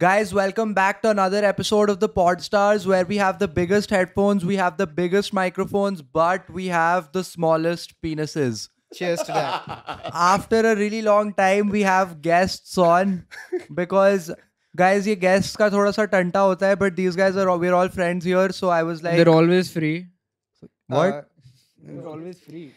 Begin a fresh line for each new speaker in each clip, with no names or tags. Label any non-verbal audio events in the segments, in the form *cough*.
Guys, welcome back to another episode of the Podstars where we have the biggest headphones, we have the biggest microphones, but we have the smallest penises.
Cheers to that.
After a really long time, we have guests on because guys, ये guests का थोड़ा सा टंटा होता है, but these guys are we're all friends here, so I was like,
They're always free.
what?
Uh,
They're always free.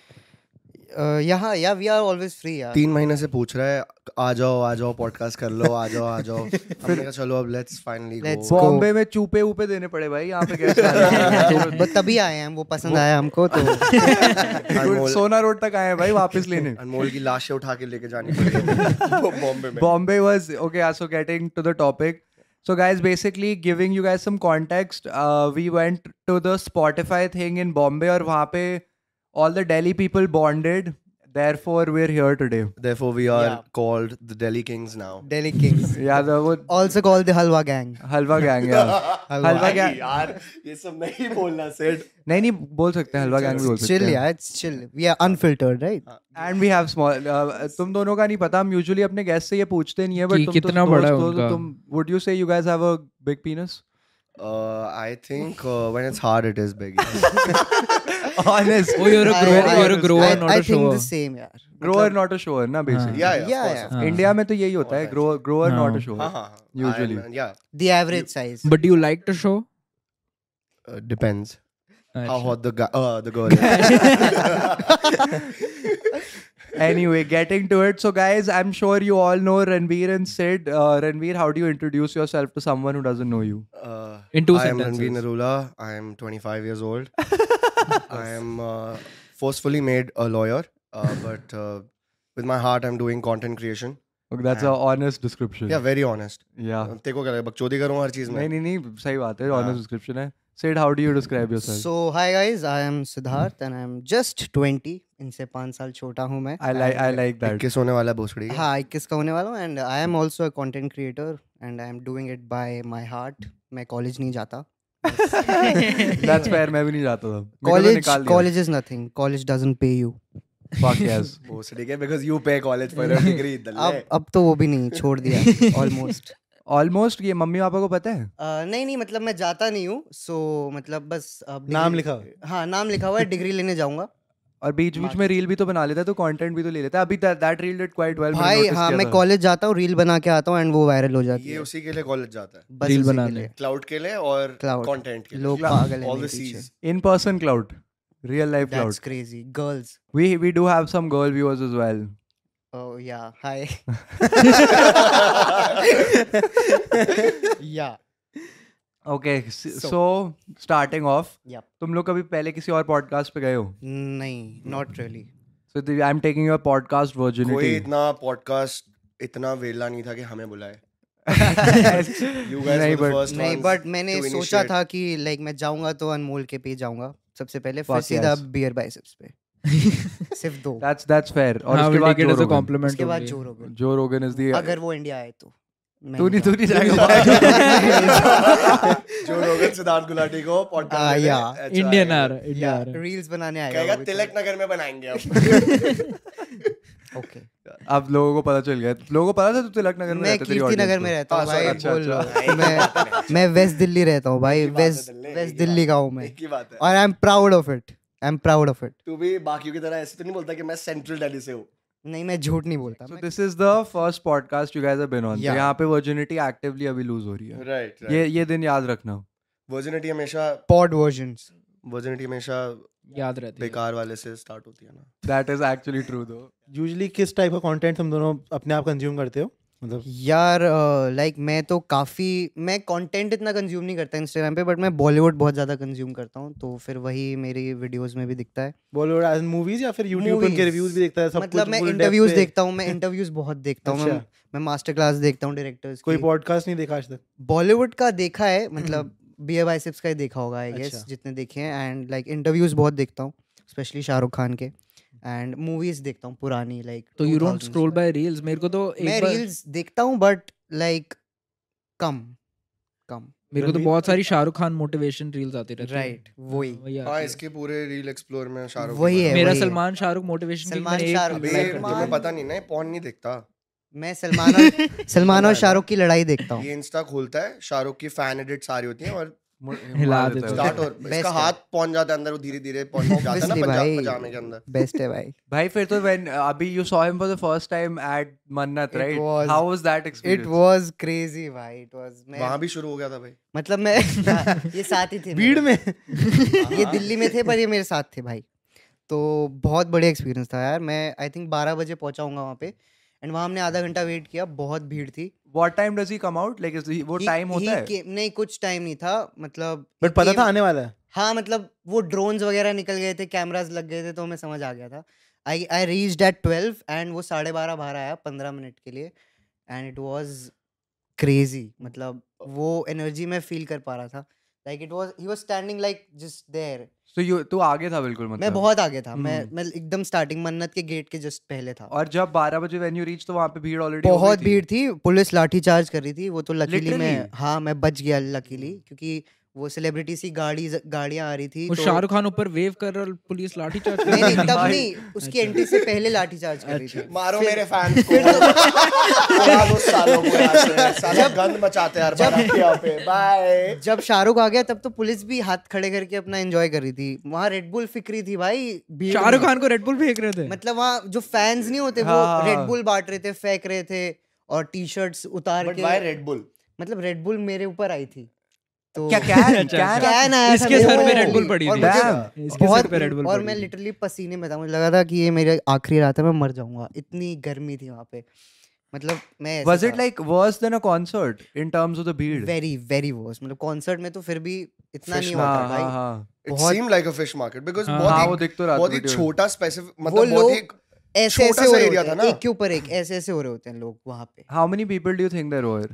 uh, yeah, हाँ, yeah, we are always free. Yeah.
तीन महीने से पूछ रहा है आ
*laughs*
जाओ आ जाओ पॉडकास्ट कर लो आ जाओ आ जाओ हमने कहा चलो अब let's finally
Let's
go
go.
Bombay में चूपे ऊपे देने पड़े भाई यहाँ पे
*laughs*
*laughs* कैसे
बट तभी आए हैं वो पसंद आया हमको तो
अनमोल
सोना रोड तक आए हैं भाई वापस लेने
अनमोल की लाशें उठा के लेके जानी पड़ेगी वो बॉम्बे में
Bombay was okay. uh, So getting to the topic. So guys, basically giving you guys some context, uh, we went to the Spotify thing in Bombay, और वहाँ पे all the Delhi people bonded. Therefore, we're here today.
therefore we are
Yeah.
called the Delhi Kings now
Delhi Kings.
Yeah, the वो
Also called the Halwa Gang.
Halwa gang
*laughs*
yeah. Halwa
भाई,
gang
यार ये सब नहीं बोलना सेड
नहीं नहीं बोल सकते हैं हलवा गैंग भी बोल सकते
Chill,
हैं
yeah, it's chill. We are unfiltered, right?
And we have small uh, तुम दोनों का नहीं पता हम यूजुअली अपने गेस्ट से ये पूछते नहीं है
कि
बट तुम
कितना
तो
बड़ा है
दोस्त हो,
उनका।
तो तुम would you say you guys have a big *laughs* पीनस
I think when it's hard it is big
honest
Oh, you're a
I-
grower,
I-
you're a grower,
I,
not
I
a
think
shower.
the same, yeah.
Grower not a shower
हाँ।
ना basically
yeah
Yeah,
yeah
yeah.
India में तो यही होता है
Alright.
Grow grower not a
हाँ।
Shower
हां हां
Usually.
या
The average size.
But do you like to show?
uh, depends how
Actually.
Hot the the
*laughs*
girl
anyway getting to it so guys i'm sure you all know ranveer and sid uh, ranveer how do you introduce yourself to someone who doesn't know you
Uh,
In two
I am Ranveer
sentences.
Narula. I am 25 years
*laughs*
old. I am uh, forcefully made a lawyer, uh, but uh, with my heart, I'm doing content creation.
okay, that's an honest description
Yeah, very honest.
yeah
तेको क्या बकचोदी करूँ हर चीज
नहीं
में
नहीं नहीं सही बात है
हाँ।
honest description है sid how do you describe yourself
So hi guys, I am Siddharth and I am just 20. इनसे पाँच साल छोटा हूँ मैं.
i like i like that
किस होने वाला है भोसड़ी
हाँ इक्कीस का होने वाला हूँ and I am also a content creator and I am doing it by my heart मैं कॉलेज नहीं जाता
*laughs*
*laughs*
that's fair मैं भी नहीं जाता था मेरे को तो
कॉलेज
निकाल दिया।
College is nothing college doesn't pay you
fuck yes
भोसड़ी के because you pay college for your degree
अब अब तो वो भी नहीं छोड़
*laughs*
दिया ऑलमोस्ट
almost ये मम्मी पापा को पता है
नहीं नहीं मतलब मैं जाता नहीं हूँ सो मतलब बस अब
नाम
degree-
लिखा हुआ है।
हाँ नाम लिखा हुआ है डिग्री लेने जाऊंगा
और बीच बीच में रील भी तो बना लेता है तो कंटेंट भी तो ले लेता है अभी that reel did quite well
भाई हाँ मैं कॉलेज जाता हूँ रील बना के आता हूँ एंड वो वायरल हो जाती
ये
है
उसी के लिए कॉलेज जाता है
बस
Reel
उसी के
बनाने।
लिए।
क्लाउड के लिए और
Cloud.
कंटेंट के लिए
लोग पागल हैं
all
मेरे
the
पीछे
C's.
in person cloud real life cloud
that's crazy girls
we we do have some girl viewers as well
oh yeah hi
*laughs*
या
okay so,
So-
so starting off
Yep.
तुम लोग कभी पहले किसी और podcast पे गए हो
नहीं not really
so I am taking your podcast *laughs*
कोई
वर्जिनिटी
इतना पॉडकास्ट इतना वेला नहीं था कि हमें बुलाए *laughs* You guys
नहीं
were the
but
first
नहीं
ones *laughs*
बट मैंने
to
सोचा
initiate.
था कि लाइक मैं जाऊंगा तो अनमोल के पे ही जाऊंगा सबसे पहले फिर
Fuck
सीधा
yes.
बियर बाइसेप्स पे
*laughs*
सिर्फ दो
that's that's fair और
हाँ,
उसके
we'll
बाद
take it
जो
as a
रोगन
compliment
उसके बाद
only.
जो रोगन
जो रोगन इज दी
अगर वो इंडिया आए तो मैं
तू नहीं तू नहीं
जाऊंगा।
जाएगा
जो लोग सिद्धार्थ गुलाटी को
Ah,
podcast
yeah.
Indian are. Indian
या
are.
रील्स बनाने आएगा
कहेगा
वो भी तो।
तिलक नगर में बनाएंगे अब
ओके
*laughs* अब लोगों को पता चल गया लोगों को पता था तू तिलक नगर में
मैं
रहता है, तेरी
कीर्ति
audience
नगर
को।
में रहता
Ah,
हूँ
sorry,
भाई
अच्छा,
बोल
अच्छा।
*laughs* लो मैं मैं वेस्ट दिल्ली रहता हूँ भाई
एक ही बात है,
वेस्ट वेस्ट
दिल्ली, एक ही
दिल्ली
बात
का हूँ मैं
एक ही बात है
और I am proud of it I am proud of it
तू भी बाकियों की तरह ऐसे तो नहीं बोलता कि मैं सेंट्रल दिल्ली से हूँ
नहीं मैं झूठ नहीं बोलता
So
मैं-
this is the first podcast you guys have been on. तो
Yeah.
यहाँ पे virginity actively अभी lose हो रही है.
राइट
ये ये दिन याद रखना.
वर्जिनिटी हमेशा
पॉड वर्जन्स
वर्जिनिटी हमेशा
याद रहती है।
बेकार वाले से स्टार्ट होती है ना
That is actually true
*laughs*
though.
Usually किस टाइप का कंटेंट तुम दोनों अपने आप कंज्यूम करते हो मतलब
यार लाइक मैं तो काफ़ी मैं कंटेंट इतना कंज्यूम नहीं करता इंस्टाग्राम पे बट मैं बॉलीवुड बहुत ज़्यादा कंज्यूम करता हूँ तो फिर वही मेरी वीडियोस में भी दिखता है
बॉलीवुड एज मूवीज या फिर यूट्यूब उनके
Movies.
रिव्यूज भी देखता है सब
मतलब
कुछ
मैं
full depth
इंटरव्यूज
पे?
देखता हूँ मैं इंटरव्यूज बहुत देखता हूँ मैं
अच्छा।
मैं मास्टर क्लास देखता हूँ डायरेक्टर्स
कोई
की
पॉडकास्ट नहीं देखा आज तक
बॉलीवुड का देखा है
*clears throat*
मतलब बी बाइसेप्स का ही देखा होगा आई गेस
अच्छा।
जितने देखे हैं एंड लाइक इंटरव्यूज बहुत देखता हूँ स्पेशली शाहरुख खान के एंड मूवीज देखता हूँ पुरानी लाइक
तो you don't scroll by reels मेरे को तो
मैं
एक बार
रील्स देखता हूँ बट लाइक कम कम
मेरे को तो
रणवीर-
बहुत सारी शाहरुख खान मोटिवेशन रील्स आती रहती हैं।
राइट वही
वही आती
हाँ
है।
इसके पूरे रील एक्सप्लोर में शाहरुख
वही
की
है,
बात
मेरा
वही है।
सलमान शाहरुख मोटिवेशन
सलमान शाहरुख,
अबे
मैं-
तुम्हें
सलमान-
पता नहीं ना पॉन नहीं देखता
मैं सलमान
*laughs*
और *laughs* सलमान और शाहरुख की लड़ाई देखता हूँ
*laughs* ये इंस्टा खोलता है शाहरुख की फैन एडिट सारी होती है
*laughs*
और
हिला
मार
देते
देता
हैं।
है। तो।
स्टार्ट और
Best
इसका
है।
हाथ पहुंच जाता है अंदर वो धीरे धीरे पहुंच जाता है ना
Obviously
पंजाब
भाई।
पजामे के अंदर
बेस्ट है
*laughs*
भाई
भाई फिर तो when uh, अभी you saw him for the first time at Mannat
It
right
was-
how was that
it
experience
was crazy भाई इट वाज
वहां
मैं
भी शुरू हो गया था भाई
मतलब
*laughs*
मैं *laughs* ये साथ ही थे मेरे।
भीड़ में
*laughs* ये
हाँ।
दिल्ली में थे पर ये मेरे साथ थे भाई तो बहुत बढ़िया एक्सपीरियंस था यार मैं आई थिंक बारह बजे पहुंचाऊंगा वहाँ पे एंड वहाँ हमने आधा घंटा वेट किया बहुत भीड़ थी
what time does he come out like is he, वो
He-
time
he
होता है
came- नहीं कुछ टाइम नहीं था मतलब
बट
he
पता था
came-
आने वाला है
हाँ मतलब वो ड्रोन्स वगैरह निकल गए थे कैमराज लग गए थे तो हमें समझ आ गया था I I reach at twelve and वो साढ़े बारह बाहर आया पंद्रह मिनट के लिए एंड इट वॉज क्रेजी मतलब वो एनर्जी मैं फील कर पा रहा था like it was he was standing like just there
so you तू आगे था बिल्कुल मतलब हम्म।
मैं बहुत आगे था मैं मैं एकदम स्टार्टिंग मन्नत के गेट के जस्ट पहले था
और जब 12 बजे when you reach तो वहाँ पे भीड़ ऑलरेडी
बहुत भीड़ थी पुलिस लाठी चार्ज कर रही थी वो तो लकीली मैं
Literally?
हाँ मैं बच गया लकीली क्योंकि वो सेलिब्रिटी सी गाड़ी गाड़ियां आ रही थी
वो
तो-
शाहरुख खान ऊपर वेव कर रहा और पुलिस लाठी चार्ज
*laughs* नहीं नहीं, तब
भाई।
नहीं उसकी एंट्री से पहले लाठी चार्ज कर रही
अच्छा।
थी
मारो मेरे फैंस को मारो उस सालों को यार से। साला गंद मचाते हैं हर बार आपके यहाँ पे बाय
जब शाहरुख आ गया तब तो पुलिस भी हाथ खड़े करके अपना एंजॉय कर रही थी वहाँ रेडबुल फिक्री थी भाई भीड़
शाहरुख
में।
खान को रेडबुल फेंक रहे थे
मतलब वहाँ जो फैंस नहीं होते वो
हाँ।
रेडबुल बांट रहे थे फेंक रहे थे और टी शर्ट्स उतार
बट बाय
के
रेड बुल
मतलब रेडबुल मेरे ऊपर आई थी तो *laughs*
क्या
*laughs*
कैन कैन
कैन आया था
इसके
मेरे
सर पे
ऊपर।
Red Bull पड़ी
और
थी।
मुझे
Damn.
इसके
बहुत
सर पे रेडबुल
और मैं लिटरली पसीने में था मुझे लगा था कि ये मेरी आखिरी रात है मैं मर जाऊंगा इतनी गर्मी थी वहाँ पे मतलब मैं
was it like worse than a concert in terms of the भीड़
वेरी वेरी वर्स मतलब कॉन्सर्ट में तो फिर भी इतना
Fish
नहीं
हाँ हाँ
होता भाई
हाँ
इट
बहुत-
seem like a fish market because
हाँ,
हाँ
बहुत
वो
ही
दिख तो रहा
बहुत
था
ही
video में।
छोटा स्पेसिफिक
वो
मतलब बहुत ही
लोग ऐसे
छोटा
ऐसे हो
सा
रहे
area
होते
था
हैं
ना।
एक के ऊपर एक ऐसे ऐसे हो रहे होते हैं लोग वहाँ पे
how many people do you think there were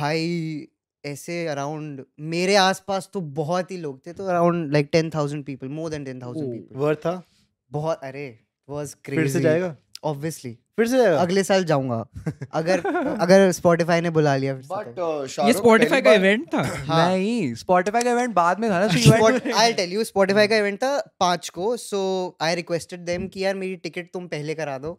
भाई ऐसे अराउंड मेरे आसपास तो बहुत ही लोग थे तो around like ten thousand people more than ten thousand
Oh.
People
worth था
बहुत अरे वाज क्रेजी
फिर से जाएगा
ऑब्वियसली
फिर से जाएगा
अगले साल
*laughs*
जाऊंगा अगर अगर स्पॉटिफाई ने बुला लिया फिर से
बट
तो।
शाहरुख
ये स्पॉटिफाई का इवेंट था
हाँ।
नहीं Spotify का event बाद में था ना so you went
Spot- *laughs* I'll tell you, Spotify का इवेंट था पाँच को सो आई रिक्वेस्टेड देम कि यार मेरी टिकट तुम पहले करा दो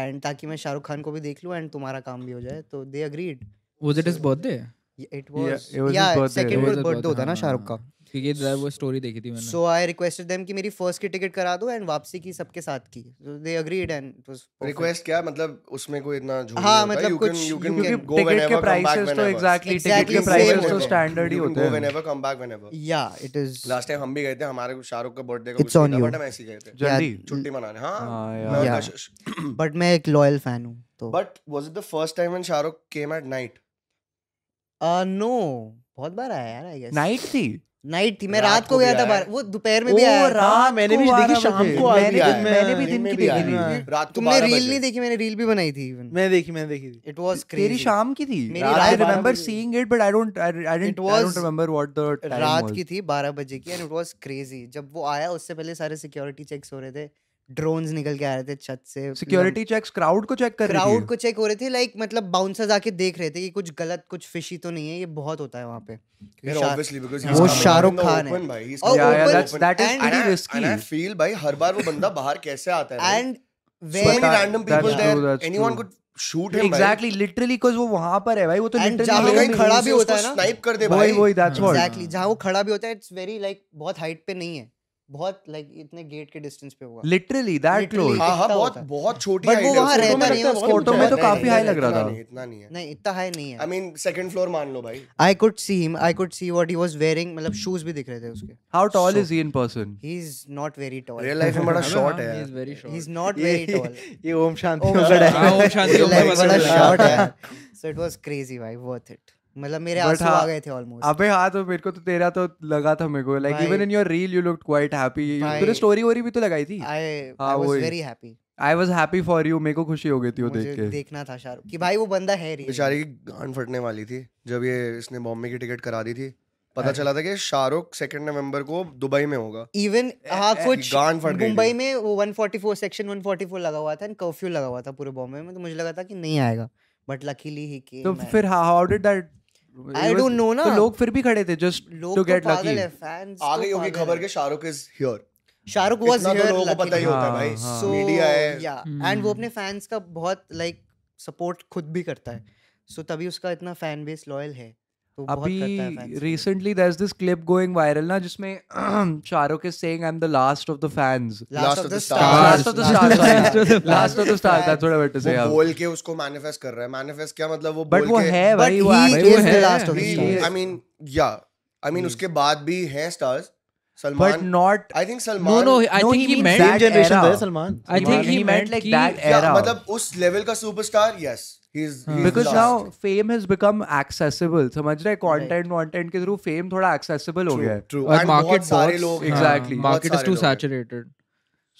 एंड ताकि मैं शाहरुख खान को भी देख लूं एंड तुम्हारा काम भी हो जाए तो they agreed
was it his birthday
it
Yeah,
was
it was his
yeah
birthday.
Second
It was
birthday तो होता है ना शाहरुख का
हाँ। क्योंकि जरा वो स्टोरी देखी थी मैंने
सो आई रिक्वेस्टेड देम कि मेरी फर्स्ट की टिकट करा दो एंड वापसी की सबके साथ की they agreed and it was
request क्या मतलब उसमें कोई इतना झूठ
हाँ, मतलब कुछ-
यू कैन
क्योंकि
गो
टिकट के
व्हेनेवर कम बैक
प्राइसेस तो
व्हेनेवर
एग्जैक्टली टिकट
Exactly
के
same
प्राइसेस तो
होते हैं।
स्टैंडर्ड ही होते
गो
हैं
whenever come back whenever
yeah it is
last time हम भी गए थे हमारे को शाहरुख का बर्थडे
It's
का कुछ
on
नहीं
you.
था, but हम ऐसे ही गए थे
जल्दी
छुट्टी मनाने हाँ
हाँ,
मैं
यार।
और
Yeah.
कशिश।
बट मैं एक लॉयल फैन हूँ तो
But was it the first time when Shahrukh came at night?
No Uh, बहुत बार आया यार आई गेस
नाइट थी
नाइट थी मैं
रात
रात को
को भी
गया था
आया
बार
है।
वो दोपहर में भी आया था।
हाँ, मैंने भी देखी, शाम को आ
मैंने
गया
भी
है।
मैंने भी
दिन
दिन
में
की
भी आया
देखी
है।
थी।
रात को
तुमने
12
रील
बजे।
नहीं देखी मैंने रील भी बनाई थी इवन
मैंने देखी मैंने देखी थी
इट वाज क्रेजी
तेरी शाम की थी
मेरी
आई
रात बारह
रिमेंबर
बजे।
Seeing it but I don't I
It
don't I
was
don't remember what the time
रात की थी 12 बजे की एंड इट वाज क्रेजी जब वो आया उससे पहले सारे सिक्योरिटी चेक्स हो रहे थे ड्रोन्स निकल के आ रहे थे छत से
सिक्योरिटी चेक्स क्राउड को चेक कर रही
क्राउड
थी
को चेक हो रहे थे लाइक मतलब बाउंसर्स आके देख रहे थे कि कुछ गलत कुछ फिशी तो नहीं है ये बहुत होता है वहाँ पे क्योंकि
Then
शा-
obviously because
वो
coming out in
Shahrukh
the
Khan है।
open, भाई, he's
और
coming out
Yeah,
in
yeah,
the
that's
open.
that is
And-
pretty
And I-
risky.
and I feel, भाई, हर बार वो बंदा बाहर कैसे आता है भाई?
and
So many
Swata-
when
random
That's
people
true,
there.
that's
Anyone
true.
could shoot him, भाई.
Exactly literally because वो वहां पर है भाई वो तो
And
लिटरली
जहाँ
हाँ,
पे
भाई,
खड़ा
कहीं
भी
से
होता
उसको
है ना।
snipe कर दे,
वही
भाई।
वही दैट्स व्हाट
एग्जैक्टली जहाँ वो खड़ा भी होता है इट्स वेरी लाइक बहुत हाइट पे नहीं है बहुत लाइक इतने गेट के डिस्टेंस पे होगा
लिटरली दैट
Literally.
क्लोज
हाँ, हाँ,
दिखता
बहुत-
होता है।
बहुत छोटी
But
height
वो
है
वहाँ
उसकी।
रहता
फोटो में
नहीं है,
लगता है
उसको
बहुत
फोटो में तो
ज्यादा
काफी
है,
high लग रहा
इतना
था।
नहीं, इतना नहीं है।
नहीं इतना हाई नहीं है
I mean, second floor मान लो, भाई।
I could see him i could see what he was wearing मतलब shoes भी दिख रहे थे उसके
how tall
So-
is he in person
he is not very tall
Real
*laughs*
life में *laughs* बड़ा short है
ही
यार।
Is very
he's
short
not
*laughs*
ये-
very tall
ये ओम शांति
ओम
वगैरह है।
हाँ, ओम
*laughs*
शांति
Real
ओम
life
बस
बड़ा
बस
short
बस।
है so it was crazy भाई worth it मतलब मेरे
But
आंसू
हाँ,
आ गए थे ऑलमोस्ट
अबे हाँ तो मेरे को तो तेरा तो लगा था मेरे को लाइक
भाई-
even in your reel you looked quite happy
भाई-
तूने स्टोरी वोरी भी तो लगाई थी
आई
हाँ,
आई वाज
वही।
Very happy
I was happy for you मेरे को खुशी हो गई थी वो देख
मुझे
के
देखना था शाहरुख कि भाई वो बंदा है real
बेचारे की गांड फटने वाली थी जब ये इसने बॉम्बे की टिकट करा दी थी पता चला था कि शाहरुख सेकंड नवंबर को दुबई में होगा
इवन हाँ
ए-
कुछ
गांड फट गई
मुंबई
थी।
में वो 144 सेक्शन 144 लगा हुआ था एंड कर्फ्यू लगा हुआ था पूरे बॉम्बे में तो मुझे लगा था कि नहीं आएगा बट लकीली ही केम
तो फिर how did that
I don't know ना
तो लोग फिर भी खड़े थे जस्ट
लोग
to
तो
get
पागल तो
lucky.
है फैंस
आ गई होगी खबर के Shahrukh is here
Shahrukh was
इतना तो
हियर
लोगों को पता ही होता है
हाँ,
भाई
हाँ।
सो
मीडिया है
या एंड वो अपने फैंस का बहुत लाइक सपोर्ट खुद भी करता है सो तभी उसका इतना फैन बेस लॉयल है तो बहुत करता है
अभी
fans के लिए।
Recently there is this clip going viral ना जिसमें *clears throat* Shahrukh is saying I am the last of the fans
Last of
last of
the
the star
Last of the
last of the star that's what I want to say
वो बोल के उसको manifest कर रहा है manifest क्या मतलब वो
बट
बोल
वो
के-
है
But
भाई वो
he
actually
is the
है।
last of the
He
stars.
is-
I mean या आई मीन उसके बाद भी हैं stars
but
Salman
not
I think
No,
Salman
no, I
No,
think
he
he
means
meant
that
generation
era.
है Salman
I think
he
he
meant
meant
like
कि-
that
Yeah,
era
मतलब उस level का superstar yes he is
because now fame has become accessible समझ रहे content content के through fame थोड़ा accessible हो गया है
ट्रू
और
एंड
market
बहुत सारे
bots-
लोग
Exactly.
हाँ,
बहुत
market is
सारे
too
लोग हैं।
saturated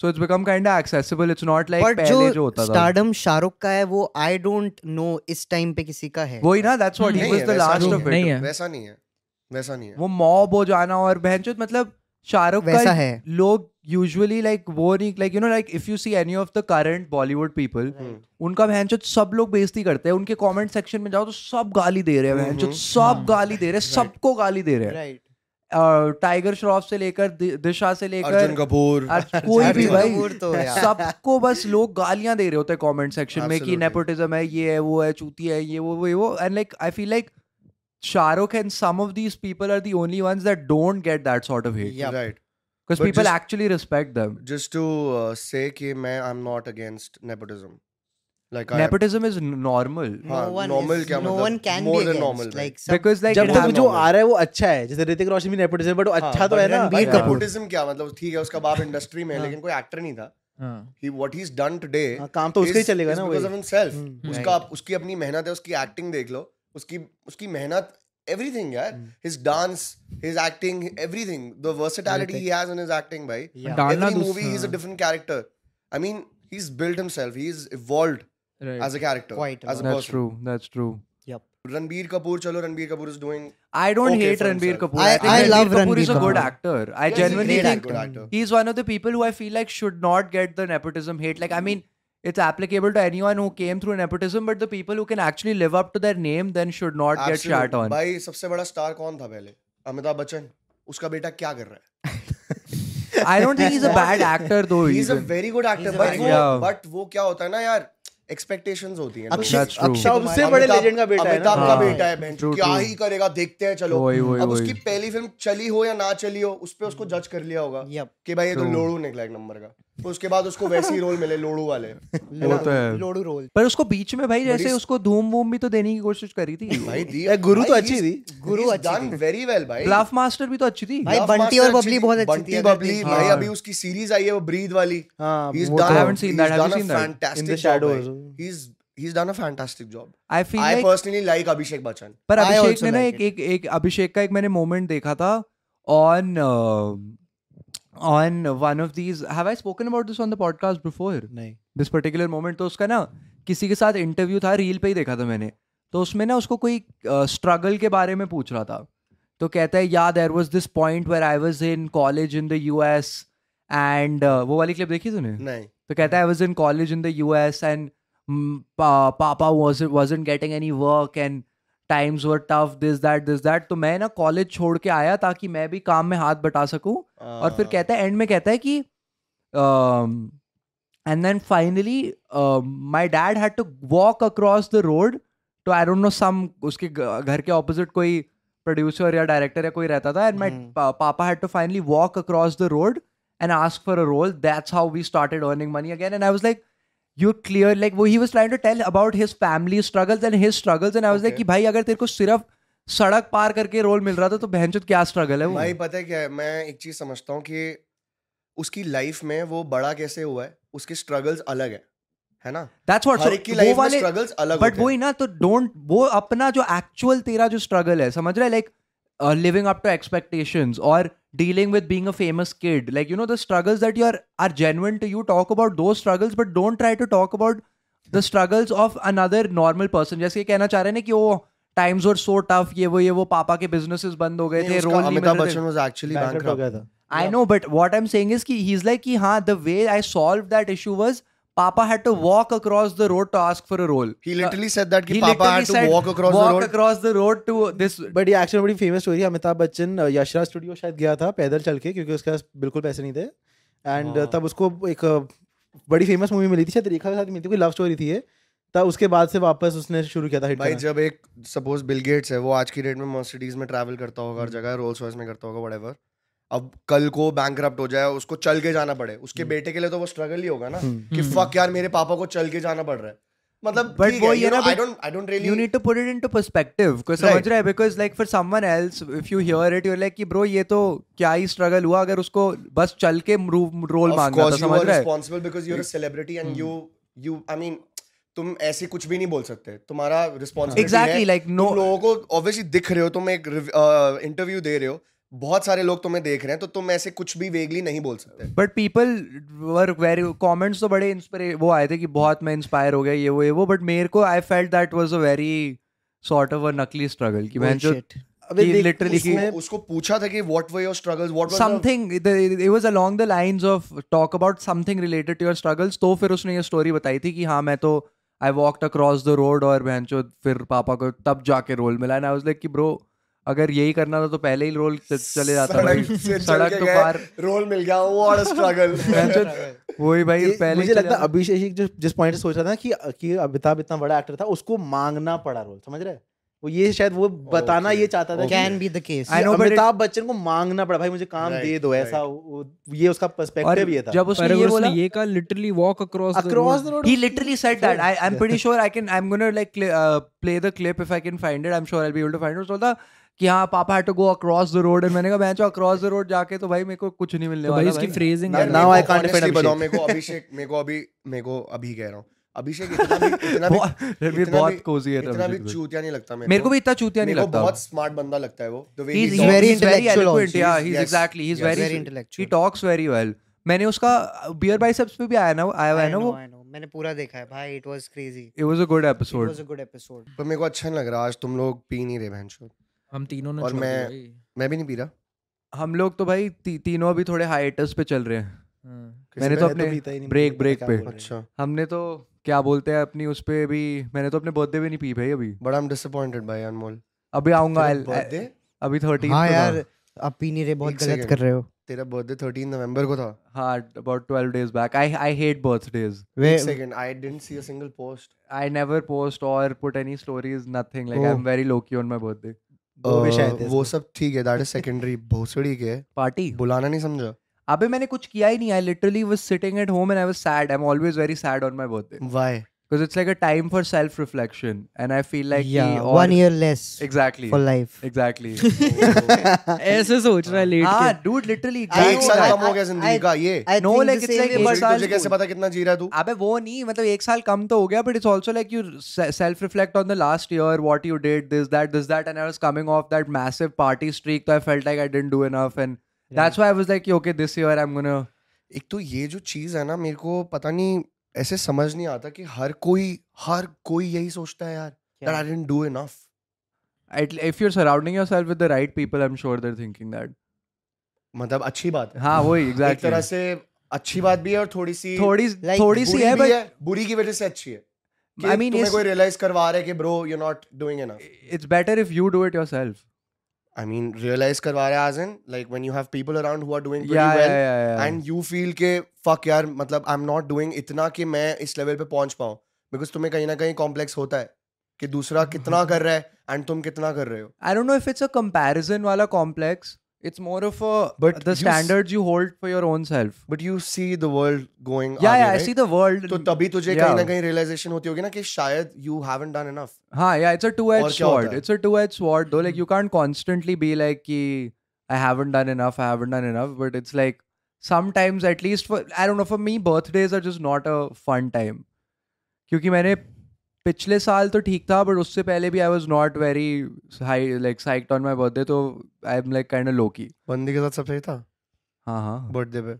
so it's become kind of accessible it's not like
but
पहले जो
जो
होता था
स्टारडम शाहरुख का है वो आई डोंट नो इस टाइम पे किसी का है
वही ना that's what he
नहीं
was
है,
the
वैसा
last
नहीं
of
है।
it
नहीं है
वैसा नहीं है वैसा नहीं है
वो मॉब हो जाना और बहनचोद मतलब शाहरुख
वैसा
का
है।
लोग यूजुअली लाइक वो नहीं like you know like if you see any of the current Bollywood people
hmm.
उनका बहनचोद सब लोग बेइज्जती करते हैं उनके कमेंट सेक्शन में जाओ तो सब गाली दे रहे हैं बहनचोद सब गाली दे रहे हैं सबको गाली दे रहे हैं
राइट
अ, टाइगर श्रॉफ से लेकर दि- दिशा से
अर्जुन
लेकर
कपूर
आज कोई भी
अर्जुन
भाई
*laughs*
कपूर तो यार।
सबको बस लोग गालियां दे रहे होते हैं कमेंट सेक्शन में कि
Absolutely.
नेपोटिज्म है ये है वो है चूती है ये वो वो वो and like I feel like Shahrukh and some of these people are the only ones that don't get that sort of hate
Yup.
Right
because
But
people
just-
actually respect them
just to say uh, कि मैं I am not against nepotism like
nepotism is normal
हाँ,
no one
normal क्या
no
मतलब?
One can
More
be
than normal,
against
right?
Like
because like
जब
it
तक
has
जो
normal.
आ रहा है वो अच्छा है जैसे ऋतिक रोशन भी नेपोटिज्म बट वो
हाँ,
अच्छा तो है ना
रणबीर
हाँ,
कपूर।
नेपोटिज्म क्या मतलब ठीक है उसका बाप इंडस्ट्री में है लेकिन कोई एक्टर नहीं था
हाँ
he what he's done today
हाँ, काम तो उसका ही
is-
चलेगा
is
ना
because
वही।
of himself
हम्म,
उसका उसकी अपनी मेहनत है उसकी एक्टिंग देख लो उसकी उसकी मेहनत एवरीथिंग यार his dance his acting everything the versatility he has in his acting भाई
Yeah.
डालना
every
दूस-
movie he's a
हाँ।
different character i mean he's built himself he's evolved
right
as a character
Quite a
as a
that's
person
true that's true
ranbir kapoor chalo ranbir kapoor is doing
I don't
Okay
hate
for
Ranbir
himself.
Kapoor.
I-
think
I love
Kapoor is a
Ranbir
good
Kapoor.
actor. I
Yeah, he's a
genuinely
great
think
actor, good actor.
he's one of the people who I feel like should not get the nepotism hate. Like, I mean, it's applicable to anyone who came through nepotism, but the people who can actually live up to their name then should not get shat
Absolute.
on.
भाई सबसे बड़ा star कौन था पहले अमिताभ बच्चन उसका बेटा क्या कर रहा है
I don't think
*laughs*
he's a bad actor though.
He's a
even.
very good actor,
He's a
but
very
वो
good actor.
but वो क्या होता है ना यार एक्सपेक्टेशंस होती हैं लोगों
अक्षय
That's true.
अक्षय कुमार-
सबसे बड़े
अमिताभ-
legend का बेटा है ना।
अमिताभ का
हाँ।
बेटा है बहन
True,
क्या
true.
ही करेगा देखते हैं चलो
वही, वही,
अब
वही।
उसकी पहली फिल्म चली हो या ना चली हो उस पे उसको जज कर लिया होगा
Yep.
कि भाई ये तो
True.
लोड़ू निकला एक नंबर का तो उसके बाद उसको वैसे ही रोल मिले लोड़ू वाले
वो तो है।
लोडू रोल
पर उसको बीच में भाई जैसे
इस-
उसको धूम वूम भी तो देने की कोशिश करी *laughs* थी
भाई दी
यार, गुरु तो अच्छी थी।
गुरु डन वेरी वेल भाई
ब्लाफ मास्टर भी तो अच्छी थी
भाई,
Bluff
बंटी
Master
और
अच्छी
बबली
थी।
बहुत अच्छी थी,
बंटी
अगर
बबली
देखी
भाई
हाँ।
अभी उसकी सीरीज आई है वो ब्रीद वाली
हाँ,
He's
वो
done-
तो-
I haven't seen
he's
that. Have you
done a
seen that?
fantastic
In the
job,
Shadows.
भाई. He's- he's done a fantastic job.
I feel
I
like
personally like Abhishek Bachchan.
पर
I
Abhishek
also
ने ना
like
एक एक एक अभिषेक का एक मैंने मोमेंट देखा था uh, on on one of these have I spoken about this on the podcast before
नहीं
दिस पर्टिकुलर मोमेंट तो उसका ना किसी के साथ इंटरव्यू था रील पे ही देखा था मैंने तो उसमें ना उसको कोई स्ट्रगल के बारे में पूछ रहा था तो कहता है yeah there was this point where I was in college in the U S and वो वाली क्लिप देखी तूने
नहीं
तो कहता है I was in college in the US and papa was wasn't getting any work and times were tough this that this that तो मैं ना कॉलेज छोड़ के आया ताकि मैं भी काम में हाथ बटा सकूं और
Uh,
फिर कहता है एंड में कहता है कि um, and then finally my dad had to walk across the road to I don't know some उसके घ- घर के ऑपोजिट कोई प्रोड्यूसर या डायरेक्टर या कोई रहता था and my
hmm.
Hmm.
Papa had to finally walk across the road and ask for a role. That's how we started earning money again. And I was like, you're clear. Like, वो he was trying to tell about his family struggles and his struggles. And I was like, कि
Okay.
भाई अगर तेरे को सिर्फ सड़क पार करके role मिल रहा था तो बहनचोद क्या स्ट्रगल है वो
भाई पता है क्या है मैं एक चीज समझता हूँ कि उसकी लाइफ में वो बड़ा कैसे हुआ है उसके स्ट्रगल्स अलग है है ना
दैट्स व्हाट
हर एक की
सो वो
लाइफ में
वाले
स्ट्रगल्स अलग
बट
होते
वही ना तो डोंट वो अपना जो एक्चुअल तेरा जो स्ट्रगल है समझ uh, रहा है like living up to expectations और dealing with being a famous kid like you know the struggles that you are are genuine to you talk about those struggles but don't try to talk about the struggles of another normal person जैसे ये कहना चाह रहे हैं ना कि वो times और सो टफ ये वो ये वो पापा के बिजनेसेस बंद हो गए
हैं
थे
नहीं, उसका
रोल नहीं मिल
अमिताभ
रहे थे।
बच्चन वाज एक्चुअली
bankrupt हो
बैंकरप्ट
गया था
I know, but what I'm saying is ki he's like, ki, हाँ, the way I solved that issue was Papa had to walk across the road to ask for a role.
he literally said that
हाँ। He
कि papa
literally
had to
said,
walk across the
walk
road
across the road to this.
But ये actually बड़ी famous story है अमिताभ बच्चन अ, Yashraj studio शायद गया था पैदल चल के क्योंकि उसके पास बिल्कुल पैसे नहीं थे एंड तब उसको एक अ, बड़ी फेमस मूवी मिली थी शायद रेखा के साथ मिली थी कोई लव स्टोरी थी ये तब उसके बाद से वापस उसने शुरू किया था हिट
भाई
करना
जब एक सपोज बिल गेट्स है वो आज की डेट में मर्सिडीज में ट्रैवल करता होगा हर
Hmm.
जगह रोल्स रॉयस में करता होगा whatever अब कल को बैंक हो जाए उसको चल के जाना पड़े
Hmm.
उसके बेटे के लिए तो वो स्ट्रगल ही होगा ना
हम्म।
कि
हम्म।
फक यार मेरे पापा को चल के जाना पड़ रहा है मतलब
But
ठीक
वो
है,
ये
you know,
ना
I don't- I don't really-
you need to put it into perspective को समझ
Right.
रहा है because like for someone else if you hear it you're like कि bro ये तो क्या ही struggle हुआ अगर उसको बस चल के रोल
Of
मांगना था
course, you
समझ
are
रहा है
responsible because you're a celebrity and
hmm.
you you I mean तुम ऐसे कुछ भी नहीं बोल सकते तुम्हारा रिस्पॉन्सिबिलिटी
Exactly, like, तो no-
लोगों को ऑब्वियसली दिख रहे हो तुम एक इंटरव्यू दे रहे हो बहुत सारे लोग तुम्हें देख रहे हैं तो तुम ऐसे कुछ भी वेगली नहीं बोल सकते
but people were very comments तो बड़े इंस्पायर वो आए थे कि बहुत मैं इंस्पायर हो गया ये वो ये वो बट मेरे को I felt that was a very sort of a नकली स्ट्रगल
Oh,
कि मैं जो
Bullshit.
अबे
कि
देख,
literally कि-
उसमें-
उसको, उसको पूछा था कि what were your struggles
uh,
what
something it was along the lines of talk about something related to your struggles तो फिर उसने ये स्टोरी बताई थी कि हाँ मैं तो I walked across the road और बहन फिर पापा को तब जाके रोल मिला एंड आई वाज लाइक कि ब्रो अगर यही करना था तो पहले ही रोल चले जाता भाई सड़क तो पार
रोल मिल गया व्हाट अ
*laughs*
स्ट्रगल
तो वही भाई
ये-
पहले
मुझे लगता है अभिषेक जो जिस पॉइंट से सोच रहा था कि कि अमिताभ इतना बड़ा एक्टर था उसको मांगना पड़ा रोल समझ रहे वो ये शायद वो बताना ये चाहता था
Can be the case.
I
कि
know, but it-
Amitabh Bachchan को मांगना पड़ा भाई मुझे काम
Right,
दे दो
right.
ऐसा वो- ये उसका
और
पर्सपेक्टिव ये था
जब
पर
उसने ये
अगर
बोला
उसने ये कहा literally walk across
across the road
He literally said that. I, I'm pretty sure I can. I'm gonna like cl- uh, play the clip if I can find it. I'm sure I'll be able to find it. So था कि हाँ पापा had to go across the road and मैंने कहा मैं जो across the road जाके तो भाई मेरे को कुछ नहीं मिलने
तो भाई
वाला
उसकी
भाई।
Phrasing
Now- now I can't defend
बताओ
Abhishek.
मेरे को अभिषेक मेरे को अभी मेरे को अभी कह रहा हूँ अभिषेक इतना भी इतना
*laughs*
भी
बहुत- रणवीर
इतना
बहुत
भी-
cozy है
इतना भी
रणवीर।
चूतिया नहीं लगता
मेरे को भी इतना चूतिया
मेरे
नहीं
को
लगता
बहुत स्मार्ट बंदा लगता है वो the way
He's-
he
he's
talks.
very
very
intellectual
eloquent,
also.
yeah,
He's-
he's
yes,
exactly- he's
yes.
very-
Very
He
intellectual.
talks very well. मैंने उसका बियर बाइसेप्स पे भी आया ना आया हुआ
I
है ना
know,
वो
I know. मैंने पूरा देखा है भाई. It was crazy.
It was a good
It
episode
was a good episode.
पर मेरे को अच्छा नहीं लग रहा आज तुम लोग पी नहीं रहे बहन
हम तीनों ने
और
छोड़ दिया
मैं-
भाई।
मैं भी नहीं पी रहा
हम लोग तो भाई ती, तीनों अभी थोड़े हाइटस पे चल रहे हैं
हाँ।
किसी
मैंने
पे
तो
मैंने तो
अपने
पीता ही नहीं,
break-
मुझे पता
break
क्या
पे।
बोल रहे हैं।
अच्छा
हमने तो क्या बोलते हैं अपनी उस पे भी मैंने तो अपने बर्थडे भी नहीं पी भाई अभी
बड़ा आई एम डिसअपॉइंटेड भाई अनमोल
अभी आऊंगा
तेरा
I'll-
बर्थडे
अभी तो थर्टी
हाँ यार आप पी नहीं रहे बहुत
एक
गलत
second.
कर रहे हो
तेरा बर्थडे 13 नवंबर को था
हाँ अबाउट 12 days back i i hate birthdays
वे
एक second I didn't see a single post
i never post or put any stories nothing like
Oh.
i'm very low key on my birthday
वो भी शायद है
Uh, वो
इसमें।
सब ठीक है दैट इज सेकेंडरी भोसड़ी के
*laughs* पार्टी
बुलाना नहीं समझा
अबे मैंने कुछ किया ही नहीं I literally was sitting at home and I was sad I am always very sad on my birthday
why
because it's like a time for self reflection and I feel like
yeah one year less
exactly
for life *laughs*
exactly
हाँ, ऐसे सोच रहा है लेट
हां
के
dude literally
एक साल
I-
कम हो गया
I-
जिंदगी
I-
का ये
No, like, it's like
भोसड़ी,
एक साल
तुझे कैसे
school.
पता कितना जी रहा है तू
अबे वो नहीं मतलब एक साल कम तो हो गया but it's also like you self reflect on the last year what you did this that this that and I was coming off that massive party streak तो I felt like I didn't do enough and that's why I was like okay this year I am gonna
एक तो ये जो चीज है ना मेरे को पता नहीं ऐसे समझ नहीं आता कि हर कोई हर कोई यही सोचता है यार that I didn't do enough
if you are surrounding yourself with the right people I am sure they are thinking that
मतलब अच्छी बात है
हां वही
एक तरह
एग्जैक्टली
से अच्छी बात भी है और थोड़ी सी
थोड़ी
Like,
थोड़ी सी
बुरी
है
भी
बट
है, बुरी की वजह से अच्छी है कि
I mean,
तुम्हें
yes.
कोई रियलाइज करवा रहा है कि bro you not doing enough
it's better if you do it yourself
I mean realise करवा रहा है as in like when you have people around who are doing pretty
yeah
well
yeah
and you feel के fuck यार मतलब I am not doing इतना कि मैं इस लेवल पे पहुंच पाऊं बिकॉज तुम्हें कहीं ना कहीं कॉम्प्लेक्स होता है कि *laughs* दूसरा कितना कर रहा है एंड तुम कितना कर रहे हो
I don't know if it's a comparison वाला complex it's more of a
But
the
you s-
standards you hold for your own self
but you see the world going
yeah yeah I see the world
तो तभी तुझे
Yeah.
कहीं ना कहीं realisation होती होगी ना कि शायद यू हैवंट डन इनफ
हाँ yeah it's a two edge
और क्या होता
स्वॉर्ड
है?
It's a two edge sword though like you can't constantly be like कि I haven't done enough I haven't done enough but it's like sometimes at least for I don't know for me birthdays are just not a fun time क्योंकि मैंने पिछले साल तो ठीक था but उससे पहले भी I was not very high like psyched on my birthday तो I am like kind of lowkey
बंदी के साथ सब सही था
हाँ हाँ
बर्थडे पे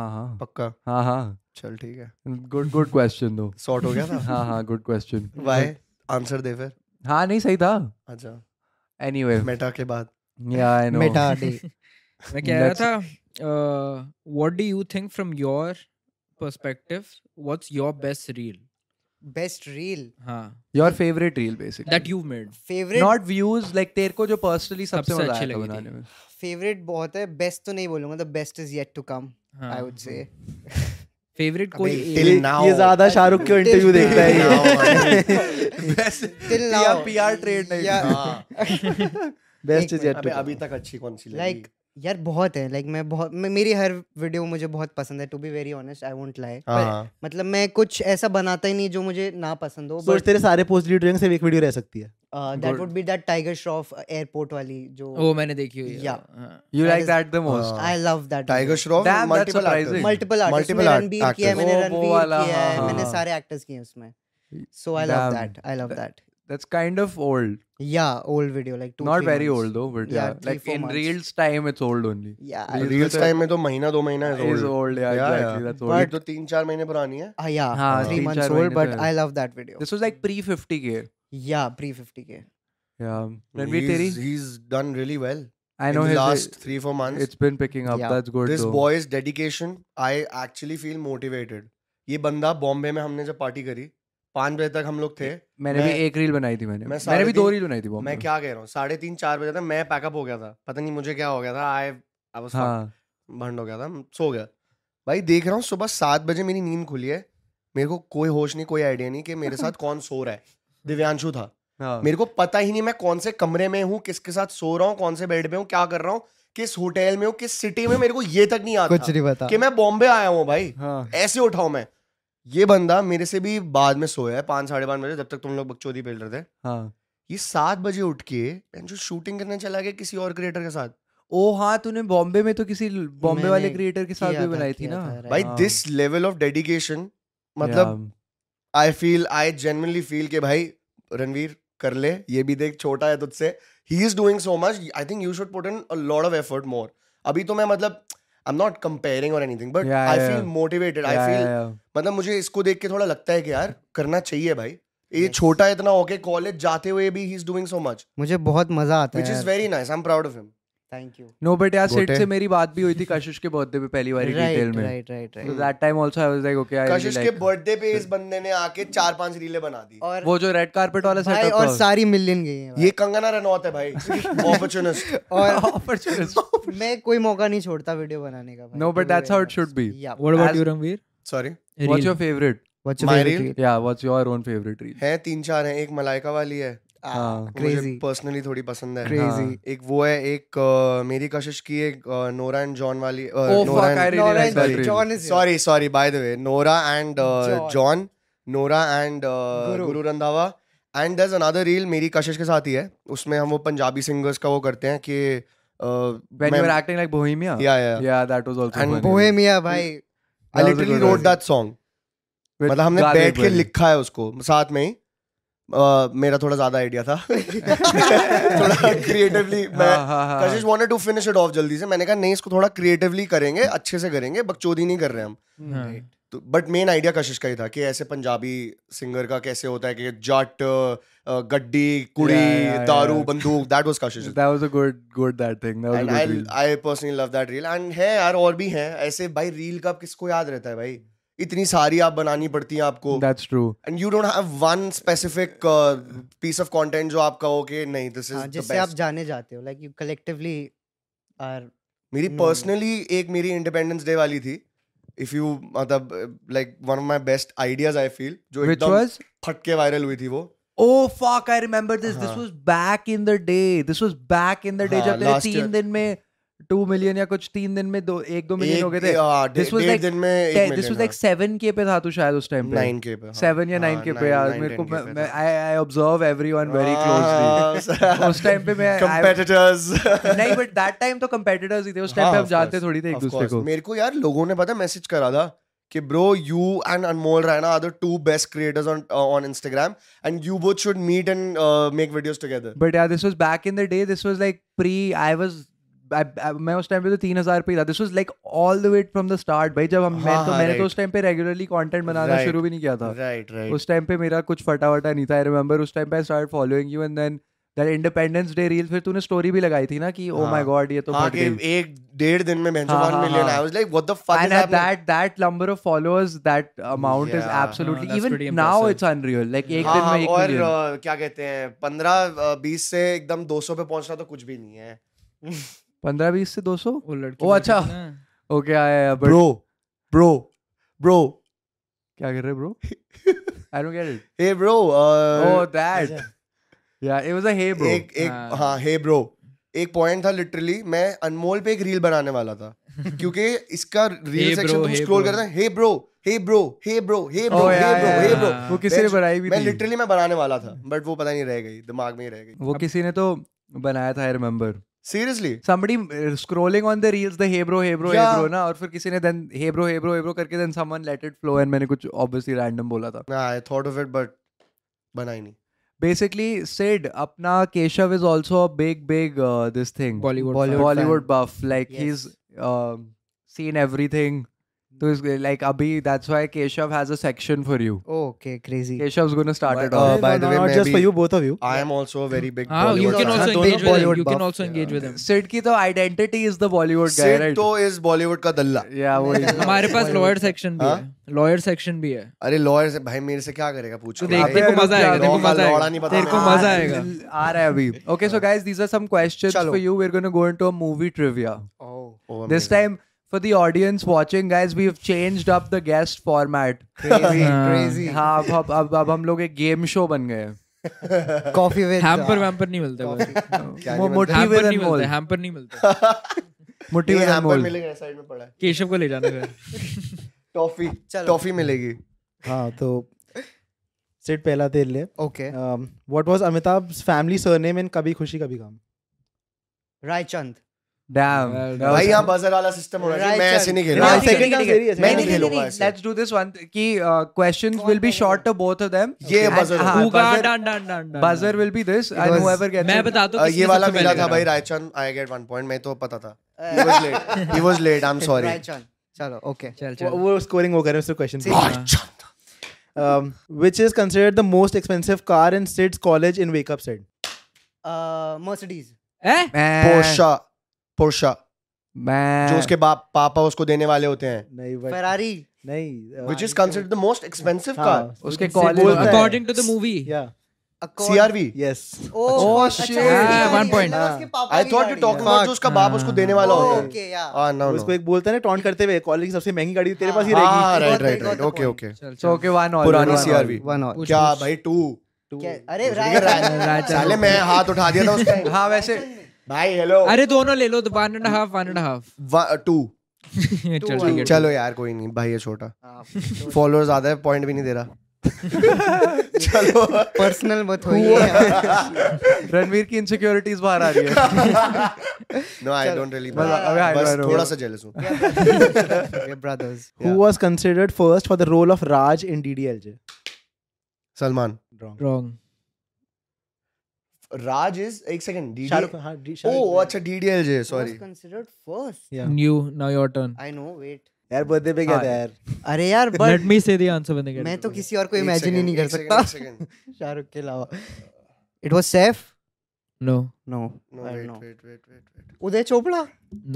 हाँ हाँ
पक्का
हाँ हाँ
चल ठीक है
गुड गुड क्वेश्चन दो
सॉर्ट हो *laughs* गया था
हाँ हाँ गुड क्वेश्चन
व्हाई आंसर दे फिर
हाँ नहीं सही था
अच्छा
एनीवे
मेटा के *laughs* बाद
yeah I no *laughs*
Meta day
मैं कह रहा
That's-
था uh, what do you think from your perspective what's your best reel
best reel
हाँ
your favorite reel basically
that you made
favorite
not views like तेरे को जो personally सबसे
सबसे
मजा
अच्छी
आया था
लगी थी।
बनाने में
हाँ।
हाँ,
फेवरेट बहुत है बेस्ट तो नहीं बोलूंगा the best is yet to come I would say
favorite कोई
अबे,
एक-
till
ये-
now.
ये ज्यादा शाहरुख के इंटरव्यू देखता है
Till now, man. *laughs*
Till
हाँ।
now. *laughs*
पीआर ट्रेड नहीं
Yeah.
*laughs* हाँ,
बेस्ट
एक
इज येट
अबे अभी तक अच्छी कौन सी लगी
लाइक तो यार बहुत है लाइक मैं बहुत मैं, मेरी हर वीडियो मुझे बहुत पसंद है to be very honest I won't lie
हाँ
मतलब मैं कुछ ऐसा बनाता ही नहीं जो मुझे ना पसंद हो
*laughs*
uh,
सोच तेरे सारे पोस्ट डिलीट होंगे सिर्फ एक वीडियो रह सकती है
that would be that Tiger Shroff airport uh, वाली जो
वो मैंने देखी हुई है
Yeah.
हाँ।
You
That
like
is-
that the most
I love that
Tiger Shroff
Damn, that's
multiple
surprising.
Multiple artist
Multiple
मैंने
art-
रणबीर किया है
actors.
मैंने
वो- वो
रणवीर
वाला,
किया है
हाँ,
मैंने
हाँ.
सारे एक्टर्स किए हैं उसमें so I love
Damn.
That I love that
that's kind of old
yeah old video like 2
not very old दो but
Yeah, three,
like
four
in
months.
Reels time it's old only
yeah
Reels
reels
में तो-
time में तो महीना दो महीना is
is
old.
Old yeah
Yeah,
exactly
yeah.
That's
ये
old
तो तीन चार महीने पुरानी है
या
हाँ,
3
तीन,
मंथ्स
चार
ओल्ड
महीने
बट
तो है।
I love that video
this was like pre 50 के
या प्री 50 के
या रणवीर तेरी
he's done really well
I know
in the
his
last 3 4 months
it's been picking up
Yeah.
That's good
this boy's dedication i actually feel motivated ये बंदा बॉम्बे में हमने जब party करी पाँच बजे तक हम लोग थे
मैंने भी
मैं-
एक रील बनाई थी मैंने
मैं
मैंने
साढ़े
भी दो
तीन-
रील बनाई थी बॉम्बे
मैं क्या कह रहा हूँ साढ़े तीन चार बजे तक मैं पैकअप हो गया था पता नहीं मुझे क्या हो गया था आई आई वाज
हाँ
भंड हो गया था सो गया भाई देख रहा हूँ सुबह सात बजे मेरी नींद खुली है मेरे को कोई होश नहीं कोई आइडिया नहीं कि मेरे साथ कौन सो रहा है दिव्यांशु था
हाँ
मेरे को पता ही नहीं मैं कौन से कमरे में हूँ किसके साथ सो रहा हूँ कौन से बेड पे हूँ क्या कर रहा हूँ किस होटल में हूँ किस सिटी में मेरे को ये तक नहीं आता
कुछ नहीं बता
कि मैं बॉम्बे आया हूँ भाई
हाँ
ऐसे उठाऊ मैं ये बंदा मेरे से भी बाद में सोया है पाँच साढ़े पाँच बजे जब तक तुम लोग बकचोदी पेल रहे थे
हाँ
ये सात बजे उठ के जो शूटिंग करने चला गया किसी और क्रिएटर के साथ
ओ हाँ तूने बॉम्बे में तो किसी बॉम्बे वाले
मैंने
क्रिएटर के साथ
किया
भी
था,
बनाई थी
किया
ना
था, right.
भाई
हाँ।
दिस लेवल ऑफ डेडिकेशन मतलब
Yeah.
I feel I genuinely feel के भाई रणवीर कर ले ये भी देख छोटा है तुझसे ही is doing so much I think you should put in a lot of effort more अभी तो मैं मतलब आई एम नॉट कंपेयरिंग और anything but
Yeah,
I
yeah,
feel
yeah.
Motivated I
Yeah,
feel
yeah, yeah.
मतलब मुझे इसको देख के थोड़ा लगता है कि यार करना चाहिए भाई ये
Yes.
छोटा इतना होके कॉलेज जाते हुए भी he is doing so much
मुझे बहुत मजा आता है
which is very nice I am proud of him
thank you
no but यार सेट
गोटे।
से मेरी बात भी हुई थी कशिश के बर्थडे पे पहली बार डिटेल
राइट
में
right right
So
right
that time also I was like, okay, I really
Kashish के
like- Oh.
बर्थडे पे इस बंदे ने आके चार पांच रीले बना दी
और
वो जो रेड कार्पेट वाला
भाई
सेटअप
और सारी मिलियन गई हैं
ये कंगना रनौत
*laughs*
है भाई ऑपर्चुनिस्ट
और
*laughs*
और
मैं कोई मौका नहीं छोड़ता वीडियो बनाने का
No, but that's how it should be.
What about
As-
you, Ranveer?
Sorry
What's your
Reel.
favorite?
What's
My
your
reel?
Favourite
Yeah, what's your own favorite reel?
है तीन चार है एक मलाइका वाली है
हाँ,
वो मुझे
क्रेजी
पर्सनली थोड़ी पसंद है
क्रेजी
एक वो है एक अ, मेरी कशिश की एक अ, नोरा एंड जॉन वाली
Oh, fuck, I really
Lauren
like that
sorry.
reel.
John is
sorry sorry by the way Nora and
John.
John Nora and
Guru.
Guru Randhawa and there another reel मेरी कशिश के साथ ही है उसमें हम वो पंजाबी सिंगर्स का वो करते हैं कि
When you were acting like Bohemia?
या या
Yeah, that was also
And
funny.
Bohemia भाई
That
I
was a
literally
good
wrote
idea.
That song
With
मतलब हमने
Garlic
बैठ के
Bread.
लिखा है उसको साथ में ही अ, मेरा थोड़ा ज्यादा
*laughs*
आइडिया था *laughs* थोड़ा क्रिएटिवली मैं
हाँ, हाँ, *laughs* हाँ,
Kashish wanted to finish it off जल्दी से मैंने कहा नहीं इसको थोड़ा क्रिएटिवली करेंगे अच्छे से करेंगे बकचोदी नहीं कर रहे हम
हाँ।
तो बट मेन आइडिया कशिश का ही था कि ऐसे पंजाबी सिंगर का कैसे होता है कि जट अ, गड्डी कुड़ी
Yeah, yeah, yeah.
दारू बंदूक that was Kashish
That was a good, good that thing. That was a
and
good
I
reel.
I personally love that reel and है यार और भी हैं ऐसे भाई रील का किसको याद रहता है भाई इतनी सारी आप बनानी पड़ती हैं आपको
That's true.
And you don't have one specific piece of content जो आप कहो कि नहीं दिस
हाँ,
इज द
जिससे आप
बेस्ट
जाने जाते हो लाइक यू कलेक्टिवली आर
मेरी
Hmm.
पर्सनली एक मेरी इंडिपेंडेंस डे वाली थी इफ यू मतलब like one of my best ideas I feel जो
Which
एकदम
was?
फट के वायरल हुई थी वो
Oh fuck! I remember this. This
हाँ।
was back in the day. This was back in the day.
हाँ,
जब तेरे
last
तीन
year.
दिन में two million या कुछ तीन दिन में दो एक दो million हो गए थे.
एक- हाँ,
This
डे-
was
डेढ़
like
दिन में
Te- this was like 7k पे था तू शायद उस टाइम पे
9 के पे हाँ।
सेवन या नाइन के पे यार मेरे को मैं- मैं I I observe everyone very
हाँ,
क्लोजली
*laughs*
उस टाइम पे मैं I-
कंपेटिटर्स
नहीं बट दैट टाइम तो कंपेटिटर्स ही थे उस टाइम
हाँ,
पे हम
of
जानते
course,
थोड़ी थे एक
Of
दूसरे
course.
को
मेरे को यार लोगों ने पता मैसेज करा था कि bro you and Anmol Raina are the two best creators on on Instagram and you both should meet and make videos together
but यार this was back in the day this was like pre I was मैं उस time पे तो तीन हजार पे ही था this was like all the way from the start भाई जब हम
हाँ,
मैं तो
हाँ,
मैंने तो
right.
उस टाइम पे रेगुलरली कंटेंट बनाना
Right.
शुरू भी नहीं किया था
राइट राइट
उस टाइम पे मेरा कुछ फटाफटा नहीं था आई रिमेंबर उस टाइम पे I start following you and then that independence day reel फिर तूने स्टोरी भी लगाई थी ना कि ओ
हाँ।
माय गॉड ये तो
हाँ
फट
कि
गई
एक डेढ़ दिन में भैंसो
हाँ,
1
हाँ,
मिलियन
हाँ.
I was like what the fuck
and
is
at
happening
that that number of followers that amount is
Yeah.
absolutely
हाँ, that's
even
pretty
now
impressive.
it's unreal like एक
हाँ
दिन
हाँ
में एक
और
million
uh, क्या कहते हैं 15 uh, 20 से एकदम 200 पे पहुंचना तो कुछ भी नहीं है uh,
पंद्रह बीस से दो सौ
वो लड़की
वो
बैठी
अच्छा।
थी ना।
ओके आया बट
ब्रो ब्रो
ब्रो
क्या कर रहे bro
*laughs*
I don't get it
hey bro
oh that yeah it was a hey bro
Oh, एक एक
हाँ।
हाँ हे ब्रो एक पॉइंट था लिटरली मैं अनमोल पे एक रील बनाने वाला
*laughs*
था क्योंकि इसका reel
Hey bro,
section
hey
scroll
bro.
करता है hey bro hey bro hey bro hey bro
Oh,
hey
yeah,
bro
yeah,
hey
yeah.
Bro
bro.
वो किसी ने
Bitch,
बनाई भी
मैं
थी
लिटरली मैं बनाने वाला था बट वो पता नहीं रह गई दिमाग में ही रह गई
वो किसी ने तो बनाया था I remember
seriously
somebody uh, scrolling on the reels the hey bro hey bro
Yeah.
hey bro ना और फिर किसी ने then hey bro hey bro hey bro करके then someone let it flow and मैंने कुछ obviously random बोला था
I thought of it but बना ही नहीं
basically Sid अपना Keshav is also a big big uh, this thing
Bollywood.
Bollywood.
fan.
Bollywood buff like
Yes.
he's uh, seen everything तो इस like अभी that's why Keshav has a section for you
Oh, Okay, crazy.
Keshav's gonna start
Why-
it off
Uh, by the way, मैं
just
भी-
for you both
*laughs*
of you
I am also a very big
Ah, you
Bollywood
can
fan. हाँ,
also
दोनों
engage with him.
Bollywood
You can
buff,
also
yeah.
engage with him.
Sid की तो identity is the Bollywood guy
Sid
right
तो इस बॉलीवुड का दल्ला
yeah वही
हमारे पास
Bollywood
लॉयर
का।
सेक्शन भी
हाँ?
है लॉयर सेक्शन भी है
अरे लॉयर से भाई मेरे से क्या करेगा पूछो
तो देखने
अबे
को
रुक
मजा
जा,
आएगा देखो
लॉ का
मजा
लौड़ा नहीं
आएगा
पता
तेरे को
मेरे को।
मजा आएगा
आ रहा है अभी okay so guys these are some questions
चलो।
For you we are gonna go into a movie trivia
Oh,
Oh,
This
amazing.
time, for the audience watching, guys, we've changed up the guest format. *laughs*
crazy,
हाँ.
crazy.
हाँ अब अब अब अब हम लोग एक गेम शो बन गए हैं।
Coffee with. uh,
हैम्पर वैम्पर नहीं मिलता
अच्छा। coffee.
भाई
क्या
मु-
नहीं
मुट्ठी
हैम्पर
विद
नहीं
अनमोल
मिलता हैम्पर नहीं मिलता
मुट्ठी
नहीं
विद
हैम्पर
अनमोल
मिलेगा साइड में पड़ा है
केशव को ले जाना फिर
टॉफी
चलो.
टॉफी मिलेगी
हाँ तो सेट पहला तेरे लिए Um,
Okay.
What was Amitabh family surname in Kabhi Khushi कभी गम
Raichand.
डैम
Well,
भाई यहाँ बजर वाला सिस्टम होना चाहिए मैं
Right,
ऐसे
चल.
नहीं
Yeah,
खेलूंगा
ठीक है,
second
ठीक
time
है,
मेरी है,
ठीक है।
second
मैं नहीं
time मेरी।
खेलूंगा ऐसे
Let's do this one th- कि uh, questions will be short to both of them
ये buzzer होगा।
उगा
बजर
डान डान डान डान
buzzer will be this and
was-
whoever gets
मैं बताता
अ,
हूँ
ये
किसने
वाला
सबसे
मिला
पहले
था भाई
करा।
Raichand I get one point मैं तो पता
*laughs*
था
Uh,
he was
*laughs*
late he was late I am sorry
Raichand. Chalo. Okay.
चल
अच्छा।
वो-
चल
वो स्कोरिंग वो कर रहे हैं उससे Um,
See.
Question
Raichand
which is considered the most expensive car in Sid's college in wake up set
Uh, Mercedes.
हैं?
पोर्शा पोर्शा
मैं
हाँ।
जो उसके बाप पापा उसको देने वाले होते हैं
नहीं but-
Ferrari.
नहीं uh,
which is considered the most
हाँ।
एक्सपेंसिव कार
उसके
कॉलेज
college
बोलता
वाला।
है
अकॉर्डिंग टू द मूवी
या
Accord.
CRV
yes
Oh,
Oh,
अच्छा,
shit.
उसकी
Yeah,
गाड़ी
one
है,
point.
मतलब
हाँ.
उसके पापा
आई
की
थॉट यू
गाड़ी
टॉक
है.
अबाउट जो उसका बाप
हाँ।
उसको देने
Oh,
वाला होता है हाँ,
Okay.
Okay. Yeah.
हां नो
उसको एक बोलते हैं ना टॉन्ट करते हुए कॉलेज की सबसे महंगी गाड़ी तेरे पास ही
हाँ,
रहेगी
हां
got
right
the
right
point.
Right okay okay
so
चल, चल।
ओके वन ऑल
पुरानी
तो one all.
CRV.
One all.
पूछ,
क्या
पूछ।
भाई टू
क्या- अरे
*laughs*
राय-
तो राय-
राय-
साले मैं हाथ उठा दिया था उस टाइम
*laughs* हाँ वैसे
भाई हेलो
अरे दोनों ले लो तो one and half one and half
two
*laughs* चल
Two
ठीक है
one.
चलो यार कोई नहीं भाई ये छोटा फॉलोअर्स ज्यादा है पॉइंट भी नहीं दे रहा चलो
पर्सनल मत *laughs* होइए
रणवीर की इनसिक्योरिटीज बाहर आ रही है
नो आई
चलो।
डोंट रियली
बस अबे I
बस
don't know.
थोड़ा सा जेलस हूं *laughs*
brothers
who was considered first for the role of Raj in DDLJ
Salman
wrong
wrong
Raj is एक सेकंड डीडी
शाहरुख खान- हाँ डी- शाहरुख
ओ
खान।
अच्छा DDLJ sorry
considered first
Yeah.
You now your turn
I no wait
यार बर्थडे पे क्या
हाँ।
था यार
अरे यार
let
but
me say the answer when they
मैं तो किसी और को इमेजिन ही नहीं कर सकता
नो
शाहरुख के अलावा it was Saif
no
no
wait
no
wait wait wait
Uday Chopra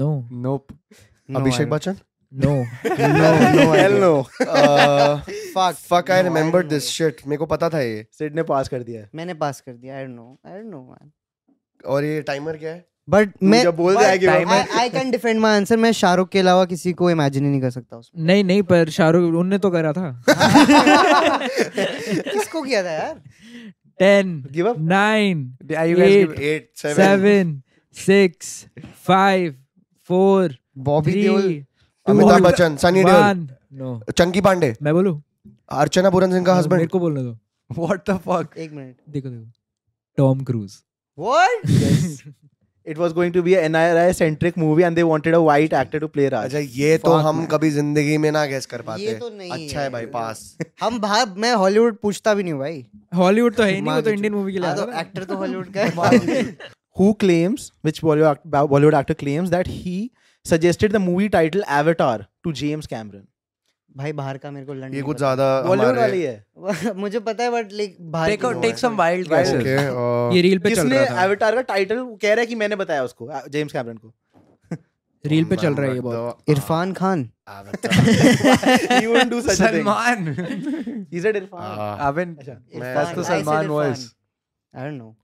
no
nope
Abhishek Bachchan
no
no no
hell no
Uh,
fuck fuck I
No, I
remembered
don't
this shit मेरे को पता था ये
सिड ने पास कर दिया
मैंने पास कर दिया I don't know I don't know man
और ये टाइमर क्या है
बट मैं
जब बोल दिया कि
I I can defend my answer मैं शाहरुख के अलावा किसी को इमेजिन ही नहीं कर सकता उसमें
नहीं नहीं पर शाहरुख उनने तो करा था
*laughs* किसको किया था यार
10
give up
9
Are you guys
Eight.
giving-
8 7
7 6 5 4
Bobby
3
Deol
Amitabh Bachchan Sunny Deol
1 no
Chunky Pandey
मैं बोलूं
अर्चना पूरन सिंह का
मेरे
हस्बैंड
को बोलने दो
What the fuck?
एक मिनट *laughs*
देखो देखो Tom Cruise
*laughs*
what
it was going to be an NRI centric movie and they wanted a white actor to play Raj
अच्छा ये तो
Fuck,
हम
man.
कभी जिंदगी में ना गैस कर
ये
पाते
तो नहीं
अच्छा है भाई पास
हम भाई मैं हॉलीवुड पूछता भी नहीं हूँ भाई
हॉलीवुड तो है ही नहीं वो
माँ
तो
की
इंडियन मूवी के लिए
हाँ,
आता
तो
है ना।
एक्टर तो हॉलीवुड *laughs* का है
who claims which Bollywood, act- Bo- Bollywood actor claims that he suggested the movie title Avatar to James Cameron.
भाई बाहर का मेरे को लंडन
ये कुछ ज्यादा
Bollywood वाली
हमारे
है.
ज्यादा *laughs* मुझे पता है बट लाइक बाहर
Take
की
a-
नहीं
take
है।
some wild guesses.
ओके
ये रील पे चल
किसने
रहा था
Avatar का title कह रहा है कि मैंने बताया उसको जेम्स कैमरन को.
रील पे चल रहा है ये बहुत
*laughs*
तो-
इरफान खान
मतलब,
He wouldn't do such a thing.
Salman.
He
हाँ।
said Irfan.
Avin,
अच्छा.
that's the Salman voice.
I don't know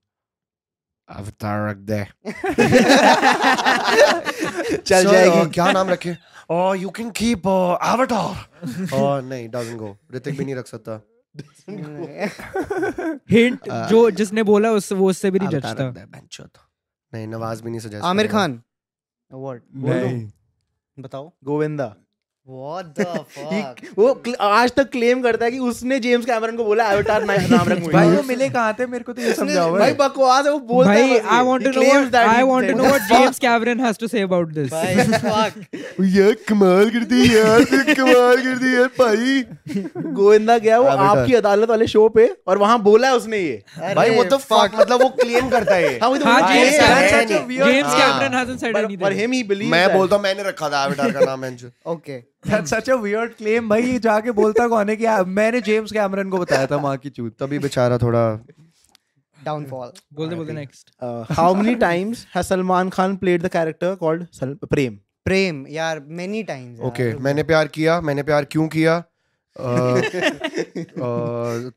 Avatar रख दे *laughs*
चल
Sir,
जाएगी।
uh, क्या नाम रखे ओ यू कैन कीप *laughs* अवतार ओ नहीं डजंट गो ऋतिक भी नहीं रख सकता
हिंट
Uh,
जो जिसने बोला उससे वो उससे भी नहीं
अवतार
जचता
रख दे बेंचोद नहीं नवाज भी नहीं सजेस्ट
आमिर खान अवार्ड
नहीं
बताओ
गोविंदा
व्हाट *laughs* द फक
ही- वो क्ल- आज तक क्लेम करता है कि उसने जेम्स कैमरन को बोला एवटार नाम रख
भाई
movie
वो
में।
मिले कहाँ थे मेरे को तो ये
उसने-
समझा हुआ
भाई
है
बकवास है वो बोलता है
भाई
बस
आई
ये।
Want
He
to know
claims
what,
that
I
he
want to
said
know
it.
what James Cameron has to say about this.
भाई *laughs* फक
*laughs* ये कमाल कर दी यार ये कमाल कर दी यार भाई
गोविंदा गया वो
Avatar.
आपकी अदालत वाले शो पे और वहां बोला है उसने
*laughs*
ये
भाई what the fuck मतलब वो क्लेम करता है ये
हाँ, वो तो
हाँ,
बोलता
James
है,
Cameron-
है नहीं।
weird-
हाँ।
James Cameron hasn't said
But- but
anything.
him he believes
मैं
that.
बोलता हूँ मैंने रखा था अवतार का नाम बेंचो
okay
That's such a weird claim भाई ये जाके बोलता कौन है कि "आ, मैंने जेम्स कैमरन को बताया था माँ की चूत
तभी बेचारा थोड़ा
डाउनफॉल
बोल दे बोल दे next.
Uh, how many times has Salman Khan played the character called Sal- Prem?
Prem यार many times
okay Maine Pyar किया मैंने प्यार क्यों किया *laughs* अ, अ,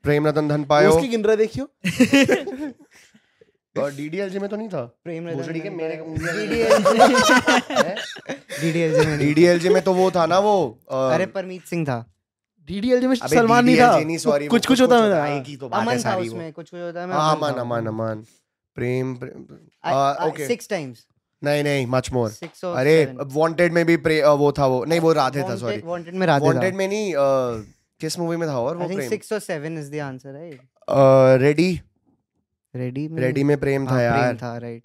प्रेम रतन धन पायो
उसकी गिनरा देखियो
डीडीएलजे में तो नहीं था
प्रेम
भोसड़ी के मेरे
*laughs* डीडीएल में नहीं।
डीडीएलजे में तो वो था ना वो
अरे परमीत सिंह था
तो
डीडीएल में सलमान नहीं था
सॉरी
कुछ कुछ होता था
तो
अमन था उसमें कुछ कुछ होता है मैं
हाँ, Aman Aman Aman Prem
okay
okay
six times
नहीं नहीं मच मोर
सिक्स और
अरे वांटेड में भी प्रे- अ, वो था वो नहीं वो राधे था सॉरी
वांटेड में राधे
वांटेड में नहीं अ, किस मूवी में था और वो
आई थिंक
प्रेम
6 और 7 is the answer right
Ready
Ready में
रेडी में प्रेम था यार
हाँ,
हाँ,
था राइट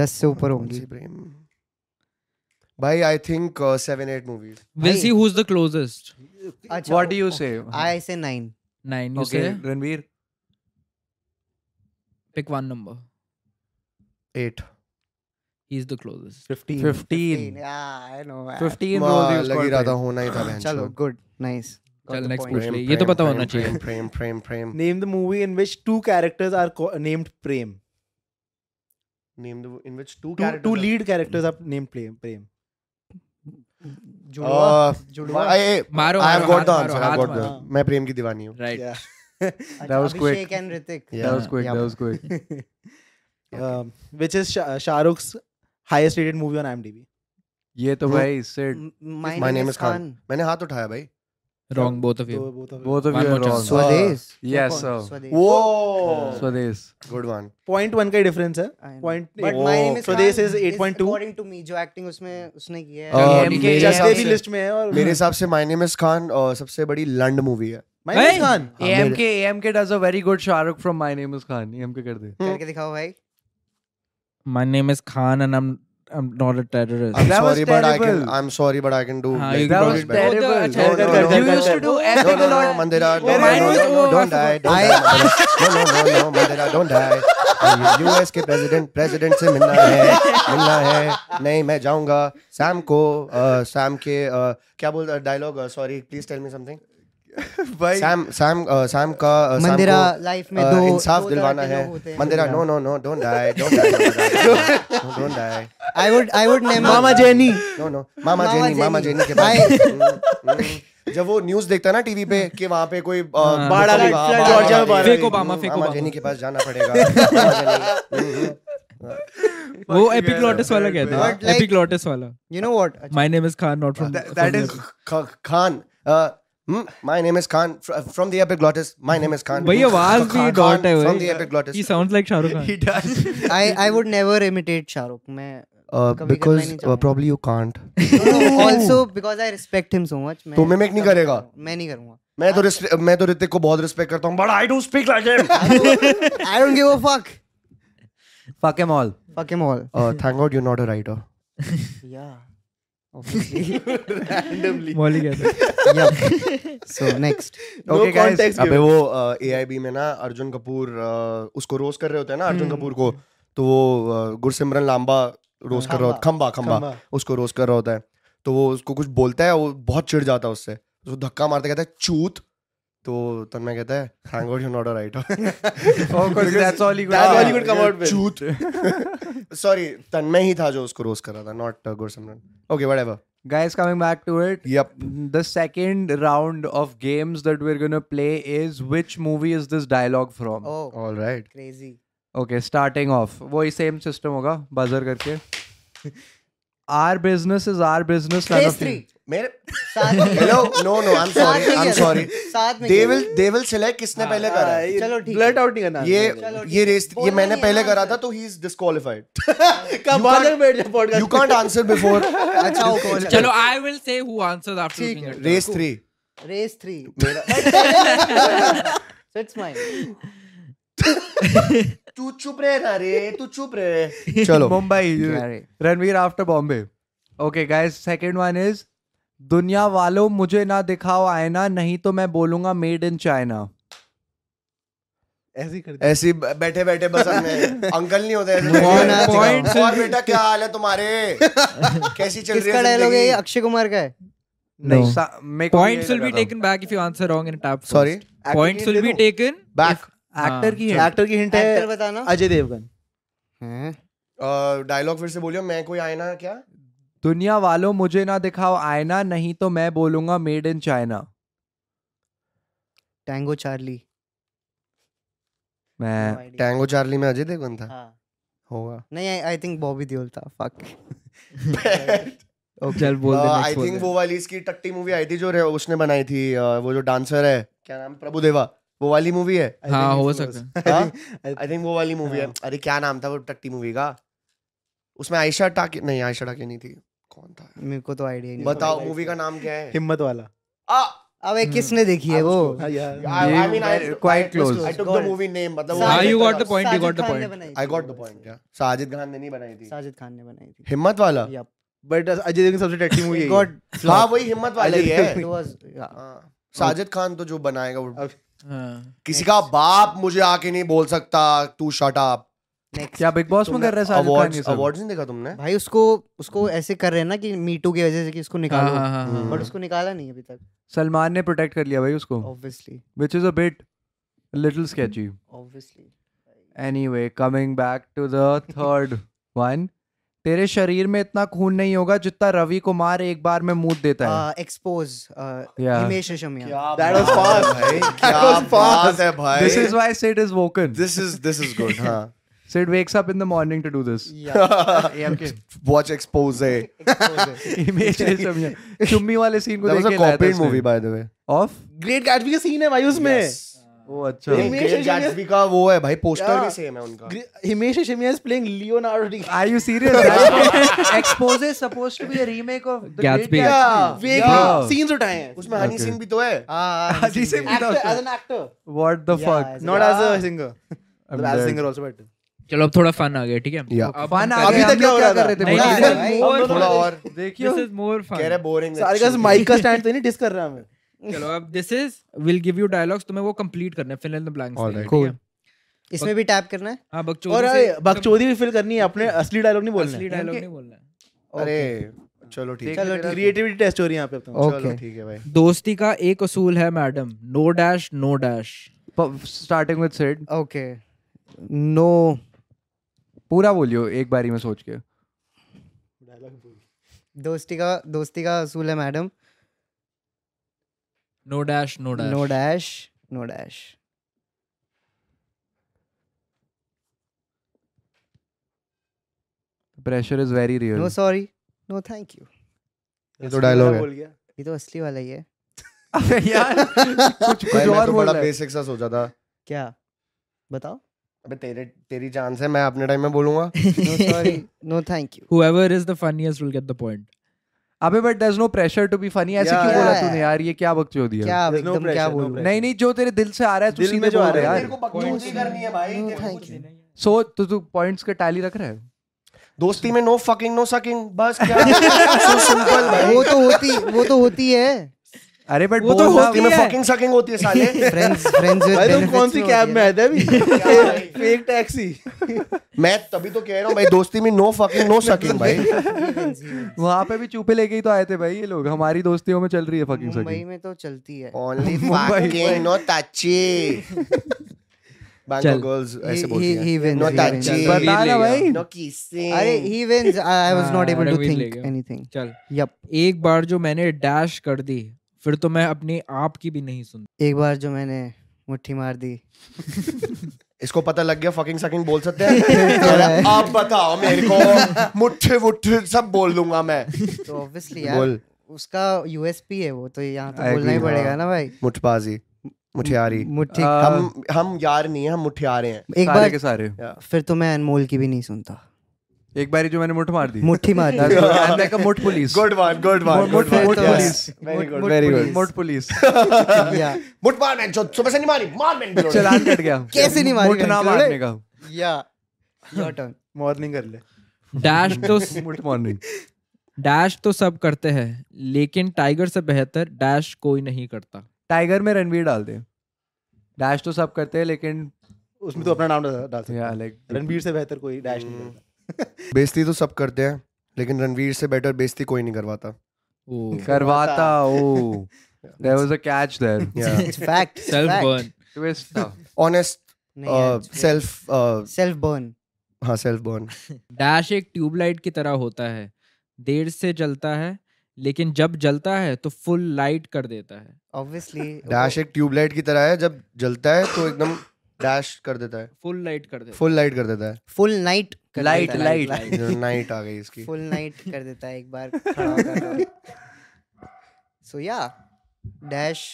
10 से ऊपर
कौन
होंगी
सी प्रेम भाई I think seven eight movies
We'll
भाई-
see who's the closest.
अच्छा
what do you say
I say 9
Nine. You
okay
say.
Ranveer
Pick one number.
Eight
He's the closest.
15.
15
I know
15 role ही
लग
उसको
ही रहा था
आता है।
होना ही था बहन
चलो गुड नाइस
चल next
चोद।
पूछ ले. ये तो पता होना चाहिए.
Prem Prem Prem Prem
Name the movie in which two characters are co- named Prem.
Name the in which two
Two, two lead characters are named Prem. Prem.
Oh,
Judwaa
Uh,
जुड़वा
आई
मारो,
आई हैव
मारो,
गॉट द
हाथ
answer
मारो,
I have
हाथ
got the
मारो।
मैं प्रेम की दीवानी हूं
Right.
Yeah.
अच्छा,
was quick.
Abhishek and Hrithik
That
Yeah.
was quick.
Yeah.
That was quick.
Um, which is Shah, Shah Rukh's highest rated movie on IMDb.
ये तो
Bro.
भाई Sid
my
My name is Khan. मैंने हाथ उठाया भाई
Wrong both of
So
you.
both of
both of
One
you are
more
wrong.
chance.
स्वदेश
Yes,
कौन?
sir.
स्वदेश
वो हाँ।
Swadesh. *laughs*
Good one
Point one का difference है.
I know.
Point
But
Oh.
my name is
So
Khan
this is
is
8.2?
According to me, जो acting उसमें उसने की है।
Uh,
KMK
मेरे
जस्ट
जस्ट
हिसाब
भी
से-
लिस्ट में है और
मेरे हिसाब से my name is Khan a, uh, सबसे बड़ी लंड मूवी है
My name is
Hey!
Khan.
हाँ,
AMK AMK does a very good Shahrukh from My Name Is Khan. AMK कर
*laughs*
दे.
करके दिखाओ भाई।
My name is Khan and I'm I'm not a terrorist.
I'm
That was
sorry but I can
terrible.
I'm sorry but I can do
हाँ,
like,
you
That
do
can do
was
it
it better.
better.
terrible.
No,
Oh, the-
no, no, no,
you
no,
used
no.
to do
No,
ethical
no, no,
or
Mandira,
Oh,
no, no,
mine
no,
was- oh,
no,
I
don't die, don't die, Mandira. No, no, no, no, Mandira, don't die. Uh, US के president president से मिलना है, मिलना है। नहीं, मैं जाऊंगा Sam को uh, सैम के uh, क्या बोल dialogue sorry please tell me something
*laughs* भाई
सैम सैम uh, सैम का uh, सैम
मंदिरा
को,
life में
uh,
दो-
इंसाफ
दो तरह
दिलवाना
के
है
लोग होते हैं।
Mandira no no no don't die don't die
*laughs*
don't die
I would I would name
Mama Jenny.
No no mama
mama
Jenny mama
Jenny.
Jenny के
*laughs*
बाद हम्म, हम्म। जब वो न्यूज देखता है ना टीवी पे कि वहाँ पे कोई अ,
हाँ,
बाढ़
मतलब
आ गई,
बाढ़
फ्लड,
आ गई,
जॉर्जिया में
बाढ़ आ
बाढ़
गई।
फेक ओबामा,
हम्म,
फेक
मामा
ओबामा।
जेनी के पास जाना पड़ेगा मामा जेनी, *laughs* हम्म, हम्म।
वो एपिक लॉटस वाला कहता है
But like-
एपिक लॉटस वाला
You know what?
My name is Khan not from
That- that is Kh- Khan. Uh, hmm, My name is Khan fr- from the epiglottis. My name is Khan.
भाई आवाज भी
Khan
dot है
from the
भाई
epiglottis.
ही sounds like Shahrukh Khan
he does.
I I would never imitate Shahrukh. मैं
Uh,
कभी करना ही
because
नहीं
uh, probably you can't.
चाहूंगा। Also because I respect him so much. मैं
तो mimic नहीं
कभी
करेगा?
करूंगा। मैं नहीं करूंगा।
मैं तो रिस्प- मैं तो ऋतिक को बहुत रिस्पेक्ट करता हूँ but I don't speak like
*laughs*
him
I don't give a fuck.
Fuck them all.
Fuck him all.
Thank God you not a writer
Yeah. Obviously. *laughs*
Mauli कहता है
Yup. So next.
No
Okay, guys.
context
अबे
given.
वो AIB में ना अर्जुन कपूर अ, उसको roast कर रहे होते हैं ना
हम्म।
अर्जुन कपूर को तो वो अ, गुरसिमरन लांबा रोस्ट कर रहा होता खम्बा खम्बा
खम्बा।
उसको रोस्ट कर रहा होता है तो वो उसको कुछ बोलता है वो बहुत चिढ़ जाता है उससे उसको धक्का मारते कहता है चूत तो तन्मय कहता है thank God you not a
*laughs*
writer
Of course, that's all he could.
That's
do.
all you could come out with.
चूत *laughs* सॉरी तन्मय ही था जो उसको रोस्ट कर रहा था not Gursimran okay whatever
Guys, coming back to it.
Yup
The second round of games that we're gonna play is which movie is this dialogue from?
Oh,
alright
crazy.
Okay starting off वही same system होगा buzzer
*laughs*
करके our business is our business
Phase three.
मेरे
*laughs*
साथ *laughs* में
hello no no I am
साथ
sorry
में
I am
खेलो,
sorry
साथ में
दे
खेलो।
विल दे विल सिलेक्ट किसने पहले करा है
चलो ठीक
ब्लड
है।
आउट नहीं करना
हाँ, ये
चलो ठीक
ये
है।
रेस ये
बोलना
मैंने
नहीं है
पहले
ना
करा
answer।
था तो ही इज *laughs*
*laughs*
डिस्क्वालीफाइड
का
you
बाद
can't-
में बैठ जा podcast
you can't answer before
अच्छा ओके
चलो I will say who answers after
ठीक
लुकिंग
है,
at
race 3
race *laughs* three it's mine
तू चुप रहे ना रे तू चुप
*laughs*
रहे *laughs* चलो
Mumbai Ranveer after Bombay okay guys second one is दुनिया वालों मुझे ना दिखाओ आईना नहीं तो मैं बोलूंगा मेड इन चाइना
ऐसे ही कर
ऐसे ही ब- बैठे बैठे बस हमने *laughs* अंकल नहीं होते ऐसे
Point-
*laughs* बैठे-
point-
और बेटा क्या हाल है *laughs* तुम्हारे कैसी चल रही
किसका डायलॉग है ये अक्षय कुमार का है
नहीं सा- मेरे को
Points
ये
will be
लगा था।
taken back if you answer wrong in tap. first.
Sorry
Points will be taken
back
हाँ,
एक्टर की है
एक्टर की हिंट
एक्टर
है
बताना
अजय देवगन
डायलॉग फिर से बोलियो मैं कोई आया ना क्या
दुनिया वालों मुझे ना दिखाओ आईना नहीं तो मैं बोलूंगा made in China
Tango Charlie
Uh,
मैं
टैंगो चार्ली में अजय देवगन था
हाँ
होगा
नहीं आई थिंक बॉबी देओल था फक
if
*laughs*
चल बोल दे
आई
next बोल
थिंक
दे।
वो वाली इसकी टट्टी मूवी आई थी जो रे- उसने बनाई थी uh, वो जो डांसर है क्या नाम प्रभुदेवा वो वाली मूवी
*laughs*
है
हाँ, हो सकता
आई थिंक वो वाली मूवी है
हाँ।
अरे क्या नाम था वो टट्टी मूवी का उसमें आयशा टाके नहीं आयशा टाके नहीं थी कौन था
मेरे को तो आइडिया नहीं
बताओ
बताइए।
मूवी का नाम क्या है
हिम्मत वाला
अबे किसने देखी है वो
हाँ, यार।
ये quite close.
I took the
Got it.
Movie name मतलब
हाँ, you got the point, you
Sajid
got the
Khan ने
point.
बनाई
आई
थी
गॉट
वो वैसे।
द पॉइंट या साजिद खान ने नहीं बनाई थी
साजिद खान ने बनाई थी
हिम्मत वाला
Yup.
बट अजय देवगन सबसे टट्टी मूवी है
Got-
हाँ वही हिम्मत वाला ही है
It was- yeah.
हाँ, साजिद खान तो जो बनाएगा वो
अब-
हाँ।
किसी का बाप मुझे आके नहीं बोल सकता तू शट अप
Next.
क्या बिग बॉस में कर रहे साजिद खान ये
अवार्ड्स
सब?
अवार्ड्स नहीं देखा तुमने
भाई उसको उसको ऐसे कर रहे हैं ना कि मीटू की वजह से कि इसको
हाँ,
निकालो
हाँ, हाँ, हाँ।
बट उसको निकाला नहीं अभी तक
सलमान ने प्रोटेक्ट कर लिया भाई उसको
Oh.
Obviously
which is a bit little sketchy
obviously
anyway coming back to the
*laughs*
third one तेरे शरीर में इतना खून नहीं होगा जितना रवि कुमार एक बार में मूत देता है
expose
Yeah.
Himesh Reshammiya
That was
बात
fast.
है भाई क्या
was
बात
fast.
है भाई
this is why Sid is woken
this is this is good हां
Sid wakes up in the morning to do this
watch expose
*laughs* image is समझा चुम्मी वाले सीन को
दैट
देख के
वाज अ
लाया था
कॉपीड
उसने
movie by the way
of
Great Gatsby का सीन है भाई उसमें
ओ अच्छा
हिमेश रेशमिया-
गैट्सबी का वो है भाई पोस्टर
Yeah.
भी सेम है उनका
Gre- Himesh Reshammiya is playing Leonardo
are you
*laughs*
serious *laughs* expose is supposed to be a remake of the Great
Gatsby.
Gatsby Yeah.
Scenes उठाए हैं
उसमें हनी
Okay.
सिंह भी तो है
Ajit Singh भी था
एज
उसमें.
An actor
what the
Yeah,
fuck
as a-
not as a singer
I'm
as
dead.
Singer also but
चलो अब थोड़ा फन आ गया ठीक है
Yeah.
अब
फन
हम
आ
कर-
अभी
गया
हाँ।
हम लोग
तक क्या
क्या कर
हो रहा था?
रहे थे
नहीं,
बोलो।
*laughs*
this is more
हम
तो थोड़ा
दोनों-
और
देखियो
This is more fun.
कह रहे बोरिंग
सारे का माइक का स्टैंड तो ही नहीं डिस कर रहा हमें
चलो अब this is will give you dialogues तुम्हें वो कंप्लीट करने fill in the blanks
Alright.
इसमें भी टैप करना है
हां
और
बकचोदी
अरे,
हाँ, से-
मतलब
बकचोदी भी फिल करनी है
हाँ।
अपने असली डायलॉग नहीं
असली
बोलना
डायलॉग
Okay.
नहीं बोलना है।
अरे चलो ठीक है
चलो ठीक है।
क्रिएटिविटी टेस्ट तो हो रही है यहाँ पे अब तो।
Oh.
चलो
Okay.
ठीक है भाई
दोस्ती का एक असूल है madam no dash no dash
starting with said
okay no
पूरा बोलियो एक बारी में सोच के
दोस्ती का दोस्ती का असूल है madam
no dash no dash
no dash no dash
pressure is very *laughs*
no
real
sorry no thank you
ये तो डायलॉग है
बोल
*laughs*
गया
ये तो असली वाला ही है
यार कुछ कुछ
भाई मैं
और
तो
बोल
बड़ा
रहा है
बेसिक सा सोचा था
क्या बताओ
अबे तेरे तेरी चांस है मैं अपने टाइम में
*laughs*
बोलूंगा
no sorry no thank you
whoever is the funniest will get the point
अबे but there is no pressure to be funny ऐसे
Yeah.
क्यों बोला
Yeah.
तूने यार ये क्या बकचोदी है
क्या अब
There's no
एकदम क्या
pressure, no
बोलूं
pressure.
नहीं नहीं जो तेरे दिल से आ रहा है तू
दिल में
सीधे
जो
बोल
आ
रहा
रहा
है
है,
यार
बकचोदी करनी है
No,
तेरे को
thank
कुछ
you.
नहीं।
सो तू तू पॉइंट्स का टैली रख रहा है
दोस्ती में नो फकिंग नो सकिंग बस
*laughs*
क्या सो सिंपल भाई
वो तो होती वो तो होती है
अरे बट
वो तो
दोस्ती में
है।
फकिंग सकिंग होती है साले
*laughs* फ्रेंड्स फ्रेंड्स विद
भाई तुम कौन
तो
सी कैब में आए
*laughs*
थे अभी *laughs* फेक टैक्सी
मैं तभी तो कह रहा हूँ भाई दोस्ती में नो फकिंग नो सकिंग भाई
वहां पे भी चूपे लेके ही तो आए थे भाई ये लोग हमारी दोस्तियों में चल रही है फकिंग
मुंबई
सकी
में तो चलती है
Oh.
*laughs*
Only
Mumbai.
Fucking no touchy Bangkok girls ऐसे
He-
बोलती
he- he
हैं
wins,
no
he wins.
Touchy
But-
बता ना
लेगा।
भाई
नो किसिंग
अरे he wins I was not
हाँ,
एबल टू
रणवीर ले
थिंक
गया।
एनीथिंग
चल
यप
एक बार जो मैंने डैश कर दी फिर तो मैं अपने आप की भी नहीं सुनता
एक बार जो मैंने मुट्ठी मार दी
इसको पता लग गया फकिंग सकिंग बोल
*laughs*
सकते हैं आप बताओ मेरे को मुट्ठे वुट्ठे सब बोल दूंगा मैं
तो ऑब्वियसली
बोल
यार उसका यूएसपी है वो तो यहाँ
I
तो बोलना ही
agree,
पड़ेगा
हाँ।
ना भाई
मुठबाजी मुठियारी
हाँ।
मुट्ठी
आ,
हम हम यार नहीं है हम मुठियारे हैं
एक
सारे
बार
के सारे
फिर तो मैं अनमोल की भी नहीं सुनता
एक बारी जो मैंने मुठ मार दी
मुट्ठी मार
*laughs*
दी।
I'm like a मुठ police
good one good one
मुठ-
गुड
मुठ- मुठ
वन
पुलिस
Very good,
मुट-
very
मुट
good.
पुलिस।
मुठ पुलिस
*laughs*
Yeah.
मुठ मार मैं सुबह से नहीं मारी मार मैं
चलान कट गया
कैसे नहीं मारी
मुठ ना
बहन चोद?
मारने का
Yeah. Your turn.
मॉर्निंग
*laughs*
कर ले
डैश
*laughs*
तो
मुठ मारने
डैश तो सब करते हैं लेकिन टाइगर से बेहतर डैश कोई नहीं करता
टाइगर में रणवीर डाल दे डैश तो सब करते हैं लेकिन
उसमें तो अपना नाम डाल डाल सकते
या
हैं
लाइक
रणबीर से बेहतर कोई डैश नहीं
हम्म।
करता
*laughs* बेइज्जती तो सब करते हैं लेकिन रणवीर से बेटर बेइज्जती कोई नहीं करवाता
ओ
करवाता
*laughs*
ओ there was a catch there
*laughs* It's fact. it's
self
fact.
Burn
twist था
honest
Uh,
self
self burn
uh, हाँ सेल्फ बर्न
डैश एक ट्यूबलाइट की तरह होता है देर से जलता है लेकिन जब जलता है तो फुल लाइट कर देता है
ऑब्वियसली
डैश एक ट्यूबलाइट की तरह है जब जलता है तो एकदम डैश कर देता है
फुल लाइट कर देता
फुल लाइट कर देता है
full night
Light, light.
Night आ गई इसकी
फुल नाइट कर देता है एक बार खड़ा होकर तो। सो या डैश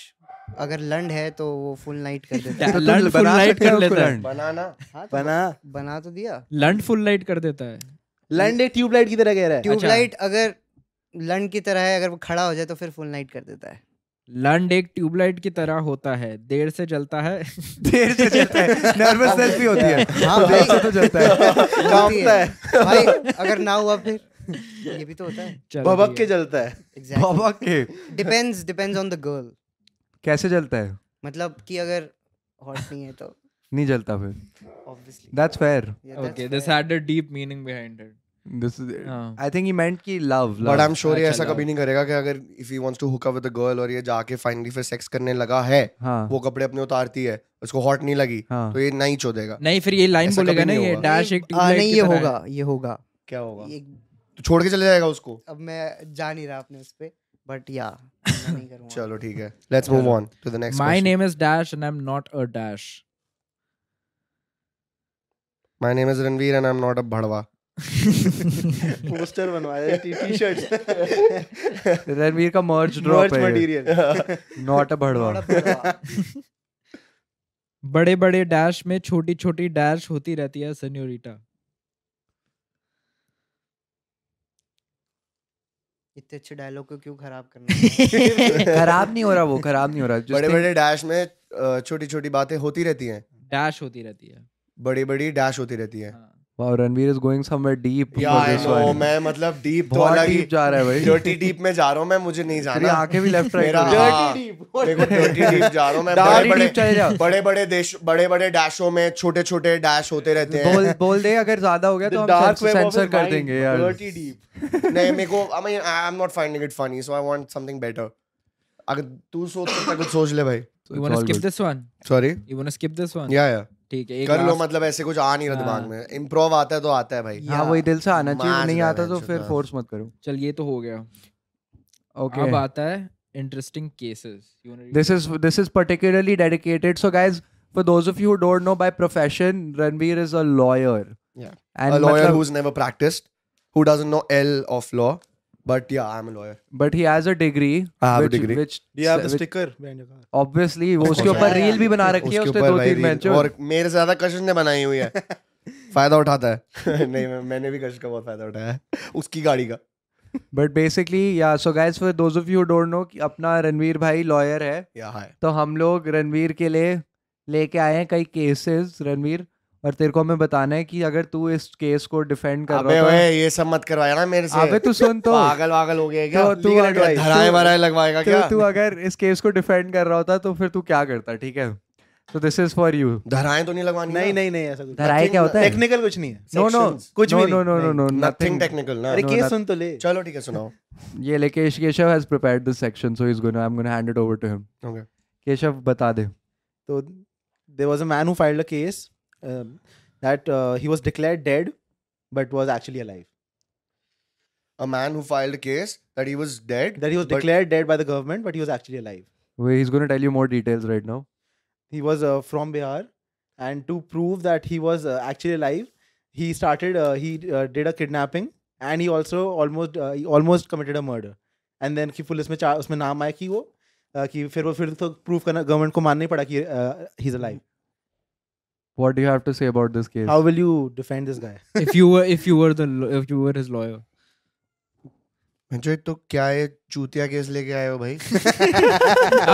अगर लंड है तो वो फुल नाइट कर देता
*laughs*
है
तो तुम
लंड फुल
बना
लाइट
सकते हो
कर
उसको
लेता
लंड।
है
बनाना
हाँ, तो
बना
बना तो दिया
लंड फुल लाइट कर देता है
लैंड एक ट्यूबलाइट की तरह कह
अच्छा।
रहा है
ट्यूबलाइट अगर लंड की तरह है अगर वो खड़ा हो जाए तो फिर फुल नाइट कर देता है
लंड एक ट्यूबलाइट की तरह होता है देर से जलता है
*laughs*
*laughs*
देर से चलता है नर्वसनेस भी होती है
हाँ
देर
भाई
से तो चलता
*laughs*
है
होती है। भाई अगर ना हुआ फिर ये भी तो होता है
चल
भबक के
दिया।
जलता है
एग्जैक्टली
बाबा के
depends depends on the girl
कैसे चलता है
मतलब कि अगर हॉट नहीं है तो
नहीं जलता फिर
obviously
that's fair
Okay, this had a deep meaning behind it.
This is
हाँ.
आई थिंक ही मेंट कि love
but I am sure ये
अच्छा,
ऐसा
love.
कभी नहीं करेगा कि अगर if he wants to hook up with a girl और ये जाके फाइनली फिर सेक्स करने लगा है
हाँ
वो कपड़े अपने उतारती है उसको हॉट नहीं लगी
हाँ
तो ये नहीं चोदेगा
नहीं फिर ये लाइन
ऐसा
बोलेगा
कभी
ना
नहीं
ये
होगा।
डैश एक
आ,
ट्यूबलाइट
हाँ, नहीं
की
ये
तरह है।
होगा ये होगा
क्या होगा
ये
तो छोड़ के चले जाएगा उसको
अब मैं जा नहीं रहा अपने उस पे बट या मैं नहीं करूंगा
चलो ठीक है let's move on to the next
My name is Dash and I'm not a Dash.
My name is Ranveer and I am not a भड़वा
पोस्टर बनवाया टी
*laughs*
शर्ट
रणवीर का मर्ज ड्रॉप
मर्च
है
मटेरियल
नॉट अ भड़वा
थोड़ा बड़वा।
बड़े बड़े dash में छोटी छोटी डैश होती रहती है सन्योरिटा
इतने अच्छे डायलॉग को क्यों खराब करना
*laughs*
*laughs* खराब नहीं हो रहा वो खराब नहीं हो रहा
बड़े बड़े डैश में छोटी छोटी बातें होती रहती हैं
डैश होती रहती है
बड़ी
बड़ी
बड़ी डैश होती रहती है
हाँ।
Wow Ranveer is going somewhere deep
या आई नो मैं मतलब डीप तो
बहुत
अलग ही
डीप जा रहा है भाई
डर्टी डीप में जा रहा हूँ मैं मुझे नहीं
तेरी
जाना
आंखें भी लेफ्ट राइट
मेरा हाँ, *laughs* देखो डर्टी डीप जा रहा हूँ मैं
Dirty
बड़े
deep चले जाओ।
बड़े बड़े बड़े देश बड़े बड़े डैशों में छोटे छोटे डैश होते रहते हैं
बोल बोल दे अगर ज्यादा हो गया *laughs* तो हम सेंसर कर देंगे यार
डर्टी डीप
नहीं मेरे को I mean I am not finding it funny so I want something better अगर तू सोच सकता है, कुछ सोच ले भाई
You wanna skip this one?
Sorry
You wanna skip this one?
Yeah yeah
ठीक है एक
कर लो
last-
मतलब ऐसे कुछ आ नहीं रहा दिमाग
हाँ।
में इम्प्रोव आता है तो आता है भाई
हाँ वही दिल से आना चाहिए
मार
नहीं
देना
आता तो
है,
फिर
छोटा।
फोर्स मत करो
चल ये तो हो गया अब
ओके
आता है interesting cases
this is this is particularly dedicated so guys for those of you who don't know by profession ranveer is a lawyer
Yeah.
and मतलब
a lawyer
matlab-
who's never practiced, who doesn't know L of law. But yeah, I'm a lawyer.
but he has a degree
I have a
which,
degree.
which
you have the
which-
sticker band your
obviously वो
Of
उसके
course.
ऊपर
Yeah,
reel भी बना रखी है
उसके
उसने
ऊपर
दो
भाई
तीन
रील- और
बेंचों
मेरे से ज्यादा कशिश ने बनाई हुई है फायदा उठाता है *laughs* नहीं मैं, मैंने भी कशिश का बहुत फायदा उठाया है उसकी गाड़ी का
but basically yeah so guys for those of you who don't know कि अपना रणवीर भाई lawyer है
या हाय
तो हम लोग रणवीर के लिए लेके आए हैं कई केसेस रणवीर और तेरे को हमें बताना है कि अगर तू इस केस को डिफेंड कर
अबे
रहा
ओए
है
ये सब मत करवाया ना मेरे से
अबे तू सुन तो
पागल वागल हो गया है क्या
तो तू
Legal
अगर-
advice. धराए
तू-
वराए लगवाएगा
तो
क्या
तू अगर इस केस को डिफेंड कर रहा होता तो फिर तू क्या करता ठीक है तो दिस इज फॉर यू
धराए तो नहीं लगवानी
नहीं नहीं नहीं ऐसा कुछ
धराए क्या होता है
टेक्निकल कुछ नहीं है
नो नो
sections.
कुछ
नो
भी
नो
नहीं,
no no no
nothing technical ना
अरे
No,
केस
that-
सुन तो ले
चलो ठीक है सुनाओ
ये ले केश Keshav has prepared this section so is gonna I am gonna hand it over to him
Okay.
Keshav बता दे
So तो there was a man who filed a case um, that uh, he was declared dead, but was actually alive.
A man who filed a case that he was dead.
That he was
But-
declared dead by the government, but he was actually alive.
he is going to tell you more details right now
He was uh, from Bihar, and to prove that he was uh, actually alive, he started uh, he uh, did a kidnapping and he also almost uh, he almost committed a murder. And then कि police में चा- उसमें नाम आया कि वो uh, कि फिर वो फिर तो प्रूफ करना गवर्नमेंट को मानना ही पड़ा कि uh, he is alive
What do you have to say about this case?
How will you defend this guy
if you were if you were the law- if you were his
*laughs*
lawyer
जो तो क्या ये चूतिया case लेके आए हो भाई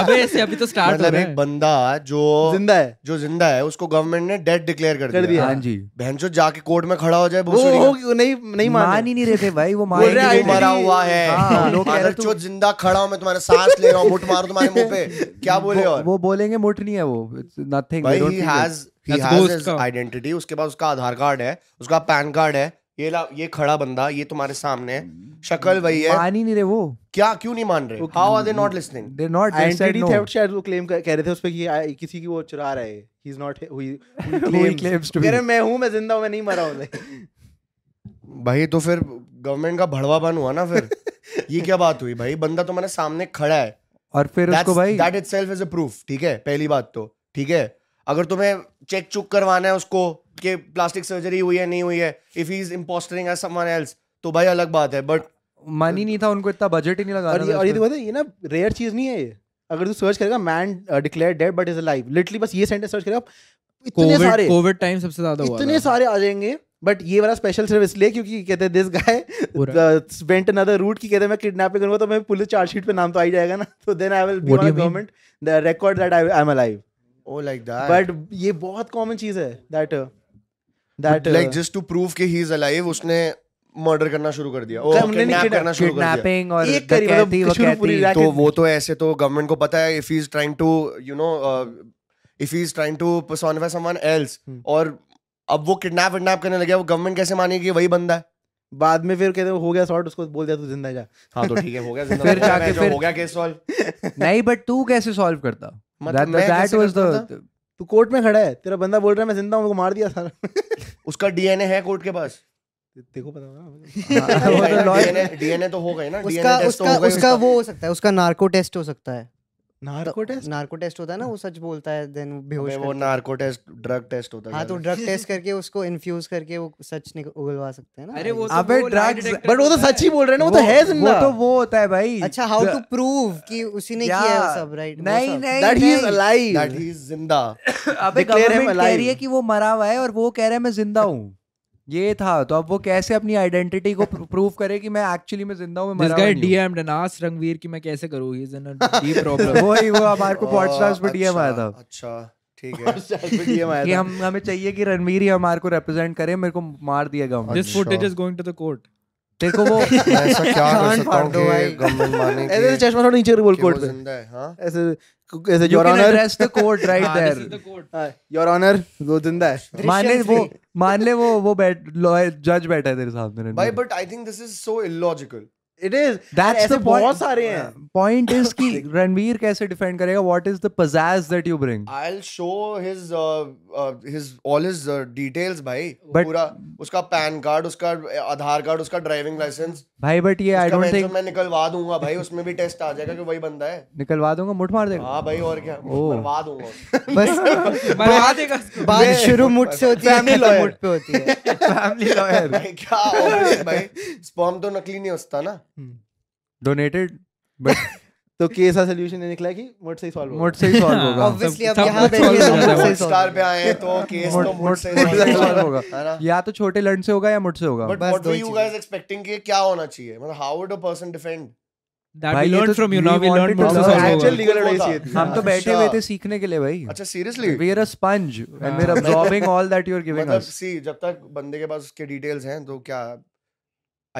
अबे ऐसे अभी तो स्टार्ट हो
मतलब
रहा
एक
है
बंदा जो
जिंदा है
जो जिंदा है उसको गवर्नमेंट ने डेड डिक्लेयर कर
कर
दिया
दिया।
हाँ जी
बहन जो जाके कोर्ट में खड़ा हो जाए
वो
भूसड़ी
वो
का।
क्यों नहीं नहीं
मान
मान
ही नहीं रहे थे भाई वो
बोल रहा
मानेंगे तो
है "ID मरा
नहीं।
हुआ है
हाँ, लोग कह रहे
मगर
तू-
जो जिंदा खड़ा हूं मैं तुम्हारे सांस ले रहा हूं मुठ मारू तुम्हारे मुंह पे क्या बोले
वो-
और
वो बोलेंगे मुठ नहीं है वो इट्स नथिंग
भाई he has he
That's
has
ghost
his
का।
आइडेंटिटी उसके बाद उसका आधार कार्ड है उसका पैन कार्ड है ये ला, ये खड़ा बंदा ये तुम्हारे सामने है शक्ल वही है
मान ही नहीं रहे वो
क्या क्यों नहीं मान रहे how are they not listening
they not
identity theft शायद वो claim कर- कह रहे थे उस पे कि आ- किसी की वो चुरा रहा है he is not he
*laughs*
claims
claims
to
कह रहे
be.
मैं हूं मैं जिंदा हूं मैं नहीं मरा हूं
भाई तो फिर गवर्नमेंट का भड़वापन हुआ ना
*laughs*
फिर ये क्या बात हुई भाई बंदा तुम्हारे सामने खड़ा है
और फिर उसको भाई
that itself is a proof ठीक है पहली बात तो ठीक है अगर तुम्हें चेक चुक करवाना है उसको कि प्लास्टिक सर्जरी हुई है नहीं हुई है if he is impostering as someone else तो भाई अलग बात है बट
मन ही नहीं था उनको इतना बजट ही नहीं लगा
और ये और ये देखो ना, ये ना रेयर चीज नहीं है ये अगर तू सर्च करेगा uh, man declare dead but is alive literally बस ये सेंटेंस सर्च करेगा आप इतने
कोविड
सारे
कोविड टाइम सबसे ज्यादा हुआ
इतने
था।
सारे आ जाएंगे बट ये वाला स्पेशल सिर्फ इसलिए क्योंकि कहते हैं uh, दिस *laughs*
पूरा।
गाय वेंट अनदर रूट की कहते हैं मैं किडनैपिंग करूंगा तो मैं पुलिस चार्जशीट पे नाम तो आ ही जाएगा ना *laughs* तो then I will be
What do
on
you mean?
Government the record that I am alive
oh like that
but ये बहुत कॉमन चीज है that that
like just to prove कि ही इज अलाइव उसने मर्डर करना शुरू कर दिया ओ
हमने नहीं
किडनैप
kidnap-
करना शुरू कर दिया
किडनैपिंग और
एक करी मतलब
डकैती,
शुरू पूरी
वकैती।
रात-
तो वो तो ऐसे तो गवर्नमेंट को पता है if he is trying to you know if he is trying to personify someone else
hmm.
और अब वो किडनैप विडनैप करने लगे वो गवर्नमेंट कैसे मानेगी कि वही बंदा है
बाद में फिर कहते हैं हो गया सॉर्ट उसको बोल दिया तू जिंदा जा
हाँ तो ठीक है *laughs* हो गया जिंदा
फिर
बचा मैं
जाके
जो
फिर-
हो गया केस सॉल्व
नहीं बट तू कैसे सॉल्व करता
मत-
That-
मतलब मैं
that
कैसे
was
करता
the-
तू कोर्ट में खड़ा है तेरा बंदा बोल रहा है मैं जिंदा हूँ मार दिया सारा *laughs*
उसका डीएनए है कोर्ट के पास
देखो पता होगा
हाँ, *laughs* वो
*laughs*
तो लॉयर-
डीएनए तो हो गए ना
उसका
डीएनए टेस्ट तो
उसका
हो गए
उसका वो हो सकता है उसका नार्को टेस्ट हो सकता है
नार्को टेस्ट
नार्को टेस्ट होता है ना वो सच बोलता है देन वो बेहोश
अबे वो
करता है।
नार्को टेस्ट ड्रग टेस्ट होता है
हाँ तो ड्रग टेस्ट करके उसको इन्फ्यूज करके वो सच निक- उगलवा सकते हैं ना
अरे वो
I
तो
अबे
वो lie
drugs-
detector
बट वो तो
होता
सच ही बोल रहे हैं ना वो तो है जिंदा
वो तो वो होता है भाई
guess. *laughs* अच्छा हाउ
The-
टू प्रूव कि उसी ने किया है वो
Yeah.
सब राइट
नहीं नहीं
*laughs*
दैट ही
नहीं।
Is
that
alive
he is जिंदा
अबे
declare him
गवर्नमेंट कह रही है
alive.
कि वो मरा हुआ है और वो कह रहा है मैं जिंदा हूँ ये था तो अब वो कैसे अपनी आइडेंटिटी को प्रूव करे कि मैं एक्चुअली में जिंदा हूँ मैं
This
मरा
guy
हुआ नहीं
DM'd and asked Ranveer कि मैं कैसे करूँ He's
*laughs*
in a deep
हूँ।
problem.
वो ही वो हमारे को
ओ,
पॉडकास्ट पे डीएम
अच्छा,
आया था
अच्छा ठीक है
कि हम हमें चाहिए कि रणवीर ही हमारे को रिप्रेजेंट करे मेरे को मार दिया गवर्नमेंट
This
अच्छा।
footage is going to the court.
तेरे को वो
*laughs* मैं ऐसा क्या कर
कान
सकता
फाड़
हूँ
दो
कि
भाई।
गवर्नमेंट माने
*laughs* ऐसे ऐसे
कि-
चश्मा थोड़ा नीचे करके बोल
कि
कोर्ट
वो
पे
जिंदा है हाँ
ऐसे ऐसे
you
your
can
honour
address the court right
Ah, this is the
there
court.
Your honour वो जिंदा है
मान ले
दृश्यम
वो
three.
मान ले वो वो बैठ लॉयर जज बैठा है तेरे सामने
भाई
हम्म।
But I think this is so illogical
it is
that's
ऐसे
द
बहुत सारे हैं
पॉइंट इज कि रणवीर कैसे डिफेंड करेगा व्हाट इज द पजाज that you bring
I'll show his uh, uh, his all his uh, details भाई
But-
पूरा उसका पैन कार्ड उसका uh, आधार कार्ड उसका ड्राइविंग लाइसेंस
भाई बट ये आई
उसका
डोंट
mention
थिंक
मैं निकलवा दूंगा भाई उसमें भी टेस्ट आ जाएगा कि वही बंदा है
निकलवा दूंगा मुठ मार देगा
हाँ भाई और क्या
Oh.
मरवा दूंगा उसको।
*laughs*
बस
मरवा देगा उसको।
बात शुरू मुठ से होती है
Family
खत्म *laughs*
lawyer.
मुठ पे होती है
फैमिली लॉयर
*laughs* भाई क्या obvious भाई स्पर्म तो नकली नहीं होता
*laughs*
ना
डोनेटेड बट
तो केस का सोल्यूशन ये निकला कि मोट से ही सॉल्व
मुठ
*laughs*
से ही सॉल्व
हाँ,
होगा
obvious-
ऑब्वियसली
सब-
अब
सब
यहाँ
कुछ
पे
solve हो जाता है,
हॉट
सब
स्टार पे आए तो केस
मुठ-
तो मुझ
मुठ-
से
मुठ
*laughs*
से
solve
solve
होगा,
होगा।
है ना
या तो छोटे लंड से होगा या मुठ से होगा
बट
बस
व्हाट
दो
वर
ही
यू
चीजें।
गाइस एक्सपेक्टिंग कि क्या होना चाहिए मतलब how would a person defend
That
भाई,
we
ये
learned
तो
from you.
we
Now we
wanted
learned from
to
the
learn
survival.
actual legal
वो
advice
था।
ये थी
हम तो बैठे
अच्छा।
हुए थे सीखने के लिए भाई
अच्छा seriously
we are a sponge and we are
हाँ।
Absorbing all that you are giving
मतलब
अस
सी जब तक बंदे के पास उसके डिटेल्स हैं तो क्या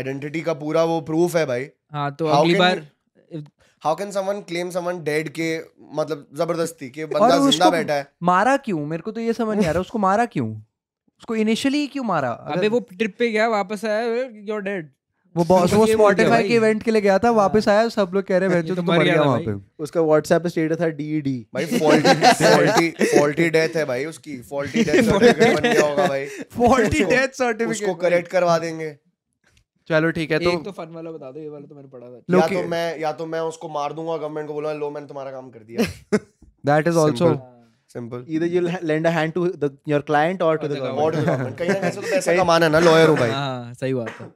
आइडेंटिटी का पूरा वो प्रूफ है भाई
हाँ तो
How
अगली
can
बार
how can someone claim someone dead के मतलब जबरदस्ती के
और
बंदा जिंदा
उसको-
बैठा है
मारा क्यों मेरे को तो ये समझ नहीं आ रहा उसको मारा क्यों उसको इनिशियली ही क्यों मारा अगर-
अबे वो ट्रिप पे गया वापस आया योर डेड
वो बॉस
ये
वो
बोल दिया
स्पॉटिफाई
भाई।
के इवेंट के लिए गया था वापस आया सब लोग कह रहे हैं
ये
"भाई, तो
तो
तू
मर
मर
गया
गया
था
वहां
भाई।
पे
*laughs* उसका व्हाट्सएप पे स्टेटस था डीडी
भाई
*laughs*
फॉल्टी फॉल्टी फॉल्टी डेथ है भाई उसकी फॉल्टी डेथ सर्टिफिकेट बन गया होगा भाई
फॉल्टी *laughs*
उसको-
डेथ सर्टिफिकेट
उसको करेक्ट करवा देंगे
चलो ठीक है
एक
तो
तो फन वाला बता दो ये वाला तो मैंने पढ़ा था
या
लोग
तो
*laughs*
मैं या तो मैं उसको मार दूंगा गवर्नमेंट को बोलूंगा लो मैंने तुम्हारा काम कर दिया
दैट इज आल्सो
हाँ,
Simple. Simple
either you'll ha- lend a hand to the your client or to
Or
the,
the
government.
और
government.
development. कहीं ना कहीं से तो पैसा कमाना है ना लॉयर हूँ भाई
हाँ सही बात है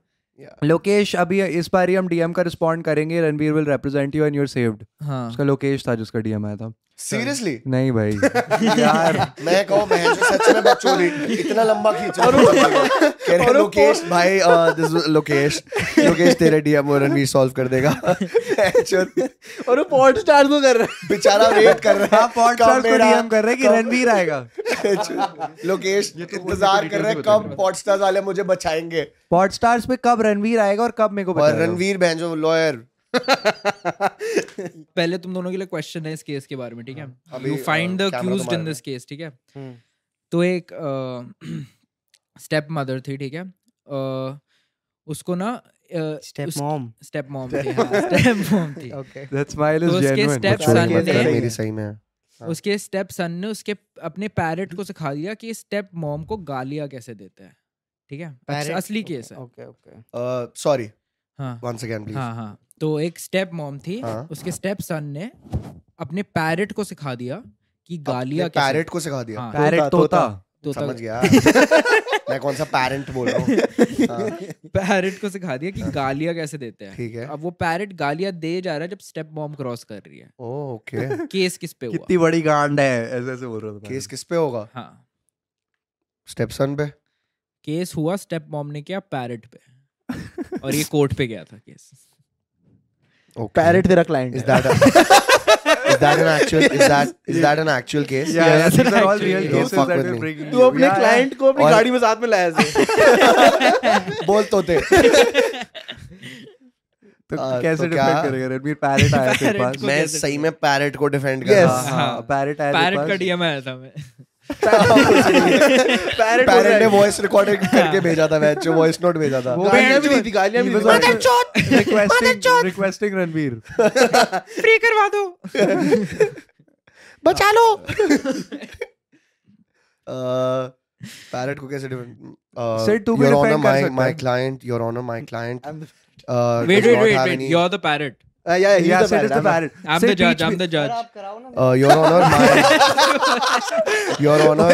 लोकेश अभी इस बार ही हम डीएम का रिस्पॉन्ड करेंगे Ranveer will represent you and your saved
हाँ
उसका लोकेश था जिसका डीएम आया था
*laughs* सीरियसली
नहीं भाई यार
मैं कहूँ मैं जो सच में बकचोदी इतना लंबा खींच रहा हूँ। कह रहे लोकेश भाई दिस लोकेश लोकेश तेरे डीएम और रणवीर सॉल्व कर
*laughs*
देगा Actual-
और वो पॉट स्टार को कर रहा
बेचारा वेट कर रहा
आप पॉडकास्ट को डीएम कर रहे हैं कि रणवीर आएगा
*laughs* रणवीर लोकेश
तो
इंतजार कर रहे हैं कब पॉडस्टार्स वाले मुझे बचाएंगे
पॉडस्टार्स पे कब रणवीर आएगा और कब मेरे को
और
बताएगा
रणवीर भैंजो लॉयर
पहले तुम दोनों के लिए क्वेश्चन है इस केस के बारे में ठीक है
अभी, uh,
you
a,
find the
camera
accused
तुम्हारे
इन
में।
दिस केस ठीक है
हम्म।
तो एक *clears throat* स्टेप मदर थी ठीक है अ, उसको ना
स्टेप मॉम
स्टेप मॉम
*laughs*
थी स्टेप मॉम थी
हाँ।
ओके
That smile is
तो उसके
genuine.
steps
बच्चों
आगे
की
बढ़
बात
रहे
है।
हैं।
मेरी सही में है। हाँ।
उसके स्टेप सन ने उसके अपने पैरट को सिखा दिया कि स्टेप मॉम को गालियां कैसे देते हैं ठीक है अच्छा, असली केस है
ओके ओके
Uh, सॉरी
हाँ
वंस अगेन प्लीज
हाँ हाँ तो एक स्टेप मॉम थी
हाँ।
उसके स्टेप सन ने अपने पैरट को सिखा दिया कि गालियां कैसे
पैरेट को सिखा दिया
हाँ,
Parrot
तोता,
तोता
तोता
समझ
*laughs*
गया मैं कौन सा पेरेंट बोल रहा हूँ हाँ,
पैरट को सिखा दिया कि गालियां कैसे देते हैं
ठीक है
अब वो पैरट गालियां दे जा रहा है जब स्टेप मॉम क्रॉस कर रही है
ओके
*laughs* केस किस पे हुआ
कितनी बड़ी गांड है ऐसे ऐसे बोल रहा था
केस किस पे होगा
हाँ
स्टेपसन पे
केस हुआ स्टेप मॉम ने किया पैरट पे और ये कोर्ट पे गया था केस
पैरेट तेरा client
is
*laughs*
that is that an actual is that is that an actual case
Yeah, yeah, these are all
actually-
real
Don't
cases
fuck
that
with
we're bringing
me. तो
तू
you.
अपने
Yeah, yeah.
Client को अपनी
और-
गाड़ी में साथ में लाया
*laughs*
ऐसे।
बोल तो थे
तो
हाँ,
कैसे
तो
डिफेंड
क्या?
करेगा रणवीर पैरेट
*laughs*
आया तेरे
Parrot
पास
को-
*laughs* मैं
कैसे
सही
करें?
में पैरेट को डिफेंड कर
Yes.
रहा
हाँ।
पैरेट आया तेरे
पैरट
*laughs* पास
का डीएम आया था मैं
*laughs*
Parrot हो
पैरेट
रहा
हाँ। ने
है।
वॉइस रिकॉर्डिंग करके भेजा था मैं जो वॉइस नोट भेजा था
हाँ। वो-
गालियां भी दी थी गालियां
He
भी
was
दी थी।
also requesting requesting
*laughs*
Ranveer.
Free करवा दो
बचा लो पैरेट को कैसे डिफेंड
Sid, तू भी
योर
defend
ऑनर
कर
माय
सकता
माय
है।
Client your honour my client
I'm the-
wait wait wait wait you are the parrot
Uh, yeah, he's
Yeah,
the
Sid is the
parrot. I'm-
parrot.
I am
Sid,
the जज
teach
I am
me-
the जज
*laughs* आप कराओ ना
Uh, Your Honor, my
*laughs*
Your Honor,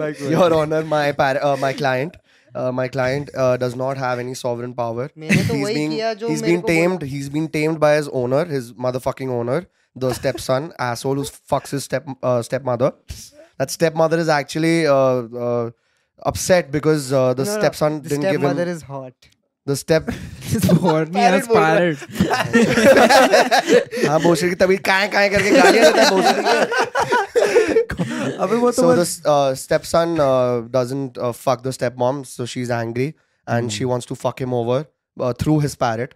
Like what?
Your Honor, my par- uh, my client, uh, my client uh, does not have any sovereign power.
मैंने तो
He's
वही
being
किया जो
he's
मेरे
been
को बोला।
tamed. He's been tamed by his owner, his motherfucking owner, the stepson *laughs* asshole who fucks his step uh, stepmother. That stepmother is actually uh, uh, upset because uh,
No,
the
no,
stepson
the
didn't give him
stepmother is hot.
the step.
*laughs* और me as parrot
हाँ भोसड़ी की तभी काय काय करके गालियाँ देता है भोसड़ी को।
अबे वो तो
so
मतलब
बस-
this uh, stepson uh, doesn't uh, fuck the stepmom, so she's angry and
Hmm.
she wants to fuck him over uh, through his parrot.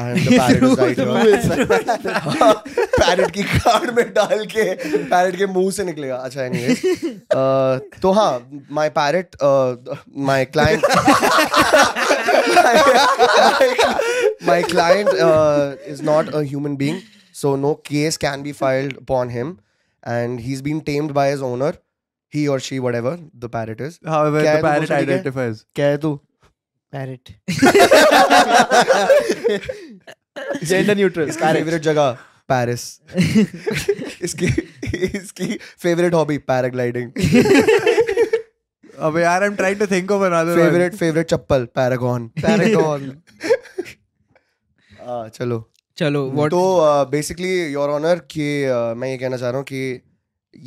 And
*laughs*
the parrot is right here. *laughs* parrot की कान में डाल के parrot के मुंह से निकलेगा. अच्छा
*laughs*
anyways. Uh, तो हाँ, my parrot, uh, my
*laughs*
client, my client uh, is not a human being, so no case can be filed upon him, and he's been tamed by his owner, he or she, whatever the parrot is.
however
क्या
हाँ, the
है
parrot
तो भोसड़ी के?
identifies.
क्या है तू?
Parrot.
Gender neutral.
Favourite जगह पेरिस इसकी इसकी फेवरेट हॉबी पैराग्लाइडिंग
अबे यार, I'm trying to think of another one. *laughs*
Favourite favourite चप्पल पैरागॉन *laughs* पैरागॉन हाँ, चलो
चलो व्हाट
तो बेसिकली योर ऑनर कि uh, मैं ये कहना चाह रहा हूँ कि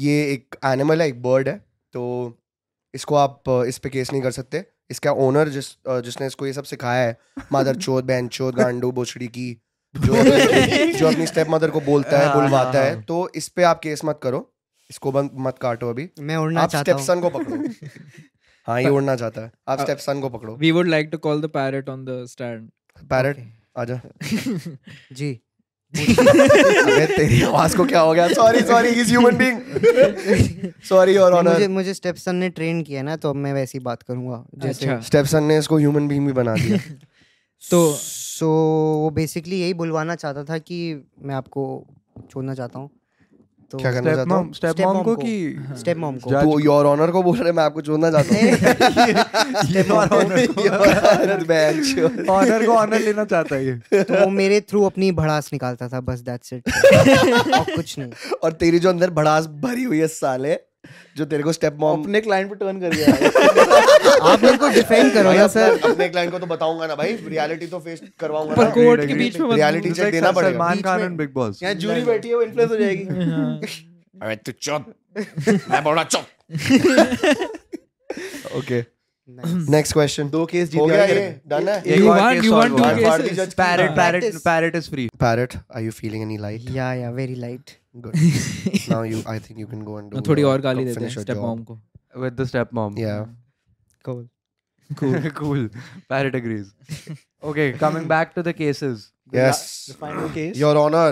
ये एक एनिमल है एक बर्ड है तो इसको आप uh, इस पे केस नहीं कर सकते इसका ओनर जिस uh, जिसने इसको ये सब सिखाया है मादर चोद बहन चोद गांडू बोछड़ी की जो अपनी- जो अपनी स्टेप मदर को बोलता है
हाँ,
बुलवाता
हाँ,
है
हाँ।
तो इस पे आप केस मत करो इसको बंद मत काटो अभी
मैं उड़ना
आप
चाहता
स्टेप
हूँ
को पकड़ो हाँ ये उड़ना चाहता है आप
अ-
स्टेप को पकड़ो
we would like to call the parrot on the stand
parrot आजा
जी
अबे तेरी आवाज को क्या हो गया sorry sorry is human being sorry your
नहीं, मुझे
ऑनर
मुझे स्टेपसन ने ट्रेन किया ना तो अब मैं वैसी बात करूंगा जैसे
अच्छा
स्टेपसन ने इसको ह्यूमन बीइंग भी बना दिया
तो
सो वो बेसिकली यही बुलवाना चाहता था कि मैं आपको छोड़ना चाहता हूँ तो
क्या करना
स्टेप
चाहता
मॉम
हूँ
स्टेप
Step
मॉम
mom
को
को।
कि
हाँ।
स्टेप मॉम को
Judge
तो योर ऑनर को बोल रहे मैं आपको छोड़ना चाहता हूँ *laughs*
Your honor *laughs* को-
Your honor,
ऑनर को ऑनर लेना चाहता है ये
तो वो मेरे थ्रू अपनी भड़ास निकालता था बस दैट्स
*laughs*
इट और कुछ नहीं
man. और तेरी जो अंदर भड़ास भरी हुई है साले जो तेरे को स्टेप मॉम
अपने क्लाइंट पे टर्न कर गया है।
आप मेरे को डिफेंड करो ना सर
अपने क्लाइंट को तो बताऊंगा ना भाई रियलिटी तो फेस करवाऊंगा
पर
ना
कोर्ट के
Agreed,
बीच में
agreed.
मत
Reality
बोलो।
It's like
देना
Sal-
पड़ेगा।
सलमान
बीच
खान
में-
एंड बिग बॉस
यहाँ जूरी बैठी है वो इन्फ्लुएंस हो *laughs* जाएगी
अरे तू चुप मैं बोला चुप ओके नेक्स्ट क्वेश्चन
दो केस जीत
हो गया
गया
ये डन है
एक
You
और
want-
case
you
solve
want
हुआ
two
है।
One party
cases?
judge की-
parrot parrot
Practice.
Parrot is free
parrot are you feeling any
*laughs*
light
या या very light
good now you i think you can go and do
थोड़ी
your-
और गाली देते हैं
finish your
step
job.
Mom को
with the step mom
yeah
cool
*laughs* cool parrot agrees *laughs* okay coming back to the cases
yes
final case
your honor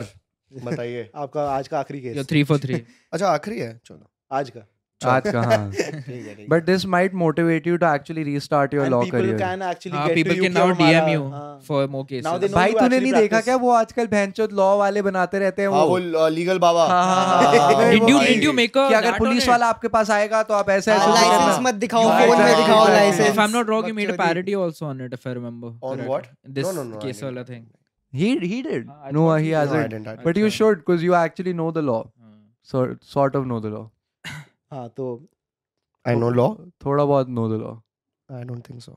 बताइए
आपका आज का आखिरी
यो
केस
3 for 3
*laughs* अच्छा आखिरी है चलो
आज का
आज का
*laughs*
हाँ
ठीक है ठीक
but this might motivate you to actually restart your
And
law
हाँ, people
career
can actually *laughs*
हां
get to
people
you
can
कि
नाउ
हमारा-
डीएम यू
हाँ।
For more
Now
cases
they know
भाई
you
तूने
actually
नहीं देखा
practice.
क्या वो आजकल भैंचोद लॉ वाले बनाते रहते हैं
हाँ
वो
Oh.
वो लीगल बाबा
हाँ, हाँ, हाँ,
हाँ,
हाँ,
हाँ,
Did
डिड
you-
यू
भाई।
डिड यू मेक अ
कि अगर पुलिस वाला आपके पास आएगा तो आप ऐसा ऐसा
हाँ,
करना।
लाइसेंस Ah, मत दिखाओ
Yeah,
फोन में
exactly,
दिखाओ
exactly.
Licence
If I'm not wrong, you made a parody also on it, if I remember.
On
correctly.
what?
This
No, no, no, I
case
didn't.
wala thing.
he he did
Uh, I
no
thought
he
No,
he-
I
hasn't
didn't, I didn't.
but you
Okay.
should because you actually know the law
Hmm.
so sort of know the law
हाँ तो
I know law.
थोड़ा बहुत know the law
I don't think so.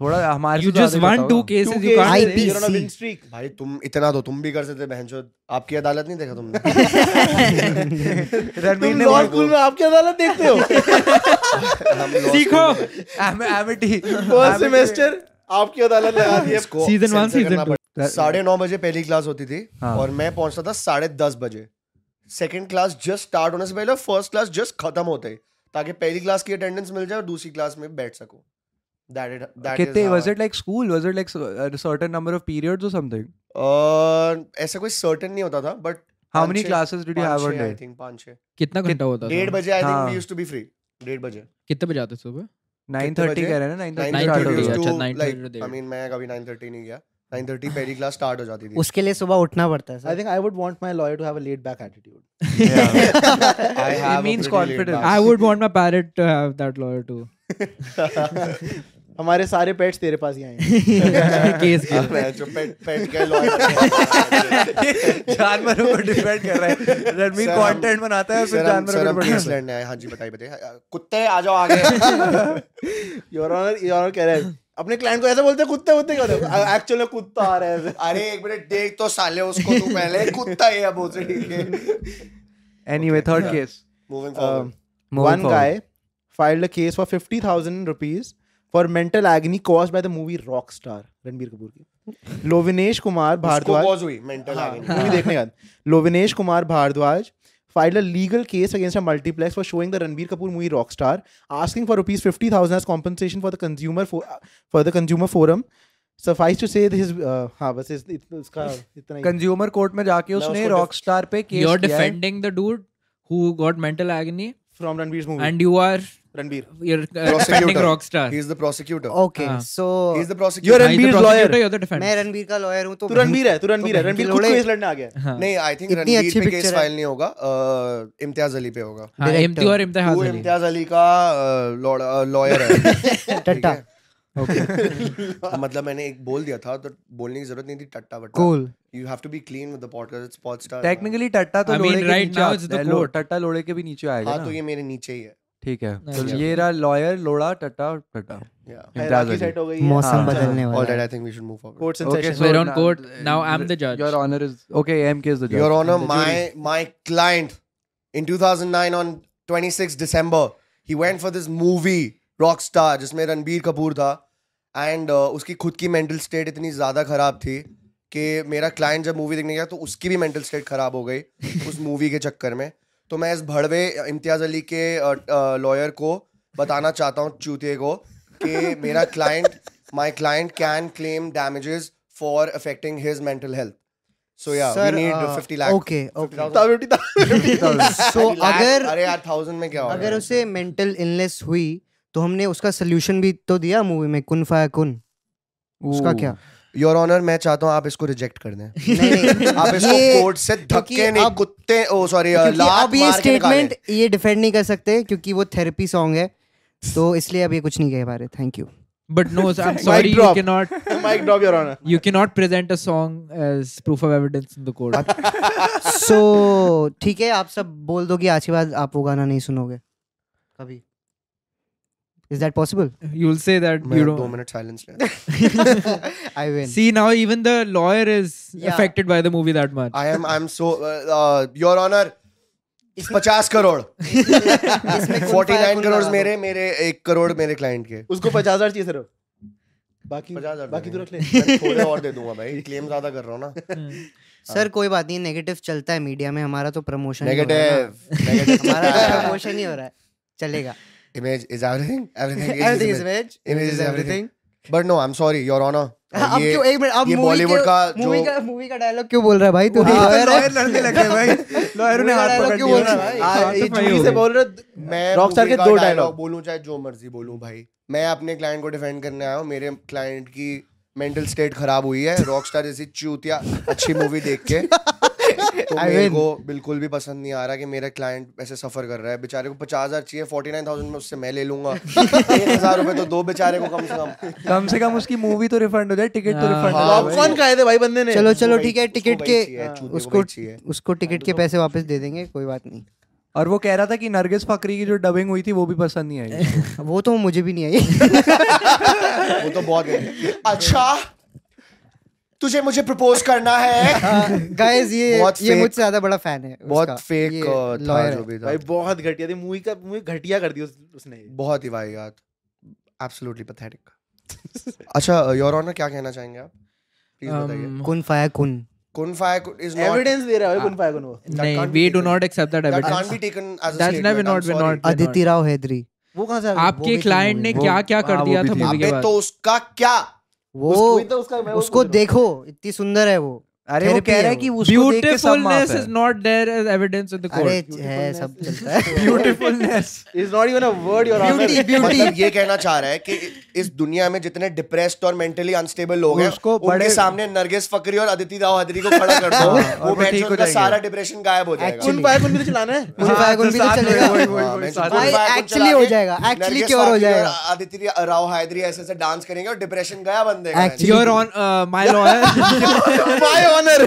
थोड़ा हमारे
You
से
just
ज्यादा
won
बताओ
two
ना।
cases. You
cases.
can't.
IPC.
you're on a win streak
भाई तुम इतना तो तुम भी कर सकते बहनचोद आपकी अदालत नहीं देखा तुमने *laughs*
*laughs* रणवीर
तुम
ने
लॉ
बोला-
स्कूल में आपकी अदालत देखते हो *laughs*
हम law
सीखो.
school में-
Am-
*laughs*
amity
first
amity-
semester आपकी अदालत लगा दी है
इसको
Season one,
censor
season
करना
two.
पड़ा। साढ़े नौ बजे पहली क्लास होती थी
हाँ।
और मैं पहुंचता था साढ़े दस बजे सेकंड क्लास जस्ट स्टार्ट होने से पहले फर्स्ट क्लास जस्ट खत्म होते ही, ताकि पहली क्लास की अटेंडेंस मिल जाए और दूसरी क्लास में बैठ सको दैट इट
कितने was it like school was it like s- a certain number of periods or something
ऐसा कोई सर्टेन नहीं होता था बट
how
पाँच
many
छः-
classes did you have on
I
day
think पाँच छः
कितना घंटा होता
डेढ़
था?
बजे आई थिंक
हाँ।
We used to be free डेढ़ बजे
कितने बजे आते सुबह?
9:30
बजे?
कह रहे हैं ना 9:30
9:30
start हो गया
9:30 used अच्छा,
to,
9:30
like,
डेढ़।
I mean, मैं कभी 9:30 नहीं गया 9:30 पहली क्लास स्टार्ट हो जाती थी
उसके लिए सुबह उठना पड़ता है
I
sir
think I would want my lawyer to have a laid back attitude
*laughs*
*laughs*
I
It
have a
means
pretty laid
confidence.
back-
I
*laughs*
would want my parrot to have that lawyer too.
हमारे सारे pets तेरे पास ही आएंगे
Case
हाँ,
game.
मैं जो पेट पेट के
*laughs*
lawyer
*laughs* जानवरों को डिपेंड कर रहा है रणवीर
Sir, हम-
कंटेंट बनाता है फिर
सर हम सर
जानवरों
हाँ, हम
को
केस
डिपेंड
लड़ने आए हाँ जी बताइए बताइए कुत्ते आ जाओ
*laughs*
आगे
योर ऑनर योर ऑनर कह रहा है अपने क्लाइंट को ऐसा बोलते हैं, कुत्ते कुत्ते कहते एक्चुअल में कुत्ता आ
*laughs*
रहा है
अरे एक मिनट देख तो साले उसको तू पहले कुत्ता है अब
*laughs*
*laughs* उसे ठीक है
Um, anyway third case
moving
um,
forward
one guy filed a case for 50,000 rupees for mental agony caused by the movie Rockstar, Ranbir Kapoor की. Lovinesh Kumar
उसको
Bhardwaj.
पॉज हुई मेंटल
हाँ,
आगे
movie देखने का. Lovinesh Kumar Bhardwaj filed a legal case against a multiplex for showing the Ranbir Kapoor movie Rockstar, asking for rupees 50,000 as compensation for the consumer for, for the consumer forum. Suffice to say, this is uh, हाँ बस इस, इत, इसका इतना ही.
Consumer court में जाके
मैं
उसने
उसको def-
रॉकस्टार पे केस
You're
किया है
defending the dude who got mental agony,
from Ranbir's movie.
and you are
Ranbir.
you're uh, defending
Prosecutor.
Rockstar.
He is the prosecutor.
Okay
हाँ।
So
He is the
You're
prosecutor.
हाँ,
a-
he's the
Ranbir's
prosecutor,
lawyer.
You're the defender.
मैं रणबीर का lawyer हूँ तो
तू
बहन-
रणबीर है, तू रणबीर है.
तो बहन
रणबीर खुद
के
को
लोड़े-
केस लड़ने आ गया है.
हाँ.
नहीं आई थिंक
इतनी
रणवीर
अच्छी
पे
picture
केस
है।
फाइल नहीं होगा अ, इम्तियाज अली पे होगा
हाँ,
Director.
इम्तियाज और इम्तियाज
वो
अली।
इम्तियाज अली का लॉयर है
टट्टा।
ओके *laughs* मतलब मैंने एक बोल दिया था तो बोलने की जरूरत नहीं थी टट्टा बट्टा
Cool.
You have to be clean with the podcast it's podstar
technically टट्टा तो
I mean,
लोड़े के
right
नीचे
now
आता
it's the
है, लो-
court.
टट्टा लोड़े के भी नीचे आएगा
हां तो
ना
ये मेरे नीचे ही है
ठीक है तो
Nice.
ये रहा लॉयर लोड़ा टट्टा टट्टा
या
इम्तियाज
हायरार्की
अली।
सेट हो गई है.
मौसम
हाँ,
बदलने वाला
ऑलराइट
है।
I think we should move forward
Courts and
Okay,
sessions.
so
We're on
now-
court. Now I'm the judge.
Your honor is okay. MK is the judge.
Your
*laughs*
Honor,
the
my my client in 2009 on 26 December, he went for this movie Rockstar जिसमें रणबीर कपूर था and उसकी खुद की mental state इतनी ज़्यादा खराब थी कि मेरा क्लाइंट जब मूवी देखने गया तो उसकी भी मेंटल स्टेट खराब
*laughs*
हो गई उस मूवी के चक्कर में तो मैं इस भड़वे इम्तियाज़ अली के लॉयर को बताना चाहता हूँ चूतिए को कि मेरा client my client can claim damages for affecting his mental health so yeah,
Sir,
we need
uh,
50 lakh.
okay,
50,000.
तब उठी था.
*laughs* सो
50 lakh?
अगर
अरे यार 1000 में क्या होगा?
अगर उसे मेंटल इलनेस हुई तो हमने उसका सोल्यूशन भी तो दिया मूवी में कुन फाया कुन उसका
Ooh.
क्या
योर ऑनर मैं चाहता हूँ आप इसको रिजेक्ट कर दें
*laughs* नहीं, *laughs* नहीं,
आप इसको
ये-
कोर्ट से
क्योंकि
धक्के नहीं
अब-
कुत्ते ओ सॉरी
क्योंकि
लात
अब ये
मार के निकालें।
स्टेटमेंट ये डिफेंड नहीं कर सकते क्योंकि वो थेरेपी सॉन्ग है तो इसलिए अब ये कुछ नहीं कह पा रहे thank you
But no, I'm
Mic
sorry, you
drop.
cannot.
*laughs*
Mic drop, Your Honor.
You cannot present a song as proof of evidence in the court.
So ठीक है आप सब बोल दो कि आज के बाद आप वो गाना नहीं सुनोगे कभी is that possible
You'll say that
मैं
you
दो
don't.
मिनट साइलेंस ले
I win
See now, even the lawyer is
Yeah.
affected by the movie that much.
I am I am so your honour uh, पचास crore forty nine crore मेरे मेरे एक करोड़ मेरे client के
उसको पचास हजार चाहिए सिर्फ बाकी
50,000
बाकी तू रख ले
देंगे। मैं थोड़े और दे दूंगा भाई क्लेम ज्यादा कर *laughs* रहा हूँ ना
सर कोई बात नहीं नेगेटिव चलता है मीडिया में हमारा तो प्रमोशन
नेगेटिव नेगेटिव
हमारा *laughs* प्रमोशन ही हो रहा है
*laughs*
चलेगा
image is everything
everything
everything
is
is
वेज
image is everything. But no I am sorry your
हाँ, अब
ऑनर
क्यों एक मिनट अब
ये
मूवी
Bollywood
का
का
मूवी
जो- हाँ,
का मूवी का डायलॉग क्यों बोल रहा है भाई तू
लॉयर
Lawyer है?
Ah, लड़ने लगे भाई लॉयर ने
मेरा
हाथ
dialogue
पकड़
क्यों
लिया
बोल रहा है
ना।
भाई?
हाँ,
आ, ये
तो भाई
जूही
हो
से
गई।
बोल रहा
मैं
रॉकस्टार के
movie का
दो
dialogue
dialogue.
बोलूं चाहे जो मर्जी बोलूं भाई मैं अपने क्लाइंट को डिफेंड करने आया हूं मेरे क्लाइंट की मेंटल स्टेट खराब हुई है रॉकस्टार जैसी चूतिया अच्छी मूवी देख के तो
I
मेरे
win.
को बिल्कुल भी पसंद नहीं आ रहा कि मेरा क्लाइंट ऐसे सफर कर रहा है बेचारे को पचास हजार चाहिए फोर्टी नाइन थाउजेंड में उससे मैं ले लूंगा एक हजार रुपए तो दो बेचारे को कम से कम
कम से कम उसकी मूवी तो रिफंड हो जाए टिकट तो रिफंड हो
हाँ,
जाए भाई।
पॉपकॉर्न खाए थे भाई बंदे ने
चलो चलो
उसको
ठीक है
वही-
टिकट
उसको
के
वही चाहिए, चूतियों को
उसको
वही चाहिए। तो-
उसको टिकट के पैसे वापस दे देंगे कोई बात नहीं
और वो कह रहा था कि नरगिस फकरी की जो डबिंग हुई थी वो भी पसंद
*laughs*
नहीं आई उसको।
वो तो मुझे भी नहीं आई
वो तो बहुत गंदी। अच्छा तुझे मुझे प्रपोज करना है
गाइस ये
बहुत
ये
fake-
मुझसे ज्यादा बड़ा फैन है
बहुत फेक था
लॉयर
जो भी था
भाई बहुत घटिया थी मूवी का मूवी घटिया कर दी उस, उसने
बहुत ही वाहियात एब्सोल्युटली पैथेटिक *laughs* अच्छा योर ऑनर क्या कहना चाहेंगे आप प्लीज बताइए
Um,
कुन फाया कुन
कुन फायर इज नॉट
एविडेंस दे रहा है भाई कुन फायगन वो
can't
No,
be
we do
taken.
not accept that
that can't
evidence.
be taken as a
That's
statement,
never
I'm
not- we're
sorry.
not-
Aditi Rao Hydari
वो कहां से आ गया?
आपके
भी थी
क्लाइंट
movie
ने
में।
क्या क्या
हाँ,
कर
वो
दिया
भी
था
थी।
मूवी के
अबे तो
बाद
उसका क्या
वो
उसको ही तो उसका मैं वो
उसको
पूछ रहा हूँ।
देखो इतनी सुंदर है वो
अरे वो
Therapy
कह
है
रहा है
वो।
कि उसको देख के सब माफ
Beautifulness
है
is not there as evidence in the
अरे
court.
है सब *laughs* चलता है
beautifulness
*laughs* It's not even a word, Your Honor.
Beauty
मतलब
ब्यूटी
ये कहना चाह रहा है कि इस दुनिया में जितने डिप्रेस्ड और मेंटली अनस्टेबल लोग हैं
उसको
उनके
बड़े-
सामने नरगिस फकरी और अदिति राव हदरी को खड़ा कर दो
हाँ, और
वो
वो
बहन
ठीक हो
उनका
जाएंगे।
सारा डिप्रेशन गायब हो जाएगा
कुन फायगन भी तो चलाना है
कुन फाया कुन भी तो चलेगा
हाँ, मैं
साथ
कुन
भाई,
फायर को
actually
चला
हो
के
जाएगा, actually
नरगिस
cure हो
फाकरी और
जाएगा।
आदित्य राव हैदरी ऐसे ऐसे डांस करेंगे और डिप्रेशन गया बंदे
Actually-
*laughs* You're on uh, my lawyer.
*laughs* My honour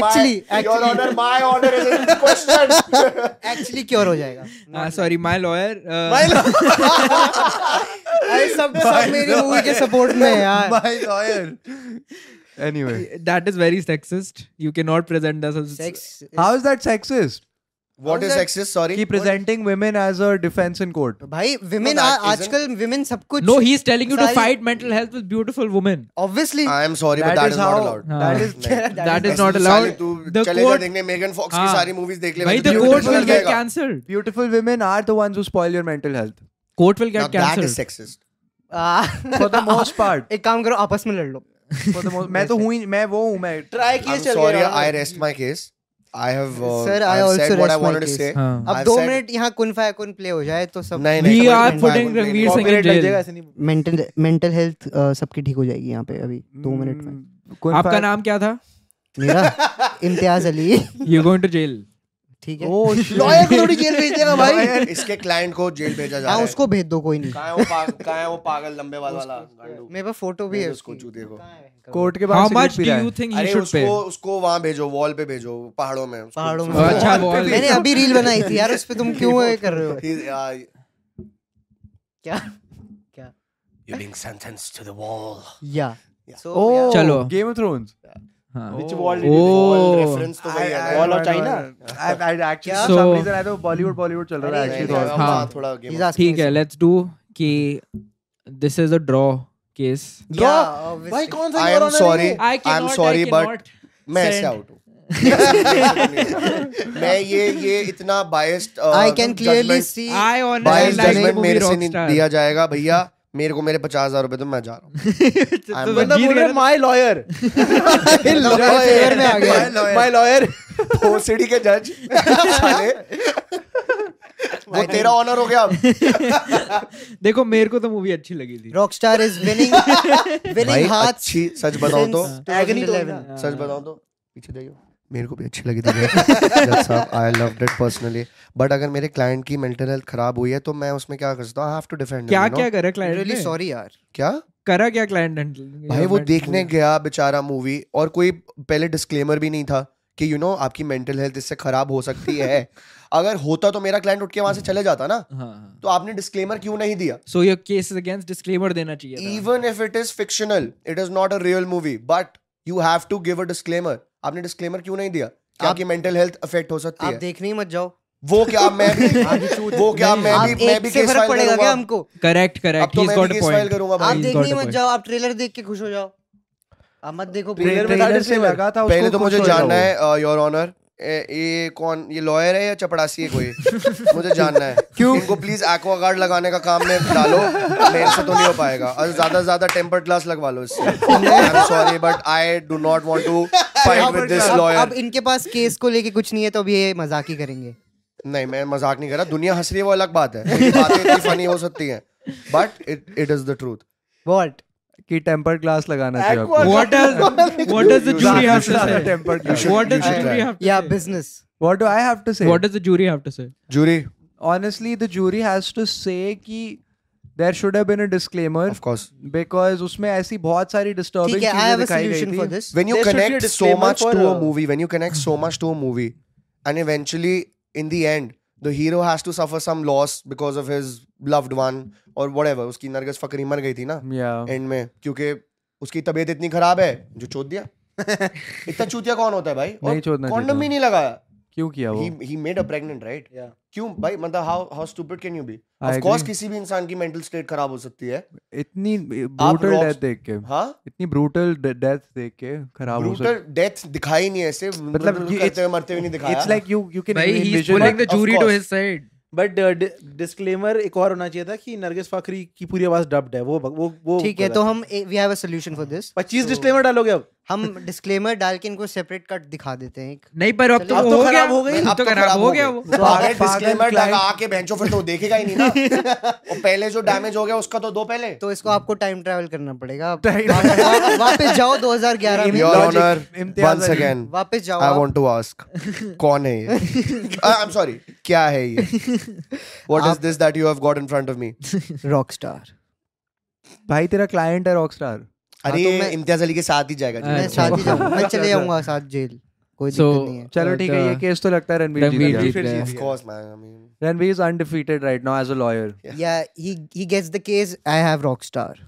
Actually,
your
actually-
honour my honour is in *laughs* question
actually cure हो जाएगा
Ah, sorry, my lawyer. uh, *laughs*
अरे सब सब मेरी मूवी के सपोर्ट में है यार
my lawyer anyway
*laughs* that is very sexist. You cannot present this as
sex
how is that sexist
what is access sorry
कि presenting women as a defence in court
भाई विमेन
No, that
आजकल women सब कुछ
No, he's telling you to
सारी-
fight mental health with beautiful women.
Obviously
I am sorry but that is not allowed
हाँ.
That is
Ah, That
That is
ऐसे
not
तो साले
allowed.
तू
The
चले जा
court,
देखने मेगन फॉक्स की
हाँ।
सारी मूवीज देख ले
भाई,
वैसे
the
beautiful
court will get
लगेगा।
cancelled.
beautiful women are the ones who spoil your mental health
Court will
Now
get
that is
cancelled.
sexist.
Ah.
for *laughs* the most part
एक काम करो आपस में लड़ लो
for the most मैं तो हूं ही मैं वो हूं मैं
ट्राई किए
I'm
चल
sorry,
गया
I rest my case. I have, uh,
Sir, I
I have
also
said what I
rest my
wanted to
case.
say.
हाँ.
अब
I've
दो
said-
मिनट यहाँ कुन फाया कुन प्ले हो जाए तो सब
नहीं, नहीं,
We
come on,
are
come on,
putting
come on, come
Ranveer
on.
Singh in
copyright लग जाएगा
jail.
ऐसे नहीं
मेंटल मेंटल हेल्थ सब की uh, ठीक हो जाएगी यहाँ पे अभी दो
Hmm।
मिनट में
कौन
आपका
फायर-
नाम क्या था?
मेरा Imtiaz Ali
You're going to *laughs* jail.
ठीक है
*laughs* Oh, shit.
लॉयर को थोड़ी जेल भेज देगा भाई
इसके क्लाइंट को जेल भेजा जा
हाँ
रहा है
उसको भेज दो कोई नहीं
कहाँ है वो पाग- कहाँ है वो पागल लंबे बाल वाला गांडू?
मेरे पास फोटो भी
भेज
है
उसको
उसकी।
जूते को
कहाँ है?
कोर्ट के
How
बाहर
much do you think he
अरे
should pay?
उसको उसको वहां भेजो वॉल पे भेजो पहाड़ों में उसको-
पहाड़ों में
उसको-
अच्छा
पे
wall.
भी-
मैंने अभी रील बनाई थी यार उस पे
*laughs*
तुम क्यों ये कर रहे हो
He's, uh,
क्या क्या
you're being
अच्छा।
sentenced to the wall.
या सो
चलो।
गेम ऑफ थ्रोन्स
हाँ.
Which
Oh.
wall
did you Oh.
Wall
Oh.
reference तो वही है ना।
Wall of China?
I I actually
क्या?
For some
So-
reason I तो बॉलीवुड बॉलीवुड चल रहा है
अरे,
नहीं,
एक्चुअली
नहीं,
हाँ।
हम वहाँ थोड़ा game of-
ठीक है, let's do कि this is a draw case.
या
भाई कौन सा
I
Your
am
Honor है
sorry.
ये?
I
I'm
cannot.
sorry,
I
but
cannot.
मैं ऐसे
Send.
आउट हूँ *laughs* मैं ये ये इतना uh, biased
I can clearly see
I honestly
bias
Biased
like the
judgement
movie
मेरे से नहीं
Rockstar.
दिया जाएगा भैया मेरे को मेरे पचास हजार रुपए तो मैं जा
*laughs*
रहा हूँ
तो
बंदा
जीत
बोल
गया
रहा
ना।
माय लॉयर
*laughs*
फेवर में आ गया
माय लॉयर
भोसड़ी के जज वो तेरा ऑनर हो गया अब
देखो मेरे को तो मूवी अच्छी लगी थी
रॉकस्टार इज
*laughs*
विनिंग
भाई
विनिंग हार्ट्स
अच्छी सच बताओ तो
since
agony तो
2011.
हाँ।
सच बताओ तो पीछे देखियो मेरे को भी अच्छी लगी थी *laughs* जज साहब I loved it personally but अगर मेरे क्लाइंट की मेंटल हेल्थ खराब हुई है तो मैं उसमें क्या कर सकता हूँ आई हैव टू डिफेंड
क्या क्या करा
I'm
क्लाइंट
really
ने
sorry यार
क्या
करा क्या क्लाइंट ने हाँ,
भाई वो देखने गया बेचारा मूवी और कोई पहले डिस्क्लेमर भी नहीं था कि यू you नो know, आपकी मेंटल हेल्थ इससे खराब हो सकती है अगर होता तो मेरा क्लाइंट उठ के वहां से चले जाता ना
हाँ
तो आपने डिस्क्लेमर क्यों नहीं दिया
so your case is against disclaimer देना चाहिए था।
Even if it is fictional it is not a real movie but you have to give a disclaimer आपने डिस्क्लेमर क्यों नहीं दिया क्या
आप-
आपकी मेंटल हेल्थ अफेक्ट हो सकती
आप
है
देखने ही मत जाओ
वो क्या मैं
*laughs*
भी वो क्या मैं
आप
भी मैं
एक
भी
से
केस
फर्क
फाइल
पड़ेगा
करूंगा
क्या हमको
करेक्ट
अब
करेक्ट
तो
ही
मैं
गॉट
भी
अ
case file
पॉइंट
करूंगा
आप
भाई
He's
देखने
got
ही
a
मत
point.
जाओ आप ट्रेलर देख के खुश हो जाओ आप मत देखो
Trailer में
ट्रेलर
डायरेक्ट
से
नहीं हुआ।
लगा था
पहले
उसको
तो मुझे
खुश होएगा
जानना
वो।
है योर ऑनर ये कौन ये लॉयर है या चपड़ासी है कोई मुझे
*laughs*
जानना है क्यों इनको प्लीज एक्वा गार्ड लगाने का काम में डालो मेरे से तो नहीं हो पाएगा और ज्यादा से ज्यादा टेम्पर्ड ग्लास लगवा लो इससे I am sorry but I do not want to fight with this
अब, अब
लॉयर
इनके पास केस को लेके कुछ नहीं है तो अब ये मजाक ही करेंगे
नहीं मैं मजाक नहीं कर रहा दुनिया हंस रही है वो अलग बात है मेरी बातें इतनी फनी हो सकती हैं but it it is the truth
what
कि टेम्पर ग्लास लगाना चाहिए
Aqua-
आपको
What does what does the jury have to *laughs* say?
Temper
You should-
What does
you
the
should
jury
try.
have to
या
say?
Business
what do i have to say
What does the jury have to say?
Jury
honestly the jury has to say ki there should have been a disclaimer
of course
because उसमें ऐसी बहुत सारी disturbing
ठीक है I have
चीजें
a
दिखाई
solution
गई
for
थी
this
when you
There should be a
connect so
disclaimer
much
for,
to a
uh,
movie when you connect so much to a movie and eventually in the end the hero has to suffer some loss because of his loved one or whatever उसकी नरगिस फकरी मर गई थी ना
yeah
and में क्योंकि उसकी तबीयत इतनी खराब है जो चोद दिया इतना चूतिया कौन होता है भाई
नहीं चोदना
कॉन्डम
चाहिए
ही नहीं लगाया
क्यों किया वो
ही made a pregnant right
Yeah.
क्यों भाई मतलब how how stupid can you be
I
of course
agree.
किसी भी इंसान की मेंटल स्टेट खराब हो सकती है
इतनी brutal
rocks-
death देख के
हाँ
इतनी ब्रूटल डेथ देख के खराब हो
ब्रूटल डेथ दिखाई नहीं ऐसे
मतलब
मतलब
ये-
करते हुए मरते हुए नहीं
सकता
दिखाया
it's like you you can
the Of jury to course. his
side.
But disclaimer uh, एक और होना चाहिए था कि नरगिस फाखरी की पूरी आवाज डब्ड है वो वो वो
ठीक है तो हम we have a solution for this
25 disclaimer डालोगे अब
हम डिस्क्लेमर डाल के इनको सेपरेट कट दिखा देते हैं एक
नहीं पर अब तो
अब
वो
तो
हो गया
खराब हो गई,
अब तो खराब हो गया वो
तो
अगर
पागल
डिस्क्लेमर
client-
लगा आके बेंचो फिर तो देखेगा ही नहीं ना और पहले जो डैमेज हो गया उसका तो दो पहले
तो इसको आपको टाइम ट्रैवल करना पड़ेगा आप- आप- वापस जाओ 2011 में
Your
logic-
Honor, once again,
वापस जाओ आप।
टू आस्क कौन है ये आई एम सॉरी क्या है ये what is this that you have got in front of me
Rockstar
भाई तेरा क्लाइंट है रॉकस्टार
अरे
तो मैं- हाँ,
इम्तियाज अली के साथ ही जाएगा जी।
मैं
अच्छा।
साथ ही जाऊंगा मैं चले जाऊंगा साथ जेल कोई दिक्कत
So-
नहीं है
चलो ठीक है ये
अच्छा।
केस तो लगता है रणवीर
रणवीर
जी
जीत
फिर
गया।
जीत
Of course, man, I mean,
Ranveer is undefeated right now as a lawyer
या he he gets the case I have Rockstar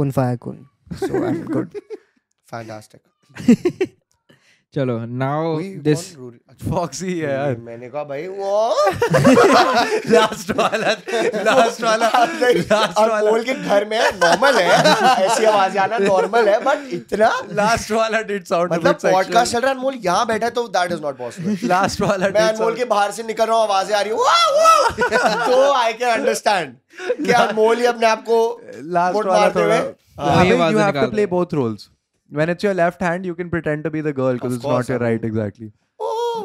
कुन फाया कुन so I am good
fantastic.
Oh, चलो नाउ
कोई-
दिस
कौन रो रही- अच्छा,
फॉक्सी है यार
मैंने कहा भाई वो
लास्ट
*laughs*
वाला लास्ट वाला
लास्ट
लास्ट वाला
बोल के घर में नॉर्मल है ऐसी आवाज आना नॉर्मल है बट इतना
लास्ट वाला डिड साउंड
मतलब पॉडकास्ट चल रहा है अनमोल यहाँ बैठा है तो that is not
*laughs*
possible
last
*laughs*
वाला
मैं अनमोल के बाहर से निकल रहा हूँ आवाजें आ रही हूँ तो आई कैन अंडरस्टैंड कि अनमोल ही अपने आप को
लास्ट
मुड़
वाला
मारते
थोड़ा हाँ,
हुए
वही
you
आवाज़ें
have to
निकाल
play
रहे हैं।
both roles when it's your left hand you can pretend to be the girl because
Of
it's
course,
not your
I
right
mean.
exactly
"Oh,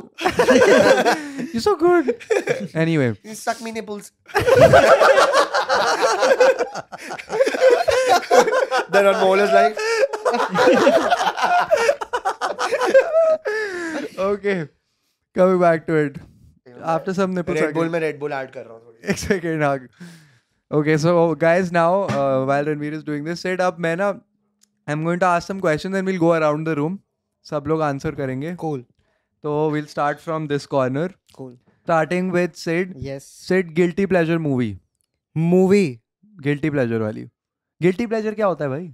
you're so good
*laughs*
anyway
you suck me nipples." Then Anmol is like,
okay coming back to it after some nipple
Red Bull
sucking-
में Red Bull add कर रहा हूँ थोड़ी।
एक second हाँ okay so guys now uh, while Ranveer is doing this sit up मैं ना I am going to ask some questions and we'll go around the room सब लोग आंसर करेंगे
कूल
तो we'll start from this corner
cool
starting with Sid
yes
Sid guilty pleasure movie
movie
guilty pleasure वाली guilty pleasure क्या होता है भाई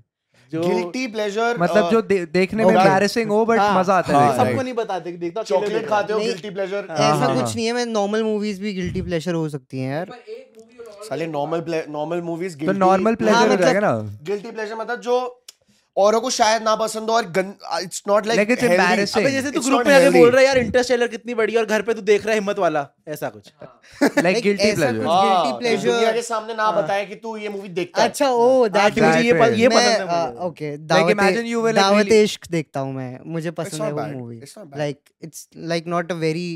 Guilty pleasure.
मतलब
uh,
जो दे, देखने
Oh,
में
okay.
embarrassing हो बट मजा आता है
हाँ,
देखने
सबको
में।
नहीं बताते देखता अकेले
chocolate
देखता।
खाते हो
नहीं,
guilty pleasure.
ऐसा
हाँ,
कुछ
हाँ।
नहीं है मैं नॉर्मल मूवीज भी गिल्टी प्लेजर हो सकती हैं यार
साले normal ple- normal movies
तो
guilty.
नॉर्मल प्लेजर हो
मतलब-
जाएगा ना
Guilty pleasure मतलब जो औरों को शायद ना पसंद हो और gun, it's not like,
Like it's
healthy.
embarrassing.
अबे जैसे तू
It's
ग्रुप
not
में आके
healthy.
बोल रहा है यार इंटरस्टेलर कितनी बड़ी है और घर पे तू देख रहा है हिम्मत वाला ऐसा कुछ
लाइक
Like
गिल्टी
ऐसा
प्लेजर
कुछ- Guilty
हाँ,
pleasure. हाँ।
दुनिया के सामने ना बताए कि तू ये मूवी देखता है
अच्छा ओ दैट
कि मुझे ये प- ये पसंद है मुझे।
ओके uh, दावत
imagine you were like
दावत
really-
इश्क देखता हूं मैं मुझे पसंद है
not
वो
bad.
Movie
It's not bad.
Like it's like not a very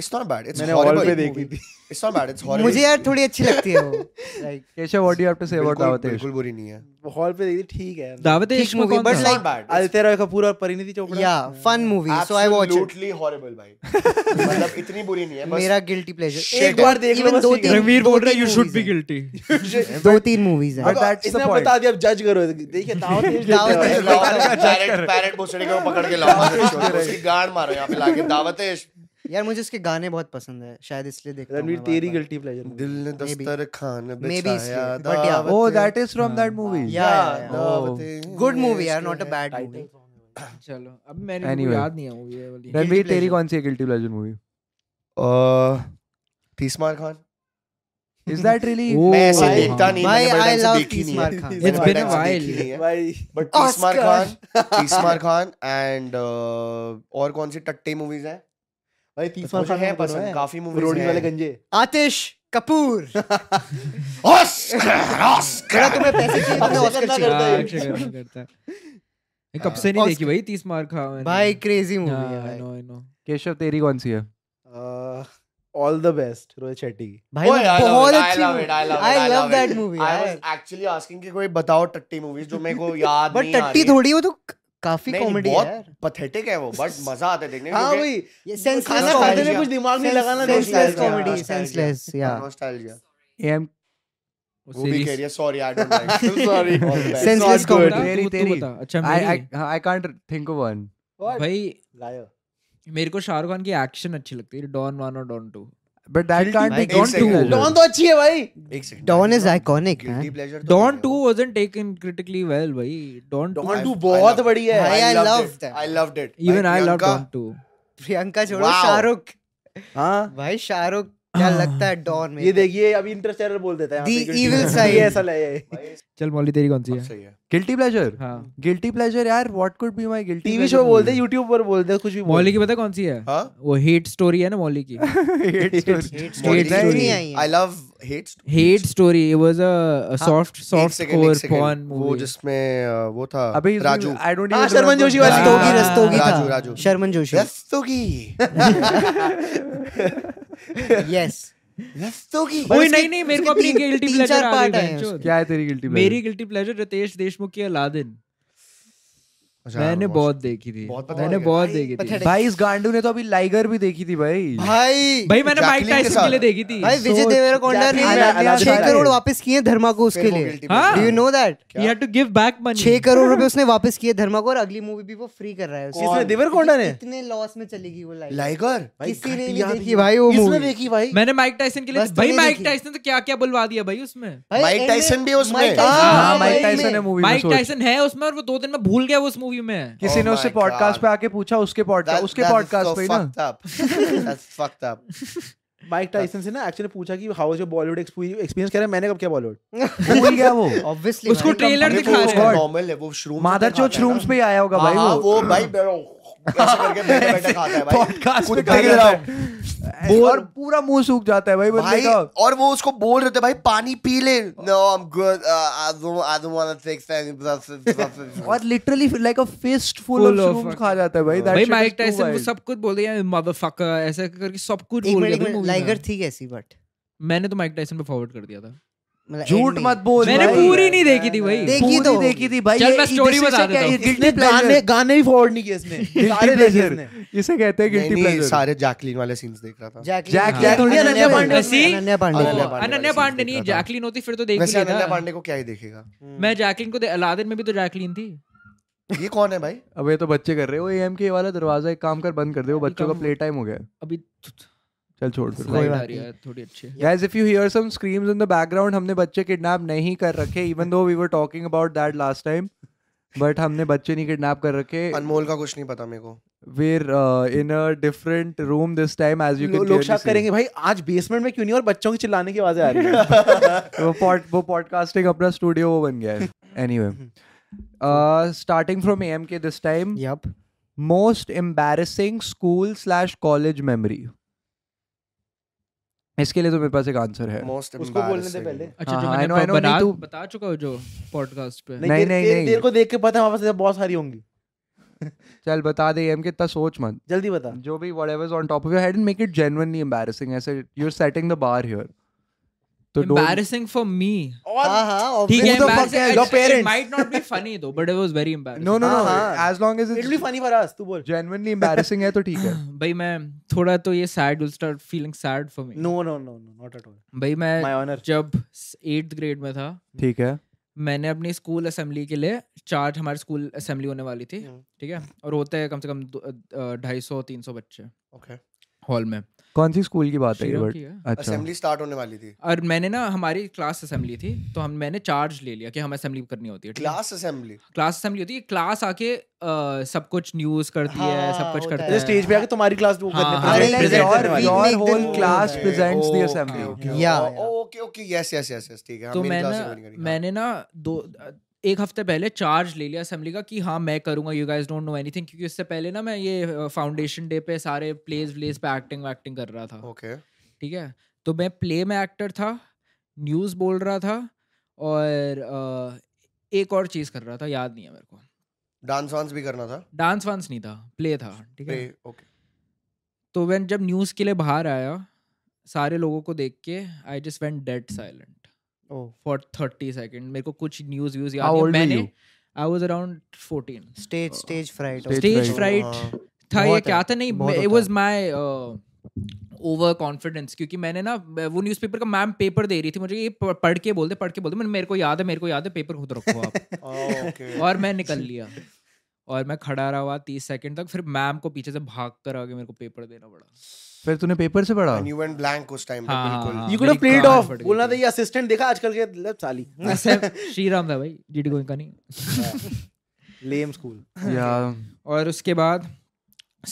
it's not bad. It's
मैंने हॉल
horrible.
पे देखी थी
It's not bad. It's horrible.
मुझे यार थोड़ी अच्छी लगती है वो like
Keshav, what do you have to say about
बिल्कुल-
Davatesh?
बिल्कुल बुरी नहीं है.
हॉल पे देखी थी, ठीक है
दावत
ठीक
इश्क में
movie,
कौन
but
था?
It's not bad. It's
अल्तेरा कपूर और परिणीति चोपड़ा
या fun movie so I watch it
Absolutely horrible भाई. मतलब इतनी बुरी नहीं है. बस *laughs*
मेरा *laughs* गिल्टी प्लेजर
एक बार देख लो बस
दो
ठीक है।
तीन
रणवीर
दो
बोल रहा है
तीन
यू शुड बी
movies हैं।
गिल्टी
दो तीन मूवीज हैं
*laughs*
But that's the
इतना
point.
बता दिया अब जज करो *laughs* देखिए दावत नहीं
*laughs*
देते
दावत
हैं।
नहीं। *laughs*
पैरेट पैरेट भोसड़ी को पकड़ के लाओ मारो इसको, उसकी गाड़ मारो यहाँ पे लाके दावतेश
यार मुझे उसके गाने बहुत पसंद है शायद इसलिए देखता हूँ
रणवीर
मैं
तेरी
बार-बार।
गिल्टी प्लेजर
दिल ने
Maybe.
दस्तरखान
Maybe
बिछाया
इसलिए, but yeah,
दावत
Oh, that is from that movie.
Yeah, yeah, yeah.
दावतेश
गुड मूवी यार not a bad
Title.
Movie
चलो अब मैंने
Anyway.
anyway. याद नहीं है वो ये वाली
रणवीर तेरी
pleasure.
कौन सी है गिल्टी प्लेजर मूवी?
अह, Tees Maar Khan
Is that *laughs* really?
Oh.
मैं ऐसे
भाई,
देखता नहीं
भाई,
मैंने बड़े
I
टाइम से
love
देखी नहीं
तीसमार
है
खान.
*laughs* मैंने
It's
बड़े
been a
टाइम से
while.
देखी नहीं है
भाई
but Tees Maar
Oscar.
Khan Tees Maar Khan and और कौन सी टट्टे मूवीज हैं
भाई तीसरा
मुझे है पसंद काफी मूवीज
रोड़ी वाले गंजे
आतिश कपूर
ऑस्कर
बड़ा
ऑस्कर
तुम्हें पैसे चाहिए तुमने
अक्षय
ऑस्कर
खन्ना
चाहिए
करता
हाँ, अक्षय खन्ना करता
है।
है ये कब से नहीं
Oscar-
देखी भाई तीस मार खा मैंने
भाई क्रेजी मूवी है
आई
भाई।
नो आई नो
केशव तेरी कौन सी है?
Uh, all the best Rohit Shetty की
भाई
Oy, I
वो
love
बहुत
it, I
अच्छी
love it, I love it, I
I love
love
that
it.
Movie
I was actually asking कि कोई बताओ टट्टी मूवीज जो मेरे को याद
बट
नहीं आ
टट्टी
रही
थोड़ी वो तो क- काफी
नहीं,
कॉमेडी है
बहुत
यार
pathetic है वो
*laughs*
बट मजा आता है देखने में
हाँ
क्योंकि-
भाई
ये senseless
खाना खाते
comedy
में
है।
कुछ दिमाग नहीं लगाना
Senseless
senseless
nostalgia,
comedy
nostalgia.
Senseless या
Nostalgia.
AM.
वो भी कह रही है sorry I don't like
I'm sorry.
All the best.
Senseless comedy.
तेरी- तेरी.
अच्छा
I I
मेरी
I can't think of one.
भाई
लायो
मेरे को शाहरुख खान की एक्शन अच्छी लगती है डॉन 1 और Don 2
But that can't be
Mike,
guilty
don't do.
pleasure.
Don तो अच्छी है भाई
एक second
Don is iconic
guilty pleasure
Don 2 wasn't taken critically well भाई Don 2
Don
I-
two
I
बहुत
love-
बड़ी है
भाई, I loved
loved it.
that.
I loved it.
Even I love
Priyanka,
Don 2
Priyanka छोड़ो
Wow.
शाहरुख
हाँ
भाई शाहरुख क्या लगता है डॉन में
ये देखिए अभी इंटरस्टेलर बोल देता है यहाँ
The
पे, guilty
evil
*laughs* pleasure।
side.
ये ऐसा है ये
चल मौली तेरी कौन सी
अब
है
सही है.
Guilty pleasure.
हाँ
Guilty pleasure यार. What could be my guilty?
TV show
*laughs*
बोलते हैं यूट्यूब पर बोलते हैं कुछ भी
मौली की पता कौन सी है
हाँ?
वो हेट स्टोरी है ना मौली
*laughs*
की
हेट
Molly
स्टोरी नहीं
की story.
आई
I
है
love hate story. हाँ।
Hate story it was a soft
एक
सॉफ्ट
second, एक
कोर
second.
पॉन
वो
मूवी
जिसमें अ, वो था
अभी इसमें-
राजू
I don't even
हाँ, शर्मन
remember.
जोशी वाली
हाँ,
रस्तोगी
हाँ,
रस्तोगी
राजू,
था
राजू.
शर्मन जोशी
रस्तोगी
यस
रस्तोगी
ओए
उसके-
नहीं नहीं मेरे को
उसके
अपनी
तीन-
गिल्टी
तीन
प्लेजर
चार
आ
part
गई
आए हैं
बहनचोद।
क्या है तेरी guilty pleasure?
मेरी गिल्टी प्लेजर रितेश देशमुख की अलादीन
अच्छा,
मैंने
वो
बहुत देखी थी
बहुत
मैंने
pathetic है।
बहुत
भाई,
देखी थी
pathetic.
भाई इस गांडू ने तो अभी लाइगर भी देखी थी भाई
हाँ,
भाई
भाई मैंने
Jacqueline
माइक
के
टाइसन के लिए
साथ।
देखी थी *laughs*
भाई विजय देवरकोंडा ने
Jacqueline
में
आना- छह
अलादीन
करोड़
आए।
वापस किए धर्मा को
फिर
उसके
वो
लिए
guilty
हाँ?
Do
pleasure.
You know that
he had to give back money
छह करोड़ रुपए उसने वापस किए धर्मा को और अगली मूवी भी वो फ्री कर रहा है उसकी।
इसमें देवर कोंडा ने
इतने लॉस में चली गई वो लाइफ
लाइगर
किसी ने
घटिया
नहीं देखी
थी।
भाई वो
किसने
मूवी
देखी भाई
मैंने माइक टाइसन के लिए
बस
भाई
तूने
माइक
देखी।
टाइसन से क्या क्या बुलवा दिया भाई उसमें
भाई,
Mike
end में-
Tyson भी उसमें।
Mike
हाँ,
Tyson
हाँ,
भी
हाँ
है
माइक
end में।
टाइसन है मूवी में
माइक
सोच
टाइसन है उसमें और वो दो दिन में भूल गया वो उस मूवी में
किसी ने
Oh
उससे
my
पॉडकास्ट
God.
पे आके पूछा उसके पॉडकास्ट
That-
उसके
that is
पॉडकास्ट
so
पे ही ना
fucked up.
*laughs*
That's fucked up.
Mike Tyson से ना एक्चुअली पूछा कि how was your Bollywood experience कह रहा है मैंने कब किया बॉलीवुड
भूल गया वो
Obviously,
उसको
भाई,
trailer
company-
अरे
दिखा
वो
रहे
उसका
हैं।
normal है, वो shrooms
मादर
होता है,
चोच
खाता है
रूम्स
ना।
पे ही आया होगा भाई
हाँ, हाँ,
*laughs* वो
वो भाई बैठो, ऐसे करके बैठे
*laughs*
बैठे खाता है भाई
पॉडकास्ट पे
कुत्ते
खा
की
रहा
तरह।
है। और पूरा मुंह सूख जाता है भाई बंदे
भाई
का
और वो उसको बोल रहे थे भाई पानी पी ले no I am good I don't I don't want to take
और
thank
literally like a fist full
Full
of
of
shrooms खा जाता है भाई
भाई माइक टाइसन वो सब कुछ बोल दिया मदरफकर ऐसा करके सब कुछ
एक
बोल
मिनट,
दिया
एक
भाई
मिनट,
movie में।
लाइगर थी कैसी बट
मैंने तो माइक टाइसन पे फॉरवर्ड कर दिया था
मतलब
झूठ
end में।
मत बोल
मैंने
भाई।
पूरी नहीं देखी थी भाई
देख-
पूरी
देखी तो
देखी थी भाई
चल,
ये
मैं story
इसी से
बता
क्या-
देता
ये
हूँ।
guilty pleasure-
गाने गाने भी फॉरवर्ड नहीं किए इसने
guilty
सारे देखे
pleasure
इसने
इसे कहते हैं गिल्टी प्लेजर
सारे जैकलीन वाले सीन्स देख रहा था
जैकलीन
जैकलीन
हाँ,
थोड़ी
अनन्या पांडे
सी?
अनन्या पांडे
अनन्या
वाला।
पांडे
अनन्या
वाला
पांडे
सीन
नहीं
देख रहा था।
जैकलीन होती फिर तो देख
वैसे
लिया
अनन्या
था
पांडे को क्या ही देखेगा
मैं जैकलीन को दे- अलादीन में भी तो जैकलीन थी
ये कौन है भाई
*laughs* अब ये तो बच्चे कर रहे हो एएम के वाला दरवाजा एक काम कर बंद कर दे वो बच्चों का
कम-
प्ले टाइम हो गया है।
अभी
चल छोड़ फिर
स्लाइड आ
बात
रही
नहीं।
है थोड़ी अच्छी है।
Guys, if you hear some screams in the background, हमने बच्चे किडनैप नहीं कर रखे even though we were talking about that last time but हमने बच्चे नहीं किडनैप कर रखे
अनमोल का कुछ नहीं पता मेरे को
we're uh, in a different room this time as you
low-
can
लोग
clearly
शक
see.
करेंगे भाई आज बेसमेंट में क्यों नहीं और बच्चों की चिल्लाने की आवाजें आ रही है
*laughs* वो पॉड वो पॉडकास्टिंग अपना स्टूडियो वो बन
*laughs*
गया है
हम्म।
Uh, anyway starting from AMK this time
Yup.
Most embarrassing school slash college memory इसके लिए तो मेरे पास एक आंसर है
मोस्ट
उसको बोलने दे पहले
अच्छा
हाँ,
जो
हाँ, I
मैंने
know, I know,
बना
नहीं, तू-
बता चुका हूँ जो पॉडकास्ट पे
नहीं,
तेरे-
नहीं,
तेरे-
नहीं।
तेरे को देख के पता है वहां पर बहुत सारी होंगी
चल बता दे एम के इतना सोच मत
जल्दी बता
जो भी whatever's on top of your head and make it genuinely embarrassing ऐसे you're setting the bar here तो don't
embarrassing for me.
हाँ हाँ
ठीक
obviously.
है,
the fuck
embarrassing-
है?
it's-
Your
It
parents.
might not be funny though, but it was very embarrassing.
no no no
हाँ, हाँ.
as long as
It'll be
it's
funny for us. तू बोल.
genuinely embarrassing है तो ठीक
*laughs*
है
*clears throat* भाई मैं थोड़ा तो ये sad will start feeling sad for me.
No, no, no, no, not at all.
भाई मैं
My honor.
जब एट्थ ग्रेड में था
ठीक है
मैंने अपनी स्कूल असेंबली के लिए चार्ट हमारे स्कूल असेंबली होने वाली थी
Hmm.
हम्म।
ठीक है और होते हैं कम से कम दो- अ, ढाई सौ तीन सौ बच्चे
ओके
हॉल में
कौन सी स्कूल की बात है ये
शिरों
बट
की है।
अच्छा
असेंबली स्टार्ट होने वाली थी
और मैंने ना हमारी क्लास असेंबली थी तो हम मैंने चार्ज ले लिया कि हमें असेंबली करनी
अच्छा।
होती है ठीक है?
क्लास असेंबली
क्लास असेंबली होती है क्लास आके अ, सब कुछ न्यूज करती है सब
हाँ,
कुछ
होता
करती
अरे
है
है।
स्टेज पे आके तुम्हारी क्लास वो
हाँ,
करने
हाँ,
present-
हाँ,
present
your,
represent
करने
your-
your
वाली।
make them
whole
do
class
that.
presents the assembly
Yeah,
okay okay yes yes yes yes ठीक है
तो
हम मेरी
मैं
class में नहीं
ना
करी, हाँ।
मैंने ना दो एक हफ्ते पहले चार्ज ले लिया असेंबली का कि हाँ मैं करूंगा you guys don't know anything क्योंकि उससे पहले ना मैं ये फाउंडेशन डे पे सारे प्लेज व्लेज पे एक्टिंग वैक्टिंग कर रहा था
ओके
ठीक है तो मैं प्ले में एक्टर था न्यूज़ बोल रहा था और अ, एक और चीज़ कर रहा था याद नहीं है मेरे को
डांस वांस भी करना था
डांस वांस नहीं था प्ले था ठीक है *laughs*
ओके
तो वैन जब न्यूज़ के लिए बाहर आया सारे लोगों को देख के I just went dead silent
Oh.
For thirty second मेरे को कुछ न्यूज़ व्यूज़
How
याद नहीं
old were
मैंने
you?
I was around fourteen
Stage stage fright.
Stage
okay.
Stage
fright.
Fright था ये
बहुत
क्या
है,
था नहीं
बहुत
इट
होता
was my over confidence uh, क्योंकि मैंने ना मैं- वो न्यूज़पेपर का मैम पेपर दे रही थी मुझे ये प- पढ़ के बोलते पढ़ के बोलते मैंने मेरे को याद है मेरे को याद है पेपर खुद रखो
*laughs*
आप
ओके
और मैं निकल लिया और मैं खड़ा रहा हुआ तीस सेकंड तक फिर मैम को पीछे से भाग कर आगे मेरे को पेपर देना पड़ा
फिर तूने पेपर से पढ़ा
एंड यू वेंट ब्लैंक उस टाइम पे
हाँ,
बिल्कुल
हाँ,
You could have
मेरी
played
कान
off.
फट गई
बोलना था
थी।
ये असिस्टेंट देखा आजकल के मतलब साली
ऐसे श्री राम था भाई जीडी गोइंग का नहीं
लेम स्कूल
*laughs* या
और उसके बाद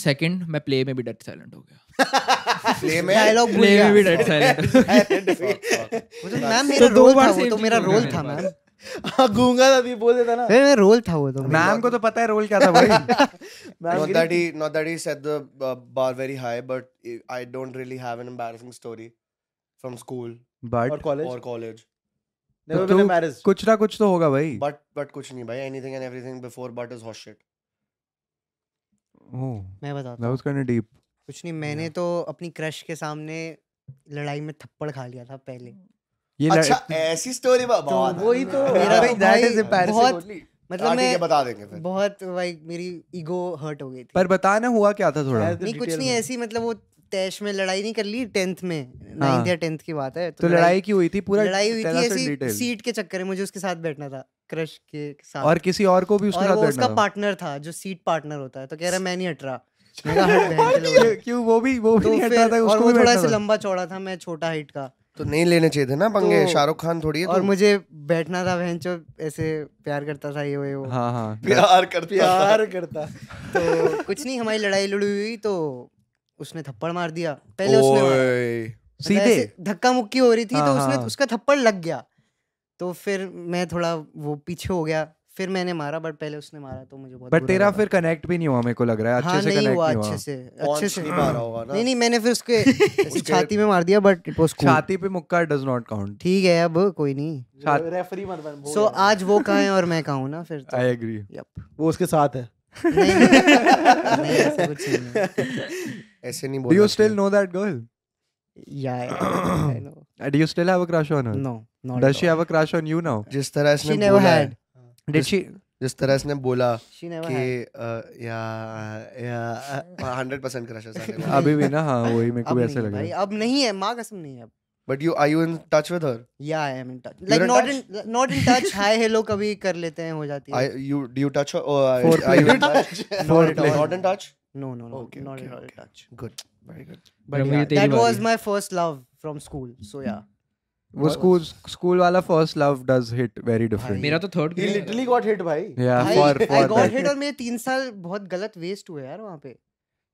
सेकंड मैं प्ले में भी डेड साइलेंट हो गया हाँ।
प्ले में *laughs*
Dialogue भूल
प्ले में भी
गया.
डेड *laughs* साइलेंट
वो तो मैम मेरा
तो दो
रोल
बार
था वो
same
तो
thing
मेरा
हो गया
रोल
मेरे
था
पास।
मैम
गूंगा था भी बोल देता ना
अरे, मेरा रोल था वो तो मेरा।
मैम को तो पता है रोल क्या था *laughs* भाई
मैम
not
गिरी
that
थी।
he not that he set the uh, bar very high but i- i don't really have an embarrassing story from school
और
but
college
or college
never
तो-
बीन एम्बैरेस्ड
कुछ ना कुछ तो होगा भाई
but but कुछ नहीं भाई anything and everything before but is horse shit
ओह
मैं बताता
Oh, that
हूँ
was kind of deep
कुछ नहीं मैंने तो अपनी क्रश के सामने लड़ाई में थप्पड़ खा लिया था पहले
ये लड़-
अच्छा ऐसी स्टोरी
तो
बहुत
वही तो
मेरा
भाई,
तो
that
भाई
is embarrassing
बहुत-
only.
मतलब
हाँ, ठीक है
मैं
बता देंगे फिर
बहुत भाई मेरी ईगो हर्ट हो गई थी
पर बताना हुआ क्या था थोड़ा
ऐसे
नहीं कुछ
detail
नहीं
में।
ऐसी मतलब वो तैश में लड़ाई नहीं कर ली टेंथ में
हाँ।
नाइन्थ या टेंथ की बात है
तो लड़ाई की हुई थी पूरा
लड़ाई हुई
tell
थी
us in
ऐसी
detail.
सीट के चक्कर में मुझे उसके साथ बैठना था क्रश के साथ
और किसी और को भी उसके
और
साथ
वो उसका
बैठना था
पार्टनर था जो सीट पार्टनर होता है तो कह रहा मैं नहीं हट रहा मैं कहा,
*laughs*
"हट बहन के लोगों।"
अच्छा। क्यों- क्यों वो भी वो भी
तो
नहीं हटा
फिर
था
और
उसको
वो
भी
थोड़ा
बैठना
सा
था
लंबा चौड़ा था मैं छोटा हाइट का
तो नहीं लेने चाहिए थे ना पंगे
तो-
शाहरुख खान थोड़ी है
और
तू।
मुझे बैठना था बहन जो ऐसे प्यार करता था ये वो ये वो
हाँ
*laughs*
हाँ
प्यार करती *laughs*
प्यार करता
तो कुछ नहीं हमारी लड़ाई लड़ी हुई तो उसने थप्पड़ मार दिया पहले उसने मारा। मतलब
सीधे
ऐसे धक्का मुक्की हो रही थी
हाँ,
तो उसने
हाँ।
उसका थप्पड़ लग गया तो फिर मैं थोड़ा वो पीछे हो गया फिर मैंने मारा बट पहले उसने मारा तो मुझे बहुत
बट
बुरा
तेरा
लगा।
फिर कनेक्ट भी नहीं हुआ मेरे को लग रहा है अच्छे
हाँ
से
नहीं
कनेक्ट
हुआ
नहीं
अच्छे
हुआ
से अच्छे
पॉन्च
से हाँ।
नहीं मारा होगा ना
नहीं नहीं मैंने फिर
*laughs*
उसके ऐसे छाती में मार दिया बट इट वाज कूल
छाती पे मुक्का डज नॉट काउंट
ठीक है अब कोई नहीं
छात-
रेफरी मत बन
सो आज वो कहाँ है और मैं कहाँ हूँ ना फिर
*laughs*
तो
आई एग्री
यप
वो उसके साथ है
*laughs*
नहीं नहीं नहीं, ऐसा कुछ नहीं है
ऐसे नहीं
डू
बोल
you still know that girl
Yeah,
do you still have a crush on her
हाँ।
no, not
does
at
she
all.
Have a crush on you now
जिस तरह
She
इसने
never
बोला
had.
है,
डिड शी
जिस तरह इसने बोला
She never
कि
had.
अ, या या हंड्रेड परसेंट क्रश है सारे
अभी भी ना हाँ वही मेरे को
अब
भी
नहीं
ऐसे
है
लग
भाई,
रहा
अब नहीं है माँ कसम नहीं है अब
but you are you in touch with her
Yeah, I am in touch. Like
in
not
touch?
in *laughs* not in touch. Hi, hello कभी कर लेते हैं हो जाती है.
I you do you touch her? Oh, I,
Foreplay.
are you in touch?
*laughs* Not
Not
at all.
in touch.
No, no, no,
Okay,
not
okay,
at all in
okay.
touch.
Good, very good.
रमणीय तेरी
That was
बारी।
my first love from school. So
है
yeah.
वो school school वाला first love does hit very
भाई,
different
मेरा तो third
ही लिटरली गॉट हिट भाई
Uh,
या
I,
फॉर
I got
फॉर
hit और मेरे तीन साल बहुत गलत वेस्ट हुए यार वहाँ पे.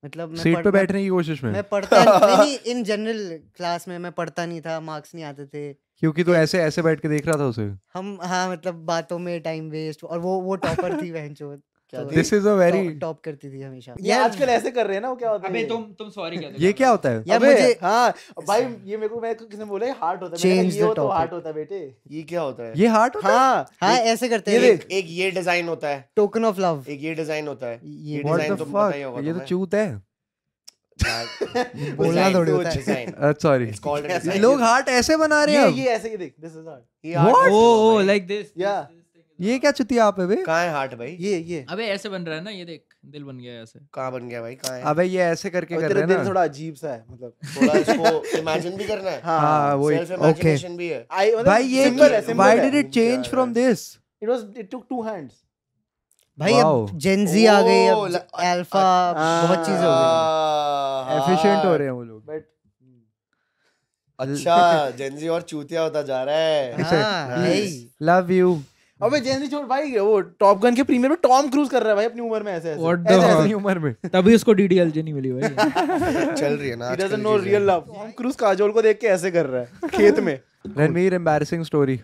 मतलब मैं
सीट पे
पढ़- मैं-
बैठने की कोशिश में
मैं पढ़ता
*laughs*
नहीं- नहीं इन जनरल क्लास में मैं पढ़ता नहीं था मार्क्स नहीं आते थे
क्योंकि तू ऐसे ऐसे बैठ के देख रहा था उसे
हम हाँ मतलब बातों में टाइम वेस्ट और वो वो टॉपर थी बहनचोद
क्या
तो
थी?
This is a very
top करती थी हमेशा
ये आजकल ऐसे कर रहे हैं ना वो क्या होता है
अबे
ये?
तुम तुम सॉरी
तो
क्या
ये क्या होता है
यार
अबे,
मुझे-
हाँ भाई ये मेरे को मैं किसने बोला हार्ट होता है मैंने
Change
कहा, ये
the
हो तो
topic.
हार्ट होता है बेटे
ये क्या होता है
ये हार्ट होता
हाँ
हाँ ऐसे करते
ये
हैं
देख,
एक ये डिजाइन होता है
टोकन ऑफ लव
एक ये डिजाइन
*laughs*
होता है
ये
ये
है व्हाट
design
द
तो पता ही
फक
होगा
ये तो
तुम्हें।
चूत है
बोलना *laughs*
Design
थोड़ी
to
होता है।
design.
*laughs*
Sorry
It's called a design.
Uh, लोग हार्ट ऐसे बना रहे हैं
ये
अब।
ये ऐसे ये देख दिस इज हार्ट
ये art
What?
है
ओ
भाई।
Like this
*laughs* Yeah.
ये क्या चुतिया आप है बे
Oh, कहाँ है हार्ट भाई
ये ये
अबे ऐसे बन रहा है ना ये देख दिल बन गया है ऐसे
कहाँ बन गया भाई कहाँ है
अबे ये ऐसे करके
और
कर
तेरा
रहे हैं
दिल
ना
थोड़ा अजीब सा है मतलब
थोड़ा इसको इमेजिन भी करना है
हाँ
हाँ
वही
सेल्फ इमेजिनेशन भी है
आई मतलब
भाई
simple है
ये
simple
व्हाई
है
did it change from this
it was it took two hands
भाई
Wow.
अब जेंजी आ गई
Oh,
अब
ल-
अल्फा
अच्छा।
बहुत चीजें हो गई
आ,
एफिशिएंट हो
हाँ।
रहे हैं वो लोग
बट
*laughs*
अच्छा जेंजी और चूतिया होता जा रहा है
हाँ,
Nice.
hey.
लव यू
अबे जेनजी छोड़ भाई वो टॉप गन के प्रीमियर में टॉम क्रूज कर रहा है भाई अपनी उम्र में ऐसे ऐसे
What the
ऐसे
fuck?
ऐसे
अपनी उम्र में
*laughs* तभी उसको डीडीएलजे नहीं मिली भाई
*laughs* चल रही है ना
ही
आजकल
डजंट नो
चीजें।
Real love Tom Cruise Kajol को देख के ऐसे कर रहा है खेत
*laughs*
में
Ranveer embarrassing story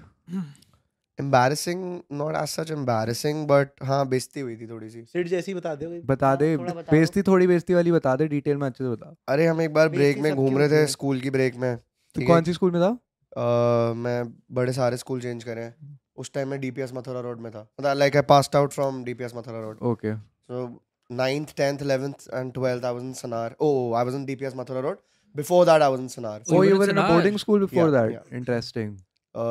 embarrassing not as such embarrassing but हाँ बेइज्जती हुई थी थोड़ी सी
सिट जैसी बता दे भाई
बता
हाँ,
दे
थोड़ा बताओ।
बेइज्जती थोड़ी बेइज्जती वाली बता दे डिटेल में अच्छे से बता
अरे हम एक बार ब्रेक
बेइज्जती
में
सबकी
घूम रहे
होती
थे
है।
स्कूल की ब्रेक में
तू
ठीक है।
कौन सी स्कूल में था
अ, मैं बड़े सारे स्कूल चेंज करे हैं उस टाइम मैं डीपीएस मथुरा रोड में था मतलब like I passed out from DPS Mathura road
okay
so ninth tenth eleventh and twelfth I was in Sanawar oh I was in DPS Mathura road before that I was in Sanawar
Oh,
Oh,
you
you
were
were
in
in a
Sinhar.
boarding school before
Yeah,
that.
yeah.
Interesting.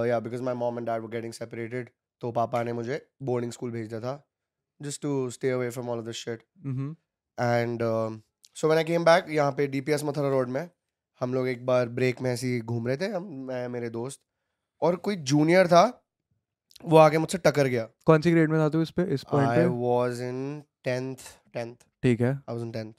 Yeah because my mom and dad were getting separated तो पापा ने मुझे boarding school भेज दिया था just to stay away from all of this shit
Mhm.
And so man I came back यहाँ पे D P S Mathura road में हम लोग एक बार ब्रेक में ऐसे ही घूम रहे थे हम मैं मेरे दोस्त और कोई जूनियर था वो आके मुझसे टकर गया
कौन सी ग्रेड में था तू इस पे इस पॉइंट
आई
पे
वॉज इन टेंथ टेंथ
ठीक है
आई वॉज इन टेंथ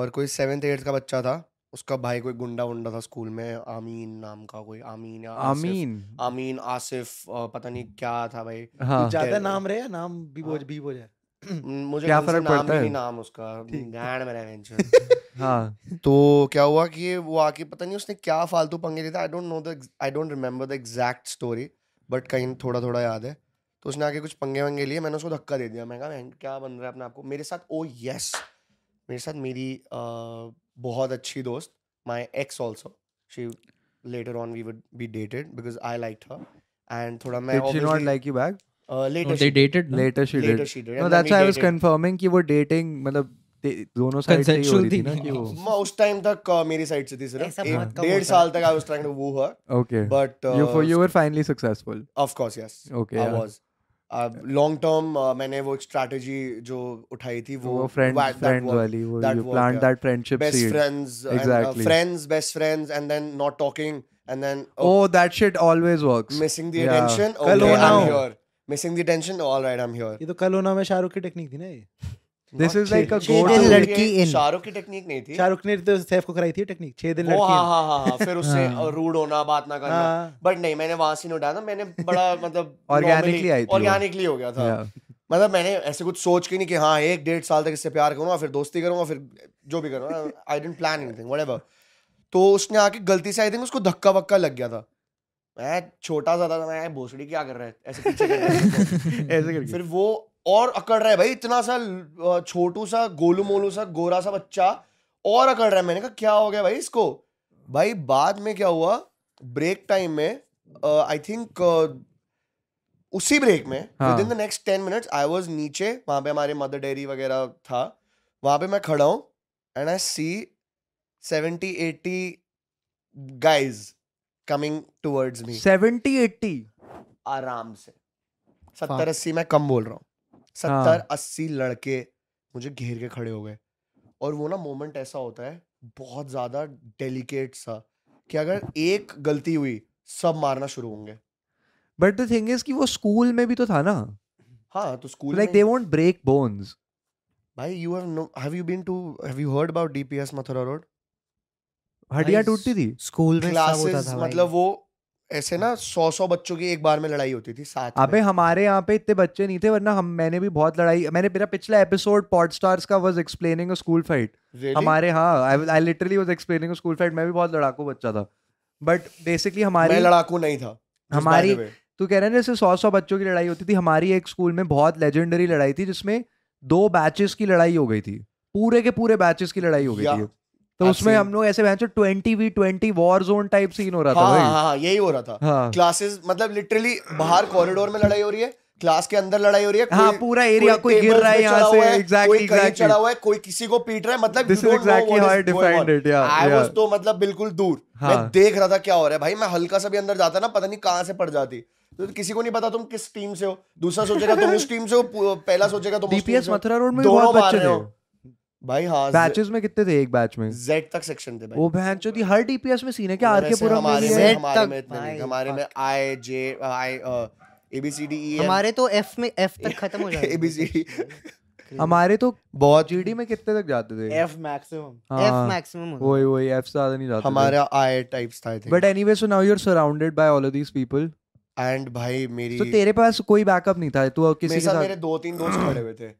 और कोई सेवन्थ एट्थ का बच्चा था उसका भाई कोई गुंडा वुंडा था स्कूल में आमीन नाम का कोई आमीन या आसिफ।
आमीन
आमीन आसिफ अ, पता नहीं क्या था भाई
हाँ
ज्यादा
Terrible.
नाम रहे या नाम भी बोझ
हाँ।
भी बोझ है
मुझे
क्या
ढंग से
फर्क
नाम
पड़ता
भी
है?
नहीं नाम उसका
ठीक।
ध्यान में रहने
*laughs*
दीजिए।
हाँ
तो क्या हुआ कि ये वो आके पता नहीं उसने क्या फालतू पंगे लिए थे I don't know the I don't remember the exact story but कहीं थोड़ा थोड़ा याद है तो उसने आके कुछ पंगे वंगे लिए मैंने उसको धक्का दे दिया मैं कहा "Man, क्या बन रहा है अपने आपको मेरे साथ ओ यस मेरे साथ मेरी अ, बहुत अच्छी दोस्त my ex also she later on we would be dated because I like her and थोड़ा मैं
did she not like you back
later
they dated
later she
later
did
she
no that's why I was confirming कि वो dating मतलब दे- दोनों side से ही हो
Consensual
रही थी
थी।
ना कि वो
म- उस टाइम तक अ, मेरी साइड से थी सिर्फ
ऐसा
एक
बहुत कम
डेढ़
होता
साल तक I was trying to woo her *laughs*
okay
but
you for you were finally successful
of course yes
Okay,
I
yeah.
Was long term uh, मैंने वो स्ट्रैटेजी जो उठाई थी
वो
वो
friends friends वाली वो
that
you
worked,
plant
yeah.
that friendship
best
seed
friends
Exactly.
Friends best friends and then not talking and then
oh that shit always works
missing the
Oh, yeah.
Attention
कल
okay
हो
I
ना
am
हो।
Here missing the attention alright I am here
ये तो कल होना में शाहरुख की टेक्निक थी ना ये
this is like a
She
go
did
to
लड़की in.
शाहरुख की टेक्निक नहीं थी
शाहरुख ने तो सैफ को कराई थी टेक्निक छह दिन
ओ
लड़की
हाँ
है।
हाँ हाँ हाँ फिर
*laughs*
उससे
हाँ।
रूड होना बात ना करना
हाँ।
बट नहीं मैंने वहां से नहीं उठाया था मैंने बड़ा
*laughs*
मतलब
Organically आई थी वो।
ऑर्गेनिकली हो गया था
Yeah.
मतलब मैंने ऐसे कुछ सोच के नहीं कि हाँ एक डेढ़ साल तक इससे प्यार करूंगा फिर दोस्ती करूंगा फिर जो भी करूंगा I didn't plan anything whatever तो उसने आके गलती से आई थिंक उसको धक्का वक्का लग गया था मैं छोटा सा था तो मैं भोसड़ी क्या कर रहा है ऐसे पीछे कर रहा है
ऐसे करके
फिर वो और अकड़ रहा है भाई इतना सा अ, छोटू सा गोलू मोलू सा गोरा सा बच्चा और अकड़ रहा है मैंने कहा क्या हो गया भाई इसको भाई बाद में क्या हुआ ब्रेक टाइम में आई थिंक उसी ब्रेक में
हाँ।
Within the next ten minutes I was नीचे वहां पे हमारे मदर डेयरी वगैरह था वहां पे मैं खड़ा हूँ and I see seventy eighty guys coming towards me
70 80
आराम से सत्तर अस्सी मैं कम बोल रहा हूँ
हाँ।
सत्तर अस्सी लड़के मुझे घेर के खड़े हो गए और वो ना मोमेंट ऐसा होता है बहुत ज्यादा डेलिकेट सा कि अगर एक गलती हुई सब मारना शुरू होंगे
but the thing is कि वो स्कूल में भी तो था ना
हाँ तो स्कूल
like they
में
won't break bones
भाई you have no have you been to have you heard about DPS Mathura road
हड्डियां
भाई,
टूटती थी
स्कूल में सब होता
क्लासेस
था
मतलब वो ऐसे ना सौ सौ बच्चों की एक बार में लड़ाई होती थी साथ
अबे
में
हमारे यहाँ पे इतने बच्चे नहीं थे वरना हम मैंने भी बहुत लड़ाई मैंने मेरा पिछला एपिसोड पॉड स्टार्स का was explaining a school fight
Really?
हमारे हाँ I I literally was explaining a school fight मैं भी बहुत लड़ाकू बच्चा था बट बेसिकली
मैं
हमारी
लड़ाकू नहीं था Just by the
हमारी-
way.
तू कह रहा है ना जैसे सौ सौ बच्चों की लड़ाई होती थी हमारी एक स्कूल में बहुत लेजेंडरी लड़ाई थी जिसमें दो बैचेस की लड़ाई हो गई थी पूरे के पूरे बैचेस की लड़ाई हो गई
Yeah,
थी तो
I've
उसमें
seen.
हम लोग ऐसे batch twenty v twenty war zone type scene हो रहा
हाँ
था
हाँ,
भाई
हाँ यही हो रहा था
हाँ
क्लासेस मतलब लिटरली बाहर कॉरिडोर में लड़ाई हो रही है क्लास के अंदर लड़ाई हो रही है
हाँ
कोई-
पूरा एरिया
कोई
कोई गिर
tables
रहा है
पे
यहाँ
चढ़ा
से
हुआ है,
एग्जैक्टली
कोई कहीं चढ़ा
एग्जैक्टली
हुआ है कोई किसी को पीट रहा है मतलब
this is exactly how I defined it yeah
I was तो मतलब बिल्कुल दूर
हाँ।
मैं देख रहा था क्या हो रहा है भाई मैं हल्का सा भी अंदर जाता ना पता नहीं कहाँ से पड़ जाती तो किसी को नहीं पता तुम किस टीम से हो दूसरा सोचेगा तुम उस टीम से हो पू- पहला सोचेगा तुम उस टीम
डीपीएस
से हो
मथुरा रोड में भी
दोनों
बहुत
मार
बच्चे
रहे हो
थे
भाई हाँ
बैचेस में कितने थे एक बैच में
जेड तक सेक्शन थे भाई
वो बहन चोदी हर डीपीएस में सीन है क्या
और
आर के
वैसे
पुरम में
हमारे
भी
Z
है
में हमारे
तक,
में इतने नहीं
भाई,
हमारे में I J I A B C D E
हमारे तो एफ में एफ तक खत्म हो
ए
जाएगा
बी सी डी
हमारे तो
बहुत
जीडी में कितने तक जाते थे
हाँ। F maximum.
*laughs*
एफ
हाँ,
मैक्सिमम हो
वही वही एफ ज्यादा नहीं जाते
हमारा आई टाइप्स था I
but anyway so now you are surrounded by all of these people
and भाई मेरी
तो तेरे पास कोई बैकअप नहीं था तू किसी
मेरे
के
साथ
साथ
मेरे दो तीन दोस्त खड़े हुए
*clears throat*
थे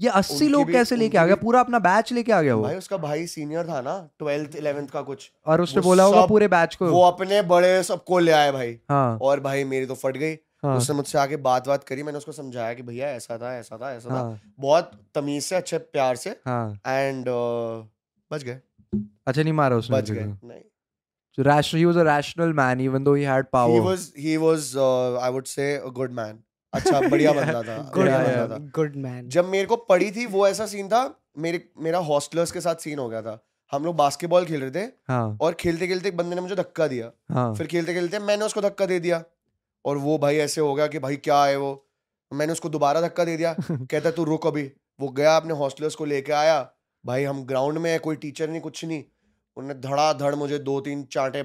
ये 80
उनकी
लोग
भी-
कैसे लेके आ
उनकी
गया
भी-
पूरा अपना बैच लेके आ गया वो
भाई उसका भाई सीनियर था ना ट्वेल्थ 11th का कुछ
*clears throat* और उसने
वो
बोला होगा
सब-
पूरे बैच को
वो अपने बड़े सबको ले आए भाई
हाँ
और भाई मेरी तो फट गई
हाँ
उसने मुझसे आके बात बात करी मैंने उसको समझाया कि भैया ऐसा था ऐसा था ऐसा था
हाँ
बहुत तमीज से अच्छे प्यार से
हाँ
एंड बच गए
अच्छा नहीं मारा उसने
बच
किसी
गए
को।
नहीं
So rational, he was a rational man, even though he had power.
he was he was uh, I would say a good man.
*laughs*
अच्छा बढ़िया
Yeah,
बंदा था
good
बढ़िया
man.
बंदा था
गुड मैन
जब मेरे को पड़ी थी वो ऐसा सीन था मेरे मेरा हॉस्टलर्स के साथ सीन हो गया था हम लोग बास्केटबॉल खेल रहे थे
हाँ
और खेलते खेलते एक बंदे ने मुझे धक्का दिया
हाँ
फिर खेलते खेलते मैंने उसको धक्का दे दिया और वो भाई ऐसे हो गया कि भाई क्या है वो मैंने उसको दोबारा धक्का दे
*laughs*
दिया कहता तू रुक अभी वो गया अपने हॉस्टलर्स को लेके आया भाई हम ग्राउंड में है कोई टीचर नहीं कुछ नहीं उन्होंने धड़ाधड़ मुझे दो तीन चांटे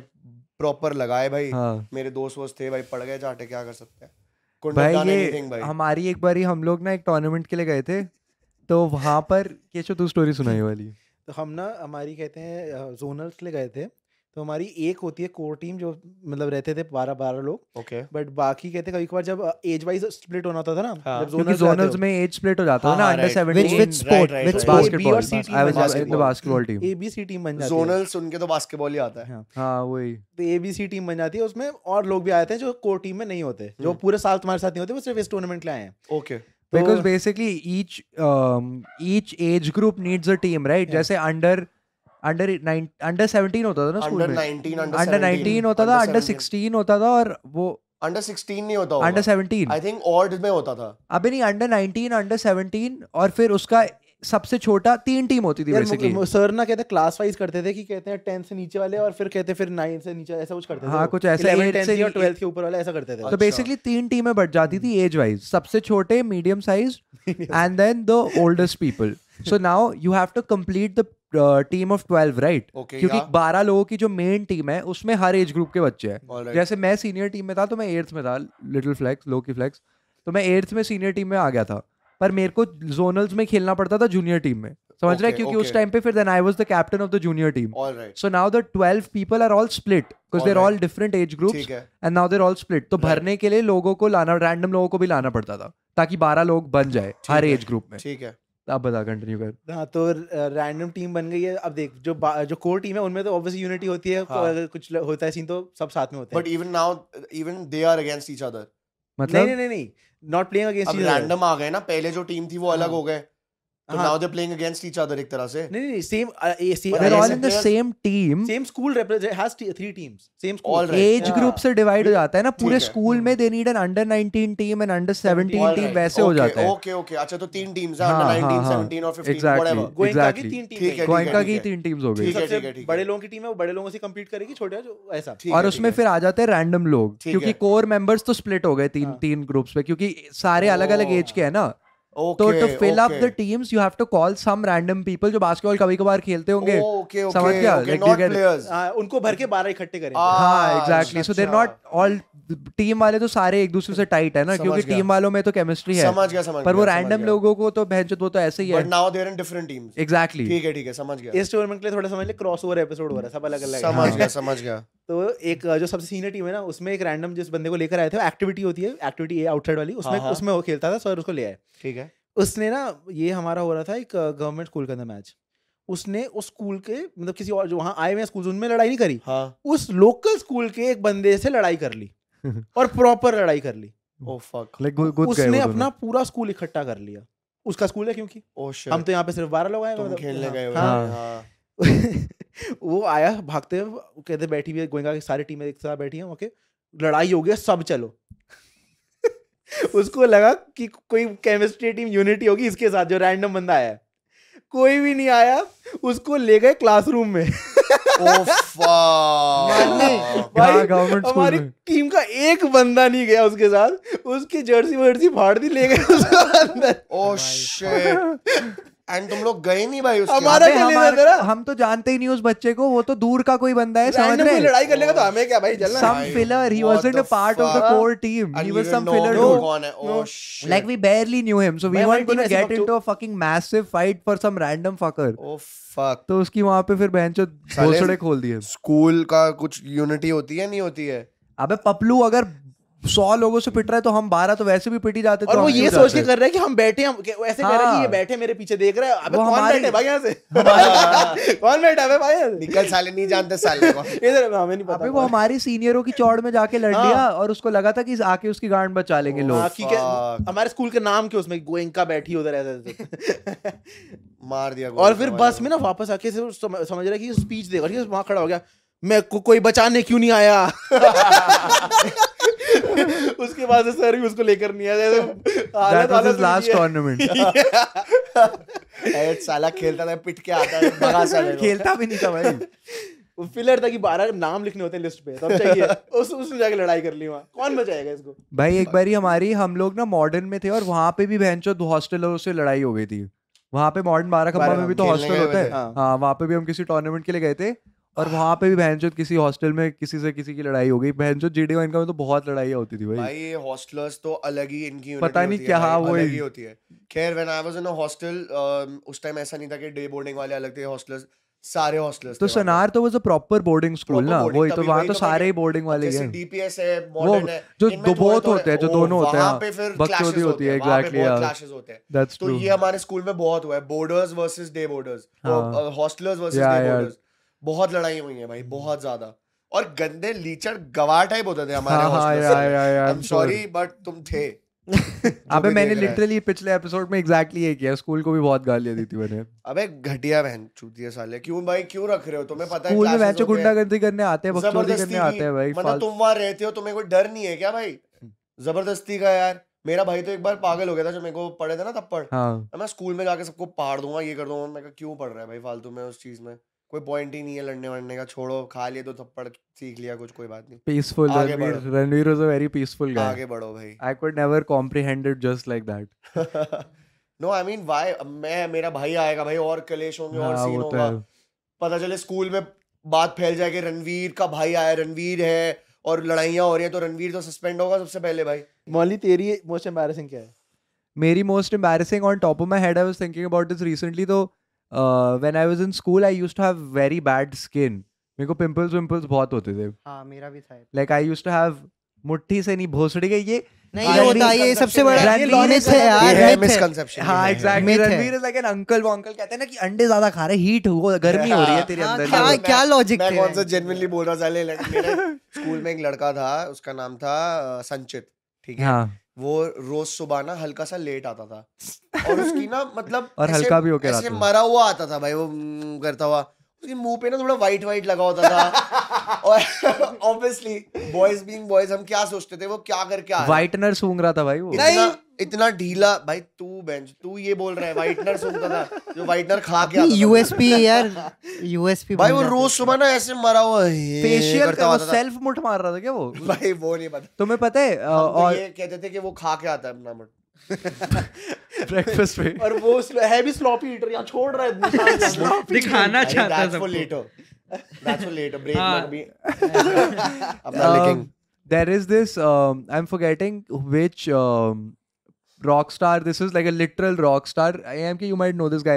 प्रॉपर लगाए भाई
हाँ
मेरे दोस्त वोस्त थे भाई पड़ गए जाटे क्या कर सकते हैं Could not
भाई
done
ये
anything, भाई
हमारी एक बारी हम लोग ना एक टूर्नामेंट के लिए गए थे तो वहां पर केशव तू स्टोरी सुनाई वाली
तो हम ना हमारी कहते हैं जोनल्स ले गए थे तो हमारी एक होती है कोर टीम जो मतलब रहते थे बारह बारह लोग
ओके
बट बाकी कहते हैं कभी कभार जब एज वाइज स्प्लिट होना होता था ना
हाँ।
जब
क्योंकि
zonals जाते
जोनल्स
हो,
में एज स्प्लिट हो जाता है ना
हाँ,
under
right.
Which
seventeen
which sport?
right,
Which
right, right.
sport?
और
basketball
C team
I was in the
basketball.
Basketball team
A B C team बन जाती है
जोनल सुन के तो बास्केटबॉल ही आता है
हाँ,
हाँ वही
तो ए बी सी टीम बन जाती है उसमें और लोग भी आते हैं जो कोर टीम में नहीं होते जो
हम्म।
पूरे साल तुम्हारे साथ नहीं होते वो सिर्फ इस टूर्नामेंट के लिए आए हैं
ओके
तो-
because basically each um, each age group needs a team right
Yeah.
जैसे अंडर अंडर अंडर 17 होता था ना स्कूल
अंडर
में
19
अंडर 19 होता था अंडर 16 होता था और वो
Oh,
अंडर 16 नहीं होता
अंडर
होगा
17
आई थिंक ऑड में होता था
अभी नहीं अंडर 19 अंडर 17 और फिर उसका सबसे छोटा तीन टीम होती थी
यार
बेसिकली
मु- सर ना कहते क्लास वाइज करते थे कि कहते हैं टेंथ से नीचे वाले और फिर कहते फिर नाइन से नीचे ऐसा कुछ करते थे
हाँ,
वो।
कुछ ऐसा
11,
eight
10th
से
की और
ही-
ट्वेल्थ के ऊपर वाला ऐसा करते थे
तो
अच्छा। हम्म।
बेसिकली तीन टीमें बढ़ जाती थी एज वाइज सबसे छोटे medium
*laughs*
size and then the oldest people so now you have to complete the team of 12 right
okay
क्योंकि 12 लोगों की जो मेन टीम है उसमें हर एज ग्रुप के बच्चे हैं जैसे मैं सीनियर टीम में था तो मैं एट्थ में था लिटिल फ्लैक्स लो की फ्लैक्स तो मैं एट्थ में सीनियर टीम में आ गया था पर मेरे को जोनल्स में खेलना पड़ता था जूनियर टीम में समझ रहे
Okay,
क्योंकि उस
okay.
टाइम पे फिर then I was the captain of the junior team
alright
so now the 12 people are all split because they are all
Alright.
Different age groups
ठीक है
and now they're all split तो
Right.
भरने के लिए लोगों को लाना random लोगों को भी लाना पड़ता था ताकि बारह लोग बन जाए हर
है,
एज ग्रुप में
ठीक है
आप बता कंटिन्यू कर
हाँ तो रैंडम टीम बन गई है अब देख जो बा- जो कोर टीम है उनमें तो ऑब्वियसली यूनिटी होती है
हाँ।
अगर कुछ ल- होता है सीन तो सब साथ में होते हैं
but even now even they are against each other
नहीं नहीं
मतलब
नहीं नहीं नॉट प्लेइंग अगेंस्ट
अब रैंडम आ गए ना पहले जो टीम थी वो अलग हो
हाँ।
गए तो
हाँ।
Now they playing against each other एक तरह से
नहीं नहीं uh, same
But
there
I
all
guess
in the
there's-
same team
same school represent has three teams same
All
school
right. हाँ।
एज ग्रुप से डिवाइड हो जाता है ना पूरे
ठीक है, हम्म।
स्कूल में they need an under 19 team and under 17 team
Alright,
वैसे हो जाता है
ओके ओके अच्छा तो तीन टीम्स हैं
हाँ,
अंडर
हाँ,
19
हाँ.
17 और 15
Exactly.
whatever
गोइंका की
Exactly.
तीन टीम
ठीक है, ठीक
गोयनका
है,
की
ठीक है।
तीन टीम्स हो गई
ठीक है, ठीक है,
सबसे
ठीक है।
बड़े लोगों की टीम है वो बड़े लोगों से compete करेगी छोटे जो ऐसा
ठीक
और
है,
उसमें
ठीक है।
फिर आ जाते हैं रैंडम लोग
ठीक
क्योंकि
है।
कोर मेंबर्स तो स्प्लिट हो गए तीन
हाँ।
तीन ग्रुप्स में क्योंकि सारे अलग अलग एज के हैं ना तो
Okay,
to fill up the
okay.
Teams you have to call some random people जो बास्केटबॉल कभी कभार खेलते होंगे
Oh, Okay, okay,
समझ गया?
okay,
Like,
not
they get-
players.
हाँ, उनको भर के बारह इकट्ठे करेंगे
आ,
हाँ
अच्छा,
exactly so they're not all team वाले तो सारे एक दूसरे से टाइट है ना
समझ
क्योंकि
गया।
टीम वालों में तो केमिस्ट्री है
समझ गया समझ
पर वो
गया, समझ
रैंडम
गया।
लोगों को तो बहन वो तो ऐसे ही है
But now they're in different teams.
Exactly
ठीक है ठीक है समझ गया हाँ।
इस टूर्नामेंट के लिए थोड़ा समझ ले क्रॉस ओवर एपिसोड हो रहा है सब अलग अलग
समझ गया समझ गया
तो एक अ, जो सबसे सीनियर टीम है ना उसमें एक रैंडम जिस बंदे को लेकर आए थे एक्टिविटी होती है एक्टिविटी आउटसाइड वाली उसमें
हाँ, हाँ।
उसमें वो खेलता था सर उसको ले आए
ठीक है
उसने ना ये हमारा हो रहा था एक गवर्नमेंट स्कूल का था मैच उसने उस स्कूल के मतलब किसी और जो वहाँ आए हुए स्कूल उनमें लड़ाई नहीं करी
हाँ
उस लोकल स्कूल के एक बंदे से लड़ाई कर
*laughs*
ली और प्रॉपर लड़ाई कर ली
ओ फक
लाइक गुड
उसने अपना पूरा स्कूल इकट्ठा कर लिया उसका स्कूल है क्योंकि
ओ
हम तो यहाँ पे सिर्फ बारह लोग आए हैं,
Oh, तुम
मतलब-
खेलने
हाँ,
गए हो
हाँ
हाँ।
*laughs* वो आया भागते हुए वो कहते बैठी हुई है गोयनका की सारी टीमें एक साथ बैठी हैं ओके लड़ाई हो गई है, सब चलो *laughs* उसको लगा कि कोई केमिस्ट्री टीम यूनिटी होगी इसके साथ जो रैंडम बंदा आया है। कोई भी नहीं आया उसको ले गए क्लासरूम
*laughs*
में
ओ Oh, fuck. Oh,
भाई,
हाँ, government school
हमारी
में।
टीम का एक बंदा नहीं गया उसके साथ उसकी जर्सी वर्सी फाड़ दी ले गए उसको अंदर
Oh shit. And तुम लोग गए नहीं भाई उसके
हमारा-
बाद?
अबे
क्या लेना
हमारे-
तेरा?
हम तो जानते ही नहीं उस बच्चे को वो तो दूर का कोई बंदा है समझ
Random
रहे
कोई
हैं?
लड़ाई कर लेगा तो हमें क्या भाई चलना
some
Right.
filler he
What
wasn't
the
a part of the
fuck?
core team
And
he
you
was
didn't
some
know
filler
who
dude
कौन है? Oh shit.
like we barely knew him so we
भाई, हमारी
weren't
team
gonna
ऐसी
get
बकचोद-
into a fucking massive fight for some random fucker
Oh fuck.
तो उसकी वहां पे फिर बहन चो
साले-
भोसड़े खोल दिए
स्कूल का कुछ यूनिटी होती है नहीं होती है
अबे पपलू अगर सौ लोगों से पिट रहा है तो हम बारह तो वैसे भी पिट ही जाते
और
तो
वो
हम
ये
क्यों
सोच के
जाते?
कर रहा है कि हम बैठे हम वो ऐसे कर रहा है कि ये
हाँ।
बैठे मेरे पीछे देख रहा है अबे
वो
कौन
हमारे-
बैठे भाई यहाँ से *laughs* कौन बैठा है बे भाई यहाँ से?
निकल साले नहीं जानते साले को
इधर हमें नहीं पता
अबे वो हमारी सीनियरों की चौड़ में जाके लड़
हाँ।
लिया और उसको लगा था कि आके उसकी गांड बचा लेंगे
हाँ,
लोग
हाँ, कि क्या-
Fuck.
हमारे स्कूल के नाम के उसमें गोयनका बैठी उधर ऐसे ऐसे।
*laughs*
मार दिया तो
और फिर बस में ना वापस आके सिर्फ सम- समझ रहा है कि स्पीच देगा ठीक है वहां खड़ा हो गया मैं को, कोई बचाने क्यों नहीं आया *laughs* उसके बाद से सर भी उसको लेकर नहीं आया ऐसे हालत-
दैट वाज
हालत
हिज लास्ट
हुई है।
टूर्नामेंट
*laughs*
ए, साला खेलता था पिट के आता है भगा
*laughs*
साले को
खेलता भी नहीं था भाई
फिलर था कि बारह नाम लिखने होते हैं लिस्ट पे सब *laughs* चाहिए उस उसने जाके लड़ाई कर ली वहाँ कौन बचाएगा इसको
भाई एक बारी हमारी हम लोग ना मॉडर्न में थे और वहां पे भी बहन चोद हॉस्टलों से लड़ाई हो गई थी वहां पे मॉडर्न बारह खम्बा में भी तो
खेलने
हॉस्टल
गए
होता है
हुए थे।
हाँ।
हाँ वहां पे भी हम किसी टूर्नामेंट के लिए गए थे और वहां पे भी बहन चोद किसी हॉस्टल में किसी से किसी की लड़ाई हो गई बहन चोद जीडीओ इनका में तो बहुत लड़ाइयाँ होती थी भाई
भाई ये hostlers तो अलग ही इनकी unity
पता नहीं
होती है
क्या
भाई,
वो
अलग
ही-
ही होती है खैर when I was in a hostel um, उस टाइम ऐसा नहीं था कि डे बोर्डिंग वाले अलग थे हॉस्टलर्स सारे हॉस्टलर्स
तो सनार तो वो जो प्रॉपर बोर्डिंग स्कूल
Proper
ना
boarding,
वही तो
तभी
वहाँ
वही
तो
तो
सारे ही
बाकी-
बोर्डिंग वाले ही
जैसे
हैं
डीपीएस है
वो
मॉडर्न है
जो
इनमें
दो
थोड़े-
बहुत
थोड़े-
होते हैं जो
ओ,
दोनों होते हैं
वहाँ
हाँ।
पे फिर
बकचोदी
clashes
होती है,
वहाँ पे
exactly,
बहुत
हाँ।
clashes होते हैं
दैट्स
तो
ट्रू
ये हमारे स्कूल में बहुत हुआ है बोर्डर्स वर्सेस डे बोर्डर्स
हाँ।
Hostellers versus
Yeah,
day
yeah.
Boarders बहुत लड़ाई हुई है भाई बहुत ज्यादा और गंदे लीचर गवा टाइप होते थे हमारे
हाँ, हाँ,
hostel
yeah, yeah, yeah,
I
I'm
am sorry but तुम थे
*laughs*
जो
अबे
भी
मैंने
देख रहा है।
लिटरली पिछले एपिसोड में एग्जैक्टली ये किया स्कूल को भी बहुत गालियाँ दी थी
*laughs*
मैंने
अबे घटिया बहन चूतिया साले क्यों भाई क्यों रख रहे हो तुम्हें पता है
स्कूल में
classes
मैचो
होते हैं,
गुंडागर्दी करने आते हैं बकचोदी
जबरदस्ती
करने
की।
आते हैं भाई
मतलब
फालतू हम्म।
तुम वहां रहते हो तुम्हें कोई डर नहीं है क्या भाई जबरदस्ती का यार मेरा भाई तो एक बार पागल हो गया था जो मेरे को पड़े थे ना थप्पड़
हाँ
मैं स्कूल में जाके सबको पाड़ दूंगा ये कर दूंगा मैं कहा क्यों पढ़ रहा है भाई फालतू में उस चीज में कोई पॉइंट ही नहीं है लड़ने वड़ने का छोड़ो खा लिए तो थप्पड़ सीख लिया कुछ कोई बात नहीं
पीसफुल
आगे
रणवीर
बढ़ो।
Ranveer was a very peaceful guy
आगे बढ़ो भाई *laughs*
आई could never comprehended just like that
no I mean why मैं मेरा भाई आएगा भाई और कलेश होंगे और
हाँ
सीन
वो तो
होगा
है
पता चले स्कूल में बात फैल जाए कि रणवीर का भाई आया रणवीर है और लड़ाइयाँ हो रही हैं तो रणवीर तो सस्पेंड होगा सबसे पहले भाई
मौली तेरी मोस्ट एम्बेसिंग क्या है
मेरी most embarrassing on top of my head i was thinking about this recently though uh, when i was in school i used to have very bad skin मेरे को pimples पिंपल्स बहुत होते थे
हाँ मेरा भी था
like i used to have मुट्ठी से नहीं भोसड़ी के ये
नहीं
हाँ,
ये
ये
होता है, ये
misconception
सबसे
है।
बड़ा
ये logic
myth
है।
है
ये
यार
है
myth है।
हाँ एग्जैक्टली
Myth है।
Ranveer is like an uncle वो अंकल कहते हैं ना कि अंडे ज्यादा खा रहे हीट हो गर्मी हो रही है तेरे
हाँ,
अंदर
क्या
ये।
क्या लॉजिक
मैं कौन सा जेनविनली बोल रहा साले लड़-
*laughs*
मेरे स्कूल में एक लड़का था उसका नाम था अ, संचित ठीक है
हाँ
वो रोज सुबह ना हल्का सा लेट आता
*laughs*
था और उसकी ना मतलब
और
ऐसे-
हल्का भी होके
ऐसे
आता था।
मरा हुआ आता था भाई वो "Mm" करता हुआ उसके मुंह पे ना थोड़ा वाइट वाइट लगा
*laughs*
होता था और ऑब्वियसली बॉयज बीइंग बॉयज हम क्या सोचते थे वो क्या करके आ रहा है।
वाइटनर सूंघ रहा था भाई वो
इतना इतना ढीला भाई तू बेंच तू ये बोल रहा है व्हाइटनर सूंघता था जो व्हाइटनर खा के आता था।
यूएसपी यार यूएसपी
भाई वो रोज सुबह ना ऐसे मरा हुआ ये
फेशियल
करता
का वो
हुआ आता था।
सेल्फ मुठ मार रहा था क्या वो
*laughs* भाई वो नहीं पता
तुम्हें पता है अ,
हम तो
और
ये कहते थे कि वो खा के आता है अपना मट
ब्रेकफास्ट पे
और वो स्लो- है भी स्लॉपी ईटर यहाँ छोड़ रहा है निशान
*laughs*
यहाँ पे।
दिखाना चाहता
दैट्स फॉर
सबको
later that's for later break
*laughs*
हाँ।
में भी अपना
Um,
लेकिन
there is this um, i'm forgetting which um, rock star this is like a literal rock star amk you might know this guy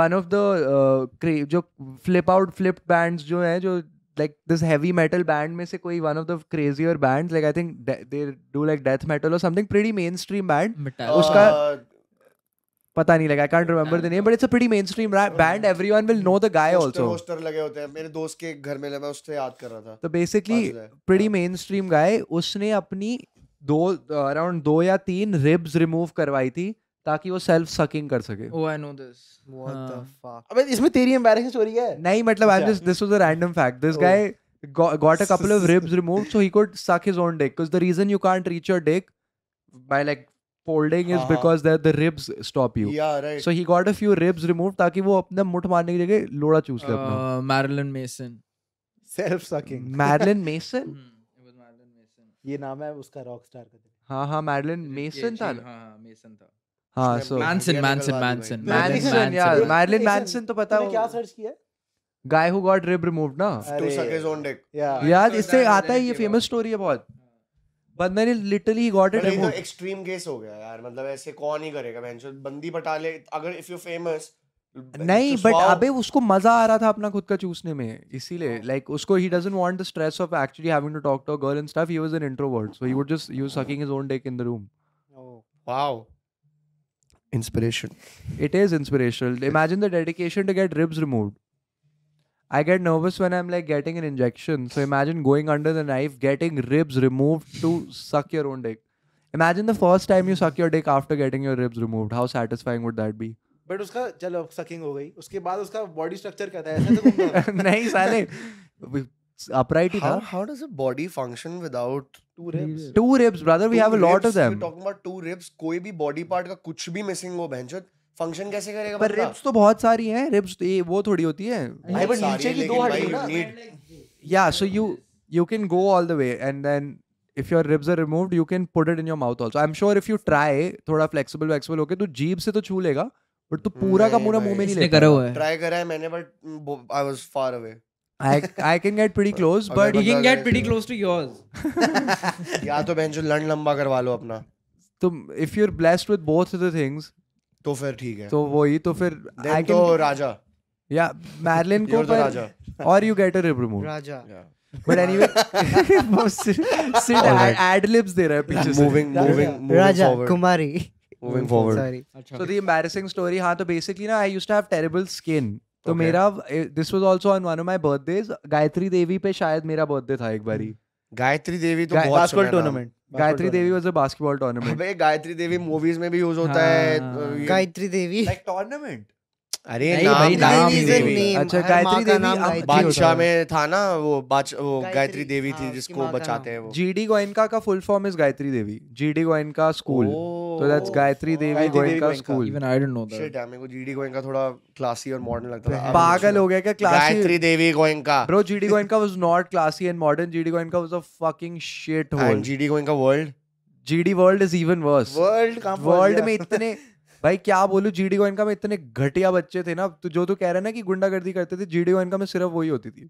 one of the uh, cra- जो flip out flipped bands जो हैं जो like this heavy metal band में से कोई one of the crazier bands like i think de- they do like death metal or something pretty mainstream band
Oh,
मिटा
उसका- पता नहीं like i can't remember the name but it's a pretty mainstream ra- band everyone will know the guy also
होस्टर लगे होते हैं मेरे दोस्त के घर में मैं उससे याद कर रहा था
तो basically
बाजू में।
pretty mainstream guy उसने अपनी दो अराउंड दो या तीन रिब्स रिमूव करवाई थी ताकि वो सेल्फ सकिंग कर सके
Oh, I know this.
What the
हाँ.
fuck?
अबे इसमें तेरी एम्बैरेसिंग स्टोरी क्या है
नहीं मतलब आई
अच्छा।
Just this was a random fact this
Oh.
guy got, got a couple of ribs removed so he could suck his own dick because the reason you can't reach your dick by like folding is
हाँ, हाँ.
because the the ribs stop you
Yeah, right.
so he got a few ribs removed ताकि वो अपने मुठ मारने की जगह लोड़ा चूस ले अपना
Uh, Marilyn Mason.
Self sucking
Madeline Mason
Hmm, It was Marilyn Mason.
ये नाम है उसका रॉकस्टार का
हाँ हाँ मैडलिन
Rib
मेसन
cage,
था
हाँ,
ना?
हाँ, Mason था.
हाँ
उसने
सो
अपना-
Manson,
Marilyn
Manson,
वाली भाई।
Manson. Marilyn
मैनसन यार
Manson.
मैडलिन
Marilyn-
मैनसन तो पता
तूने क्या
है
सर्च किया
guy who got rib removed ना
to
अरे।
suck his own dick.
या
Uh, I
यार
saw
इससे
that
आता है ये
already
फेमस
about-
स्टोरी है बहुत
हाँ।
बंदे ने लिटरली ही गॉट इट
पर ये तो
रिमूव्ड
एक्सट्रीम केस हो गया यार मतलब ऐसे कौन ही करेगा बहनचोद बंदी बटा ले अगर इफ यू फेमस
नहीं बट अबे उसको मजा आ रहा था अपना खुद का चूसने में
हाँ।
इसीलिए लाइक उसको he doesn't want the stress of actually having to talk to a girl and stuff he was an introvert so he would just use sucking his own dick in the room
wow inspiration
it is inspirational imagine the dedication to get ribs removed I get nervous when I'm like getting an injection. So imagine going under the knife, getting ribs removed to suck your own dick. Imagine the first time you suck your dick after getting your ribs removed. How satisfying would that be? *laughs*
But उसका चलो sucking हो गई उसके बाद उसका body structure क्या था ऐसे तो घूमता था
नहीं साले अपराइट ही था
how how does a body function without
two ribs
two ribs brother we
two
have a lot of
ribs?
Them
We're talking about two ribs. कोई भी बॉडी पार्ट का कुछ भी मिसिंग हो बहनचोद फंक्शन कैसे करेगा
पर
बंदा?
रिब्स तो बहुत सारी हैं रिब्स ये वो थोड़ी होती है
भाई बट
सारी
नीचे
है,
की दो
लेकिन
हड्डी
भाई
ना
you need-
या so you you can go all the way and then if your ribs are removed you can put it in your mouth also I am sure if you try थोड़ा flexible flexible होके तो जीभ से तो छू लेगा but तू पूरा का
नहीं
पूरा
भाई,
मुंह में नहीं
इसने
लेगा
करा हुआ है.
ट्राई करा है मैंने but I was far away
I I can get
*laughs*
pretty close
अगर
बट
You can
बंदा
get pretty
ऐसे-
close to yours.
या तो बहनचोद लंड लंबा करवा लो अपना
तुम if you are blessed with both the things
तो फिर ठीक है
तो वही तो फिर आई
देन तो
कैन
राजा
या
*laughs*
मैरलिन को
You're the राजा।
पर और you get a rib removed
*laughs*
Raja
but anyway *laughs* वो सिड एड लिप्स दे रहा है पीछे से
moving moving moving
Raja
forward
Kumari
moving forward
sorry
So the embarrassing story, हाँ तो basically ना I used to have terrible skin. तो
Okay.
मेरा this was also on one of my birthdays Gayatri Devi पे शायद मेरा बर्थडे था एक बारी
गायत्री देवी तो
गा-
बहुत सुना
बास्केटबॉल
है नाम।
Tournament
Gayatri Devi was a basketball tournament
*laughs* अबे गायत्री देवी मूवीज में भी यूज होता है
हाँ।
तो ये-
गायत्री देवी
लाइक टूर्नामेंट
अरे
नहीं
नाम
भाई, नाम
गायत्री
ही
देवी
नहीं।
है।
अच्छा
हर माँ
गायत्री
का
देवी
नाम
अब
गायत्री
अच्छी होता
बादशाह
है।
में था ना वो बादशाह वो
गायत्री,
गायत्री देवी
हाँ,
थी
उसकी
जिसको
माँ का
बचाते हैं वो
जीडी गोयनका का full form is Gayatri Devi GD Goenka school तो that's
Oh,
Gayatri Devi
Gayatri Devi
Goenka
Goenka.
School
Even I didn't know that.
shit यार मेरे को जीडी गोयनका थोड़ा क्लासी और मॉडर्न लगता था अब
पागल हो गया क्या
Gayatri
classy
Devi Goenka
bro GD Goenka was not classy and modern GD Goenka was a fucking shit hole
and GD Goenka world
GD world is even worse
world कहां
वर्ल्ड में इतने भाई क्या बोलूं जीडी गोयनका में इतने घटिया बच्चे थे ना तो जो तू कह रहा है ना कि गुंडागर्दी करते थे जीडी गोयनका में सिर्फ वही होती थी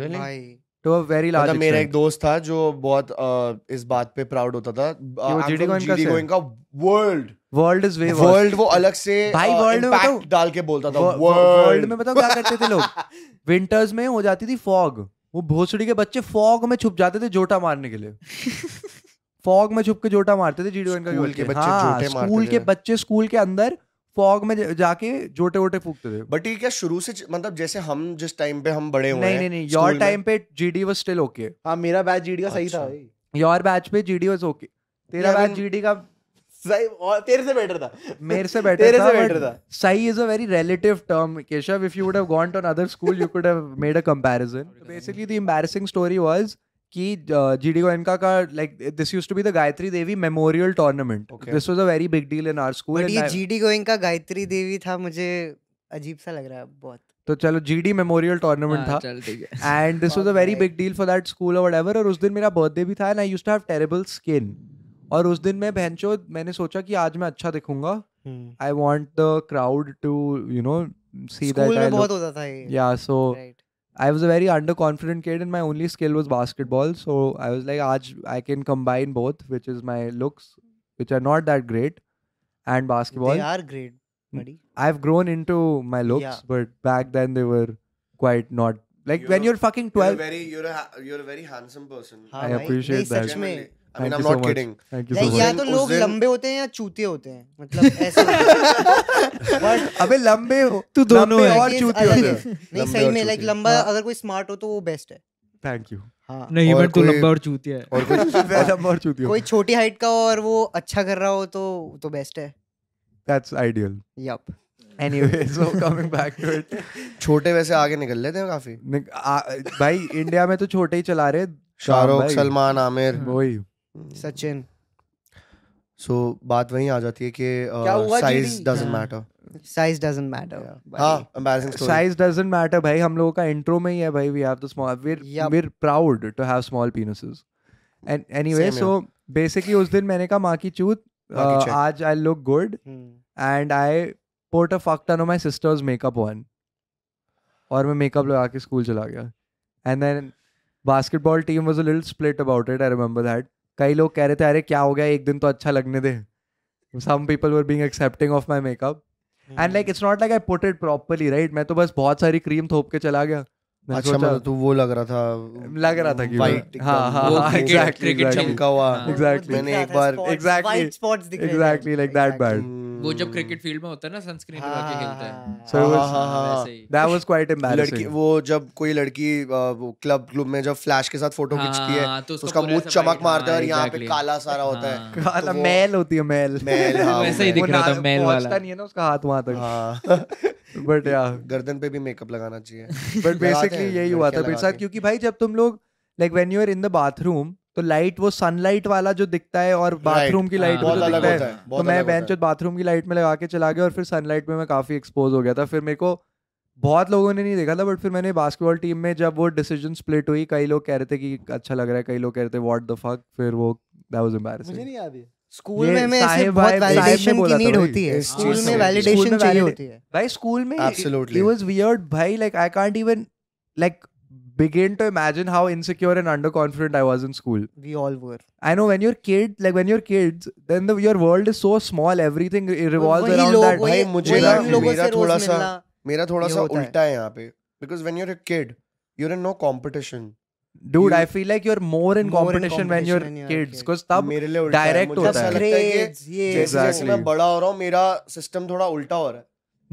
मतलब
भाई
तो अ वेरी लार्ज
मेरा एक दोस्त था जो बहुत अ, इस बात पे प्राउड होता था
वो
जीडी
GD गोयनका से है?
Goenka world
world is way
world वो अलग से
भाई, world में
इम्पैक्ट
बताऊं?
डाल के बोलता था
वर्ल्ड में बताओ क्या करते थे
*laughs*
लोग विंटर्स में हो जाती थी फॉग वो भोसड़ी के बच्चे फॉग में छुप जाते थे जोटा मारने के लिए
*laughs*
फॉग में छुप के जोटा मारते थे जीडी गोयनका
School के
बच्चे।
बच्चे
हाँ,
जोटे मारते
स्कूल के
थे।
बच्चे स्कूल के अंदर फॉग में ज- जाके जोटे वोटे फूकते थे
बट ये क्या शुरू से च- मतलब जैसे हम जिस टाइम पे हम बड़े हुए
नहीं
हैं,
नहीं नहीं
स्कूल
योर
में-
टाइम पे जीडी वाज स्टिल ओके
हां हाँ, मेरा बैच जीडी का सही था
अच्छा।
भाई
योर बैच पे जीडी वाज ओके तेरा
Yeah, I
batch
mean-
GD का
सही और तेरे से बेटर था
मेरे से बेटर
तेरे
था
से बेटर
but
था
sahi is a very relative term keshav if you would have gone to another school you could have made a comparison basically the embarrassing story was uh, कि GD Goenka का like this use to be the Gayatri Devi memorial tournament
Okay.
This was a very big deal in our
but ये
school
GD Goenka Gayatri Devi था मुझे अजीब सा लग रहा है बहुत
तो चलो जीडी मेमोरियल टूर्नामेंट
हाँ,
था
चल ठीक है.
And this was a
Fuck,
very
भाई।
Big deal for that school और whatever और उस दिन मेरा बर्थडे भी था and I used to have terrible skin और उस दिन मैं बहनचो मैंने सोचा कि आज मैं अच्छा दिखूंगा
hmm,
I want the crowd to you know see
school
that
में
आई
बहुत होता था ये
या so
right
I was a very under confident kid and my only skill was basketball so I was like आज I can combine both which is my looks which are not that great and
they
basketball
are great बड़ी
I have grown into my looks
Yeah.
but back then they were quite not like when
You're-
you're fucking
You're a
12
very you're a ha- you're a very handsome person.
हाँ
I
भाई,
appreciate
नहीं,
that.
सच में
I mean,
Thank
I'm
you so
not
much.
kidding.
Thank you so
नहीं
much.
या
much.
तो
उस
लोग
दिन-
लंबे होते हैं या चूते होते हैं मतलब ऐसे होता है।
बट अबे लंबे हो तू
दोनों
लंबे
है।
और
ये
चूती
अलग
होते
है।
हो
नहीं
लंबे
सही
और
में लाइक
चूतिए।
लंबा
हाँ।
अगर कोई स्मार्ट हो तो वो बेस्ट है
थैंक यू
*laughs* हाँ
नहीं
और
बट तू
कोई-
लंबा और चूतिया है.
*laughs* और कुछ
*laughs* लंबा और चूती हो
कोई छोटी हाइट का और वो अच्छा कर रहा हो तो तो बेस्ट है
that's ideal.
Yup.
Anyway, *laughs* so coming back to it.
छोटे वैसे आगे निकल लेते हैं काफी
निक- आ- भाई इंडिया में तो छोटे ही चला रहे
शाहरुख
भाई। हाँ।
सलमान आमिर
वही
सचिन
सो बात वहीं आ जाती है
क्या
कि uh,
हुआ,
साइज
GD?
डजंट
हाँ।
Matter
size doesn't matter.
हाँ
buddy.
Embarrassing story
size doesn't matter भाई हम लोगों का इंट्रो में ही है भाई we have the small we
Yup.
We proud to have small penises and anyway
Same
so basically उस दिन मैंने कहा माँ की चूत
माँ की
uh,
चूत।
आज I look good
Hmm.
And I put a fuck ton of my sister's makeup on और मैं मेकअप लगा के स्कूल चला गया and then basketball team was a little split about it I remember that कई लोग कह रहे थे अरे क्या हो गया एक दिन तो अच्छा लगने दे some people were being accepting of my makeup and like it's not like I put it properly right मैं तो बस बहुत सारी क्रीम थोप के चला गया मैंने
अच्छा
सोचा-
मतलब तो तू वो लग रहा था
लग रहा था कि
वाइट
हाँ, हाँ,
वो
हाँ,
cricket-
exactly,
cricket
exactly.
चमका हुआ
हाँ।
Exactly.
मैंने एक बार
Exactly. Exactly like that bad.
वो जब क्रिकेट फील्ड में होता है ना सनस्क्रीन लगा के खेलता है
So it was-
Hmm। हाँ, हाँ, हाँ।
वैसे ही।
दैट वाज क्वाइट
लड़की
एंबैरेसिंग
वो जब कोई लड़की uh, क्लब क्लब में जब फ्लैश के साथ फोटो खींचती है
हाँ, तो
उसका
पूरा
मुंह
ऐसा
चमक
white-
मारता है और
हाँ,
यहाँ पे
exactly.
काला सारा होता है
हाँ।
तो
*laughs* काला
वो-
मैल होती है मैल
मैल
*laughs*
हाँ, वो
वैसा ही
मैल।
दिख रहा था,
ना-
मैल
पहुंचता
वाला।
नहीं है ना उसका हाथ वहां तक
*laughs* हाँ।
बट या
*laughs* गर्दन पे भी मेकअप लगाना
*laughs*
चाहिए
बट
लगाते
बेसिकली
हैं,
यही हुआ था
लड़कियां
मेरे साथ
लगाती
क्योंकि भाई जब तुम लोग like when you are in the bathroom तो लाइट वो सनलाइट वाला जो दिखता है और बाथरूम की
हाँ,
लाइट में
बहुत
जो
अलग
दिखता
होता
है
है
तो
बहुत
मैं
अलग होता
बेंच बाथरूम की लाइट में लगा के चला गया और फिर सनलाइट में मैं काफी एक्सपोज हो गया था फिर मेरे को बहुत लोगों ने नहीं देखा था बट फिर मैंने बास्केटबॉल टीम में जब वो डिसीजन स्प्लिट हुई कई लोग कह रहे थे कि अच्छा लग रहा है कई लोग कह रहे थे व्हाट द फक फिर वो दैट वाज
मुझे
एंबैरेसिंग
नहीं याद है
स्कूल
ये
में हमें ऐसे
साहेब
बहुत
भाई- साहेब ने
वैलिडेशन की
बोला था
नीड
भाई,
होती है
इस
स्कूल में
चीज से।
स्कूल में
वैलिडेशन चाहिए
validate-
होती है
भाई स्कूल में
Absolutely.
it was weird भाई like I can't even like begin to imagine how insecure and underconfident I was in school
we all were
I know when you're kid, like when you're kids, then the, your world is so small. Everything re- revolves
वही
around
लोग
that.
वही
भाई, मुझे
वही
ना
उन लोगों
मेरा
से
थोड़ा
थोड़ा
सा-
सा
मेरा थोड़ा
ये
सा
होता है।
उल्टा है यहाँ पे because when you're a kid you're in no competition
Dude,
You-
I feel like you're more in,
More in
competition, when you're
competition when you're a
kids.
kid.
Because tab
मेरे लिए उल्टा है
direct
मुझे
होता
ऐसा
है।
लगता है कि
ग्रेड्स ये
जैसे जैसे
Exactly.
मैं बड़ा हो रहा हूँ मेरा सिस्टम थोड़ा उल्टा हो रहा है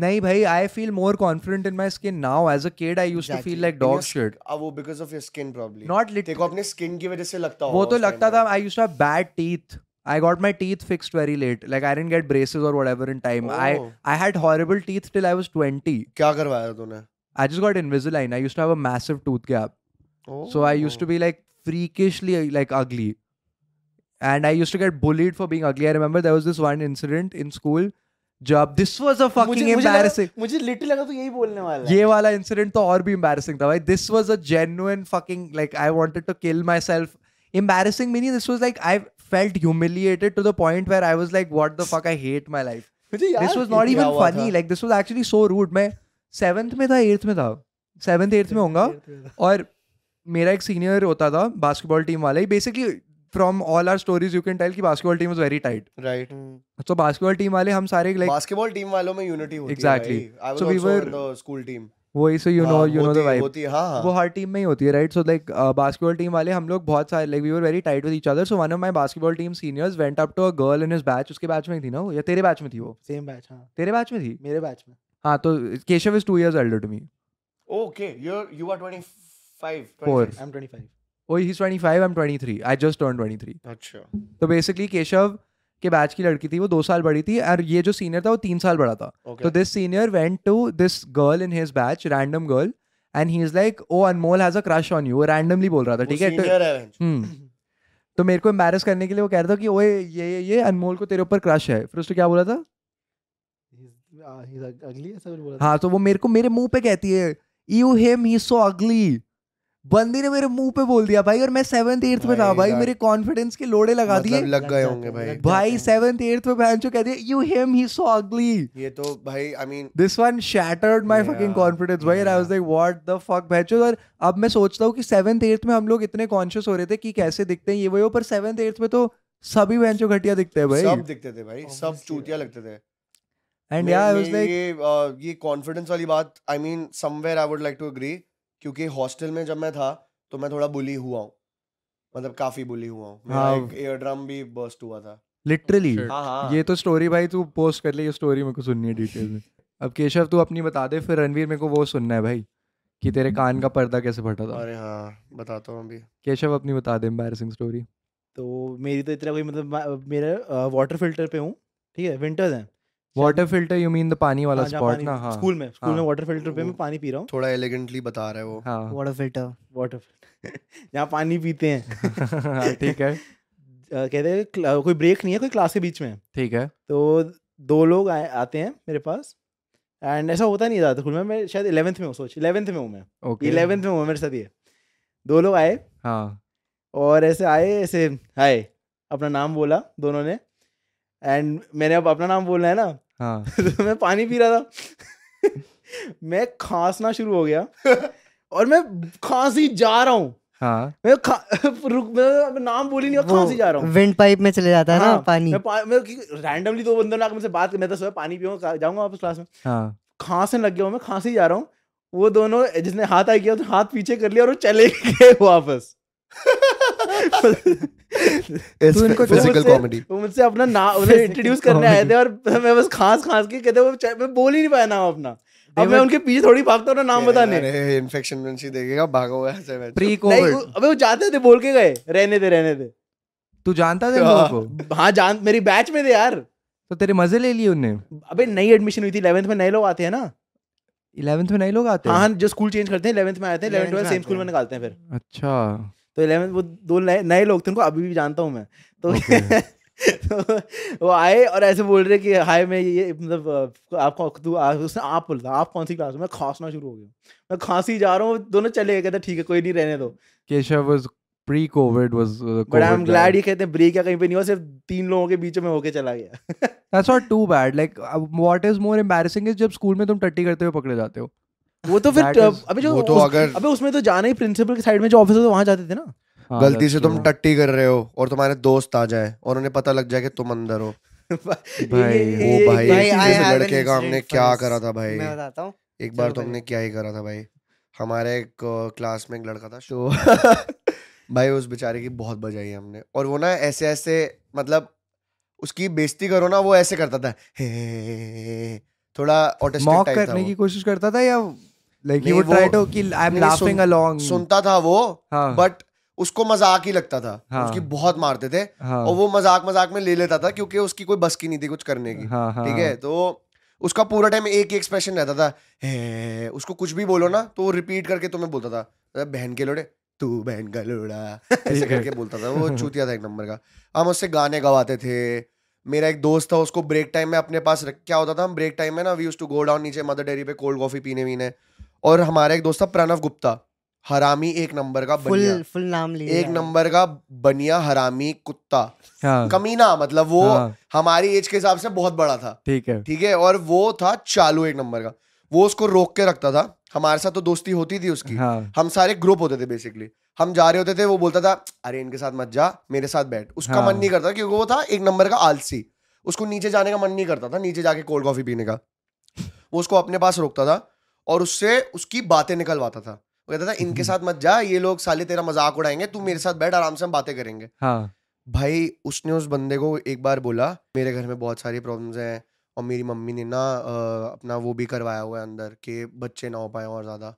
nahi bhai, I feel more confident in my skin now. As a kid, I used to feel
Exactly.
like
In
dog
your
shit.
अब वो because of your skin problem
Not lit.
तेरे को अपने स्किन की वजह से लगता
वो
होगा
Oh,
तो
उस time
लगता
पे।
था. I used to have bad teeth. I got my teeth fixed very late. Like I didn't get braces or whatever in time. I
Oh.
I had horrible teeth till I was 20.
क्या करवाया तूने
I just got Invisalign. I used to have a massive tooth gap. So I used to be like freakishly like ugly. And I used to get bullied for being ugly. I remember there was this one incident in school. Jab this was a fucking
मुझे- मुझे लगा-
embarrassing.
मुझे literally लगा तो यही बोलने वाला
ये वाला इंसिडेंट तो और भी embarrassing था भाई this was a genuine fucking like i wanted to kill myself embarrassing meaning this was like i felt humiliated to the point where i was like what the fuck i hate my life
मुझे याद
this was not
क्या
even
हुआ
funny
था?
like this was actually so rude मैं seventh में था eighth में था सेवेंथ एट्थ में होऊंगा और मेरा एक सीनियर होता था बास्केटबॉल टीम वाला ही basically from all are stories you can tell कि basketball team was very tight
right
so basketball team वाले हम सारे लाइक
बास्केटबॉल टीम वालों में यूनिटी होती
Exactly.
है भाई I was
So we
also
were-
in the school team
वही सो यू
हाँ,
no you know the vibe
होती है हाँ. हां
वो
हां
हर टीम में ही होती है right so like basketball team uh, वाले हम लोग बहुत सारे like we were very tight with each other so one of my basketball team seniors went up to a girl in his batch उसके बैच में ही थी ना वो या तेरे बैच में थी वो
सेम बैच हां
तेरे बैच में थी
हाँ। मेरे बैच में
हाँ तो Keshav is two years elder to me
okay you are you are 25
Four.
26.
I am 25
oh he is 25 I am 23 I just turn 23
अच्छा
तो बेसिकली केशव के बैच की लड़की थी वो दो साल बड़ी थी और ये जो सीनियर था वो तीन साल बड़ा था तो
okay
this senior went to this girl in his batch random girl and he is like oh Anmol has a crush on you वो रैंडमली बोल रहा था ठीक है तो-
सीनियर है bench.
हम्म तो मेरे को एम्बेरस करने के लिए वो कह रहा था कि ओए ये ये ये अनमोल को तेरे ऊपर क्रश है फिर उसने क्या बोला था
ही इज uh, अगली ऐसा कुछ बोला था
हाँ तो वो मेरे को मेरे मुंह पे कहती है यू हिम ही सो अगली बंदी ने मेरे मुंह पे बोल दिया भाई और मैं सेवन्थ एट्थ में था
भाई,
भाई
that-
मेरे कॉन्फिडेंस के लोड़े लगा दिए
मतलब लग गए
जाते
होंगे
हैं,
भाई
लग
भाई
जाते
सेवन्थ एट्थ में बहन जो कहती है यू हिम ही सो अगली
ये तो भाई I mean
this one shattered my
Yeah,
fucking confidence भाई I was like what the fuck भैचो और अब मैं सोचता हूँ कि सेवन्थ एट्थ में हम लोग इतने कॉन्शियस हो रहे थे कि कैसे दिखते हैं ये वो ये, पर सेवन्थ एट्थ में तो सभी भैंचो घटिया दिखते हैं तो भाई
सब दिखते थे भाई सब
Obviously,
चूतिया
भाई।
लगते थे
एंड
मे-
या आई
मे-
वाज लाइक
ये अ, ये कॉन्फिडेंस वाली बात I mean somewhere I would like to agree क्योंकि हॉस्टल में जब मैं था तो मैं थोड़ा बुली हुआ हूँ मतलब काफी बुली हुआ हूँ मेरा
हाँ।
एक ईयर ड्रम भी बर्स्ट हुआ था
लिटरली
Shit.
हाँ हाँ
ये तो स्टोरी भाई तू पोस्ट कर ले ये स्टोरी मेरे को सुननी है डिटेल में अब केशव तू अपनी बता दे फिर रणवीर मेरे को वो सुनना है भाई कि तेरे कान का पर्दा कैसे फटा था
अरे हाँ बताता हूँ अभी
केशव अपनी बता दे एम्बैरसिंग स्टोरी
uh, तो मेरी तो इतना कोई मतलब मा- मेरा वाटर फिल्टर पे हूँ ठीक है विंटर्स हैं
water filter you mean the पानी वाला
हाँ, जहाँ
स्पॉट
पानी-
ना हाँ
स्कूल में स्कूल में
हाँ।
वाटर फिल्टर पे मैं
वो-
पानी पी रहा हूँ
थोड़ा एलिगेंटली बता रहा है वो
हाँ *laughs*
वाटर फिल्टर
वाटर *laughs* फिल्टर यहाँ पानी पीते हैं
हाँ, ठीक है
अ, कहते हैं क्ला- कोई ब्रेक नहीं है कोई क्लास के बीच में है।
ठीक है
तो दो लोग आए आते हैं मेरे पास एंड ऐसा होता नहीं ज़्यादा स्कूल में मैं शायद इलेवंथ में हूँ सोच इलेवंथ में हूँ मैं
ओके
इलेवंथ में हूँ मेरे साथ ये दो लोग आए
हाँ
और ऐसे आए ऐसे हाय अपना नाम बोला दोनों ने एंड मैंने अब अपना नाम बोलना है ना *laughs*
हाँ
तो मैं पानी पी रहा था *laughs* मैं खांसना शुरू हो गया और मैं खांसी जा रहा हूँ
हाँ
मैं खा- *laughs* रुक मैं अब नाम बोली नहीं और खांसी जा रहा हूँ
विंड पाइप में चले जाता है ना
हाँ,
पानी
मैं पा, मैं रैंडमली दो बंदों ने आके मुझसे बात मैं तो सुबह पानी पीऊंगा जाऊंगा वापस क्लास में
हाँ
खांसने लग गया हूँ मैं खांसी जा रहा हूँ वो दोनों जिसने हाथ आई किया तो हाथ पीछे कर लिया और वो चले गए वापस *laughs*
तू इनको
इट्स फिजिकल
मुझसे-
कॉमेडी
वो मुझसे अपना नाम
*laughs*
उन्हें इंट्रोड्यूस करने आए थे और *laughs* मैं बस खांस खांस के कहते वो च- मैं बोल ही नहीं पाया नाम अपना
They
अब मैं
were-
उनके पीछे थोड़ी भागता हूँ ना नाम बताने
अरे इन्फेक्शन वंशी देखेगा भागो ऐसे में
प्री
नहीं
कोविड
वो- अबे वो जाते थे बोल के गए रहने दे रहने
*laughs*
दे
तू जानता था इन
हाँ।
लोगों को
हाँ जान मेरी बैच में थे यार
तो तेरे मजे ले लिए उनने
अबे नई एडमिशन हुई थी 11th में नए लोग आते हैं ना
हाँ।
इलेवेंथ में नए लोग आते
हाँ
हैं
हाँ, जो स्कूल चेंज करते हैं 11th में आते हैं 11th
11th में
12th सेम
आते
स्कूल में
हैं।
निकालते हैं फिर
अच्छा
तो 11th वो दो नए नए लोग थे उनको अभी भी जानता हूँ मैं तो
Okay.
*laughs* तो वो आए और ऐसे बोल रहे कि हाय मैं ये ये मतलब अ, आपको तू आ- उसने आप बोलता आप कौन सी क्लास में मैं खांसना शुरू हो गया मैं खांसी जा रहा हूँ दोनों चले गए कहते ठीक है कोई नहीं रहने दो
Keshav was pre covid was
but I am glad ये कहते ब्रेक या कहीं पे नहीं हुआ सिर्फ तीन लोगों के बीच में होके चला गया *laughs*
that's not too bad like what is more embarrassing is जब स्कूल में तुम टट्टी करते हुए पकड़े जाते हो
वो तो
That
फिर
is-
अबे जो
वो तो
उस-
अगर-
अबे उसमें तो जाना ही प्रिंसिपल के साइड में जो ऑफिस होता है वहां जाते थे ना *laughs*
हाँ,
गलती
that's
से तुम
true.
अच्छा।
टट्टी कर रहे हो और तुम्हारे दोस्त आ जाए और उन्हें पता लग जाए कि तुम अंदर हो
भाई,
ओ भाई
भाई,
एक
I
चीज़
have an
लड़के का हमने
incident
क्या
for this.
करा था भाई
मैं बताता हूँ
एक बार
चलो
तो
भाई।
हमने क्या ही करा था भाई हमारे एक क्लास में एक लड़का था तो *laughs* भाई उस बेचारे की बहुत बजाई हमने और वो ना ऐसे ऐसे मतलब उसकी बेइज्जती करो ना वो ऐसे करता था *laughs* "हे-हे-हे-हे-हे-हे", थोड़ा ऑटिस्टिक
मॉक
टाइप था
करने की
वो।
कोशिश करता था या लाइक ही
नहीं,
वुड
वो-
ट्राई टू कि आई एम
नहीं,
लाफिंग
सुन-
अलोंग
सुनता था वो
हाँ
बट उसको मजाक ही लगता था
हाँ।
उसकी बहुत मारते थे
हाँ
और वो मजाक मजाक में ले लेता था क्योंकि उसकी कोई बस की नहीं थी कुछ करने की
हाँ हाँ
ठीक है तो उसका पूरा टाइम एक ही एक्सप्रेशन रहता था "हे", उसको कुछ भी बोलो ना तो वो रिपीट करके तुम्हें बोलता था अरे बहन के लोड़े तू बहन का लोड़ा *laughs* ऐसे
ठीक है।
करके बोलता था वो
*laughs*
चूतिया था एक नंबर का हम उससे गाने गवाते थे मेरा एक दोस्त था उसको ब्रेक टाइम में अपने पास रख क्या होता था हम ब्रेक टाइम में ना we use to go down नीचे मदर डेयरी पे कोल्ड कॉफी पीने वीने और हमारा एक दोस्त था प्रणव गुप्ता हरामी एक नंबर का बनिया
फुल फुल नाम लिया
एक नंबर का बनिया हरामी कुत्ता
हाँ
कमीना मतलब वो
हाँ,
हमारी एज के हिसाब से बहुत बड़ा था
ठीक है
ठीक है और वो था चालू एक नंबर का वो उसको रोक के रखता था हमारे साथ तो दोस्ती होती थी उसकी
हाँ
हम सारे ग्रुप होते थे बेसिकली हम जा रहे होते थे वो बोलता था अरे इनके साथ मत जा मेरे साथ बैठ उसका
हाँ।
मन नहीं करता क्योंकि वो था एक नंबर का आलसी उसको नीचे जाने का मन नहीं करता था नीचे जाके कोल्ड कॉफी पीने का वो उसको अपने पास रोकता था और उससे उसकी बातें निकलवाता था वो कहता था
हम्म।
इनके साथ मत जा ये लोग साले तेरा मजाक उड़ाएंगे तू मेरे साथ बैठ आराम से हम बातें करेंगे
हाँ
भाई उसने उस बंदे को एक बार बोला मेरे घर में बहुत सारी प्रॉब्लम्स हैं और मेरी मम्मी ने ना अ, अपना वो भी करवाया हुआ है अंदर कि बच्चे ना हो पाए और ज्यादा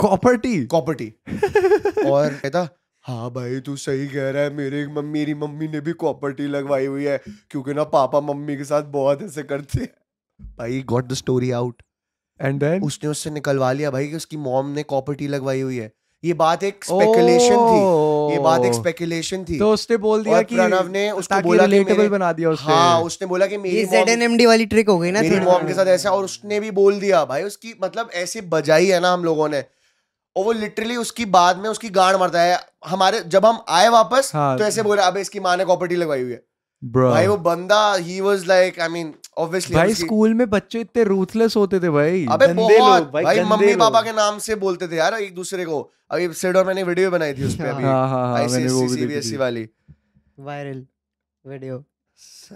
कॉपर्टी *laughs*
कॉपर्टी और कहता हाँ भाई तू सही कह रहा है मेरे मम्मी मेरी मम्मी ने भी कॉपर्टी लगवाई हुई है क्योंकि ना पापा मम्मी के साथ बहुत ऐसे करते हैं। भाई got the story out
and then
उसने उससे निकलवा लिया भाई कि उसकी मॉम ने कॉपर्टी लगवाई हुई है ये बात एक स्पेकुलेशन थी ये बात एक स्पेकुलेशन थी
Oh। तो उसने बोल दिया
और
कि
प्रणव ने उसको
ताकि
बोला कि
relatable
मेरे-
बना दिया उसने
हाँ उसने बोला कि
ये
मेरी mom-
ZNMD वाली ट्रिक हो गई ना
मेरी
थोड़ी
मॉम के साथ ऐसा और उसने भी बोल दिया भाई उसकी मतलब ऐसे बजाई है ना हम लोगों ने और वो लिटरली उसकी बाद में उसकी गाड़ मारता है हमारे जब हम आए वापस
हाँ।
तो ऐसे बोल रहे अबे इसकी माँ ने कॉपर्टी लगवाई हुई है
Bruh.
भाई वो बंदा ही was like I mean obviously
भाई स्कूल में बच्चे इतने रूथलेस होते थे भाई
अबे
गंदे
बहुत
लोग, भाई,
भाई, भाई
गंदे
मम्मी
लोग।
पापा के नाम से बोलते थे यार एक दूसरे को अभी सिड और मैंने वीडियो बनाई थी उस पे
हाँ
अभी
हाँ हाँ मैंने वो
आईसीएससी
भी देखी
सीबीएसई वाली
वायरल वीडियो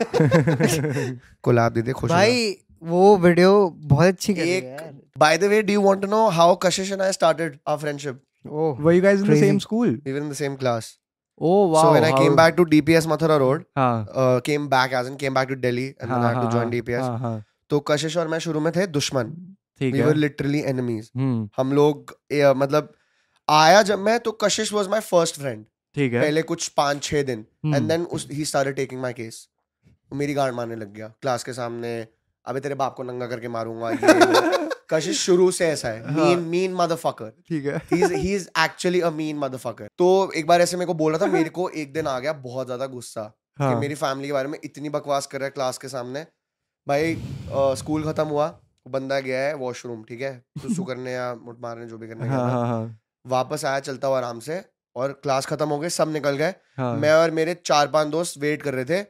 थी।
गुलाब दीदी खुश
भाई वो वीडियो बहुत अच्छी करी है
एक
यार
by the way do you want to know how Kashish and I started our friendship
oh
*laughs* Were you guys in the
Crazy.
same school?
we were in the same class.
Oh wow.
so when I
how-
came back to DPS Mathura Road,
हाँ
uh, came back as in came back to Delhi and then I had to join DPS.
हाँ हाँ
तो कशिश और मैं शुरू में थे दुश्मन.
ठीक
We
है
were literally enemies.
हम्म
हम लोग ए, मतलब आया जब मैं तो कशिश was my first friend.
ठीक है
पहले कुछ पाँच छः दिन
हम्म,
and then उस he started taking my case. वो मेरी गार्ड मारने लग गया क्लास के सामने अबे तेरे बाप को नंगा करके मारूंगा ये वो।
*laughs*
कशिश शुरू से ऐसा है
हाँ।
मीन मीन मदरफकर
ठीक है
he is actually a mean motherfucker तो एक बार ऐसे मेरे को बोल रहा था मेरे को एक दिन आ गया बहुत ज्यादा गुस्सा
*laughs*
कि
हाँ
मेरी फैमिली के बारे में इतनी बकवास कर रहा है क्लास के सामने भाई अ, स्कूल खत्म हुआ बंदा गया है वॉशरूम ठीक है
*laughs*
सुसु करने या मुट मारने जो भी करने गया
हाँ
था।
हाँ हाँ
वापस आया चलता हुआ आराम से और क्लास खत्म हो गई सब निकल गए
हाँ
मैं और मेरे चार पांच दोस्त वेट कर रहे थे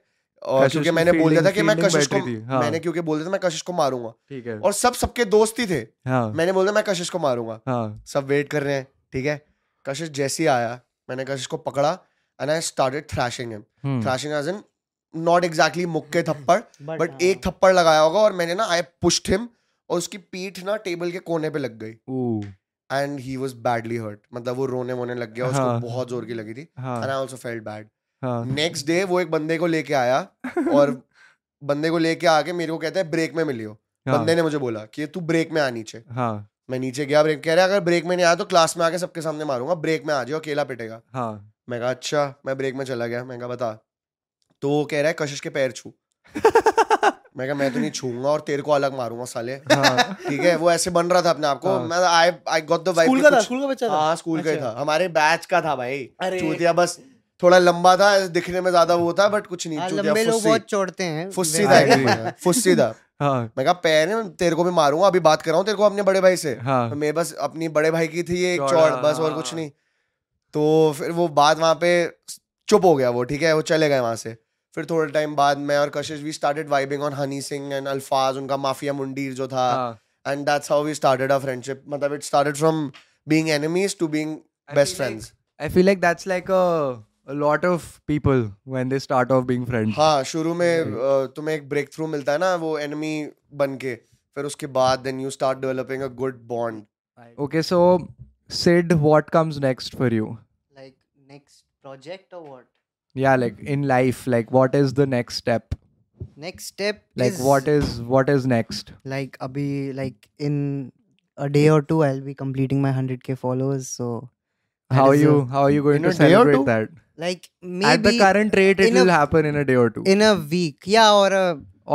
और
कशिश
क्योंकि
की
मैंने बोल दिया था
fielding-
कि मैं
fielding
कशिश को
बैटरी थी, हाँ।
मैंने क्योंकि बोल दिया था मैं कशिश को मारूंगा
ठीक है
और सब सबके दोस्त ही थे
हाँ
मैंने बोला मैं कशिश को मारूंगा
हाँ
सब वेट कर रहे हैं ठीक है कशिश जैसे ही आया मैंने कशिश को पकड़ा and I started thrashing him
hmm,
thrashing as in not exactly मुक्के थप्पड़ बट
हाँ,
एक थप्पड़ लगाया होगा और मैंने ना आई पुश्ड हिम और उसकी पीठ ना टेबल के कोने पे लग गई
ooh,
and he was badly hurt मतलब वो रोने वोने लग गया उसको
हाँ।
बहुत जोर की लगी थी
हाँ
and I also felt bad
हाँ
नेक्स्ट डे वो एक बंदे को लेके आया
*laughs*
और बंदे को लेके आके मेरे को कहता है ब्रेक में मिलियो
हाँ
बंदे ने मुझे बोला कि तू ब्रेक में आ नीचे
हाँ
मैं नीचे गया ब्रेक कह रहा है अगर ब्रेक में नहीं आया तो क्लास में आके सबके सामने मारूंगा ब्रेक में आ जाओ अकेला पिटेगा *laughs*
हाँ
मैं कहा अच्छा मैं ब्रेक में चला गया मैं कहा बता तो वो कह रहा है कशिश के पैर छू मैं कहा मैं तो नहीं छूंगा और तेरे को अलग मारूंगा साले
हाँ
ठीक है वो ऐसे बन रहा था अपने आप को
हाँ।
मैं I I got the
school का था स्कूल का बच्चा था
हाँ स्कूल का ही था
अच्छा।
हमारे बैच का था भाई
अरे।
चूतिया बस थोड़ा लंबा था दिखने में ज्यादा वो था बट कुछ नहीं
हाँ,
चूतिया
लंबे लोग बहुत
फुस्सी
चोड़ते हैं
*laughs*
फुस्सी
I
था
agree.
एकदम। फुस्सी था
हाँ
मैं कहा पैर है तेरे को भी मारूंगा अभी बात कर रहा हूँ तेरे को अपने बड़े भाई से
हाँ
मेरे बस अपनी बड़े भाई की थी ये एक
चौड़ा,
चौड़ बस और कुछ
हाँ।
नहीं तो फिर वो बात वहां पे चुप हो गया वो ठीक है वो चले गए वहां से फिर थोड़े टाइम बाद मैं और Kashish we started vibing on Honey Singh and Alfaaz उनका माफिया मुंडीर जो था
हाँ
and that's how we started our friendship मतलब it started from being enemies to being
I
best
feel like-
friends
I feel like that's like a, a lot of people when they start off being friends.
हाँ शुरू में
Hmm।
अ, तुम्हें एक breakthrough मिलता है ना वो एनिमी बन के फिर उसके बाद then you start developing a good bond
Okay, so Sid, what comes next for you?
Like next project और what
Yeah, like in life, like what is the next step?
Next step
Like what is what is next?
like abhi like in a day or two i'll be completing my 100k followers so that
How are
is
you how are you going
In
to
a day or
celebrate
two?
that?
a, like
At the
maybe
current rate, it
in a-
will happen in a day or two,
in a week yeah or a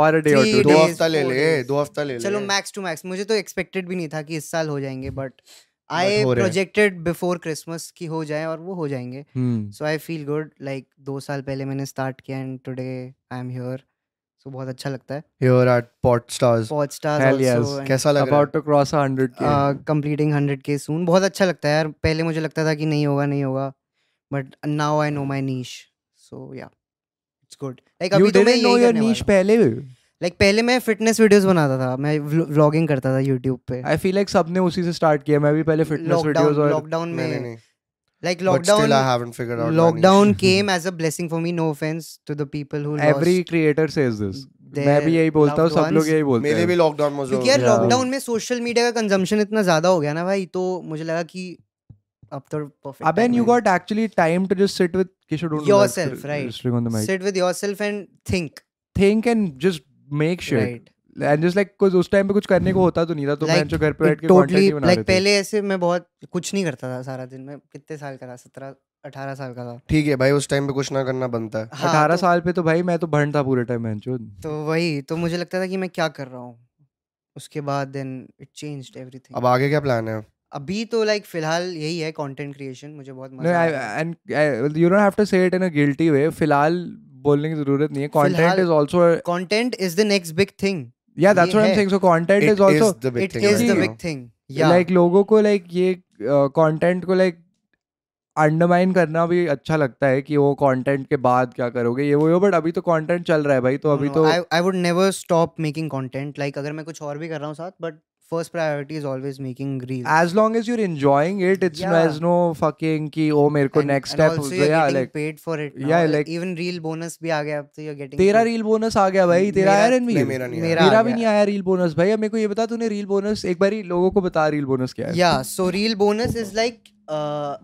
or a day or
three
two.
days.
दो हफ्ता ले
four
ले
days.
दो हफ्ता ले ले
चलो max to max मुझे तो expected भी नहीं था कि इस साल हो जाएंगे but I
हो रहे हैं।
projected before Christmas कि हो जाए और वो हो जाएंगे
Hmm.
so I feel good like दो साल पहले मैंने start किया and today I am here so बहुत अच्छा लगता है
here at pot stars
pod stars
Hell yes.
Also
कैसा लग रहा है
About to cross a hundred k.
Uh, completing hundred k soon बहुत अच्छा लगता है यार पहले मुझे लगता था कि नहीं होगा नहीं होगा but now I know my niche so yeah it's good like
you
अभी तो मैं
didn't know
यही
your
करने
niche
वाला
पहले.
लाइक पहले मैं फिटनेस वीडियोस बनाता था मैं व्लॉगिंग करता था यूट्यूब पे
I feel like सबने उसी से start किया. मैं भी पहले fitness videos
लॉकडाउन
और
लॉकडाउन
नहीं
में
नहीं
like
But still, I
lockdown
haven't figured out. my
*laughs*
lockdown
niche.
Came as a blessing for me no offense to the people who
every creator says this. मैं भी यही बोलता हूँ सब लोग यही बोलते
मेरे भी
हैं
लॉकडाउन में
क्योंकि यार
Yeah.
लॉकडाउन में सोशल मीडिया का कंजम्पशन इतना ज्यादा हो गया ना भाई तो मुझे लगा कि अब तो परफेक्ट
अब you got actually time to just sit with Kishore don't do that,
Yourself,
uh,
right.
just look on the mic
sit with yourself and think
think and just make shit
right
and just like कुछ उस time पे कुछ करने को होता तो नहीं था तो
Like,
मैं जो घर पे बैठ के कंटेंट
टोटली
ही बना
लाइक
रहे थे
पहले ऐसे मैं बहुत कुछ नहीं करता था सारा दिन मैं कितने साल का था सत्रह अठारह साल का था
ठीक है भाई उस टाइम पे कुछ ना करना बनता है
हाँ,
18
तो,
साल पे तो भाई मैं तो भंड था पूरे टाइम मैं जो
तो वही तो मुझे लगता था कि मैं क्या कर रहा हूँ उसके बाद देन इट चेंज्ड एवरीथिंग
अब आगे क्या प्लान है
अभी तो लाइक फिलहाल यही है कंटेंट क्रिएशन मुझे बहुत
no
मजा आ
I,
रहा है।
and I, you don't have to say it in a guilty way फिलहाल बोलने की जरूरत नहीं है content
फिलहाल-
is also
content is the next big thing
yeah that's
ये
what I'm
है।
saying so content is also
the big
it
thing.
is
right
the
now.
big thing yeah
like लोगों को लाइक ये content को like undermine करना भी अच्छा लगता है कि वो कंटेंट के बाद क्या करोगे ये वो बट अभी तो कंटेंट चल रहा है भाई तो अभी तो
I I would never stop making content like अगर मैं कुछ और भी कर रहा हूँ साथ but first priority is always making reels
as long as you enjoying it it's
Yeah.
there's no fucking कि ओ मेरे को
And-
next
and
step
also you're
yeah
getting
like
paid for it now.
Yeah,
Like,
like-
even reel bonus भी आ गया अब तो you're getting
तेरा
paid.
रील बोनस आ गया भाई तेरा
मेरा-
आया रणवीर
नहीं मेरा नहीं
मेरा-
है।
मेरा
आ
भी
गया।
नहीं आया रील बोनस भाई अब मेरे को ये बता तूने रील बोनस एक बार ही लोगों को बता रील बोनस क्या है
Yeah, so reel bonus is like uh,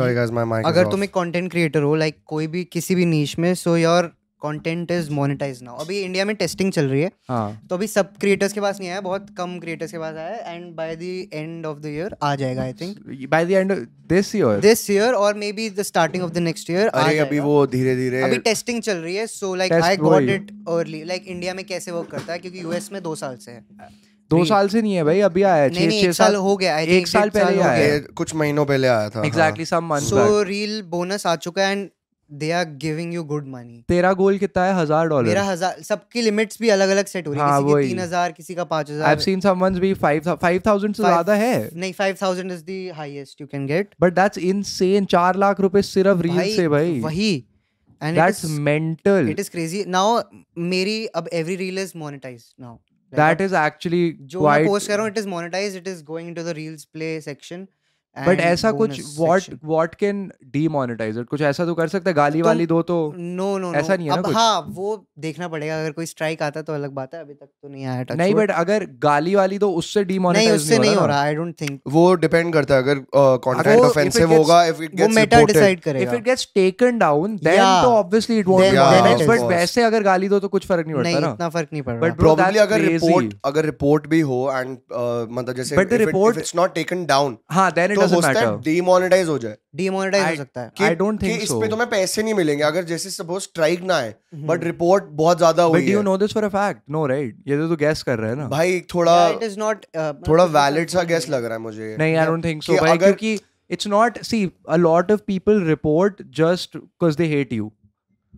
Sorry guys, my mic. is
अगर
off.
तुम एक कंटेंट क्रिएटर हो लाइक कोई भी किसी भी नीश में so your content is monetize now अभी इंडिया में टेस्टिंग चल रही है
हाँ
तो अभी सब क्रिएटर्स के पास नहीं आया बहुत कम क्रिएटर्स के पास आया है and by the end of the year आ जाएगा I think
by the end this year
this year और maybe the starting of the next year
अरे अभी वो धीरे
अभी
धीरे
टेस्टिंग चल रही है सो लाइक
Test
आई
वो
गॉट
ही।
इट अर्ली लाइक इंडिया में कैसे वर्क करता है क्योंकि यूएस में दो साल से है
दो
three-
साल से नहीं है भाई अभी आया है
नहीं
छह
नहीं
छह
एक साल हो गया आई
एक साल पहले ही आया
ये कुछ महीनों पहले आया था
exactly some months
so
back
reel bonus आ चुका है and they are giving you good money
तेरा गोल कितना है हजार डॉलर
मेरा हजार सबकी लिमिट्स भी अलग अलग सेट हो रही है
हाँ,
किसी की
वही।
तीन हजार किसी का पाँच
आई हैव
हजार
सीन समवनस बी 5000 5000 से
Five-
ज्यादा है
नहीं five thousand is the highest you can get
but that's insane चार लाख रुपए सिर्फ रील से भाई
वही and
that's mental
it is crazy now मेरी अब every reel is monetize now
that is actually
जो मैं पोस्ट कर रहा हूँ
quite
it is monetise it is going to the reels play section
but ऐसा कुछ what what can demonetise it कुछ ऐसा तो कर सकता है गाली
तुम-
वाली दो तो
नो नो
ऐसा नहीं है ना
अब
कुछ?
हाँ वो देखना पड़ेगा अगर कोई स्ट्राइक आता है तो अलग बात है अभी तक तो नहीं आया touch
नहीं
wood.
बट अगर गाली वाली दो उससे
नहीं
डीमोनेटाइज
उससे नहीं हो रहा आई डोंट थिंक
हाँ। वो डिपेंड करता है अगर कंटेंट
वो- if it
ऑफेंसिव
gets-
होगा इफ इट
वो
gets
Meta
reported
decide
if
करेगा
it gets taken down then
Yeah.
तो obviously it won't
Then-
be
then
offence
it
but
is.
वैसे अगर गाली दो तो कुछ फर्क नहीं
नहीं
पड़ता ना
इतना फर्क नहीं पड़
But
रहा
bro,
probably
that's
अगर रिपोर्ट
crazy.
अगर रिपोर्ट भी हो एंड मतलब जैसे
But the report-
it's not taken down
हाँ देन इट
तो हो
डजंट
सकता है
मैटर
डीमोनेटाइज हो जाए
डिमोनेटाइज हो
I-
सकता है
कि-
I don't think
कि इस
so. हम्म।
पे तुम्हें पैसे नहीं मिलेंगे अगर जैसे सपोज स्ट्राइक ना आए बट रिपोर्ट बहुत ज्यादा
बट
हुई
यू
है
know this for a fact no right ये तो तू गैस कर रहा है ना
भाई थोड़ा
इट इज नॉट
थोड़ा वैलिड सा गैस लग रहा है मुझे ये।
नहीं आई डोंट थिंक सो
कि
भाई
अगर-
क्योंकि it's not see a lot of people report just because they hate you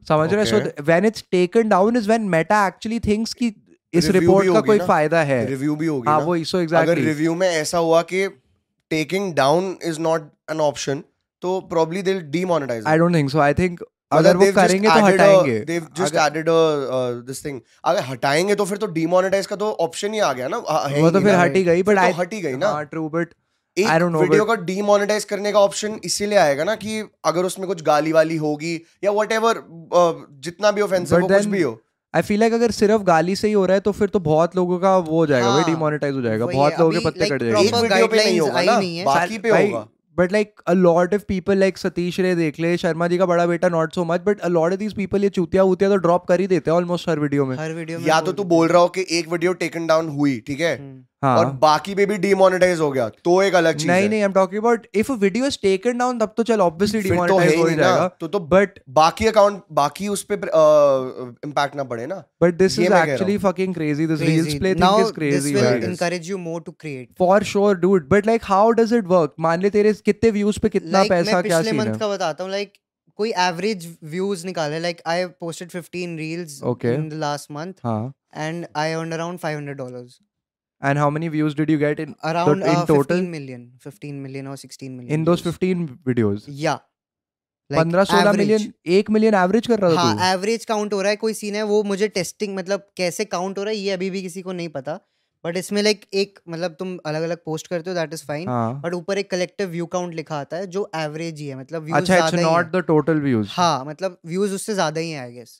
समझ रहे
Okay.
So when it's taken down is when Meta actually thinks कि इस
Review भी
रिपोर्ट का
होगी
कोई
ना?
फायदा है
रिव्यू भी होगी
हाँ
ना?
वो सो
अगर
एग्जैक्टली
रिव्यू में ऐसा हुआ कि taking down is not an option तो probably they demonetize
I don't think so I think अगर वो करेंगे तो हटाएंगे
देव जस्ट
अगर-
एडेड दिस थिंग uh, अगर हटाएंगे तो फिर तो डीमोनेटाइज का तो ऑप्शन ही आ गया ना आ- है
वो
ही
तो
नहीं
फिर
ना।
हट ही गई हाँ, बट
तो
आई
हट ही गई ना।
ट्रू बट
एक
I don't know,
video
but-
का डीमोनेटाइज करने का ऑप्शन इसीलिए आएगा ना कि अगर उसमें कुछ गाली वाली होगी या whatever uh, जितना भी ऑफेंसिव
But
हो कुछ
then-
भी हो
आई फील लाइक अगर सिर्फ गाली से ही हो रहा है तो फिर तो बहुत लोगों का वो हो जाएगा भाई
हाँ,
डिमोनेटाइज हो जाएगा
वही है,
बहुत लोगों के
अभी
पत्ते
like
कट
proper
जाएंगे
एक वीडियो पे नहीं
guidelines
होगा
आई
ना
नहीं है।
बाकी पे होगा
but like a lot of people like Satish Ray देख ले शर्मा जी का बड़ा बेटा not so much but a lot of these people ये चूतिया वूतिया तो ड्रॉप कर ही देते हैं ऑलमोस्ट हर वीडियो में
हर वीडियो में
या तो तू बोल रहा हो कि एक वीडियो टेकन डाउन हुई ठीक है और
हाँ
बाकी पे भी डीमोनेटाइज हो गया तो एक अलग चीज
नहीं
है
नहीं I am talking about if a video is taken down तब तो चल ऑब्वियसली
फिर तो है
डिमोनेटाइज
ही
हो ही
नहीं ना,
जाएगा
तो तो
बट
बाकी अकाउंट बाकी उस पे इम्पैक्ट ना पड़े ना
बट दिस
ये
इज
मैं कह रहा
actually fucking crazy this reels play
now
thing is
this
crazy
will
right?
Encourage you more to create
for sure dude but like how does it work मान ले तेरे कितने व्यूज पे कितना
लाइक मैं
पैसा क्या
पिछले
सीन
मंथ
है
का बताता हूँ लाइक कोई एवरेज व्यूज निकाले लाइक आई पोस्टेड 15 रील्स
Okay.
In the last month
हाँ
and I earn around 500 dollars
and how many views did you get in
around
in total?
15 uh, million 15 million or 16 million
in those 15 videos
या
पंद्रह सोलह million एक million average कर रहा
हाँ
था
average count हो रहा है कोई सीन है वो मुझे टेस्टिंग मतलब कैसे काउंट हो रहा है ये अभी भी किसी को नहीं पता बट इसमें लाइक एक मतलब तुम अलग अलग पोस्ट करते हो दैट इज
तू
फाइन
हाँ
बट ऊपर एक कलेक्टिव व्यू काउंट लिखा आता है जो एवरेज ही है मतलब व्यूज
अच्छा इट्स
ज्यादा ही
नॉट
है।
द टोटल व्यूज
हाँ मतलब व्यूज उससे ज्यादा ही है आई गेस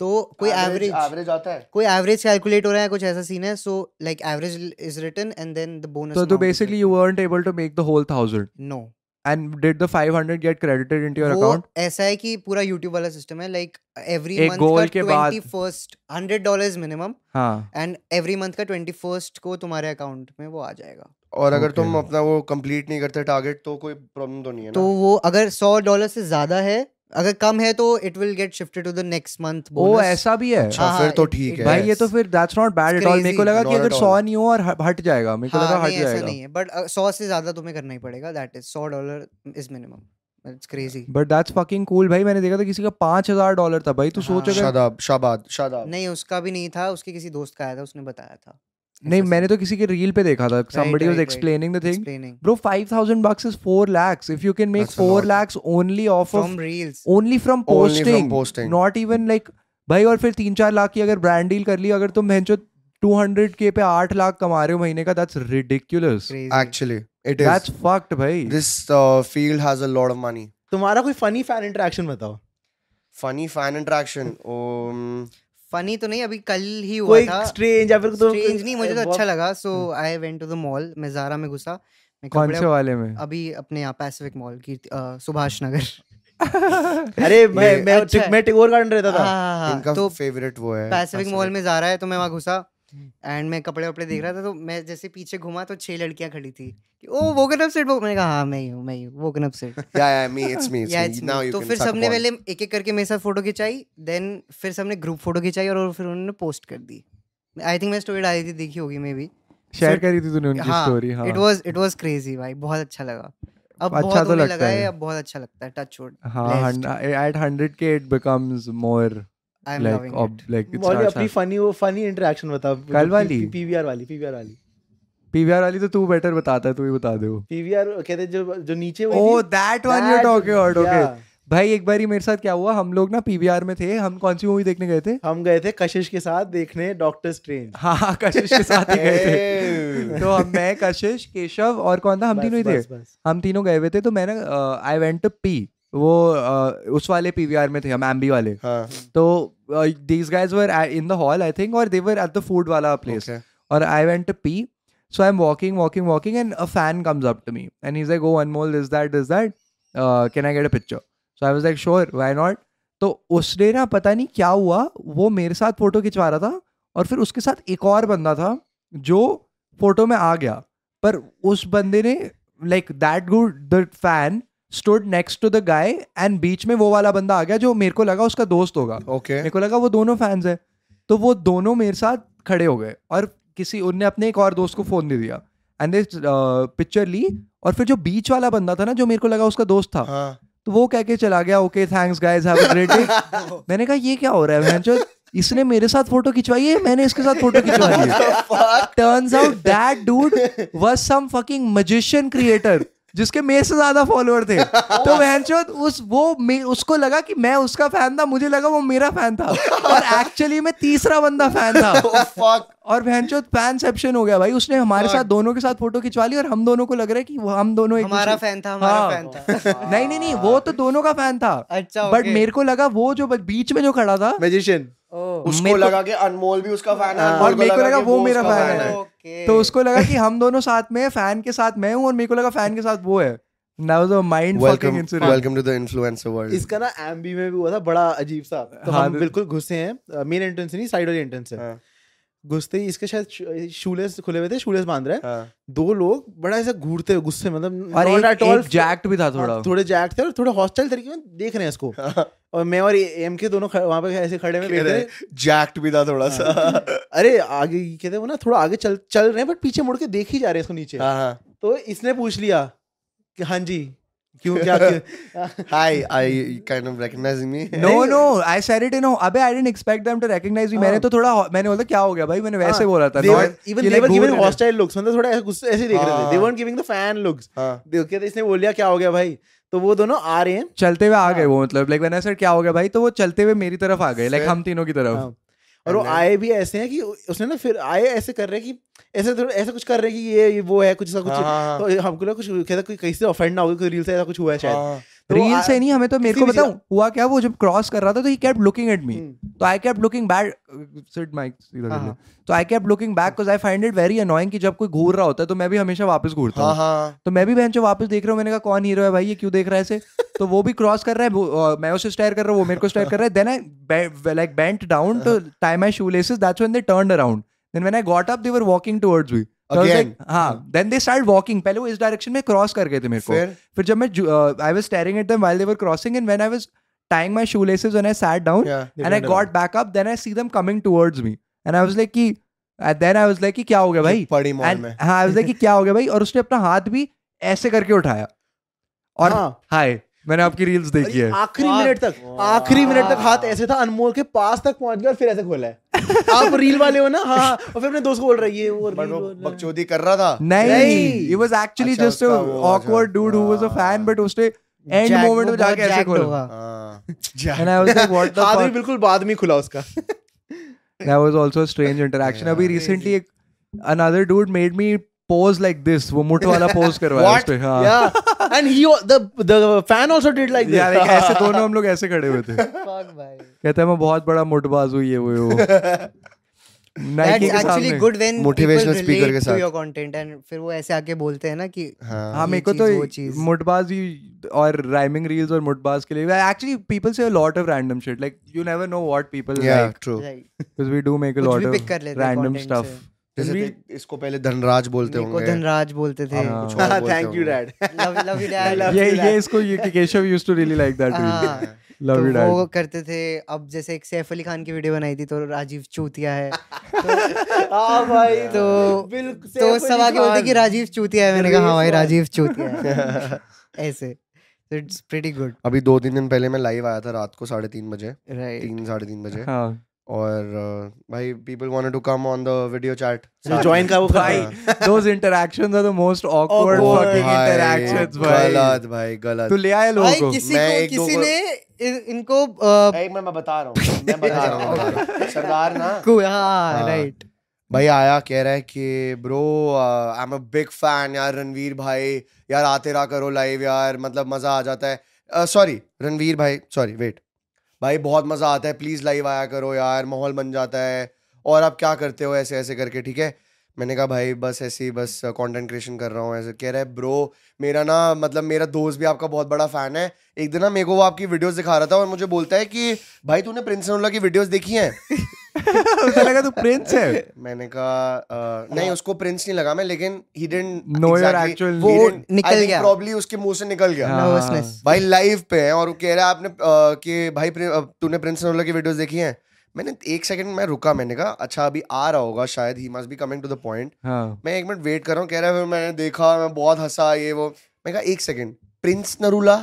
तो कोई एवरेज
एवरेज आता है
कोई एवरेज कैलकुलेट हो रहा है कुछ ऐसा सीन है so like average is written and then the bonus
So, so तो, basically, you weren't able to make the whole thousand.
No
And did the 500 get credited into your
वो
account?
ऐसा है कि पूरा YouTube वाला system है like every
एक
month
goal
का
के बाद-
21st 100 डॉलर्स मिनिमम
हाँ
एंड एवरी मंथ का 21st को तुम्हारे अकाउंट में वो आ जाएगा
और अगर तुम
Okay.
अपना वो कंप्लीट नहीं करते टारगेट तो कोई प्रॉब्लम तो नहीं है
तो
ना
वो अगर 100 डॉलर से ज्यादा है अगर कम है तो it will get shifted to the next month
oh ऐसा भी है
अच्छा
हाँ,
फिर
हाँ,
तो
it-
ठीक
it-
है
भाई ये तो फिर that's not bad at all मेरे को
It's
लगा कि
crazy.
अगर
Not at
सौ
all.
नहीं हो और ह- हट जाएगा मेरे को लगा
हाँ
हट
नहीं ऐसा
जाएगा
नहीं है बट सौ से ज्यादा तुम्हें करना ही पड़ेगा दैट इज सौ dollar is minimum it's crazy
but that's fucking cool भाई मैंने देखा था किसी का 5000 डॉलर था भाई तू
हाँ।
सोच अगर
शादाब शाबाद शादाब
नहीं उसका भी नहीं था उसके किसी दोस्त का आया था उसने बताया था
नहीं मैंने तो किसी के रील पे देखा था somebody was
right, right.
explaining the thing
explaining
bro 5000 bucks is 4 lakhs if you can make
That's a
4
lot.
lakhs only off of
from reels
only from
Only from
posting
posting.
Not even like भाई और फिर तीन चार लाख की अगर brand deal कर ली अगर तुम भेंचो टू हंड्रेड के पे आठ लाख कमा रहे हो महीने का that's ridiculous
crazy
actually it
that's
is
fucked भाई
this field has a lot of money
तुम्हारा कोई फनी फैन इंटरेक्शन बताओ
funny fan interaction Um,
funny तो नहीं अभी कल ही हुआ
कोई
था
स्ट्रेंज या फिर तो
स्ट्रेंज नहीं मुझे तो अच्छा
बहुत-
लगा so I went to the mall मैं जारा में घुसा मैं
कौन
कपड़े
से वाले में
अभी अपने यहाँ पैसिफिक मॉल की अ, सुभाष नगर *laughs*
अरे मैं मैं
अच्छा है।
मैं टेगोर गार्डन रहता था
इनका
हाँ तो
फेवरेट वो है
पैसिफिक मॉल में जा रहा है तो मैं वहां घुसा एंड मैं कपड़े वपड़े देख रहा था तो मैं जैसे पीछे घुमा तो छह लड़कियां खड़ी थी कि, ओ वो कनप सेट वो मैंने कहा हाँ मैं ही हूँ मैं ही हूँ वो कनप सेट
या या मी इट्स
*laughs*
मी
या it's
it's
me."
Me now you
तो फिर सबने पहले एक एक करके मेरे साथ फोटो खिंचाई देन फिर सबने ग्रुप फोटो खिंचाई और फिर उन्होंने पोस्ट कर दी आई थिंक मैं स्टोरी डाली थी देखी होगी मे बी
शेयर करी थी तूने उनकी
हाँ,
स्टोरी हाँ
it was it was crazy भाई बहुत अच्छा लगा अब
अच्छा
बहुत
तो
होने
लगता
लगा है
है।
अब बहुत अच्छा लगता है टच वुड
हाँ
blessed.
एट हंड्रेड के it becomes more
I am
like
loving
ob- like it
और ये
starts
अपनी
hap-
फनी फनी इंटरेक्शन बता
अच्छा, कल वाली?
पीवीआर वाली पीवीआर वाली
PVR वाली तो तू बेटर बताता है तू ही बता दे Oh,
पीवीआर कहते जो जो नीचे हुई
ओ
थी,
that one you
that-
talking about
yeah.
Okay भाई एक बार ही मेरे साथ क्या हुआ हम लोग ना पीवीआर में थे हम कौन सी मूवी देखने गए थे
हम गए थे कशिश के साथ देखने डॉक्टर स्ट्रेंज
हाँ हाँ कशिश के साथ ही गए
*laughs* Hey.
थे
*laughs*
तो हम मैं कशिश केशव और कौन था हम तीनों ही थे हम तीनों गए हुए थे तो मैं ना आई वेंट टू पी वो uh, उस वाले पीवीआर में थे हम एम्बी वाले
हां
तो these guys were in the hall I think और they were at the food वाला प्लेस
Okay.
और I went to pee so I am walking walking walking and a fan comes up to me and is like oh Anmol this that this that can I get a picture so I was like sure why not तो उसने ना पता नहीं क्या हुआ वो मेरे साथ फोटो खिंचवा रहा था और फिर उसके साथ एक और बंदा था जो फोटो में आ गया पर उस बंदे ने like that good the fan stood next to the guy and बीच में वो वाला बंदा आ गया जो मेरे को लगा उसका दोस्त होगा
ओके
मेरे को लगा वो दोनों फैंस हैं तो वो दोनों मेरे साथ खड़े हो गए और किसी उनने अपने एक और दोस्त को फोन दे दिया एंड दे पिक्चर ली और फिर जो बीच वाला बंदा था ना जो मेरे को लगा उसका दोस्त था *laughs*
हां
तो वो कह के चला गया okay thanks guys have a great day मैंने कहा ये क्या हो रहा है भैंचो इसने मेरे साथ फोटो खिंचवाई है मैंने इसके साथ फोटो खिंचवाई है turns out that dude was some fucking magician creator जिसके मेरे से ज्यादा फॉलोअर थे तो बहनचो उस वो मे, उसको लगा कि मैं उसका फैन था मुझे लगा वो मेरा फैन था और एक्चुअली मैं तीसरा बंदा फैन
*laughs*
था
फक
और बहनचो फैनसेप्शन हो गया भाई उसने हमारे साथ दोनों के साथ फोटो खिंचवा ली और हम दोनों को लग रहा है कि वो- हम दोनों एक
हमारा
दूसरे-
फैन था हमारा
हाँ।
फैन था
नहीं नहीं नहीं वो तो दोनों का फैन था
अच्छा
बट मेरे को लगा वो जो ब- बीच में जो खड़ा था
मैजिशियन
उसको
मेरे को-
लगा कि अनमोल भी उसका फैन है
हाँ,
अनमोल
और मेरे को लगा
कि
वो मेरा
उसका
fan है।
ओके
तो उसको लगा कि हम दोनों साथ में फैन के साथ मैं हूँ और मेरे को लगा फैन के साथ वो है now the mind fucking
welcome
incident
welcome to the influencer world
इसका ना एमबी में भी हुआ था बड़ा अजीब सा तो
हाँ,
हम
तो-
बिल्कुल घुसे हैं मेन एंट्रेंस नहीं साइड वाली एंट्रेंस है
हाँ
घुसते ही इसके शायद शूलेस खुले हुए थे शूलेस बांध
हाँ।
रहे हैं
हां
दो लोग बड़ा ऐसा घूरते हुए गुस्से में, मतलब
और
not
एक,
at all-
एक जैक्ट भी था थोड़ा
हाँ, थोड़े जैक थे और थोड़े हॉस्टल तरीके में देख रहे हैं इसको
हाँ।
और मैं और एम के दोनों वहां पे ऐसे खड़े में बैठे
जैक्ट भी था थोड़ा सा
हाँ,
अरे आगे ये कहते हैं वो ना थोड़ा आगे चल चल रहे हैं बट पीछे मुड़ के देख ही जा रहे हैं इसको नीचे
हां हां
तो इसने पूछ लिया कि हाँ जी क्यों
*laughs*
क्या क्यों?
Hi I kind of recognizing me
no no I said it in अबे I didn't expect them to recognize me
हाँ।
मैंने तो थोड़ा मैंने बोला क्या हो गया भाई मैंने वैसे बोला था not
इवन
कि
दे
like
वर
घूर
गिविंग
रहे थे।
हॉस्टाइल लुक्स मतलब थोड़ा ऐसे गुस्से ऐसे देख रहे थे दे
हाँ।
weren't giving the fan looks
हां
देखिए तो इसने बोल लिया क्या हो गया भाई तो वो दोनों आ रहे हैं
चलते हुए आ
हाँ।
गए वो मतलब लाइक मैंने सर क्या हो गया भाई तो वो चलते हुए मेरी तरफ आ गए लाइक
फिर?
हम तीनों की तरफ
हाँ। और वो
And then-
आए भी ऐसे हैं कि उसने ना फिर आए ऐसे कर रहे हैं कि ऐसे थोड़ा ऐसा कुछ कर रहे हैं कि ये, ये वो है कुछ ऐसा कुछ
हाँ, हाँ,
तो हमको लगा कुछ कहता कोई कहीं से ऑफेंड ना हो कोई रील से ऐसा कुछ हुआ है शायद
हां
तो वो
रील
आ-
से नहीं हमें तो मेरे
किसी
को
भी
बताऊं हुआ क्या वो जब क्रॉस कर रहा था तो ही केप्ट लुकिंग एट मी
हम्म।
तो आई केप्ट लुकिंग बैक सिट माइक
हाँ,
इधर तो I kept looking back because I find it very annoying कि जब कोई घूर रहा होता है तो मैं भी हमेशा वापस घूरता
हाँ,
हां
हूँ
हां
तो मैं भी बहन जो वापस देख रहा हूँ मैंने कहा कौन हीरो है भाई ये क्यों देख रहा है ऐसे
*laughs*
तो वो भी क्रॉस कर रहा है वो, अ, मैं उसे स्टायर कर रहा हूँ वो मेरे को स्टायर कर रहा है then I like bent down to
हाँ।
Tie my shoe laces that's when they turn around then when I got up they were walking towards me
Again?
हाँ देन दे स्टार्ट वॉकिंग पहले वो इस direction में cross कर गए थे मेरे को
फिर?
फिर जब मैं uh, I was staring at them while they were crossing and when I was tying my shoelaces when I sat down
Yeah.
And I got back up then I see them coming towards me and I was like कि then I was like कि क्या हो गया भाई
पड़ी mall
And-
में
हाँ I was like कि क्या हो गया भाई और उसने अपना हाथ भी ऐसे करके उठाया और
हाँ।
हाय मैंने आपकी रील्स देखी है
आखिरी
वाह,
मिनट तक आखिरी मिनट तक हाथ ऐसे था अनमोल के पास तक पहुंच गया और फिर ऐसे खोला है आप रील वाले हो ना हाँ हाँ। और फिर अपने दोस्त को बोल रही है वो
बट
रील
वो
बोल रहा है।
बकचोदी कर रहा था
नहीं
नहीं।
ही वाज एक्चुअली
हाँ। अच्छा,
जस्ट अ
उसका वो, अच्छा,
awkward dude who was a fan but उसने एंड
Jack
मोमेंट
वो
में जाके
बहुत
ऐसे
jacked
खोला
होगा।
हां
and I was like what
*laughs*
the
हाथ भी
फक
बिल्कुल बाद में खुला उसका
that was also a strange interaction अभी recently एक another dude made me pose like this वो मुठ
*laughs*
वाला pose करवाया
What?
उसने हाँ
या and he the the fan also did like
यार
दिस
एक ऐसे
*laughs*
दोनों हम लोग ऐसे खड़े हुए थे
*laughs* Fuck भाई
कहता है मैं बहुत बड़ा मुठबाज हूँ ये वो ये वो नाइकी
*laughs* That's
के
actually
सामने
good when people
Motivational speaker
relate
के
to
साथ।
your content and फिर वो ऐसे आके बोलते हैं ना कि
हाँ
हाँ
ये
मेरे को
चीज़, वो चीज़।
तो मुठबाज ही और राइमिंग रील्स और मुठबाज के लिए एक्चुअली पीपल से a lot of random shit like you never know what people
या
like
true
like,
because we do make a
कुछ
लॉट
भी
ऑफ
pick कर लेते हैं
रैंडम
content
स्टफ
से।
जैसे
Ranveer-
देख- इसको पहले धनराज बोलते
मेरे को
होंगे
धनराज बोलते थे
हाँ,
कुछ
हाँ,
और बोलते
thank you,
होंगे।
dad.
love love you
*laughs*
dad
Love
ये
you,
ये
lad.
इसको ये कि Keshav used to really like that reel
*laughs* हाँ,
लव यू
तो वो
डैड
करते थे अब जैसे एक सैफ अली खान की वीडियो बनाई थी तो राजीव
*laughs*
चूतिया है
*laughs* हाँ भाई
तो तो
बिल्कुल सैफ
सब
अली
आके बोलते
खान।
कि राजीव चूतिया है मैंने कहा हाँ भाई
Race one.
राजीव चूतिया
*laughs*
है ऐसे तो इट्स प्रीटी गुड
अभी दो तीन दिन पहले मैं लाइव आया था रात को साढ़े तीन बजे
राइट
तीन साढ़े तीन बजे
हां
और uh, भाई people wanted to come on the video chat
जो join का वो कर
भाई
रहा है।
*laughs* those interactions are the most awkward
Awkward.
fucking interactions भाई
Oh, गलत भाई गलत
तू ले आए
भाई
लोगों को
किसी
मैं
को
एक दो
किसी
को-
ने इन- इनको अ,
एक मिनट मैं बता रहा हूँ मैं बता रहा हूँ, बता रहा हूँ सरदार ना
को हाँ राइट
भाई आया कह रहा है कि uh, bro I am a big fan यार रणवीर भाई यार आते रहा करो लाइव यार मतलब मजा आ जाता है सॉरी रणवीर भाई सॉरी वेट भाई बहुत मजा आता है प्लीज लाइव आया करो यार माहौल बन जाता है और आप क्या करते हो ऐसे ऐसे करके ठीक है मैंने कहा भाई बस ऐसे ही बस कंटेंट क्रिएशन कर रहा हूँ ऐसे कह रहा है ब्रो मेरा ना मतलब मेरा दोस्त भी आपका बहुत बड़ा फैन है एक दिन ना मेरे को वो आपकी वीडियोस दिखा रहा था और मुझे बोलता है कि भाई तूने प्रिंस अनुला की वीडियोस देखी हैं
*laughs* मुझे लगा तू प्रिंस
*laughs*
है
मैंने कहा अ, नहीं उसको प्रिंस नहीं लगा मैं लेकिन ही डिडंट
Know हाँ। your actual-
वो
He
didn't- निकल गया।
प्रॉब्ली उसके मुंह से निकल गया
हाँ।
नर्वसनेस
भाई लाइव पे है और वो कह रहा है आपने अ, कि भाई प्रि- अ, तूने प्रिंस नोला की वीडियोस देखी हैं मैंने एक सेकंड मैं रुका मैंने कहा अच्छा अभी आ रहा होगा शायद he must be coming to the point
हां
मैं एक मिनट वेट कर रहा हूँ कह रहा है फिर मैंने देखा मैं बहुत हंसा ये वो मैं कहा एक सेकंड प्रिंस नरूला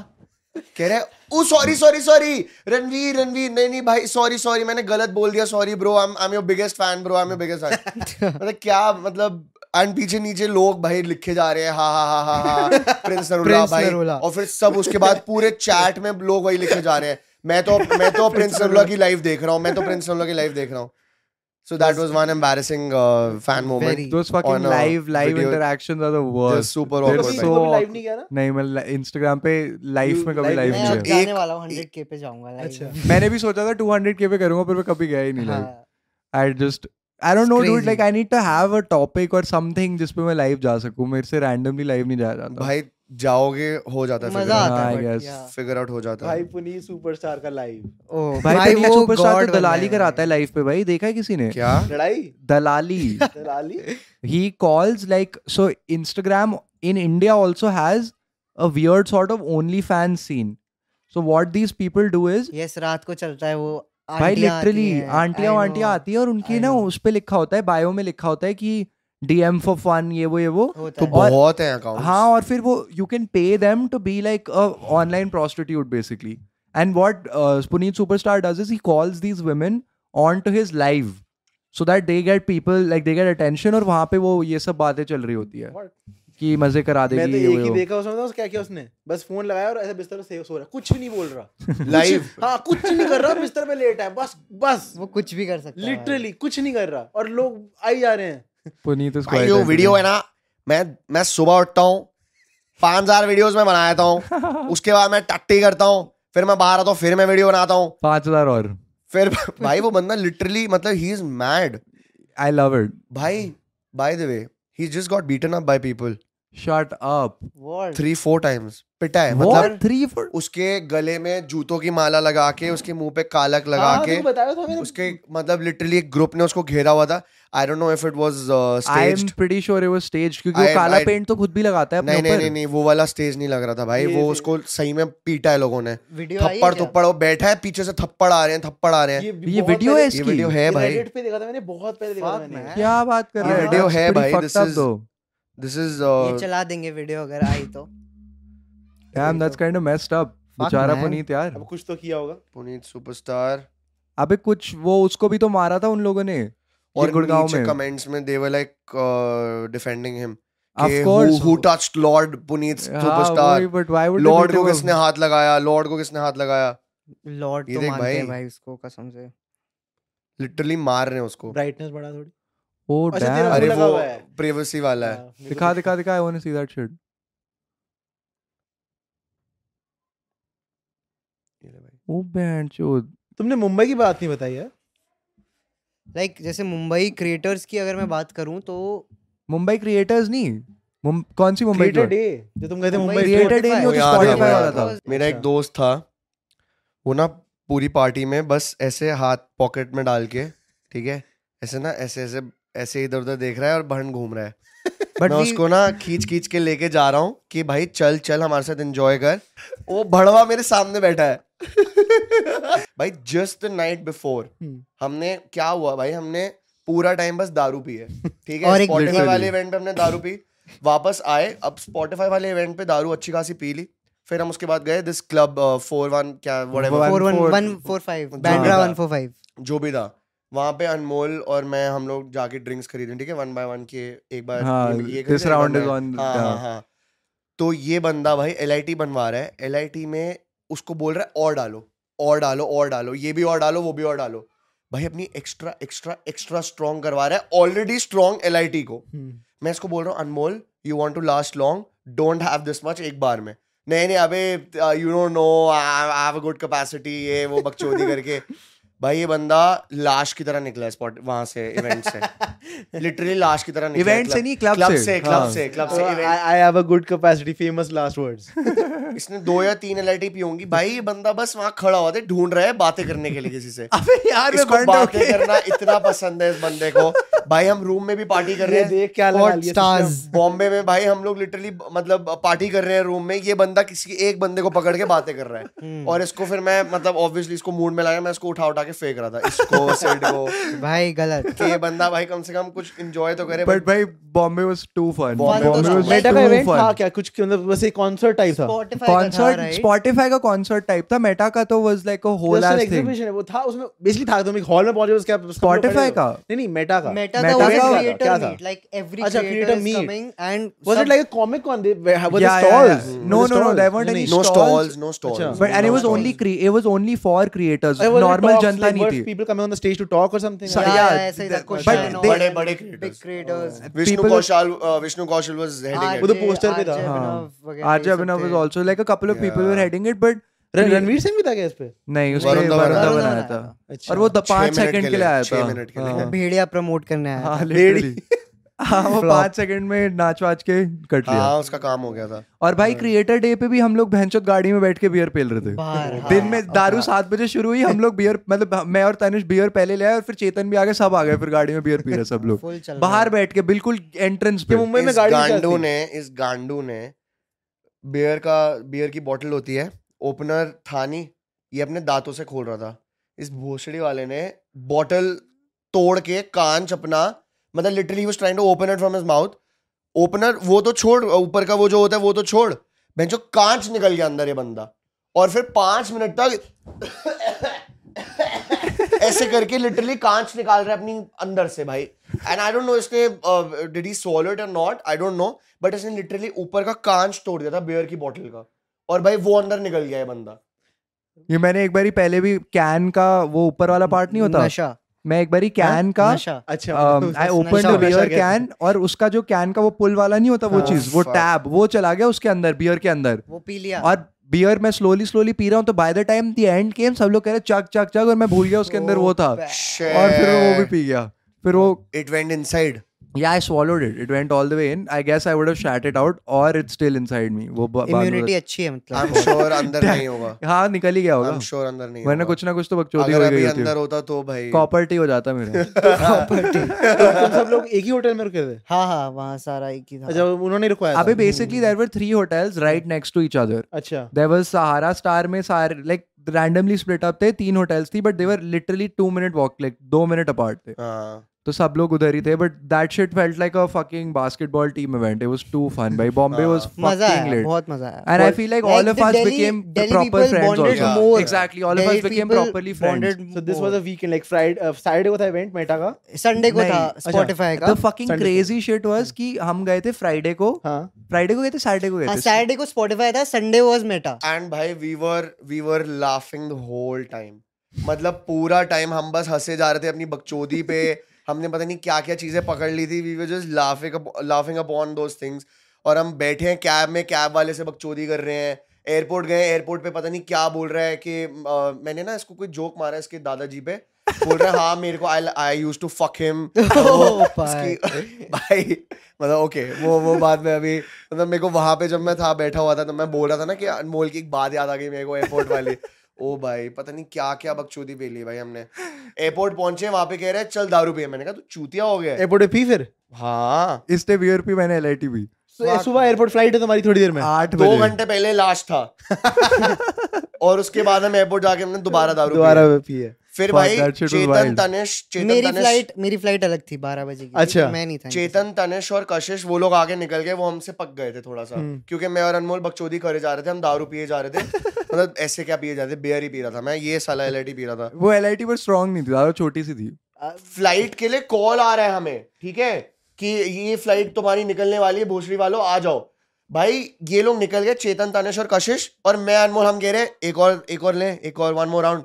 कह रहा है oh sorry sorry sorry Ranveer Ranveer नहीं नहीं भाई सॉरी सॉरी मैंने गलत बोल दिया sorry bro I I am your biggest fan bro I am your biggest
*laughs*
fan मतलब क्या मतलब एंड पीछे नीचे लोग भाई लिखे जा रहे हैं हा हा हा हा हा प्रिंस नरूला
Prince
भाई
नरूला।
और फिर सब उसके बाद पूरे चैट में लोग वही लिखे जा रहे हैं मैं तो मैं
*laughs*
तो प्रिंस नरूला की लाइव देख रहा हूँ मैं तो प्रिंस नरूला की लाइव देख रहा हूँ so that was one embarrassing fan moment
Very.
those
On
fucking
a
live live
Oh, video-
interactions are the
They're
worst
super
They're so
awkward.
कभी इसको भी live
awkward.
नहीं किया ना
नहीं मैं इंस्टाग्राम पे लाइव
You-
में कभी
live
लाइव
में
मैं
नहीं
अब
एक-
किया
जाने वाला हूँ 100k पे जाऊंगा हाँ, लाइक
अच्छा
मैंने भी सोचा था 200k पे करूंगा पर मैं कभी गया ही नहीं live I just I don't know dude
हाँ। crazy.
Like I need to have a topic और समथिंग जिस पे मैं लाइव जा सकूं मेरे से रैंडमली लाइव नहीं जाया जाता
भाई जाओगे हो जाता है
मतलब। मजा आता
हाँ, I
है but
guess.
yeah.
Figure out हो जाता
भाई
है
पुनीत superstar का live
ओ,
भाई पहली
वो
सुपरस्टार
god
तो
बंदा
दलाली
है
कराता है लाइव पे भाई देखा है किसी ने
क्या
लड़ाई
दलाली
दलाली
he calls like so instagram in india also has a weird sort of onlyfans scene so what these people do is
yes रात को चलता है वो
भाई
आंटियां आती
लिटरली
हैं,
आंटियां
I know.
आंटियां आती है और उनकी
I
ना
know.
उस पे लिखा होता है बायो में लिखा होता है कि डीएम फॉर फन ये वो ये वो
होता
तो
है।
और-
बहुत है अकाउंट
हाँ और फिर वो you can pay them to be like online prostitute basically and what uh, Puneet superstar does is he calls these women on to his live so that they get people like they get attention और वहाँ पे वो ये सब बातें चल रही होती है
What?
कि मजे करा
मैं
देगी
तो
ये
एक
वो,
ही
ये वो।
देखा उसमें उसका क्या किया उसने बस फोन लगाया और ऐसे बिस्तर पे से- सो रहा है। कुछ भी नहीं बोल रहा
लाइव
हाँ कुछ नहीं कर रहा बिस्तर पे लेटा है बस बस
वो कुछ भी कर सकता है भाई।
लिटरली कुछ नहीं कर रहा और लोग आई जा रहे हैं
Puneet is
भाई
quite
जो
entertaining.
वीडियो है ना मैं मैं सुबह उठता हूँ पाँच हजार वीडियोज में बना देता
*laughs*
हूँ उसके बाद मैं टट्टी करता हूँ फिर मैं बाहर आता हूँ फिर मैं वीडियो बनाता हूँ
पाँच हजार और
फिर *laughs* भाई वो बंदा लिटरली मतलब he is mad
I love it
भाई by the way he just got beaten up by people
shut up
What?
Three four times पिटा है
मतलब
मतलब
थ्री फोर
उसके गले में जूतों की माला लगा के उसके मुंह पे कालक लगा
हाँ,
के
तुमको बताया था मैंने
उसके मतलब लिटरली एक ग्रुप ने उसको घेरा हुआ था I don't know if it was
I am
staged
pretty sure वो स्टेज क्योंकि वो
I-
काला
I-
पेंट तो खुद भी लगाता है अपने
नहीं नहीं नहीं
ऊपर
नहीं वो वाला स्टेज नहीं लग रहा था भाई
ये-
वो
ये-
उसको सही में पीटा है लोगों ने
वीडियो आई है
थप्पड़
क्या?
थप्पड़ वो बैठा है पीछे से थप्पड़ आ रहे हैं थप्पड़ आ रहे हैं
भी
ये
बहुत
वीडियो
पहले-
है
ये
इसकी
वीडियो है भाई
Reddit पे देखा था मैंने बहुत पहले देखा था
Fuck,
मैंने
man.
क्या बात कर
ये
रहे हैं
video
That's
है
pretty
भाई,
fucked
this
up
is-
though.
This is
ये चला देंगे वीडियो अगर आई तो
Damn, that's kind of messed up. बेचारा
man.
पुनीत यार
अब कुछ तो किया होगा
पुनीत सुपरस्टार
अबे कुछ वो उसको भी तो मारा था उन लोगों ने
और
ये गुड़गांव
नीचे
में
कमेंट्स में they were like uh, defending him
of course
who touched lord Puneet
हाँ,
superstar
but why would
lord को किसने हाथ लगाया लॉर्ड को किसने हाथ लगाया
लॉर्ड
ये
तो
देख
मानते हैं
भाई।
भाई उसको कसम से
लिटरली मार रहे हैं उसको
ब्राइटनेस बढ़ा थोड़ी
ओ
अच्छा, तेरा
डैम
अरे
लगा
वो
हुआ है।
प्राइवेसी वाला है
हाँ, मेरे को
Oh, दिखा
तो-
दिखा दिखा I want to see that shit oh बैंड Oh,
तुमने मुंबई की बात नहीं बताई है
लाइक like, जैसे मुंबई क्रिएटर्स की अगर मैं
Hmm.
बात करूं तो
मुंबई क्रिएटर्स नहीं मुं- कौन सी मुंबई
क्रिएटर
क्रिएटर
डे जो तुम कहते
Mumbai
Mumbai
Creator
Spotify
Day नहीं
वो
होती
याद
तो
है,
Spotify
वो
वाला
याद
था
है। मेरा एक दोस्त था वो ना पूरी पार्टी में बस ऐसे हाथ पॉकेट में डाल के ठीक है ऐसे ना ऐसे ऐसे ऐसे इधर उधर देख रहा है और भन घूम रहा है
बट
मैं उसको ना खींच खींच के लेके जा रहा हूँ कि भाई चल चल हमारे साथ एंजॉय कर वो भड़वा मेरे सामने बैठा
*laughs*
है भाई जस्ट द नाइट बिफोर
हम्म।
हमने क्या हुआ भाई हमने पूरा टाइम बस दारू पी
*laughs*
है ठीक है
और
और
एक
स्पॉटिफाई
Literally.
वाले इवेंट पे हमने दारू पी वापस आए अब स्पॉटिफाई वाले इवेंट पे दारू अच्छी खासी पी ली फिर हम उसके बाद गए दिस क्लब फोर वन क्या whatever
41145 बैंड्रा
हाँ।
145
जो भी था वहां पे अनमोल और मैं हम लोग जाके ड्रिंक्स खरीदे ठीक है वन बाय वन के एक बार
हाँ,
ये- ये
this
खरीदे, एक
round
बार
is
मैं-
on-
हाँ, हाँ,
हाँ।
हाँ। तो ये बंदा भाई एल बनवा रहा है एल में उसको बोल रहा है और डालो और डालो और डालो ये भी और डालो वो भी और डालो भाई अपनी एक्स्ट्रा एक्स्ट्रा एक्स्ट्रा स्ट्रॉन्ग करवा रहा है ऑलरेडी स्ट्रॉन्ग एल को
हम्म।
मैं इसको बोल रहा हूँ Anmol you want to last long don't have this much एक बार में नहीं नहीं अबे uh, you don't know I have a good capacity ये वो बकचोदी करके
*laughs*
भाई ये बंदा लाश की तरह निकला है स्पॉट वहां से इवेंट
*laughs*
से लिटरली लाश की तरह निकला
इवेंट से नहीं क्लब
क्लब
से
से क्लब
हाँ।
से क्लब से
आई
*laughs*
event-
I have a good capacity famous last words
इसने दो या तीन एल पी होंगी भाई ये बंदा बस वहां खड़ा हुआ था ढूंढ रहा है बातें करने के लिए किसी से
अबे यार मैं
इसको
बंद हो
बातें करना
*laughs*
इतना पसंद है इस बंदे को भाई हम रूम में भी पार्टी कर रहे
ये
हैं
देख क्या लगा लिया
stars.
system।
बॉम्बे में भाई हम लोग लिटरली मतलब पार्टी कर रहे हैं रूम में ये बंदा किसी एक बंदे को पकड़ के बातें कर रहा है
हम्म।
और इसको फिर मैं मतलब ऑब्वियसली इसको मूड में लाया मैं इसको उठा उठा के फेंक रहा था इसको
*laughs*
सेड को
भाई गलत
कि ये बंदा भाई कम से कम कुछ एंजॉय तो करे
बट भाई Bombay was too fun
Bombay
was too fun.
Meta का इवेंट था
फन
क्या कुछ कि मतलब वैसे कॉन्सर्ट टाइप था
Spotify का था,
कॉन्सर्ट
right?
स्पॉटिफाई का कॉन्सर्ट टाइप था मेटा का तो was like a whole
Just an
edge thing
exhibition है वो था उसमें बेसिकली था तुम एक हॉल में पहुंचे उसके आप- सब लोग
Spotify
खड़े हो।
का?
नहीं नहीं मेटा का
मेटा
Meta का
का वाज
था,
क्या
क्रिएटर
था?
मीट लाइक एवरी
अच्छा,
creator
creator
is
meet.
Coming and
was it like a comic con they were were there
Yeah, yeah, yeah.
stalls
Mm.
Were
No,
there
no, no,
stalls?
there weren't
नहीं,
any
नहीं,
no stalls no
अच्छा।
Stalls
but and it was
No
only
stalls.
cre- it was only for creators
I was
normal
talks,
जनता
like, were
नहीं थी
people coming on the stage to talk or something
Yeah,
like
yeah,
ऐसे
that-
इधर
but
question
they- Oh,
बड़े- बड़े
big
creators.
Creators
Vishnu
people- हाँ,
Kaushal uh, Vishnu Kaushal was
वो
heading
तो poster पे था।
RJ Abhinav was also like a couple of people were
Yeah.
Heading it but
that Ran- ranveer singh भी था क्या इस पे
नहीं उसमें
वरुण
वरुण
धवन
धवन
आया
आया
था।
था
अच्छा
और वो द
छह
पाँच
मिनट
सेकंड के
के
लिए
लिए,
आया
छह मिनट के लिए।
था हाँ।
भेड़िया प्रमोट करने
*laughs*
आया
हाँ
था।
literally. हाँ वो
Flop.
पाँच सेकंड में नाच वाच के कट लिया
हाँ उसका काम हो गया था
और भाई क्रिएटर डे पे भी हम लोग भैंचोद गाड़ी में बैठ के बियर पेल रहे थे
बाहर हाँ।
दिन में दारू सात बजे शुरू हुई हम लोग बियर मतलब मैं और तनिष बियर पहले ले आए और फिर चेतन भी आ गए सब आ गए फिर गाड़ी में बियर पी रहे सब
*laughs*
Full
लोग
चल रहा
बाहर
है।
बैठ के बिल्कुल एंट्रेंस पे
कि मुंबई में
इस
गाड़ी
गांडू ने इस गांडू ने बियर का बियर की बॉटल होती है ओपनर थानी ये अपने दांतों से खोल रहा था इस भोसड़ी वाले ने बॉटल तोड़ के कांच अपना मतलब literally was trying to open it from his mouth opener वो तो छोड़ ऊपर का वो जो होता है वो तो छोड़ मैं जो कांच निकल गया अंदर ये बंदा और फिर पांच मिनट तक *coughs* ऐसे करके लिटरली कांच निकाल रहा है अपनी अंदर से भाई एंड आई डोंट नो इसने uh, did he solo it और not I don't know but इसने लिटरली ऊपर का कांच तोड़ दिया था बियर की बॉटल का और भाई वो अंदर निकल गया है बंदा
ये मैंने एक बार ही पहले भी कैन का वो ऊपर वाला पार्ट नहीं होता
नशा हाँ?
मैं एक बार ही कैन का
नशा
अच्छा
आई ओपन
नशा
द
कैसे?
बियर कैन और उसका जो कैन का वो पुल वाला नहीं होता वो
हाँ,
चीज वो
fuck.
टैब वो चला गया उसके अंदर बियर के अंदर
वो पी लिया
और बियर मैं स्लोली स्लोली पी रहा हूँ तो by the time the end came सब लोग कह रहे चक चक चक और मैं भूल गया उसके अंदर वो था और फिर वो भी पी गया फिर वो
इट वेंट
*laughs*
इनसाइड
या I swallowed it it went all the way in i guess i would have shat it out or it's still inside me वो ब- बाद
इम्यूनिटी
में-
अच्छी है
आई एम
मतलब
श्योर अंदर नहीं होगा
हाँ निकल ही गया
आई एम
होगा
श्योर अंदर नहीं
वरना
होगा।
कुछ ना कुछ तो बकचोदी हो
अगर
गई
अभी
होती
अंदर होता तो भाई
कॉपर टी हो जाता
*laughs*
मेरे
*laughs* तुम सब लोग एक ही होटल में रुके थे
हाँ हाँ वहाँ सारा एक ही था
अच्छा उन्होंने रुकवाया
अबे
था
basically there were three hotels right next to each other
अच्छा
देयर वाज सहारा स्टार में सारे लाइक रैंडमली स्प्लिट अप थे तीन होटल्स थी but they were literally two minute walk like दो मिनट अपार्ट थे
हाँ
तो सब लोग उधर ही थे बट that shit felt like a fucking basketball team event it was too fun भाई बॉम्बे वाज
हाँ। मजा
फकिंग
आया
लेट
बहुत मजा आया
And I
Well,
feel like,
like
all of
the
us
Delhi-
became
Delhi
proper
people
friends
bonded
also.
more.
Exactly, all of us became properly friends.
so this was a weekend like friday uh, saturday was the event meta का
Sunday को
नहीं,
था
अच्छा,
Spotify
The
का
fucking
Sunday को।
crazy shit was कि हम गए थे फ्राइडे को
हाँ
फ्राइडे को गए थे सैटरडे को
हाँ,
गए थे
सैटरडे हाँ, को स्पॉटिफाई था संडे वाज मेटा
एंड भाई we were we were laughing the whole time मतलब पूरा टाइम हम बस हंसे जा रहे थे अपनी बकचोदी
*laughs*
पे हमने पता नहीं क्या क्या चीजें पकड़ ली थी we were just laughing laughing upon those things और हम बैठे हैं कैब में कैब वाले से बकचोदी कर रहे हैं एयरपोर्ट गए एयरपोर्ट पे पता नहीं क्या बोल रहा है कि अ, मैंने ना इसको कोई जोक मारा है इसके दादाजी पे बोल रहा है हाँ मेरे को I I used to fuck him
Oh,
*laughs* भाई मतलब ओके वो वो बात में अभी मतलब मेरे को वहां पे जब मैं था बैठा हुआ था तो मैं बोल रहा था ना कि अनमोल की एक बात याद आ गई मेरे को एयरपोर्ट वाली *laughs* ओ भाई पता नहीं क्या क्या बकचोदी पी ली भाई हमने एयरपोर्ट पहुंचे वहां पे कह रहे हैं चल दारू पिए मैंने कहा तू चूतिया हो गया है।
एयरपोर्ट पे पी फिर
हाँ
इसने बियर पी मैंने एल भी
सु- तो सुबह एयरपोर्ट फ्लाइट है तुम्हारी थोड़ी देर में
हाँ, आठ
दो
बजे
घंटे पहले लाश था
*laughs*
और उसके बाद हम एयरपोर्ट जाके हमने दोबारा दारू
दोबारा
दोबारा
पी है
फिर
Fuck,
भाई
that shit was
Chetan
wild.
Tanish Chetan
मेरी
तनिष
फ्लाइट मेरी फ्लाइट अलग थी बारह बजे की
अच्छा।
अच्छा मैं नहीं था
चेतन तनिष और कशिश वो लोग आगे निकल गए वो हमसे पक गए थे थोड़ा सा
हम्म।
क्योंकि मैं और अनमोल बकचोदी करे जा रहे थे हम दारू पिए जा रहे थे
*laughs*
मतलब ऐसे क्या पिए जा रहे थे बियर ही पी रहा था मैं ये साला एलआईटी पी रहा था
वो एल पर स्ट्रॉन्ग नहीं थी ज्यादा छोटी सी थी
फ्लाइट के लिए कॉल आ रहा है हमें ठीक है कि ये फ्लाइट तुम्हारी निकलने वाली है भोसड़ी वालों आ जाओ भाई ये लोग निकल गए चेतन तानेश और कशिश और मैं अनमोल हम कह रहे हैं एक और एक और लें एक और वन मोर राउंड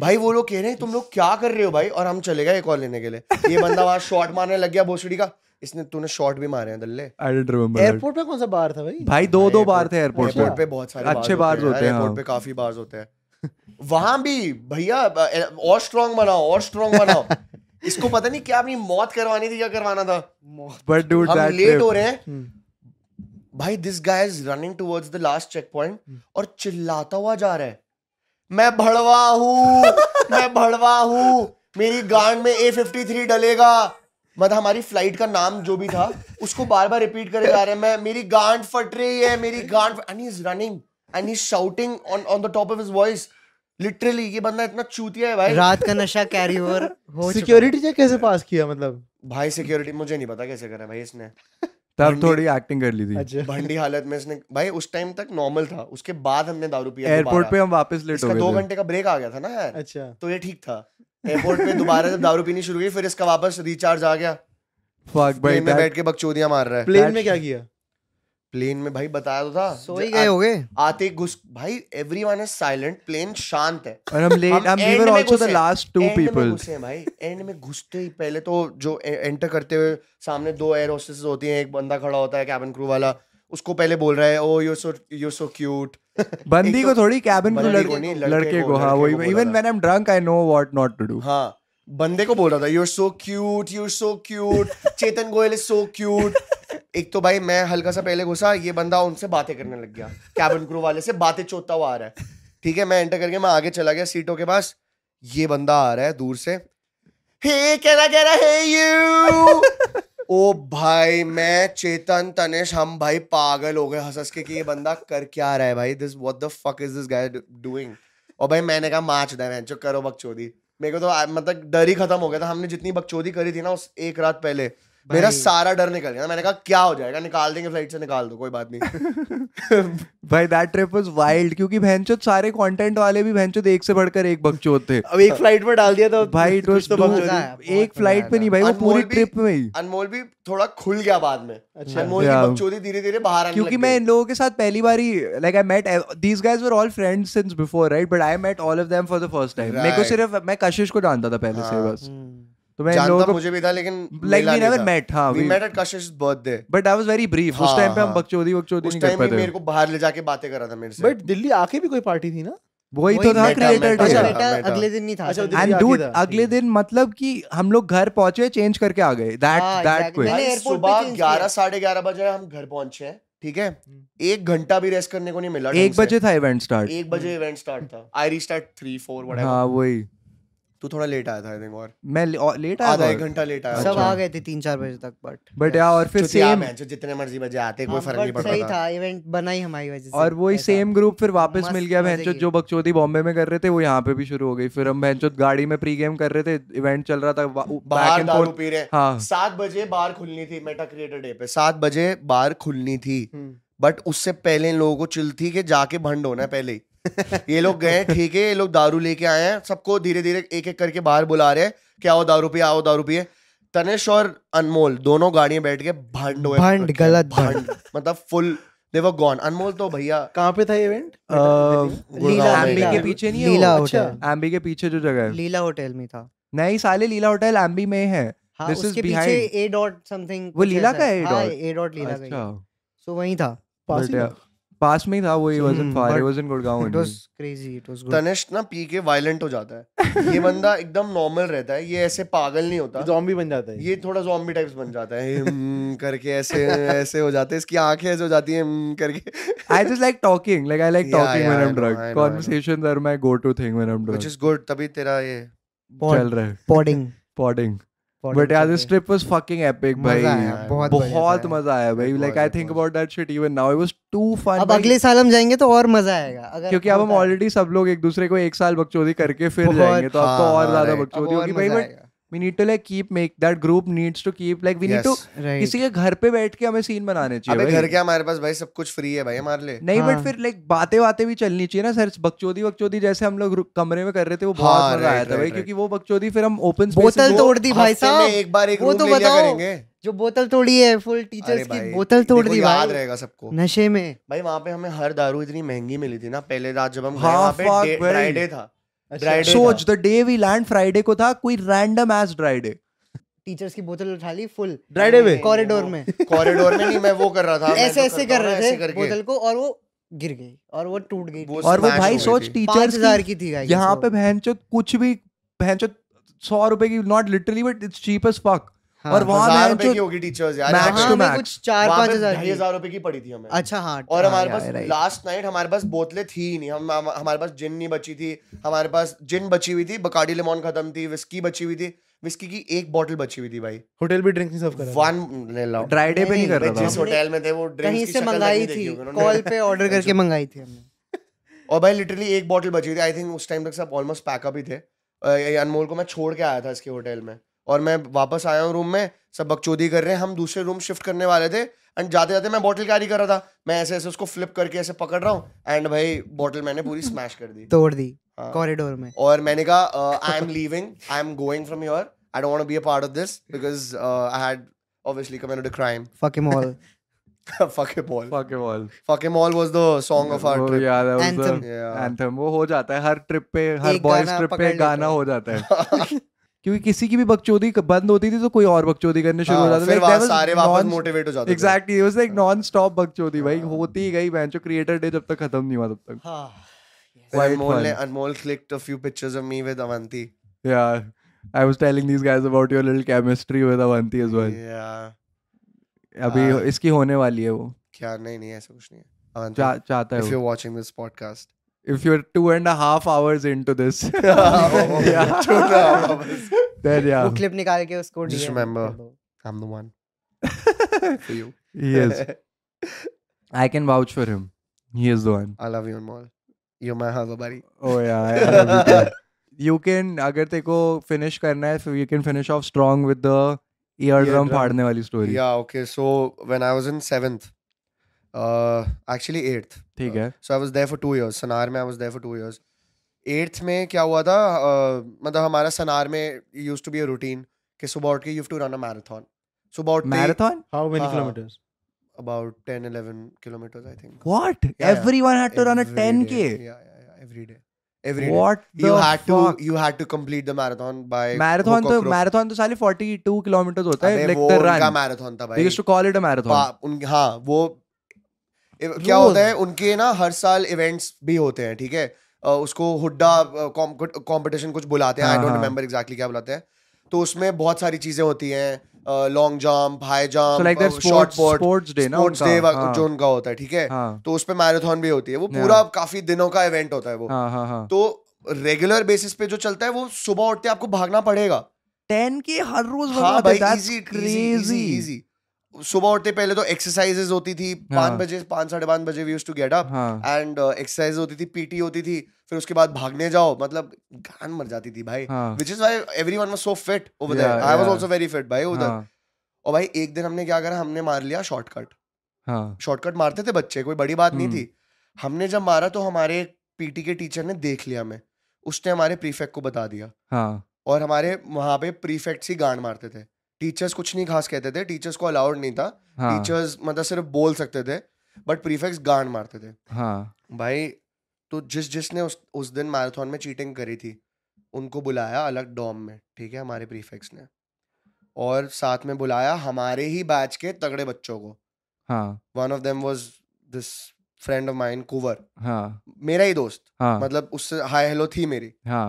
भाई वो लोग कह रहे हैं तुम लोग क्या कर रहे हो भाई और हम चले गए एक और लेने के लिए ये बंदा वहां शॉट मारने लग गया भोसड़ी का इसने तूने शॉट भी मारे हैं दल्ले
आई डोंट रिमेम्बर
एयरपोर्ट पे कौन सा बार था भाई
भाई दो दो बार थे एयरपोर्ट
Airport
पर
एयरपोर्ट पे बहुत सारे
अच्छे bars
यार,
होते हैं,
एयरपोर्ट
हाँ।
पे काफी बार्स होते हैं वहां भी भैया अ, और स्ट्रांग बनाओ और स्ट्रांग बनाओ
*laughs*
इसको पता नहीं क्या अपनी मौत करवानी थी क्या करवाना था
बट डूड
हम
दैट
लेट हो
ट्रिप
रहे हैं भाई this guy is running towards the last check point और चिल्लाता हुआ जा रहा है मैं भड़वा हूं मैं भड़वा हूं मेरी गांड में ए फिफ्टी थ्री डलेगा मतलब हमारी फ्लाइट का नाम जो भी था उसको बार बार रिपीट करे जा रहे हैं मैं मेरी गांड फट रही है मेरी गांड and he is running and he shouting on on the top of his voice literally ये बंदा इतना चूतिया है भाई
रात का नशा कैरी ओवर हो चुका।
सिक्योरिटी चेक कैसे पास किया मतलब
भाई सिक्योरिटी मुझे नहीं पता कैसे करा भाई इसने
तब थोड़ी एक्टिंग कर ली थी
अच्छा
भंडी हालत में इसने भाई उस टाइम तक नॉर्मल था उसके बाद हमने दारू पिया
एयरपोर्ट पे
दोबारा।
हम वापस लेट हो
तो इसका दो
गए थे
घंटे का ब्रेक आ गया था ना यार
अच्छा
तो ये ठीक था एयरपोर्ट पे दोबारा जब दारू पीनी शुरू की फिर इसका वापस रिचार्ज आ गया
फक भाई
प्लेन में बैठ
दैट
के बकचोदियां मार रहा है
प्लेन में क्या किया
प्लेन में भाई बताया तो था
सो ही
अच्छा,
ज-
गए
आ-
हो गए
तो
आते ही घुस भाई एवरीवन इज साइलेंट प्लेन शांत है
और हम लेट हम वी
end
वर
में
आल्सो द
घुसे।
लास्ट टू
End में
पीपल
घुसे हैं भाई एंड में घुसते ही पहले तो जो एंटर करते हुए सामने दो एयर होस्टेसेस होती हैं एक बंदा खड़ा होता है कैबिन क्रू वाला उसको पहले बोल रहा है "Oh, oh you so you so cute
बंदी को थोड़ी कैबिन को
तो बंदी को नहीं,
लड़के
लड़के
लड़के
को-
को हाँ
लड़के को
वही
बोला
इवन
था।
When I am drunk I know what not to do
हाँ बंदे को बोल रहा था you are so cute you are so cute Chetan Goyal is so cute एक तो भाई मैं हल्का सा पहले घुसा ये बंदा उनसे बातें करने लग गया कैबिन क्रू वाले से बातें चोता हुआ आ रहा है ठीक है मैं एंटर करके मैं आगे चला गया सीटों के पास ये बंदा आ रहा है दूर से हे कहना कह रहा है यू ओ भाई मैं चेतन तनिष हम भाई पागल हो गए हंस हंस के कि ये बंदा कर क्या रहा है भाई this what the fuck is this guy doing और भाई मैंने कहा माच दे मैं जो करो बकचोदी मेरे को तो आ- मतलब डर ही खत्म हो गया था हमने जितनी बकचोदी करी थी ना उस एक रात पहले मेरा सारा डर निकल गया मैंने कहा क्या हो जाएगा निकाल देंगे फ्लाइट से निकाल दो कोई बात नहीं
भाई दैट ट्रिप वाज वाइल्ड क्योंकि बहनचोद सारे कंटेंट वाले भी बहनचोद एक से बढ़कर एक बकचोद थे
अब एक फ्लाइट में डाल दिया तो
भाई it was
कुछ तो
too-
बंद हो
मजा आया, बहुत
एक
मजा
फ्लाइट
आया
पे नहीं भाई वो
अनमोल
पूरी
भी-
ट्रिप में ही
अनमोल भी थोड़ा खुल गया बाद में
अच्छा।
अनमोल की
Yeah.
बकचोदी धीरे धीरे बाहर आने
क्योंकि
लग
मैं
गई।
इन लोगों के साथ पहली बार ही like I met these guys were all friends since before right but I met all of them for the first time मेरे को
Right.
सिर्फ मैं कशिश को जानता था पहले से
हाँ.
बस तो मैं इन
जानता
लोगों को
मुझे भी था लेकिन
लाइक वी नेवर मेट हां
we met at Kashish birthday
but I was very brief उस
हाँ,
टाइम पे हम
हाँ.
बकचोदी बकचोदी
उस
नहीं कर
टाइम ही
पाते
मेरे को बाहर ले जाके बातें कर रहा था मेरे से
बट दिल्ली आके भी कोई पार्टी थी ना
वही तो था
मेटा-
क्रिएटर
मेटा-
डे
अच्छा,
बेटा
बेटा।
अगले दिन नहीं था असल
अच्छा,
में।
दिल्ली
एंड
आके
डूड
था।
अगले दिन मतलब कि हम लोग घर पहुंचे चेंज करके आ गए दैट
हाँ,
दैट
exactly.
क्विक
मैंने
भाई
airport पे
सुबह
change किया।
ग्यारह साढ़े ग्यारह बजे हम घर पहुंचे हैं ठीक है एक घंटा भी रेस्ट करने को नहीं मिला ढंग
एक
से।
बजे था इवेंट स्टार्ट
एक बजे इवेंट स्टार्ट था I reach at three four
हाँ वही
तू थोड़ा लेट आया था आई थिंक और
मैं लेट
आधा
आया
एक घंटा लेट आया
सब
अच्छा।
आ गए थे तीन चार बजे तक बट
बट या और फिर
सेम
सेम
है जो जितने मर्जी बजे आते कोई
हाँ,
फर्क नहीं
but
पड़ता
सही
था
था इवेंट बना ही हमारी वजह से
और वही
ऐसा।
सेम ग्रुप फिर वापस
मस्त
मिल गया
मजे
भैनचोद
की।
जो बकचोदी बॉम्बे में कर रहे थे वो यहाँ पे भी शुरू हो गई फिर हम भैनचोद गाड़ी में प्री गेम कर रहे थे इवेंट चल रहा था
बाहर
बैक एंड
दारू
फोर्थ
पी रहे हैं। *laughs*
हाँ
सात बजे बार खुलनी थी मेटा क्रिएटर डे पे सात बजे बार खुलनी थी
हम्म।
बट उससे पहले इन लोगों को चिल थी कि जाके भंड होना है पहले ही *laughs* ये लोग गए ठीक है ये लोग दारू लेके आए हैं सबको धीरे धीरे एक एक करके बाहर बुला रहे हैं कि आओ दारू पिए आओ दारू पिए तनिष और अनमोल दोनों गाड़ियां बैठ के भंड हुए
भंड, गलत भंड।
मतलब full they were gone Anmol तो भैया
कहाँ पे था इवेंट
अ,
लीला
एम्बी
होटल।
के पीछे नहीं है
लीला
वो?
अच्छा।
होटल
एम्बी के पीछे जो जगह है
लीला होटल में था
नहीं साले लीला होटल एम्बी में है
हाँ
This is
उसके पीछे
behind.
ए डॉट समथिंग
वो लीला का है A
हाँ
dot?
ए डॉट लीला का
अच्छा
सो वहीं था
पास
बट
ही में?
या- पास में ही था वो ही wasn't
Hmm,
far it
but
was in Gurgaon
it
only.
Was crazy it was good
Tanishq ना पी के वायलेंट हो जाता है ये बंदा एकदम नॉर्मल रहता है ये ऐसे पागल नहीं
*laughs*
होता
जॉम्बी बन जाता है
ये थोड़ा जॉम्बी टाइप्स बन जाता है "हम्म" करके ऐसे ऐसे हो जाते हैं इसकी आंखें ऐसे हो जाती हैं "हम्म" करके
I just like talking like I like
Yeah,
talking
yeah,
when
I
I'm
know,
drunk
I know, I know.
conversations are my go to thing when I'm drunk
which is good तभी तेरा ये
हाँ,
चल रहा है
podding
podding but yeah this trip was fucking epic भाई
मजा आया
भाई,
हाँ, बहुत बढ़िया
बहुत
था।
मजा आया भाई
It
like
was,
I
it
think
was.
about that shit even now it was too fun
अब
भाई.
अगले साल हम जाएंगे तो और मजा आएगा अगर
क्योंकि अब हम
होता है।
ऑलरेडी सब लोग एक दूसरे को एक साल बकचोदी करके फिर
बहुत-
जाएंगे तो अब तो
हाँ,
और
हाँ,
ज्यादा
right.
बकचोदी
अब और
होगी भाई
मजा
but we need to like keep make that group needs to keep like we need
Yes.
to
आएगा। Right.
किसी के घर पे बैठ के हमें सीन बनाने चाहिए
अबे
भाई।
घर क्या हमारे पास भाई सब कुछ फ्री है भाई हमारे लिए
नहीं बट
हाँ।
फिर लाइक बातें बातें भी चलनी चाहिए ना सर बकचोदी बकचोदी जैसे हम लोग रु- कमरे में कर रहे थे वो
हाँ,
बहुत मजा
right,
आया था
right,
भाई
right.
क्योंकि वो बकचोदी फिर हम ओपन
बोतल तोड़ दी भाई
हफ्ते में
साहब
एक बार एक
वो
रूम
तो
ले लिया
बताओ।
करेंगे
जो बोतल तोड़ी है फुल
अरे
टीचर्स
भाई
की बोतल तोड़
देखो,
दी
याद
भाई
रहेगा सबको
नशे में
भाई वहां पे हमें हर दारू इतनी महंगी मिली थी ना पहले रात जब हम गए
हाँ,
वहां पे
fuck,
डे-
भाई।
ड्राई डे था
अच्छा,
Friday था।
सोच the day we land Friday को था कोई random ass dry day
Teacher's की बोतल उठा ली फुल
Dry day में?
कॉरिडोर में
कॉरिडोर में नहीं मैं वो कर रहा था हाँ, मैं
ऐसे
जो
ऐसे
करता
कर
हूँ ना,
रहे
ऐसे
थे
करके।
बोतल को और वो गिर गई और वो टूट गई
वो
और वो
Smash
भाई
हो गई
सोच
थी।
पांच
टीचर्स
हजार की थी guys,
यहाँ
वो।
पे भैनचोद कुछ भी भैनचोद सौ रुपए की not literally but it's cheap as fuck
हाँ,
और वहाँ
हजार
मैं
रुपए
जो-
की होगी टीचर्स यार
Max
वहाँ
to
हाँ, हमें
max.
कुछ चार पाँच हजार
ढाई
की-
हजार रुपए की पड़ी थी हमें
*laughs* अच्छा हाँ
और
हाँ,
हमारे
yeah,
पास
right.
लास्ट नाइट हमारे पास बोतलें थी ही नहीं हम हम- हमारे पास जिन नहीं बची थी हमारे पास जिन बची हुई थी बकाडी लेमोन खत्म थी विस्की बची हुई थी विस्की की एक बॉटल बची हुई थी भाई
होटल भी ड्रिंक नहीं सर्व करा
वन ले लाओ
ड्राई डे पे नहीं कर
भाई,
रहा
जिस
था
हमने
होटल में थे वो drinks
कहीं से
की शक्ल तक
मंगाई
नहीं
थी
देखी होगी उन्होंने।
कॉल पे
*laughs*
ऑर्डर करके मंगाई थी हमने
और भाई लिटरली एक बॉटल बची थी आई थिंक उस टाइम तक सब ऑलमोस्ट पैकअप ही थे अ, ये अनमोल को मैं छोड़ के आया था इसके होटल में और मैं वापस आया हूँ रूम में सब बकचोदी कर रहे हैं हम दूसरे रूम शिफ्ट करने वाले थे एंड जाते जाते मैं बॉटल कैरी कर रहा था मैं ऐसे ऐसे उसको फ्लिप करके ऐसे पकड़ रहा हूँ एंड भाई बॉटल मैंने
*laughs*
पूरी स्मैश कर दी
तोड़ दी
हाँ।
कॉरिडोर में
और मैंने कहा I am living I am going from your I don't want to be a part of this because I had obviously committed a crime *laughs*
fucking all
fuck him all
fuck all
fuck him all was the song of our trip
यार
Anthem.
yeah
anthem वो हो जाता है हर trip पे हर
एक
boys
गाना
ट्रिप
पकड़
पे
लेते
गाना
हैं।
हो जाता
*laughs*
है क्योंकि किसी की भी बकचोदी क- बंद होती थी तो कोई और बकचोदी करने शुरू हो
हाँ,
जाता
फिर
Like, there
वहाँ
was
सारे वापस
non-
मोटिवेट हो जाते थे।
Exactly, it was like non-stop बकचोदी भाई
हाँ।
होती ही गई बेंचो क्रिएटर डे जब तक खत्म नहीं हुआ तब तक
Then
Quite
Anmol, ne,
fun.
Anmol clicked a few pictures of me with Avanti.
yeah I was telling these guys about your little chemistry with Avanti as well
Yeah.
अभी
हाँ।
इसकी होने वाली है वो
क्या नहीं नहीं ऐसा कुछ नहीं है
चा,
Avanti,
चाहता है
if
वो
you're watching this podcast.
if you're two and a half hours into
*laughs*
this *laughs*
Yeah. Two and a half hours.
then
वो
yeah
क्लिप निकाल के उसको
Just
DM
remember.
कर दो।
I'm the one for you.
*laughs* he is
*laughs*
I can vouch for him he is the one
I love you, Anmol. You're my halwa buddy.
oh yeah I,
*laughs*
I love you too. you can अगर तेरे को finish करना है so you can finish off strong with the eardrum
Eardrum.
फाड़ने वाली story
Yeah, okay. So when I was in seventh, uh, actually eighth.
ठीक है
so I was there for two years Sanawar में I was there for two years eighth में क्या हुआ था अ, मतलब हमारा सनार में use to be a routine कि सुबह उठ के you to run a marathon सुबह उठ
marathon
हाउ मेनी
हाँ, हाँ।
Kilometres
about 10 11 kilometre I think
what
yeah.
everyone had to run a 10k
या every day every day
what the
you had to
fuck
you had to complete the marathon by
marathon तो marathon तो साले 42 kilometre होता है like the
उनका
run
marathon था
they
भाई
used to call it a marathon
पा- उनके हाँ वो इव- क्या होता है उनके ना हर साल इवेंट्स भी होते हैं ठीक है अ, उसको हुड्डा कंपटीशन कुछ बुलाते हैं आई
हाँ,
डोंट
हाँ।
रिमेम्बर एग्जैक्टली क्या बुलाते हैं तो उसमें बहुत सारी चीजें होती हैं long jump high
so like their
jump short
sports
put
sports day ना
स्पोर्ट्स
उनका,
डे
हाँ,
जो उनका होता है ठीक है
हाँ
तो उस पे मैराथन भी होती है वो
Yeah.
पूरा काफी दिनों का इवेंट होता है वो
हाँ हाँ हाँ
तो रेगुलर बेसिस पे जो चलता है वो सुबह उठते आपको भागना पड़ेगा
10k हर रोज
हाँ
बनवाते
भाई
that's
easy
crazy.
Crazy easy सुबह उठते पहले तो एक्सरसाइजेस होती थी पाँच
हाँ।
बजे पाँच साढ़े पाँच बजे we used to get up
हाँ
एंड एक्सरसाइज uh, होती थी पीटी होती थी फिर उसके बाद भागने जाओ मतलब घान मर जाती थी भाई
हाँ
which is why everyone so fit over
Yeah,
there I was
yeah.
Also very fit भाई उधर
हाँ
और भाई एक दिन हमने क्या करा हमने मार लिया शॉर्टकट
हाँ
शॉर्टकट मारते थे बच्चे कोई बड़ी बात नहीं
हम्म।
थी हमने जब मारा तो हमारे पीटी के टीचर ने देख लिया हमें उसने हमारे प्रीफेक्ट को बता दिया
हाँ
और हमारे वहाँ पे प्रीफेक्ट्स ही गांड मारते थे टीचर्स कुछ नहीं खास कहते थे टीचर्स को अलाउड नहीं था
हाँ
टीचर्स मतलब सिर्फ बोल सकते थे बट प्रीफेक्ट्स गांड मारते थे
हाँ
भाई तो जिस जिसने उस उस दिन मैराथन में चीटिंग करी थी उनको बुलाया अलग डॉम में ठीक है हमारे प्रीफेक्ट्स ने और साथ में बुलाया हमारे ही बैच के तगड़े बच्चों को
हाँ
one of them was this friend of mine Kuvar
हाँ
मेरा ही दोस्त
हाँ
मतलब उससे हाय हेलो थी मेरी
हाँ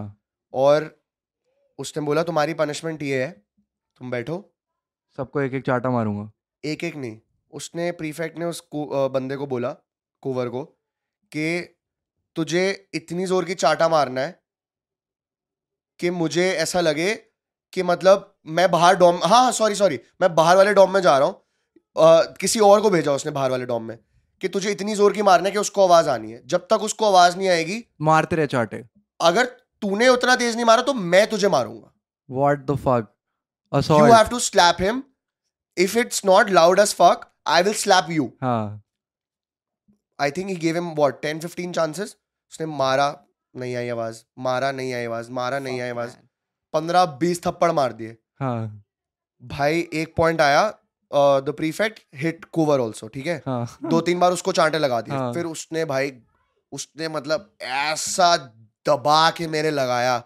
और उसने बोला तुम्हारी पनिशमेंट ये है तुम बैठो
सबको एक एक चाटा मारूंगा
एक एक नहीं उसने प्रीफेक्ट ने उस कु- अ, बंदे को बोला कुवर को कि तुझे इतनी जोर की चाटा मारना है कि मुझे ऐसा लगे कि मतलब मैं बाहर डॉम हाँ हाँ सॉरी सॉरी मैं बाहर वाले डॉम में जा रहा हूँ अ, किसी और को भेजा उसने बाहर वाले डॉम में कि तुझे इतनी जोर की मारना है कि उसको आवाज़ आनी है जब तक उसको आवाज़ नहीं आएगी
मारते रहे चाटे
अगर तूने उतना तेज नहीं मारा तो मैं तुझे मारूंगा
what the fuck
you
assault
have to slap him if it's not loud as fuck I will slap you
हाँ
I think he gave him what 10 15 chances उसने मारा नहीं आई आवाज मारा नहीं आई आवाज मारा नहीं आई आवाज पंद्रह बीस थप्पड़ मार दिए
हाँ
भाई एक पॉइंट आया the prefect hit Kuvar also ठीक है
हाँ
दो तो तीन बार उसको चांटे लगा दिए
हाँ।
फिर उसने भाई उसने मतलब ऐसा दबा के मेरे लगाया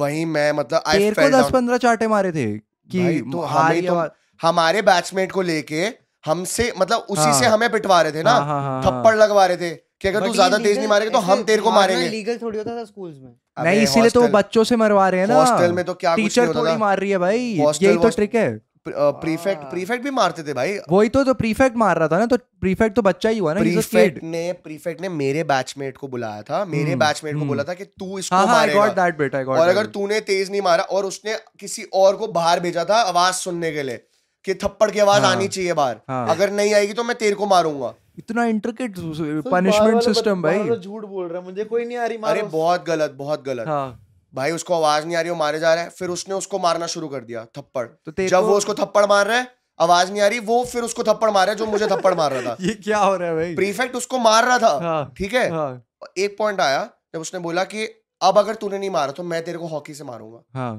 वहीं मैं मतलब आई
तेरे को दस पंद्रह चाटे मारे थे
भाई,
कि
तो
हार
हमें
या
तो-
हार-
हमारे बैचमेट को लेके हमसे मतलब उसी
हाँ।
से हमें पिटवा रहे थे ना
हाँ, हाँ, हाँ,
थप्पड़ लगवा रहे थे कि अगर तू ज्यादा तेज नहीं मारेगा तो हम तेरे को मारेंगे
लीगल थोड़ी होता था स्कूल्स में
हाँ।
अबे,
नहीं इसीलिए तो वो
hostel-
बच्चों से मरवा रहे हैं ना
हॉस्टल में तो क्या कुछ नहीं
टीचर
होता
थोड़ी
था
मार रही है भाई
Hostel
यही तो
was-
ट्रिक है
प्रीफेक्ट
हाँ।
प्रीफेक्ट भी मारते थे भाई
वही तो जो प्रीफेक्ट मार रहा था ना तो प्रीफेक्ट तो बच्चा ही हुआ ना he's a kid.
प्रीफेक्ट ने प्रीफेक्ट ने मेरे बैचमेट को बुलाया था मेरे
हम्म,
बैचमेट को
हम्म।
बोला था कि तू इसको
हाँ हाँ आई गॉट
तो मारेगा
दैट बेट आई गॉट
और अगर तूने तेज नहीं मारा और उसने किसी और को बाहर भेजा था आवाज सुनने के लिए कि थप्पड़ की आवाज
हाँ।
आनी चाहिए बाहर
हाँ।
अगर नहीं आएगी तो मैं तेरे को मारूंगा
इतना इंट्रिकेट
तो बाहर
पनिशमेंट
वाला बत-
सिस्टम
बाहर
भाई
वाला झूठ बोल रहा है मुझे कोई नहीं आ रही
अरे
मारो
बहुत गलत बहुत गलत
हाँ
भाई उसको आवाज नहीं आ रही वो मारे जा रहा है फिर उसने उसको मारना शुरू कर दिया थप्पड़
तो तेरे
जब
को-
वो उसको थप्पड़ मार रहा है आवाज नहीं आ रही वो फिर उसको थप्पड़ मार रहा है जो मुझे थप्पड़ मार रहा था
*laughs* ये क्या हो रहा है भाई
प्रीफेक्ट उसको मार रहा था
हाँ
ठीक है
हाँ
और एक पॉइंट आया जब उसने बोला कि अब अगर तूने नहीं मारा तो मैं तेरे को हॉकी से मारूंगा
हाँ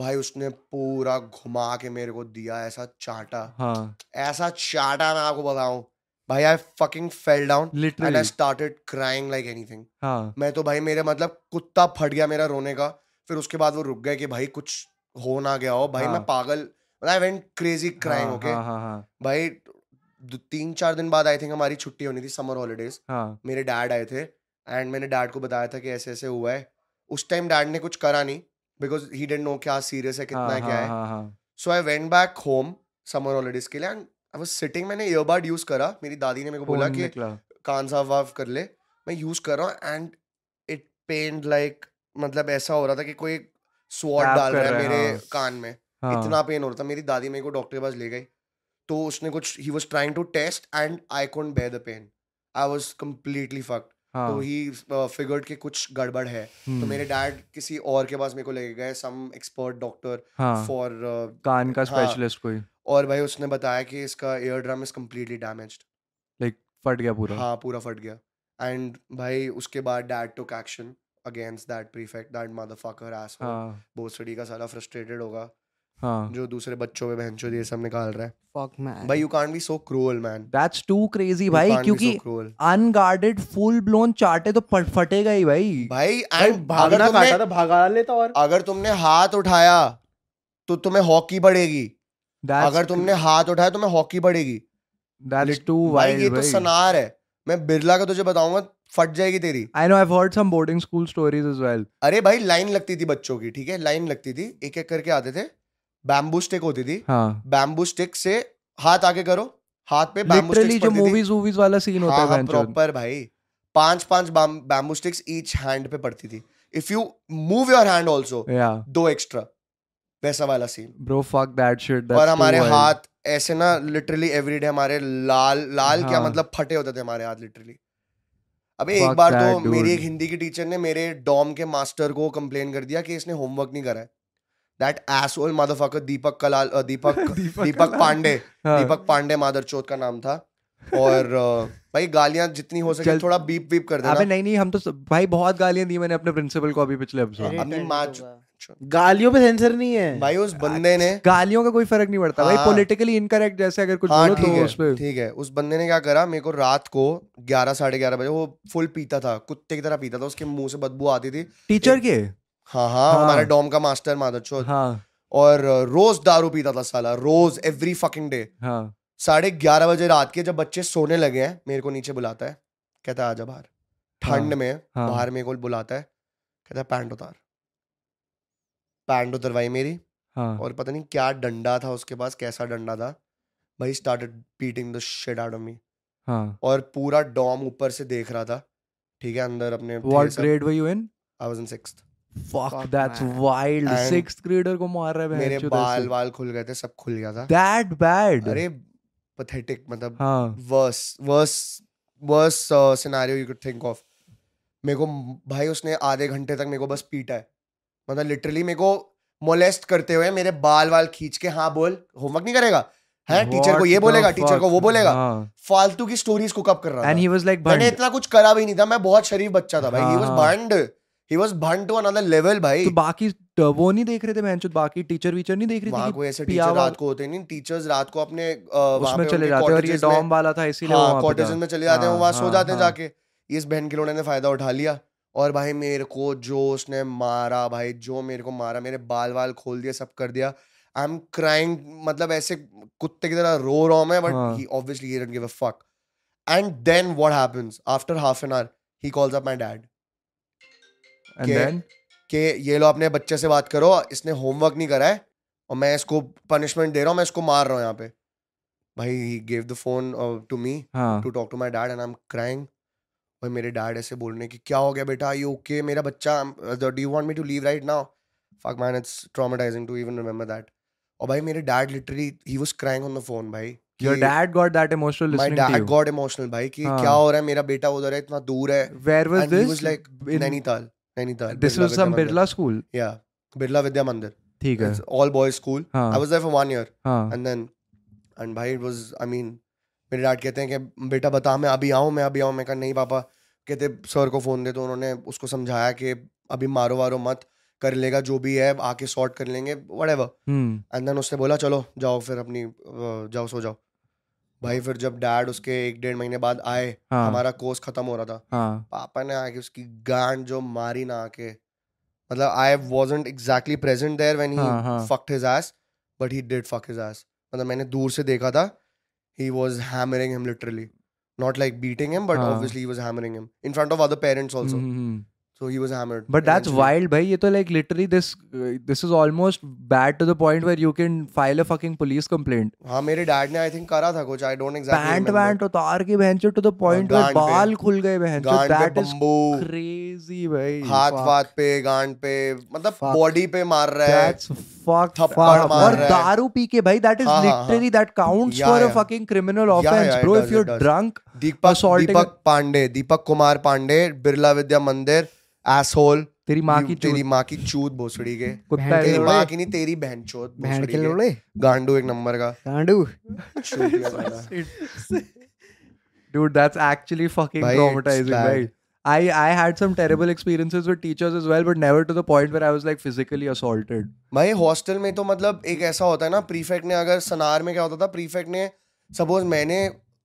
भाई उसने पूरा घुमा के मेरे को दिया ऐसा चाटा
हाँ
ऐसा चाटा मैं आपको बताऊं भाई I fucking fell down and I
literally
started crying like anything
हाँ
मैं तो भाई मेरे मतलब कुत्ता फट गया मेरा रोने का फिर उसके बाद वो रुक गए कि भाई कुछ हो ना गया हो भाई
हाँ।
मैं पागल मतलब आई वेंट क्रेजी क्राइंग
हाँ,
ओके
हाँ हाँ हाँ
भाई दो- तीन चार दिन बाद आई थिंक हमारी छुट्टी होनी थी समर हॉलीडेज
हाँ
मेरे डैड आए थे एंड मैंने डैड को बताया था कि ऐसे ऐसे हुआ है उस टाइम डैड ने कुछ करा नहीं बिकॉज ही डेंट नो क्या सीरियस है कितना
हाँ
है क्या है
हाँ हाँ
so I went back home summer holidays के लिए एंड आई वॉज सिटिंग मैंने ईयरबड यूज करा मेरी दादी ने मेरे को तो बोला
फोन
कि
निकला हाँ,
कान साफ वाफ कर ले मैं यूज कर रहा हूँ एंड इट पेन लाइक मतलब ऐसा हो रहा था कि कोई स्वॉट
Tap
डाल
कर
रहा है
रहा है,
मेरे
हाँ।
कान में
हाँ
इतना पेन हो रहा था मेरी दादी मेरे को डॉक्टर के पास ले गई तो उसने कुछ he was trying to test and I can't bear the pain I was completely fucked
हाँ
तो ही फिगर्ड कि कुछ गड़बड़ है तो
हम्म,
मेरे डैड किसी और के पास मेरे को ले गए सम एक्सपर्ट डॉक्टर
हाँ
फॉर
कान का
हाँ।
स्पेशलिस्ट कोई
और भाई उसने बताया कि इसका ear drum is completely damaged
like फट गया पूरा
हाँ पूरा फट गया एंड भाई उसके बाद dad took action against that prefect that motherfucker एसो
हाँ
भोसड़ी का साला फ्रस्ट्रेटेड होगा
हाँ
जो दूसरे बच्चों पे बहनचोद ये सब निकाल रहा है
फक मैन
भाई you can't be so cruel man
that's too crazy भाई क्योंकि
क्रूअल
अनगार्डेड फुल ब्लोन चाटे तो पट- फटेगा ही भाई
भाई
भाई,
एंड
भागना
अगर
काटा था
तुमने
भागा लेता और
अगर तुमने हाथ उठाया तो तुम्हें हॉकी बढ़ेगी
That's
अगर तुमने हाथ उठाया तो तुम्हें हॉकी बढ़ेगी
That's
Lit-
too
भाई ये
wild,
तो
भाई.
सनार है मैं बिरला का तुझे बताऊंगा फट जाएगी तेरी
I know I've heard some boarding school stories as well.
अरे भाई लाइन लगती थी बच्चों की ठीक है लाइन लगती थी एक एक करके आते थे बैम्बू स्टिक होती थी
हाँ.
बैम्बू स्टिक से हाथ आगे करो हाथ पे बैम्बू
Literally
स्टिक्स
जो movies वूवीज वाला scene होता
हाँ,
है
हाँ,
बहनचोद.
प्रॉपर भाई पांच पांच बैम्बू स्टिक्स ईच हैंड पे पड़ती थी if you move your hand also
Yeah,
दो एक्स्ट्रा वैसा वाला scene
bro, fuck that shit. That's
और
too
हमारे
wild. *laughs*
हाथ ऐसे ना लिटरली एवरीडे हमारे लाल लाल क्या
हाँ।
मतलब फटे होते थे हमारे हाथ लिटरली अबे एक
Fuck
बार तो
that,
मेरी
dude.
एक हिंदी की टीचर ने मेरे डॉम के मास्टर को कंप्लेन कर दिया कि इसने होमवर्क नहीं करा है that asshole motherfucker Deepak Kalal uh,
*laughs*
Deepak
Deepak
Deepak
Kalal.
Pandey
हाँ.
दीपक पांडे मादरचोद का नाम था और अ, भाई गालियां जितनी हो सके
चल-
थोड़ा बीप बीप कर
अबे
देना
नहीं नहीं हम तो सब- भाई बहुत गालियां दी मैंने अपने प्रिंसिपल को अभी पिछले एपिसोड
अपनी माँ चु-
गालियों पे सेंसर नहीं है
भाई उस बंदे ने
गालियों का कोई फर्क नहीं पड़ता भाई
हाँ।
पॉलिटिकली इनकरेक्ट जैसे अगर कुछ
हाँ
बोलो
ठीक
तो उस
है
पे
ठीक है उस बंदे ने क्या करा मेरे को रात को ग्यारह साढ़े ग्यारह बजे वो फुल पीता था कुत्ते की तरह पीता था उसके मुंह से बदबू आती थी
टीचर के
हाँ हाँ
हाँ।
हमारे डॉम का मास्टर माधव
हाँ
और अ, रोज दारू पीता था साला रोज एवरी फकिंग डे
हाँ
साढ़े ग्यारह बजे रात के जब बच्चे सोने लगे हैं मेरे को नीचे बुलाता है कहता है आजा बाहर ठंड
हाँ,
में
हाँ।
बाहर मेरे को बुलाता है कहता है पैंट उतार पैंट उतरवाई मेरी
हाँ
और पता नहीं क्या डंडा था उसके पास कैसा डंडा था भाई started beating the shit out of me
हाँ
और पूरा डॉम ऊपर से देख रहा था ठीक है अंदर अपने
what grade were you in
I was in 6th
fuck
Fuck,
that's
man.
Wild
And
6th grader को मार रहा है
मेरे
बहनचोद
बाल
ऐसे
बाल खुल गए थे सब खुल गया था
दैट बैड
अरे पथेटिक मतलब
हाँ
worse worse worse scenario you could think of मेरे को भाई उसने आधे घंटे तक मेरे को बस पीटा है मतलब लिटरली मेरे को मोलेस्ट करते हुए मेरे बाल वाल खींच के हाँ बोल होमवर्क नहीं करेगा है टीचर को
What
ये
the
बोलेगा टीचर को
fuck?
वो बोलेगा
हाँ
फालतू की स्टोरीज कुक अप कर रहा
एंड
था
ही वाज लाइक
मैंने
बट
इतना कुछ करा भी नहीं था मैं बहुत शरीफ बच्चा था भाई ही वाज
हाँ, हाँ।
बंड he was Band to another level भाई
तो बाकी uh, वो नहीं देख रहे थे बहनचोद बाकी टीचर वीचर नहीं देख रही
वहां
थी
को ऐसे
पिया
टीचर
हुआ-
रात को होते नहीं टीचर्स रात को अपने अ,
कि
वहाँ
उसमें
पे
चले
उनके
जाते हैं और ये
cottages में-
डॉम वाला था इसीलिए वो
हाँ
वहाँ पे
कॉटेजेस
था।
में चले जाते हैं
हाँ,
वो वहां सो
हाँ,
जाते हैं
हाँ।
जाके इस बहन के लोड़े ने फायदा उठा लिया और भाई मेरे को जो उसने मारा भाई जो मेरे को मारा मेरे बाल वाल खोल दिए सब कर दिया आई एम क्राइंग मतलब ऐसे कुत्ते की तरह रो रहा हूं मैं बट
हाँ।
He obviously he don't give a fuck and then what happens after half an hour he calls up my dad
And
के-
then,
कि ये लो अपने बच्चे से बात करो इसने होमवर्क नहीं करा है और मैं इसको पनिशमेंट दे रहा हूँ मैं इसको मार रहा हूँ यहाँ पे भाई he gave the phone to me
हाँ
to talk to my dad and I am crying और मेरे डैड ऐसे बोल रहे हैं कि क्या हो गया बेटा यू ओके मेरा बच्चा um, do you want me to leave right now fuck man it's traumatising to even remember that और भाई मेरे dad literally he was crying on the phone भाई
your dad got that emotional
माय
listening to
dad
you.
Got emotional भाई कि
हाँ।
क्या हो रहा है मेरा बेटा उधर है इतना दूर है
Where was
and he
this?
was like
In-
Nainital Nainital
this
Birla
was some
विद्या मंदिर।
Birla school.
Yeah, Birla Vidya Mandir.
ठीक है
It's all boys school. I
हाँ
was there for one year,
हाँ
and then, and भाई it was, I mean, मेरे dad कहते हैं कि बेटा बता मैं अभी आऊँ मैं अभी आऊँ मैं कहा नहीं पापा कहते सर को फ़ोन दे तो उन्होंने उसको समझाया कि अभी मारो वारो मत कर लेगा जो भी है आके सॉर्ट कर लेंगे whatever
hmm
and then उसने बोला चलो जाओ फिर अपनी अ, जाओ सो जाओ भाई फिर जब डैड उसके एक डेढ़ महीने बाद आए
हाँ
हमारा कोर्स ख़त्म हो रहा था
हाँ
पापा ने आके उसकी गांड जो मारी ना आके मतलब आई wasn't exactly present there when he
हाँ, हाँ।
fucked his ass but he did fuck his ass मतलब मैंने दूर से देखा था he was hammering him literally not like beating him but
हाँ।
obviously he was hammering him in front of other parents also
हम्म, but
so he was hammered
that's
eventually.
Wild भाई ये तो like literally this this is almost bad to the point where you can file a fucking police complaint
हाँ मेरे dad ने I think करा था कुछ I don't exactly
pant want उतार के बहन टू द पॉइंट वेयर
गांड पे।
बाल खुल गए बहन
गांड पे
दैट इज
बम्बू
क्रेजी भाई
हाथ
Fuck.
वाथ पे गांड पे मतलब
Fuck.
बॉडी पे मार रहा है
That's fucked
थप्पड़
up.
मार
और
रहा है।
दारू पी के भाई that is
हाँ, हाँ,
literally that counts
Yeah,
for a
yeah.
fucking criminal
Yeah,
offense,
yeah, it
bro.
does,
if you're
it does.
drunk,
Deepak
Assaulting
दीपक पांडे दीपक कुमार पांडे बिरला विद्या मंदिर एसहोल
तेरी माँ की
तेरी
चूत
माँ की चूत भोसड़ी के
कुत्ता
बहन
है
तेरी
लोड़े।
माँ की नहीं तेरी बहन चोत
बहन
भोसड़ी
के
के
लोड़े
गांडू एक नंबर का
गांडू
चूतिया साला।
dude that's actually fucking
Bhai, it's
traumatizing
bad.
bhai i i had some terrible experiences with teachers as well but never to the point where i was like physically assaulted
भाई hostel में तो मतलब एक ऐसा होता है ना prefect ने अगर सनार में क्या होता था प्रीफेक्ट ने सपोज मैंने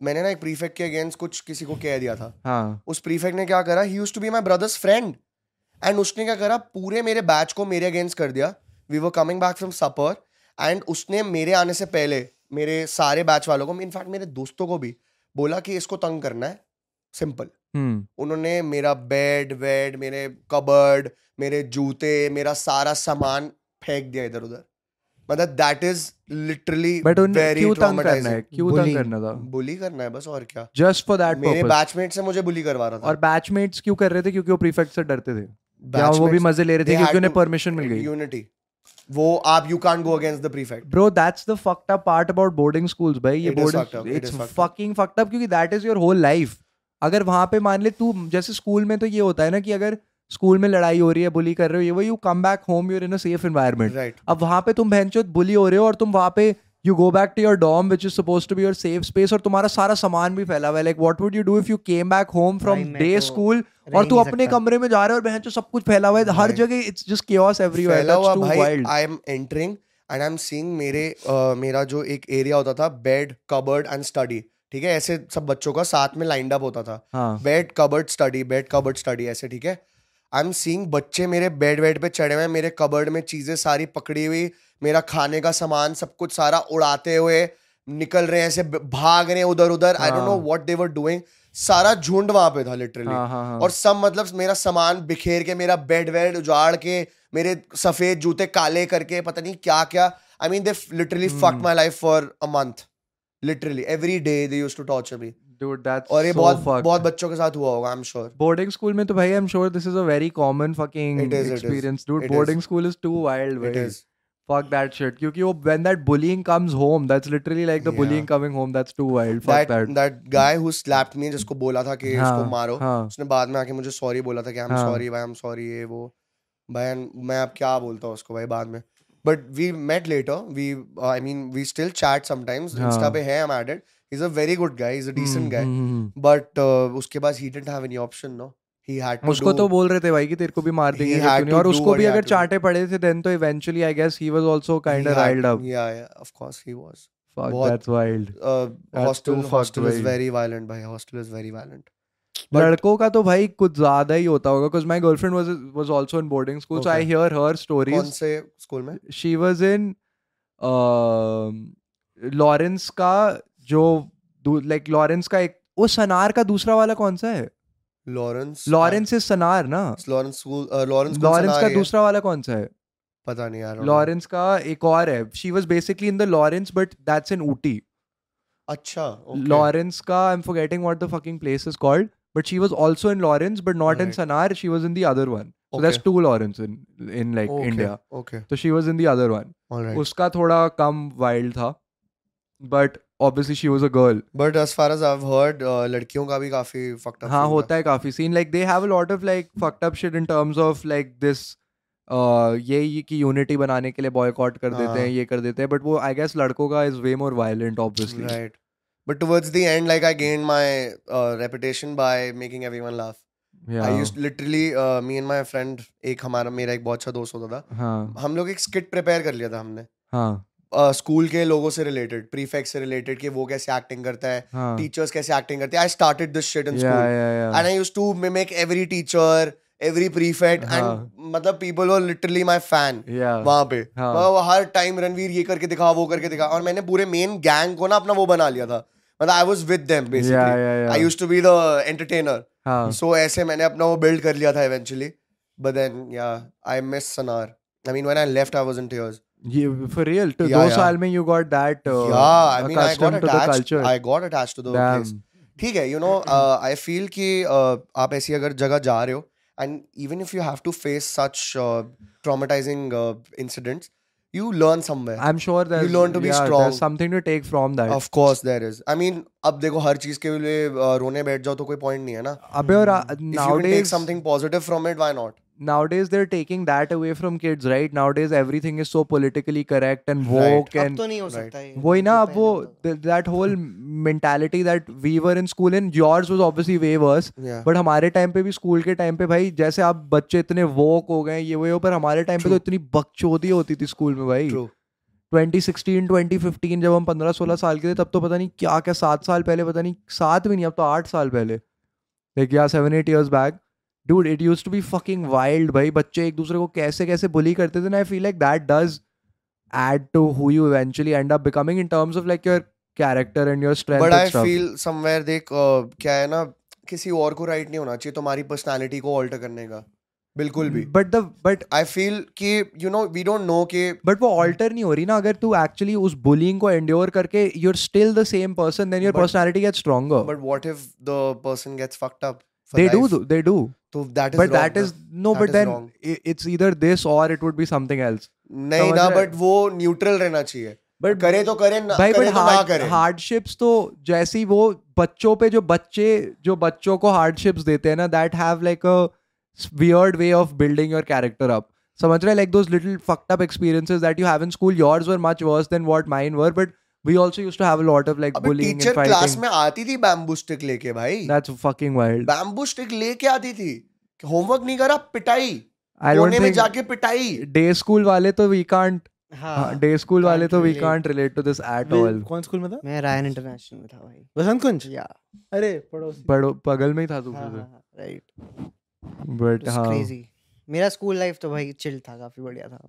मैंने ना एक प्रीफेक्ट के अगेंस्ट कुछ किसी को कह दिया था
हाँ
उस प्रीफेक्ट ने क्या करा he use to be my brother's friend and उसने क्या करा पूरे मेरे बैच को मेरे अगेंस्ट कर दिया we were coming back from supper and उसने मेरे आने से पहले मेरे सारे बैच वालों को इनफैक्ट मेरे दोस्तों को भी बोला कि इसको तंग करना है सिंपल
hmm
उन्होंने मेरा बेड वेड मेरे कबर्ड मेरे जूते मेरा सारा सामान फेंक दिया इधर उधर मतलब दैट इज लिटरली
but उन्हें
वेरी
क्यों तंग करना है
ट्रॉमेटाइजिंग
क्यों तंग
Bullying.
करना था
बुली करना है बस और क्या
just for that
मेरे
purpose
बैचमेट से मुझे बुली करवा रहा था
और बैचमेट्स क्यों कर रहे थे क्योंकि वो प्रीफेक्ट से डरते थे या वो
Batchmates-
भी मजे ले रहे थे
they
क्योंकि
had
उन्हें
to-
परमिशन मिल गई
यूनिटी वो आप you can't go against the prefect
bro that's the fucked up part about boarding schools भाई ये
It is fucked up,
boarding
it
it's
is fucked up.
fucking fucked up क्योंकि that is your whole life अगर वहां पे मान ले तू जैसे स्कूल में तो ये होता है ना कि अगर स्कूल में लड़ाई हो रही है बुली कर रहे हो ये वो you come back home you're in a safe environment
right
अब वहां पे तुम बहनचोद बुली हो रहे हो और तुम वहां पे you go back to your dorm which is suppose to be your safe space और तुम्हारा सारा सामान भी फैला हुआ है like what would you do if you came back home from
भाई, मैं
डे
तो
स्कूल
रह
और
ही
तू
नहीं
अपने
सकता।
कमरे में जा रहे हो और बहनचोद सब कुछ फैला हुआ है हर
भाई,
जगह इट्स जस्ट chaos everywhere
फैला
that's
हुआ
too
भाई
wild
I am entering and I am seeing मेरे अ, मेरा जो एक एरिया होता था बेड कबर्ड एंड स्टडी ठीक है ऐसे सब बच्चों का साथ में लाइंड अप होता था *laughs*
हाँ
bed cupboard study bed cupboard study ऐसे ठीक है आई एम सीइंग बच्चे मेरे बेड वेड पे चढ़े हुए हैं मेरे कबर्ड में चीजें सारी पकड़ी हुई मेरा खाने का सामान सब कुछ सारा उड़ाते हुए निकल रहे हैं ऐसे ब- भाग रहे हैं उधर उधर आई डोंट नो
हाँ।
व्हाट दे वर डूइंग सारा झुंड वहां पे था लिटरली
हाँ हाँ हाँ
और सब मतलब मेरा सामान बिखेर के मेरा बेड वेड उजाड़ के मेरे सफेद जूते काले करके पता नहीं क्या क्या I mean they literally fuck
Hmm.
My life for a month literally every day they used to torture me
dude that's
और ये
so
बहुत
fucked.
बहुत बच्चों के साथ हुआ होगा I am sure
boarding school में तो भाई I am sure this is a very common fucking
It is, it is.
Experience
It
dude
is.
boarding school is too wild
it
भाई
इज
fuck that shit क्योंकि वो when that bullying comes home that's literally like the
Yeah.
bullying coming home that's too wild fuck
that
that
that guy who slapped me जिसको बोला था कि
हाँ,
इसको मारो
हाँ
उसने बाद में आके मुझे सॉरी बोला था कि आई एम
हाँ।
सॉरी भाई आई एम सॉरी ये वो भाई and मैं अब क्या बोलता हूँ उसको भाई बाद में but we met later we I mean we still chat sometimes
हाँ।
इंस्टा पे है I am added is a very good guy is a decent
hmm,
guy
hmm, hmm.
But uh, उसके पास he didn't have any option no he had to
उसको तो बोल रहे थे भाई कि तेरे को भी मार
He
देंगे
had
अगर तूने-
to
और
do
उसको
what
भी
he had
अगर
to do.
चाटे पड़े थे देन तो eventually I guess he was also kind of riled up
या या of course he was
fuck
बहुत-
that's wild
Uh,
That's
hostel
too fucked,
hostel is
भाई।
वेरी वायलेंट भाई hostel is very violent But-
लड़कों का तो भाई कुछ ज्यादा ही होता होगा because my girlfriend was was also in boarding school so
Okay.
I hear her
कौन
स्टोरीज
से स्कूल में
she was in Lawrence um, का जो लाइक लॉरेंस का एक वो सनार का दूसरा वाला कौन सा है
लॉरेंस
लॉरेंस इज सनार ना
लॉरेंस स्कूल लॉरेंस
लॉरेंस का दूसरा वाला कौन सा है
पता नहीं यार
लॉरेंस का एक और है she was basically in the Lawrence but that's in Ooty
अच्छा okay.
लॉरेंस का I am forgetting what the fucking place is called but she was also in Lawrence but not in
Alright.
Sanawar she was in the other one so that's two Lawrence in in like
Okay,
India
okay
तो she was in the other one
all right
उसका थोड़ा कम wild था but obviously she was a girl
but as far as i've heard uh, लड़कियों का भी काफी fucked up
हाँ
scene
होता है काफी scene like they have a lot of like fucked up shit in terms of like this ये ये uh, कि यूनिटी बनाने के लिए बॉयकॉट कर देते
हाँ।
हैं ये कर देते हैं बट वो आई गेस लड़कों का is way more violent obviously
right but towards the end like i gained my uh, reputation by making everyone laugh i used literally uh, me and my friend एक हमारा मेरा एक बहुत अच्छा दोस्त होता था
हाँ
हम लोग एक स्किट प्रिपेयर कर लिया था हमने
हाँ
स्कूल के लोगों से रिलेटेड प्रीफेक्ट से रिलेटेड कि वो कैसे एक्टिंग करता है
हाँ
टीचर्स कैसे एक्टिंग करते हैं I started this shit in
yeah
school
yeah yeah
and I used to mimic every teacher, every prefect,
हाँ.
and मतलब people were literally my fan
yeah
वहाँ पे
हाँ।
मतलब वो हर टाइम रणवीर ये करके दिखा वो करके दिखा और मैंने पूरे मेन गैंग को ना अपना वो बना लिया था मतलब I was with them
yeah
basically
yeah yeah
I used to be the entertainer
हाँ
सो ऐसे मैंने अपना वो बिल्ड कर लिया था इवेंचुअली बट देन या I miss Sanawar I mean when I left I was in tears
ये for real तो
Yeah,
दो
yeah.
साल में you got that uh,
या I mean I got
accustomed to the
attached
culture
I got attached to the place
damn
ठीक है you know I feel कि uh, आप ऐसी अगर जगह जा रहे हो and even if you have to face such uh, traumatising incidents you learn somewhere
I'm sure there's
learn to be
yeah,
strong.
there's something to take from that
of course there is I mean अब देखो हर चीज के लिए uh, रोने बैठ जाओ तो कोई पॉइंट नहीं है ना
अबे और uh,
if you can take
nowadays
something positive from it why not
nowadays they're taking that away from kids right nowadays everything is so politically correct and
Right.
woke
अब
and
तो नहीं हो
Right.
सकता ये
वही ना
जो
अब वो
पहले
th- that whole mentality that we were in school and yours was obviously way worse
या
बट हमारे टाइम पे भी स्कूल के टाइम पे भाई जैसे आप बच्चे इतने वोक हो गए ये वो ये हो, पर हमारे टाइम पे तो
True.
इतनी बकचोदी होती थी स्कूल में भाई
ट्रू
2016 2015 जब हम 15 16 साल के थे तब तो पता नहीं क्या क्या सात साल पहले पता नहीं सात भी नहीं अब तो आठ साल पहले लाइक या seven eight years back dude it use to be fucking wild भाई बच्चे एक दूसरे को कैसे कैसे बुली करते थे ना I feel like that does add to who you eventually end up becoming in terms of like your character and your strength
but I feel somewhere देख uh, क्या है ना किसी और को राइट नहीं होना चाहिए तुम्हारी पर्सनालिटी को ऑल्टर करने का बिल्कुल भी
but the but
I feel कि you know we don't know कि
बट वो ऑल्टर नहीं हो रही ना अगर तू एक्चुअली उस बुलिंग को एंड्योर करके you are still the same person then your
But-
personality gets stronger
but what if the person gets fucked up
they do they do
तो that is
but
wrong,
that
ना?
is no
That
but
is
then
wrong.
i- it's either this or it would be something else
नहीं
समझ
ना
रहे?
But वो neutral रहना चाहिए
But-
करे तो करे ना
भाई
करे
बट
तो ना
हार्ड
करे
हार्डशिप्स तो जैसी वो बच्चों पे जो बच्चे जो बच्चों को हार्डशिप्स देते हैं ना that have like a weird way of building your character up समझ रहे like those little fucked up experiences that you have in school yours were much worse than what mine were but we also used to have a lot of like
अबे
bullying
teacher
and
class
fighting
में आती थी bamboo stick लेके भाई
that's fucking wild
bamboo stick लेके आती थी homework नहीं करा पिटाई
आई
कोने में
डोंट थिंक
जाके पिटाई
डे स्कूल वाले तो वी कांट
तो- हाँ
डे स्कूल वाले
can't
तो we
relate.
Can't relate to this at all
वे- कौन स्कूल में था
मैं रायन इंटरनेशनल में था भाई
वसंत कुंज
या हाँ,
अरे पड़ोसी
बड़ो बगल में ही था तू
हाँ,
राइट
बट
इट्स
हाँ
क्रेजी मेरा स्कूल लाइफ तो भाई चिल था काफी बढ़िया था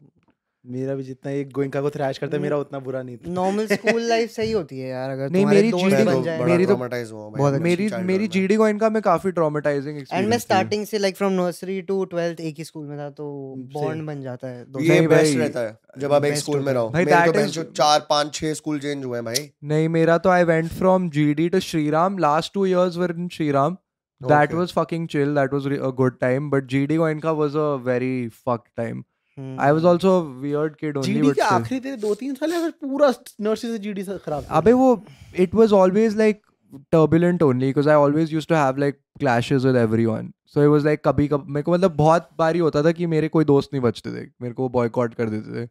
मेरा भी जितना एक गोइंका को थ्रैश करता है मेरा उतना बुरा नहीं था
नॉर्मल
*laughs*
स्कूल लाइफ सही होती है यार अगर
नहीं,
तुम्हारे
मेरी
दोस्त
GD
बन
को
जाए
बड़ा- मेरी तो-
ट्रॉमेटाइज हुआ हूं भाई,
बहुत
अपने
मेरी
childhood
मेरी
में।
जीडी कॉइन का मैं काफी ट्रॉमेटाइजिंग
एंड मैं
एक्सपीरियंस
स्टार्टिंग से like from nursery to 12th एक ही स्कूल में था तो
Same.
बॉन्ड बन जाता है दोस्तों
ये
नहीं
बेस्ट
भाई,
रहता है जब आप एक
best
स्कूल में
होता है।
रहो
भाई,
मेरे तो
that
बहन
is-
जो चार पांच छह स्कूल चेंज हुए हैं भाई
नहीं मेरा तो I went from GD to Shriram last two years were in Shriram that
Okay.
Was fucking chill that was a good time but GD Goenka का was a very fuck time
hmm.
I was
Hmm.
Also a weird kid only
GD
but
के आखिरी तेरे दो तीन साल है फिर पूरा नर्सरी से जीडी से खराब
अबे वो it was always like turbulent only because I always use to have like clashes with everyone so it was like कभी कभी मेरे को मतलब बहुत बारी होता था कि मेरे कोई दोस्त नहीं बचते थे मेरे को बॉयकॉट कर देते थे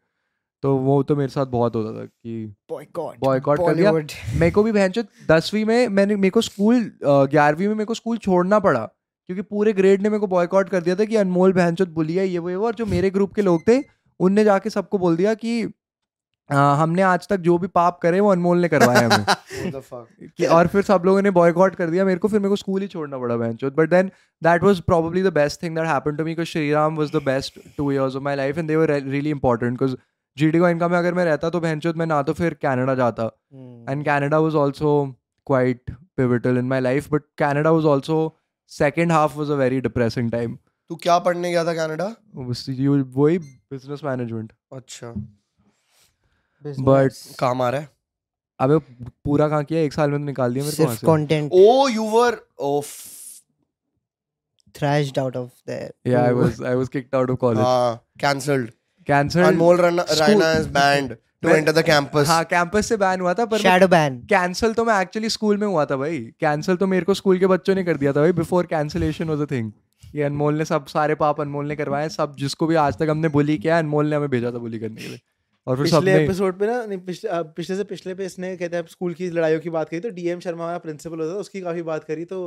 तो वो तो मेरे साथ बहुत होता था कि
Oh
बॉयकॉट
Boycott कर दिया। मेरे को भी बहनचोद दसवीं में मैंने मेरे को स्कूल ग्यारहवीं में मेरे को स्कूल छोड़ना पड़ा क्योंकि पूरे ग्रेड ने मेरे को बॉयकॉट कर दिया था कि अनमोल बहनचोद बुलिया ये वो ये वो और जो मेरे ग्रुप के लोग थे उनने जाके सबको बोल दिया कि अ, हमने आज तक जो भी पाप करे वो अनमोल ने करवाए हमें
What the fuck?
कि और फिर सब लोगों ने बॉयकॉट कर दिया मेरे को फिर मेरे को स्कूल ही छोड़ना पड़ा बहनचोद but then that was probably the best thing that happened to me because Shriram was the best two years of my life and they were really important because GD का इनकम में अगर मैं रहता तो बहनचोद मैं ना तो फिर कनाडा जाता
हम्म।
and canada was also quite pivotal in my life but canada was also second half was a very depressing time
तू क्या पढ़ने गया था कनाडा
Was- you वही business management
अच्छा
but
काम आ रहा है
अबे पूरा कहाँ किया एक साल में तो निकाल दिया मेरे को
सिर्फ
वहाँ Oh।
कंटेंट
oh you were of
thrashed out of there.
से yeah I
Ooh.
was I was kicked out of college
हां कैंसल्ड
cancelled
अनमोल रन-
School-
Raina is banned to
मैं-
एंटर द कैंपस
हाँ कैंपस से बैन हुआ था पर मैं-
shadow ban.
cancel तो मैं एक्चुअली स्कूल में हुआ था भाई कैंसिल तो मेरे को स्कूल के बच्चों ने कर दिया था भाई before cancellation was a thing ये अनमोल ने सब सारे पाप अनमोल ने करवाए सब जिसको भी आज तक हमने बुली किया अनमोल ने हमें भेजा था बुली करने के लिए और फिर
पिछले
सबने
एपिसोड पे ना नहीं पिछले अ, पिछले से पिछले पे इसने कहते हैं स्कूल की लड़ाइयों की बात करी तो डीएम शर्मा हमारा प्रिंसिपल होता था उसकी काफी बात करी तो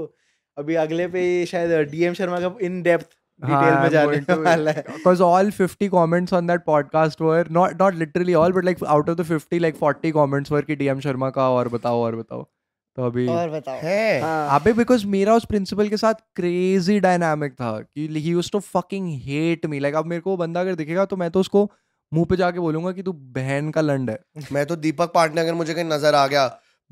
अभी अगले पे शायद डीएम शर्मा का इन डेप्थ डिटेल में जाने वाला है
because all 50 comments on that podcast were not not literally all but like out of the 50 like 40 comments were कि डीएम शर्मा का और बताओ और बताओ तो अभी
और बताओ
है
हाँ,
अबे बिकॉज मेरा उस प्रिंसिपल के साथ क्रेजी डायनामिक था कि he use to fucking hate me like अब मेरे को वो बंदा अगर दिखेगा तो मैं तो उसको मुंह पे जाके बोलूंगा कि तू बहन का लंड है
मैं तो दीपक पांडे अगर मुझे कहीं नजर आ गया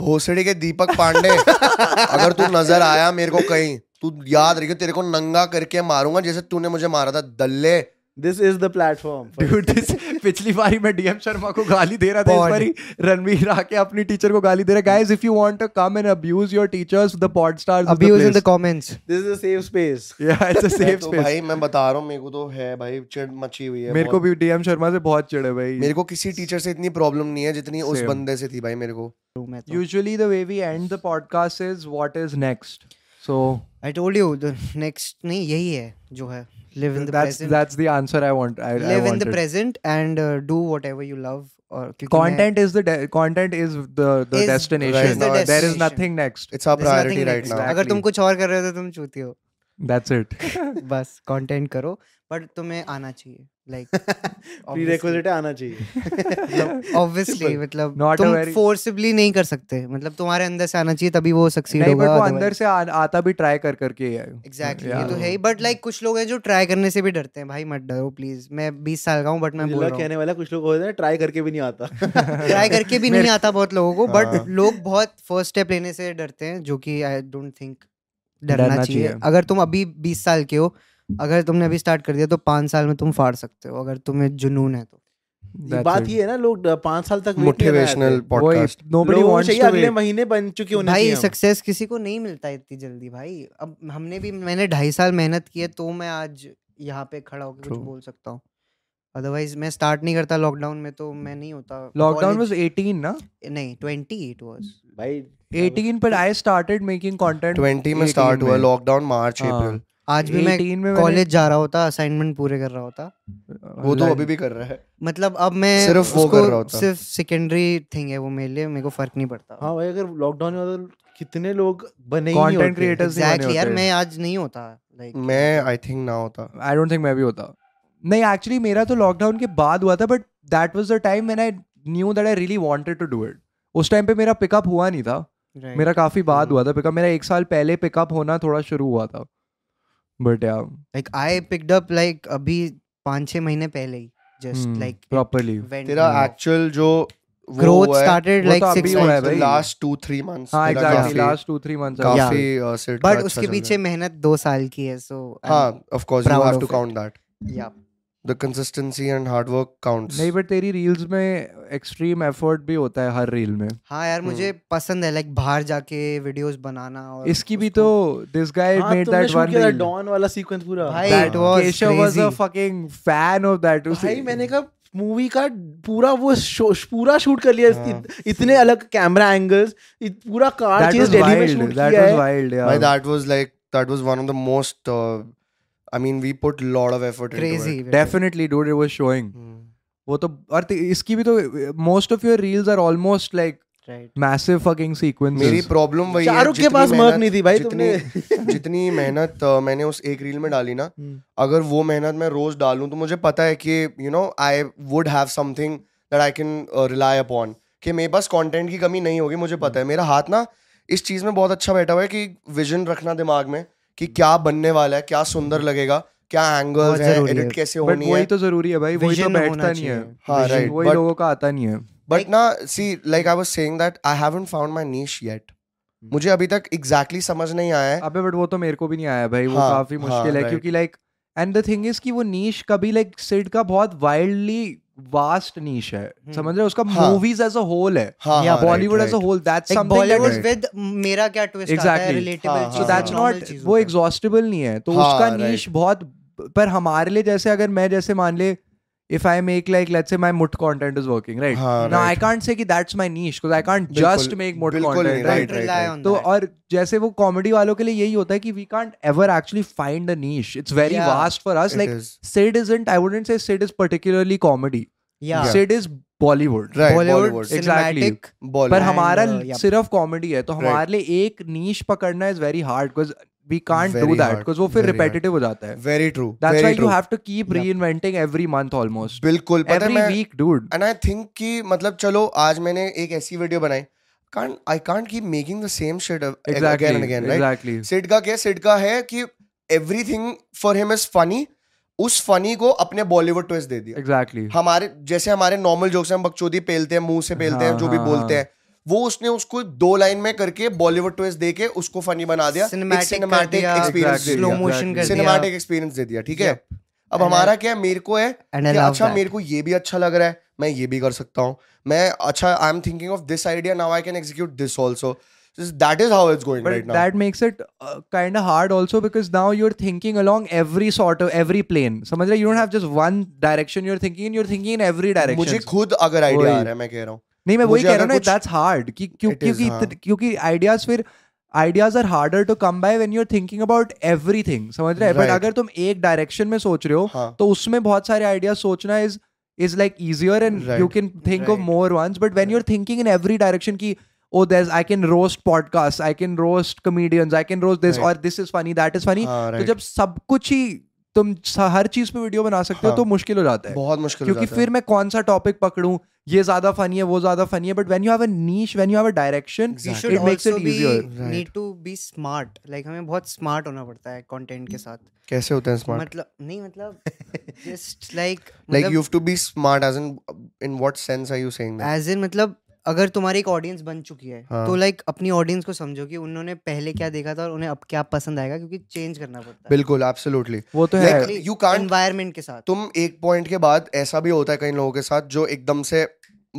भोसड़ी के दीपक पांडे
*laughs*
अगर तू नजर आया मेरे को कहीं तू याद रखियो तेरे को नंगा करके मारूंगा जैसे तूने मुझे मारा था दल्ले
this is the platform
Dude, this- *laughs* पिछली बारी मैं डीएम शर्मा को गाली दे रहा था इस
God.
बारी रणवीर आके अपनी टीचर को गाली दे रहा है guys if you want to come and abuse your teachers the podstars
Abuse in the comments.
This is a safe space
या इट्स
*laughs*
अ
मैं
सेफ
तो
स्पेस
भाई मैं बता रहा हूँ मेरे को तो है भाई चिड़ मची हुई है
मेरे को
बहुत।
भी डीएम शर्मा से बहुत चिढ़ है भाई
मेरे को किसी टीचर से इतनी प्रॉब्लम नहीं है जितनी उस
Same.
बंदे से थी भाई मेरे को
room में तो।
Usually the way we and the podcast is what is next so
I told you the next नहीं यही है जो है live in the
that's
present.
That's the answer I want I
Live in the present and uh, do whatever you love और क्योंकि मैं-
content is the de- content is the the
Is-
destination
Right now, it's-
there is
destination.
nothing next
it's a
there's nothing
priority right
next.
now.
अगर तुम
Exactly.
कुछ और कर रहे हो तो तुम
*laughs*
चूती हो
that's it
बस कंटेंट करो बट तुम्हें आना चाहिए
*laughs*
लाइक
प्रीरेक्विजिट आना चाहिए
ऑब्वियसली मतलब
Not a
तुम
very-
फोर्सिबली नहीं कर सकते मतलब तुम्हारे अंदर से आना चाहिए तभी वो सक्सीड
नहीं
होगा
बट वो
otherwise-
अंदर से आ, आता भी ट्राई कर करके ही है
एग्जैक्टली
Yeah.
ये तो है ही बट लाइक कुछ लोग हैं जो ट्राई करने से भी डरते हैं भाई मत डरो प्लीज मैं 20 साल का हूं बट मैं बोल
जिला
रहा हूं
कहने वाला कुछ लोग होते हैं ट्राई करके भी नहीं आता
ट्राई करके भी नहीं आता बहुत लोगों को
हाँ।
बट लोग बहुत फर्स्ट स्टेप लेने से डरते हैं जो कि आई डोंट थिंक
डरना
डरना चाहिए
चाहिए।
अगर तुम अभी 20 साल के हो अगर तुमने अभी स्टार्ट कर दिया तो पाँच साल में तुम फाड़ सकते हो अगर तुम्हें जुनून है तो
That's
बात
it.
ये है ना लोग अ, पांच साल तक wait नहीं करना
मोटिवेशनल
वही
चाहते।
पॉडकास्ट
nobody
लोगों को
wants
चाहिए
to
अगले
wait
महीने बन चुके होने
भाई
चाहिए हम।
सक्सेस किसी को नहीं मिलता इतनी जल्दी भाई अब हमने भी मैंने ढाई साल मेहनत की है तो मैं आज यहाँ पे खड़ा होकर कुछ
True.
बोल सकता हूँ अदरवाइज मैं स्टार्ट नहीं करता लॉकडाउन में तो मैं नहीं होता
lockdown
College-
was 18 ना
नहीं ट्वेंटी इट वॉज
भाई
18 but i started making content
20 में
18
स्टार्ट हुआ
में।
लॉकडाउन मार्च
हाँ,
अप्रैल
आज भी मैं
18 में
कॉलेज जा रहा होता असाइनमेंट पूरे कर रहा होता
वो तो अभी भी कर रहा है
मतलब अब मैं
सिर्फ वो
उसको
कर रहा होता।
सिर्फ सेकेंडरी थिंग है वो मेरे लिए मेरे को फर्क नहीं पड़ता
हाँ भाई अगर लॉकडाउन में होता तो कितने लोग बने ही
Content
नहीं होते।
creators नहीं बने
एग्जैक्टली यार
होते। हम्म,
मैं आज नहीं होता लाइक
मैं आई थिंक ना होता
आई डोंट थिंक मैं भी होता नहीं एक्चुअली मेरा तो लॉकडाउन के बाद हुआ था but that was the time when I knew that I really wanted to do it उस टाइम पे मेरा पिकअप हुआ नहीं था मेरा काफी बाद हुआ था पिकअप मेरा एक साल पहले पिकअप होना थोड़ा शुरू हुआ था बट या
like I picked up like अभी पाँच छः महीने पहले ही just
Hmm,
like it
properly
went
तेरा
up.
actual जो वो
growth
हुआ है,
started
वो
like
तो
six
अभी हुआ है
months.
भाई।
लास्ट टू थ्री मंथ्स
हाँ एग्जैक्टली
काफी-
लास्ट टू थ्री मंथ्स
काफी uh, सिर
बट
थोड़ा अच्छा
उसके
चल
पीछे
रहा
मेहनत दो साल की है सो
है। हाँ of course you
proud
have
of
to
it.
Count that
या
the consistency and hard work counts
नहीं बट तेरी रील्स में एक्सट्रीम एफर्ट भी होता है हर रील में
हाँ यार मुझे पसंद है लाइक बाहर जाके वीडियोस बनाना और
इसकी भी
उसको-
तो दिस गाय
हाँ,
मेड
तुमने
दैट
shoot
वन
किया था
रील
Dawn वाला sequence पूरा
भाई,
हाँ।
it was
Keshav was a
crazy.
Fucking fan of that
भाई मैंने कहा मूवी का पूरा वो शो- पूरा शूट कर लिया
हाँ,
इसकी- इतने अलग कैमरा एंगल्स पूरा car
that
chase
was
Delhi में
वाइल्ड
शूट
दैट
किया
वाज
है
वाइल्ड
भाई
यार
that was like that was one of the most I mean we put lot of effort
crazy
definitely dude it was showing
Hmm.
वो तो और ते- इसकी भी तो most of your reels are almost like
right
massive fucking
मेरी
sequences
problem वही है
शाहरुख के
जितनी
पास मर्क
मेहनत-
नहीं थी भाई तुमने
*laughs*
जितनी जितनी मेहनत uh, मैंने उस एक रील में डाली ना
हम्म।
अगर वो मेहनत मैं रोज डालूं तो मुझे पता है कि you know I would have something that I can rely upon कि मेरे पास कंटेंट की कमी नहीं होगी मुझे पता है मेरा हाथ ना इस चीज़ में बहुत अच्छा बैठा हुआ है कि विजन रखना दिमाग में कि क्या बनने वाला है क्या सुंदर लगेगा क्या एंगल्स
बहुत
है
जरूरी
एडिट
है।
कैसे
बट
होनी
वही
है
तो जरूरी है भाई वही तो
Vision होना
बैठता नहीं है
चाहिए।
हाँ,
Vision,
right,
वही
but-
लोगों का आता नहीं है
बट ना see like I was saying that I haven't found my niche yet मुझे अभी तक एग्जैक्टली समझ नहीं आया है
अबे बट वो तो मेरे को भी नहीं आया भाई वो
हाँ,
काफी
हाँ,
मुश्किल है
right.
क्योंकि like and the thing is कि वो नीश कभी लाइक सिड का बहुत वाइल्डली वास्ट नीश है समझ रहे हो उसका
हाँ.
मूवीज एज अ होल है
हाँ
Yeah,
Bollywood as a whole that's
like
something
Bollywood
that
with मेरा क्या ट्विस्ट आता है
Exactly.
रिलेटेबल
हाँ,
सो
हाँ,
दैट्स नॉट वो एग्जॉस्टेबल नहीं है तो
हाँ,
उसका
right.
नीश बहुत पर हमारे लिए जैसे अगर मैं जैसे मान ले if I make like let's say my मुट content is working right
हाँ,
now I
right.
Can't say कि that's my niche because I can't just
बिल्कुल-
मेक मुट
बिल्कुल नहीं,
content right
right, right, right.
तो और जैसे वो कॉमेडी वालों के लिए यही होता है कि we can't ever actually find a niche it's very
Yeah.
Vast for us
It
like
is.
Sid isn't I wouldn't say Sid is particularly comedy
या
Yeah.
Sid is Bollywood
Right,
Bollywood
Bollywood.
Exactly.
Cinematic
पर
Bollywood.
And,
हमारा
uh, yeah.
सिर्फ comedy है तो हमारे लिए एक niche पकड़ना is very hard because we can't do
Very
that
hard,
because वो फिर
very hard.
रिपेटेटिव हो जाता है
Very true.
That's
very
why you
true.
Have to keep reinventing every month almost
बिल्कुल पता है
एवरी
मैं
week dude
and I think कि मतलब चलो आज मैंने एक ऐसी वीडियो बनाई can't I can't keep making the same shit again and
exactly
again right
exactly
Sid का क्या सिड का है कि everything for him is funny उस फनी को अपने बॉलीवुड ट्विस्ट दे दिया
एग्जैक्टली
हमारे जैसे हमारे नॉर्मल जोक्स हम बकचोदी पेलते हैं मुंह से पेलते हैं
हाँ,
जो भी
हाँ,
बोलते
हाँ।
हैं वो उसने उसको दो लाइन में करके बॉलीवुड ट्विस्ट दे के उसको फनी बना दिया
सिनेमैटिक
सिनेमैटिक एक्सपीरियंस
Exactly.
दे
स्लो
दिया
मोशन कर दिया
सिनेमैटिक एक्सपीरियंस दे दिया ठीक है
Yep.
अब
And
हमारा क्या है मेरे को है
एंड आई
कि
लव
अच्छा मेरे को ये भी अच्छा लग रहा है मैं ये भी कर सकता हूँ मैं अच्छा I am thinking of this idea now I can execute this also that is how it's going
But
right now
that makes it uh, kind of hard also because now you're thinking along every sort of every plane. समझ रहे you don't have just one direction you're thinking in, you're thinking in every direction.
मुझे खुद अगर idea
वही।
आ रहा है मैं कह रहा हूँ
नहीं मैं वही कह
मुझे
रहा हूँ
अगर
ना
कुछ-
दैट्स हार्ड कि क्यों-
It is,
क्योंकि
हाँ।
इत- क्योंकि आइडियाज फिर ideas are harder to come by when you are thinking about everything समझ रहे हैं बट
Right.
अगर तुम एक डायरेक्शन में सोच रहे हो
हाँ
तो उसमें बहुत सारे आइडियाज सोचना is is like easier and
Right.
You can think of
Right.
More ones but when you are thinking in every direction की oh there's i can roast podcasts i can roast comedians i can roast this
Right.
or this is funny that is funny
हाँ
तो
right.
जब सब कुछ ही तुम स- हर चीज पे वीडियो बना सकते हो
हाँ।
तो मुश्किल हो जाता है
बहुत मुश्किल हो
क्योंकि
जाता है।
फिर मैं कौन सा टॉपिक पकड़ूं ये ज्यादा फनी है वो ज्यादा फनी है but when you have a niche when you have a direction
we
Exactly.
Should
It makes it
also be
easier.
Need to be smart like हमें बहुत स्मार्ट होना पड़ता है कंटेंट के साथ
कैसे होते हैं स्मार्ट
मतलब नहीं मतलब
*laughs*
जस्ट लाइक
लाइक
मतलब
you have to be smart as in in what sense are you saying that
as in मतलब अगर तुम्हारी एक ऑडियंस बन चुकी है
हाँ।
तो लाइक अपनी ऑडियंस को समझो कि उन्होंने पहले क्या देखा था और उन्हें अब क्या पसंद आएगा क्योंकि चेंज करना पड़ता है
बिल्कुल एब्सोल्युटली
वो तो है
Like- you can't- तो-
एनवायरनमेंट के साथ
तुम एक पॉइंट के बाद ऐसा भी होता है कई लोगों के साथ जो एकदम से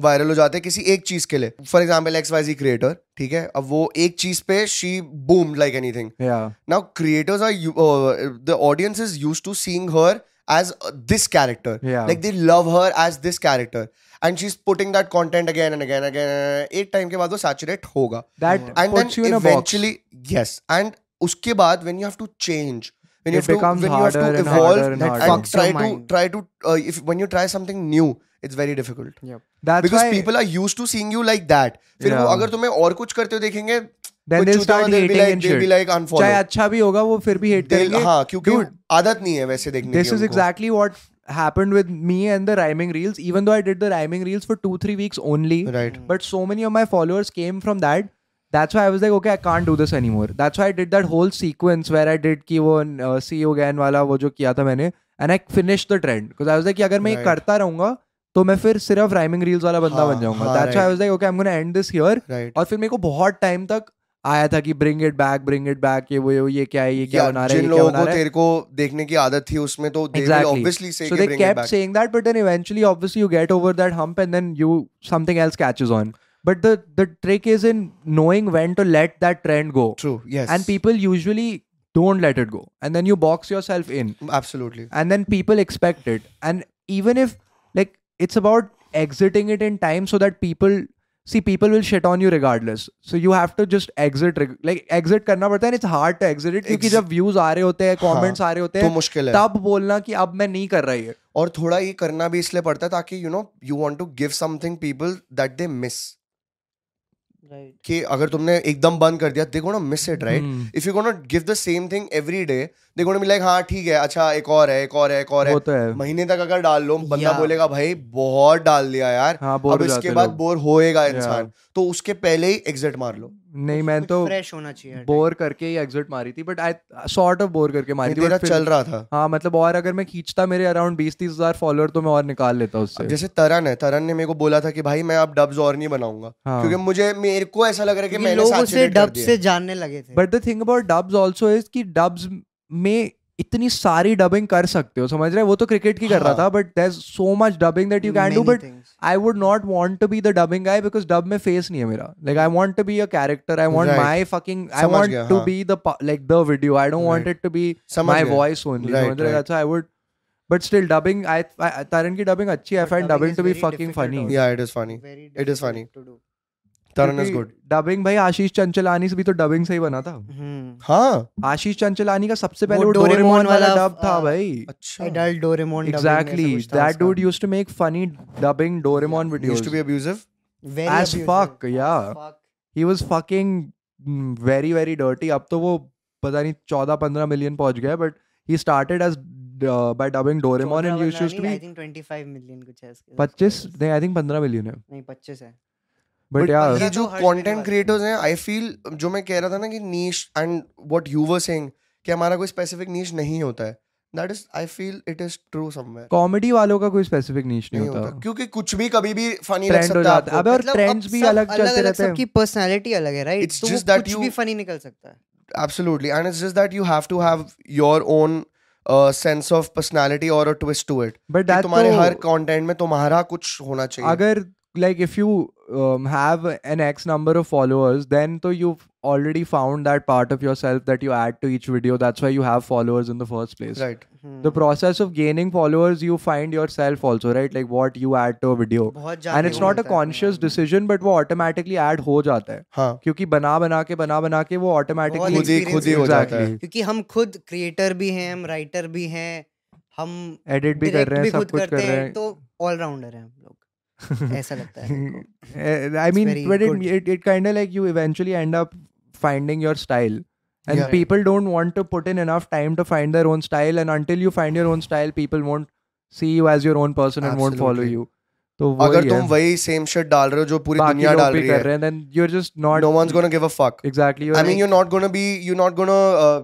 वायरल हो जाते हैं किसी एक चीज के लिए for example X Y Z creator ठीक है अब वो एक चीज पे शी बूम लाइक एनीथिंग
या
now creators are you uh, the audience is used to seeing her as uh, this character
Yeah.
like they love her as this character and she's putting that content again and again and again एक time के बाद वो saturate होगा
that
and
puts you
then
in a box
eventually yes and उसके बाद when you have to change when you
It
have to
becomes
when you have to
harder and
evolve
harder and
that
harder.
and
fucks
try
your
to
mind.
try to uh, if when you try something new it's very difficult
That's
because
why
people are used to seeing you like that फिर वो
Yeah.
अगर तुम्हें और कुch करते हुए देखेंगे
then
कुछ
they'll
छूटा हुआ,
start
they'll be
hating
like-
and
they'll be
shit.
like, unfollow.
चाहे अच्छा भी होगा वो फिर भी हेट
They'll-
करेंगे
हाँ क्योंकि
Dude,
आदत नहीं है वैसे देखने
this
की
is
उनको।
exactly what happened with me and the rhyming reels even though i did the rhyming reels for 2 3 weeks only
right
but so many of my followers came from that that's why i was like okay i can't do this E anymore that's why i did that whole sequence where i did ki wo uh, see you again wala wo jo kiya tha maine and I finish the trend because I was like कि अगर मैं ये
Right.
करता रहूंगा तो मैं फिर सिर्फ राइमिंग रील्स वाला बंदा
हाँ,
बन जाऊंगा
हाँ,
that's I
right.
Was like okay I am gonna and this here
right
और फिर मेरे को बहुत टाइम तक आया था कि bring it back bring it back ये वो ये वो, ये क्या है ये क्या बना रहा है
जिन
ये क्या
लोगों
बना
को
रहा है
तेरे को देखने की आदत थी उसमें तो they will
Exactly.
obviously say
so
कि
they
bring it
kept
back.
saying that but then eventually obviously you get over that hump and then you something else catches on but the the trick is in knowing when to let that trend go
True. Yes.
and people usually don't let it go and then you box yourself in
Absolutely.
and then people expect it and even if like it's about exiting it in time so that people see people will shit on you regardless so you have to just exit reg- like exit karna padta hai and it's hard to exit it क्योंकि
Ex-
जब views आ रहे होते हैं comments आ रहे होते
तो
हैं
मुश्किल है
तब बोलना कि अब मैं नहीं कर रहा ये
और थोड़ा ये करना भी इसलिए पड़ता है ताकि you know you want to give something people that they miss
right
कि अगर तुमने एकदम बंद कर दिया they gonna miss it right
hmm,
if you gonna give the same thing every day they gonna be like हाँ ठीक है अच्छा एक और है एक और है एक और है
वो तो है
महीने तक अगर डाल लो बंदा
Yeah.
बोलेगा भाई बहुत डाल दिया यार
हाँ
अब
बोर
इसके बाद बोर होएगा इंसान
Yeah.
तो उसके पहले ही एग्जिट मार लो
नहीं मैं तो
फ्रेश होना चाहिए हर
बोर करके ही एग्जिट मारी थी but I sort of bore करके मारी
नहीं,
थी
तेरा
but फिर-
चल रहा था
हाँ मतलब और अगर मैं खींचता मेरे अराउंड बीस तीस हजार फॉलोअर तो मैं और निकाल लेता
अब
उससे
जैसे तरन है तरन ने मेरे को बोला था कि भाई मैं अब डब्स और नहीं बनाऊंगा
हाँ.
क्योंकि मुझे मेरे को ऐसा लग रहा है कि
टाइम
मैंने
लोग उसे
saturate कर
डब
दिया
से जानने लगे थे
but the thing about dubs also is कि डब्स में इतनी सारी डबिंग कर सकते हो समझ रहे हो वो तो क्रिकेट की कर रहा
हाँ।
था but there so much dubbing that you can do
Many
but
things.
I would not want to be the dubbing guy because dub में फेस नहीं है मेरा like I want to be a character I want
Right.
My fucking I
समझ
want
गया,
to
हाँ।
Be the like the video I don't want
Right.
It to be
समझ
my
गए।
voice only
Right,
right, right.
right.
that's how i would but still dubbing i, I taran ki dubbing achhi i
But
find
dubbing
dubbing
is
to be
very
fucking
difficult
funny
also.
Yeah, it is funny.
Very
It is
difficult
funny.
to do.
Taran is
क्योंकि
good
dubbing भाई आशीष चंचलानी से भी तो dubbing से ही बना था
हम्म
हाँ
आशीष चंचलानी का सबसे पहले
वो
वो डोरेमोन
डोरेमोन
वाला
वाला,
डब था
आ,
भाई
अच्छा
एडल्ट डोरेमोन dubbing ऐसा
एग्जैक्टली
कुछ था
दैट
उसका।
Dude used to make funny dubbing Doraemon
used to be
videos
abusive
Very
as
abusive.
fuck,
As
yeah.
fuck.
He was fucking very very dirty अब तो वो पता नहीं 14 15 मिलियन पहुंच गया but he started as by dubbing Doraemon
चौथा
and
वाला
used to
नहीं,
बी
I think 25 million कुछ है इसके।
25 नहीं आई थिंक 15 मिलियन है
नहीं 25 है
बट
But
यार
ये
पंद्रह
जो
तो हर महीने
कंटेंट
बाद
क्रिएटर्स हैं आई फील जो मैं कह रहा था ना कि niche and what you were saying कि हमारा कोई स्पेसिफिक नीश नहीं होता है that is I feel it is true somewhere
comedy वालों का कोई स्पेसिफिक नीच नहीं
नहीं होता
होता
क्योंकि कुछ भी कभी भी फनी लग
ट्रेंड हो
सकता है
जाता है अबे
आपको
और
मतलब अब
ट्रेंड्स भी
सब
अलग चलते
अलग-अलग
रहते हैं
सबकी personality अलग है राइट
It's
तो वो
just that
कुछ
you-
भी funny निकल सकता है
absolutely and it's just that you have to have your own uh, sense of personality or a twist to it
but
कि
दैट
तुम्हारे हर कंटेंट में तुम्हारा कुछ होना चाहिए
तो अगर like if you have an X number of followers then तो you already found that part of yourself that you add to each video that's why you have followers in the first place
right
hmm.
The process of gaining followers you find yourself also right like what you add to a video
बहुत
and
जानने
it's
को
not a
मिलता है Hmm. अपने
conscious
बारे में।
Decision but वो automatically add हो जाता है
हाँ
क्योंकि बना बना के बना बना के वो ऑटोमेटिकली
खुद ही
experience
खुद ही हो जाता है
क्योंकि हम खुद क्रिएटर भी हैं हम राइटर भी हैं हम
एडिट भी कर
direct
रहे हैं
भी
सब
खुद
कुछ कर
करते
रहे हैं *laughs*
तो ऑलराउंडर हैं हम लोग ऐसा लगता है मेरे को।
Uh, I mean,
very
but it,
good.
it, it kind of like you eventually end up finding your style. And
Yeah.
people don't want to put in enough time to find their own style. And until you find your own style, people won't see you as your own person and won't follow
Absolutely.
you. तो
अगर
वही है
तुम वही same shit डाल रहे हो जो पूरी
बाकी
दुनिया
लोग
डाल
भी
रही
कर
है
रहे हैं then you're just not
no one's gonna give a fuck
exactly you're
i mean you're not gonna be you're not gonna uh,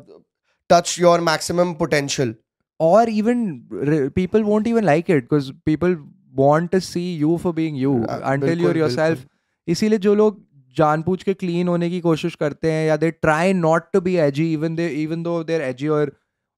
touch your maximum potential
or even re- people won't even like it because people want to see you for being you
Uh,
until you're
बिल्कुल,
yourself इसीलिए जो लोग जानबूझ के clean होने की कोशिश करते हैं या they try not to be edgy even they even though they're edgy और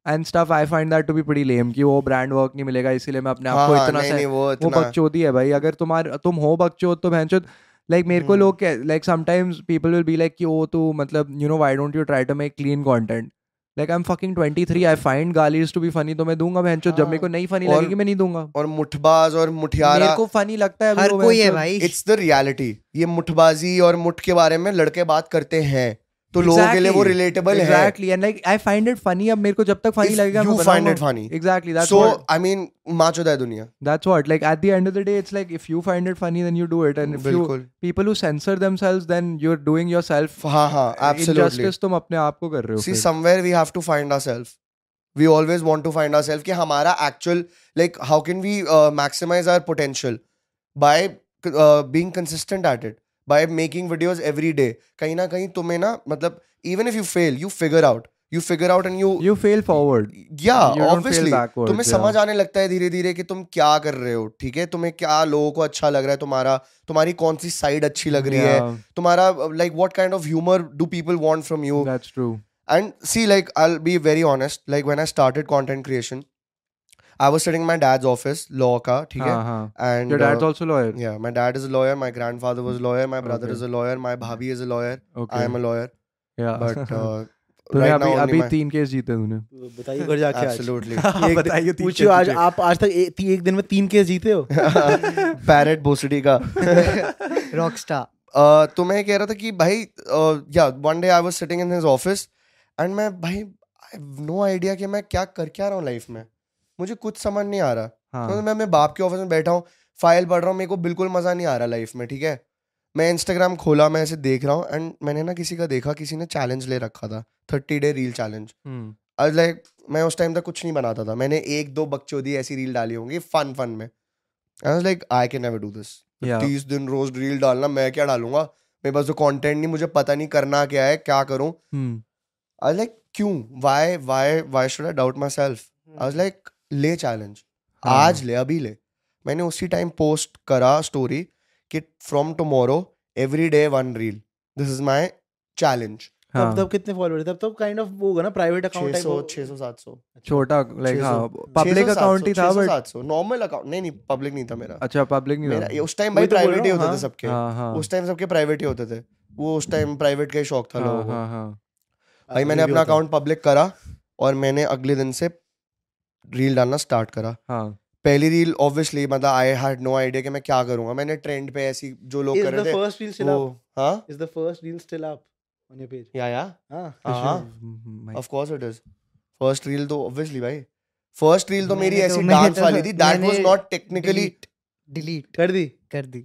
and stuff I find that to be pretty lame कि वो ब्रांड वर्क नहीं मिलेगा इसीलिए मैं अपने
हाँ,
आप को
हाँ,
इतना
नहीं,
से
नहीं, वो
वो
इतना
बकचोदी है भाई अगर तुम्हारे तुम हो बकचोद तो बहनचोद लाइक मेरे को
हम्म।
लोग like sometimes people will be like कि ओ तू मतलब you know why don't you try to make clean content like I am fucking 23 I find गालीज टू बी फनी तो मैं दूंगा बहनचोद जब मेरे को नहीं फनी
हाँ। और-
लगेगी मैं नहीं दूंगा
और मुठबाज और
मेरे
मुठियारा
को फनी लगता है अभी
हर
वो तो-
कोई है
बहनचोद।
भाई
इट्स द रियलिटी ये मुठबाजी और मुठ के बारे में लड़के बात करते हैं तो लोगों के लिए वो
Exactly.
रिलेटेबल है
Exactly. And like I find it funny. अब मेरे को जब तक funny
If
लगेगा
you
मैं
find it
बनाऊंगा।
funny.
Exactly. That's
so
what.
i mean macho है दुनिया
That's what. Like at the end of the day, it's like if you find it funny, then you do it. And if you
बिल्कुल
people who censor themselves, then you're doing yourself
हाँ हाँ absolutely
Uh, injustice. तुम अपने आप को कर रहे हो.
सी
फिर।
Somewhere we have to find ourself we always want to find ourself कि हमारा actual like how can we maximise our potential by being consistent at it by making videos every day कहीं ना कहीं तुम्हें ना मतलब even if you fail you figure out you figure out and you
You fail forward.
या
You don't fail
obviously
backwards,
तुम्हें
yeah.
समझ आने लगता है धीरे धीरे कि तुम क्या कर रहे हो ठीक है तुम्हें क्या लोगों को अच्छा लग रहा है तुम्हारा तुम्हारी कौन सी साइड अच्छी लग रही है
Yeah,
तुम्हारा uh, like what kind of humour do people want from you
That's true.
And see, like, I'll be very honest. Like, when I started content creation, I was sitting in my dad's office, law ka, theek hai?
Uh-huh.
And
Your dad's
uh,
also lawyer.
yeah, my dad is a lawyer. My grandfather was a lawyer. My brother
Okay.
is a lawyer. My bhabi is a lawyer.
Okay.
I am a lawyer.
yeah. *laughs*
But uh,
तूने
right
Ah. तो अभी
now,
अभी
only my,
तीन case जीते तूने
बताइए घर जाके आज।
*laughs*
absolutely.
एक-
हाँ, बताइए तीन
पूछियो
case
आज
जीते।
आप आज तक ए, ती, एक दिन में तीन केस
*laughs*
जीते हो
*laughs*
*laughs*
Parrot Bosidi ka.
Rockstar
*laughs* Uh, तो मैं कह रहा था कि भाई uh, या one day I was sitting in his office and मैं भाई आई नो आइडिया कि मैं क्या कर क्या रहा हूँ लाइफ में मुझे कुछ समझ नहीं आ रहा तो
हाँ
मैं अपने बाप के ऑफिस में बैठा हूँ फाइल पढ़ रहा हूँ मेरे को बिल्कुल मजा नहीं आ रहा लाइफ में ठीक है मैं इंस्टाग्राम खोला मैं ऐसे देख रहा हूँ एंड मैंने ना किसी का देखा किसी ने चैलेंज ले रखा था थर्टी डे रील चैलेंज
हम्म,
आज लाइक मैं उस टाइम तक कुछ नहीं बनाता था मैंने एक दो बकचोदी ऐसी रील डाली होंगी फन फन में I like I can never do this
yeah.
तीस दिन रोज रील डालना मैं क्या डालूंगा मेरे पास तो कंटेंट नहीं मुझे पता नहीं करना क्या है क्या करूं
हम्म,
आई लाइक क्यों why why why should I doubt myself I like ले चैलेंज
हाँ।
आज ले अभी ले मैंने उसी टाइम पोस्ट करा स्टोरी कि from tomorrow every day one reel this is my challenge
हाँ,
तब तब कितने फॉलोअर तब तब काइंड ऑफ वो होगा ना प्राइवेट अकाउंट
600
टाइप
600 700
छोटा लाइक
600
हाँ पब्लिक अकाउंट ही था बट
700 नॉर्मल अकाउंट नहीं नहीं पब्लिक नहीं था मेरा
अच्छा पब्लिक नहीं
मेरा
था
ये उस टाइम
वही
भाई
तो बोल
प्राइवेट ही
रहा हूँ,
होते थे
हाँ।
सबके
हाँ हाँ
उस टाइम सबके प्राइवेट ही होते थे वो उस टाइम प्राइवेट का ही शौक था
हाँ
लोगों को
हाँ हाँ
भाई मैंने अपना अकाउंट पब्लिक करा और मैंने अगले दिन से रील डालना स्टार्ट करा
हाँ
पहली रील ऑब्वियसली मतलब आई हैड नो आइडिया कि मैं क्या करूंगा मैंने ट्रेंड पे ऐसी जो लोग
इज
कर
द
रहे
फर्स्ट रील
थे
स्टिल
वो
अप
हाँ
is the first reel still up on your page
या या
हां
हाँ
हम्म,
of course it is first reel तो ऑब्वियसली भाई फर्स्ट रील तो मेरी
मैंने
ऐसी
तो- मैंने
डांस
तो-
वाली थी दैट वाज
मैंने
नॉट टेक्निकली
डिलीट
कर दी
हाँ
कर दी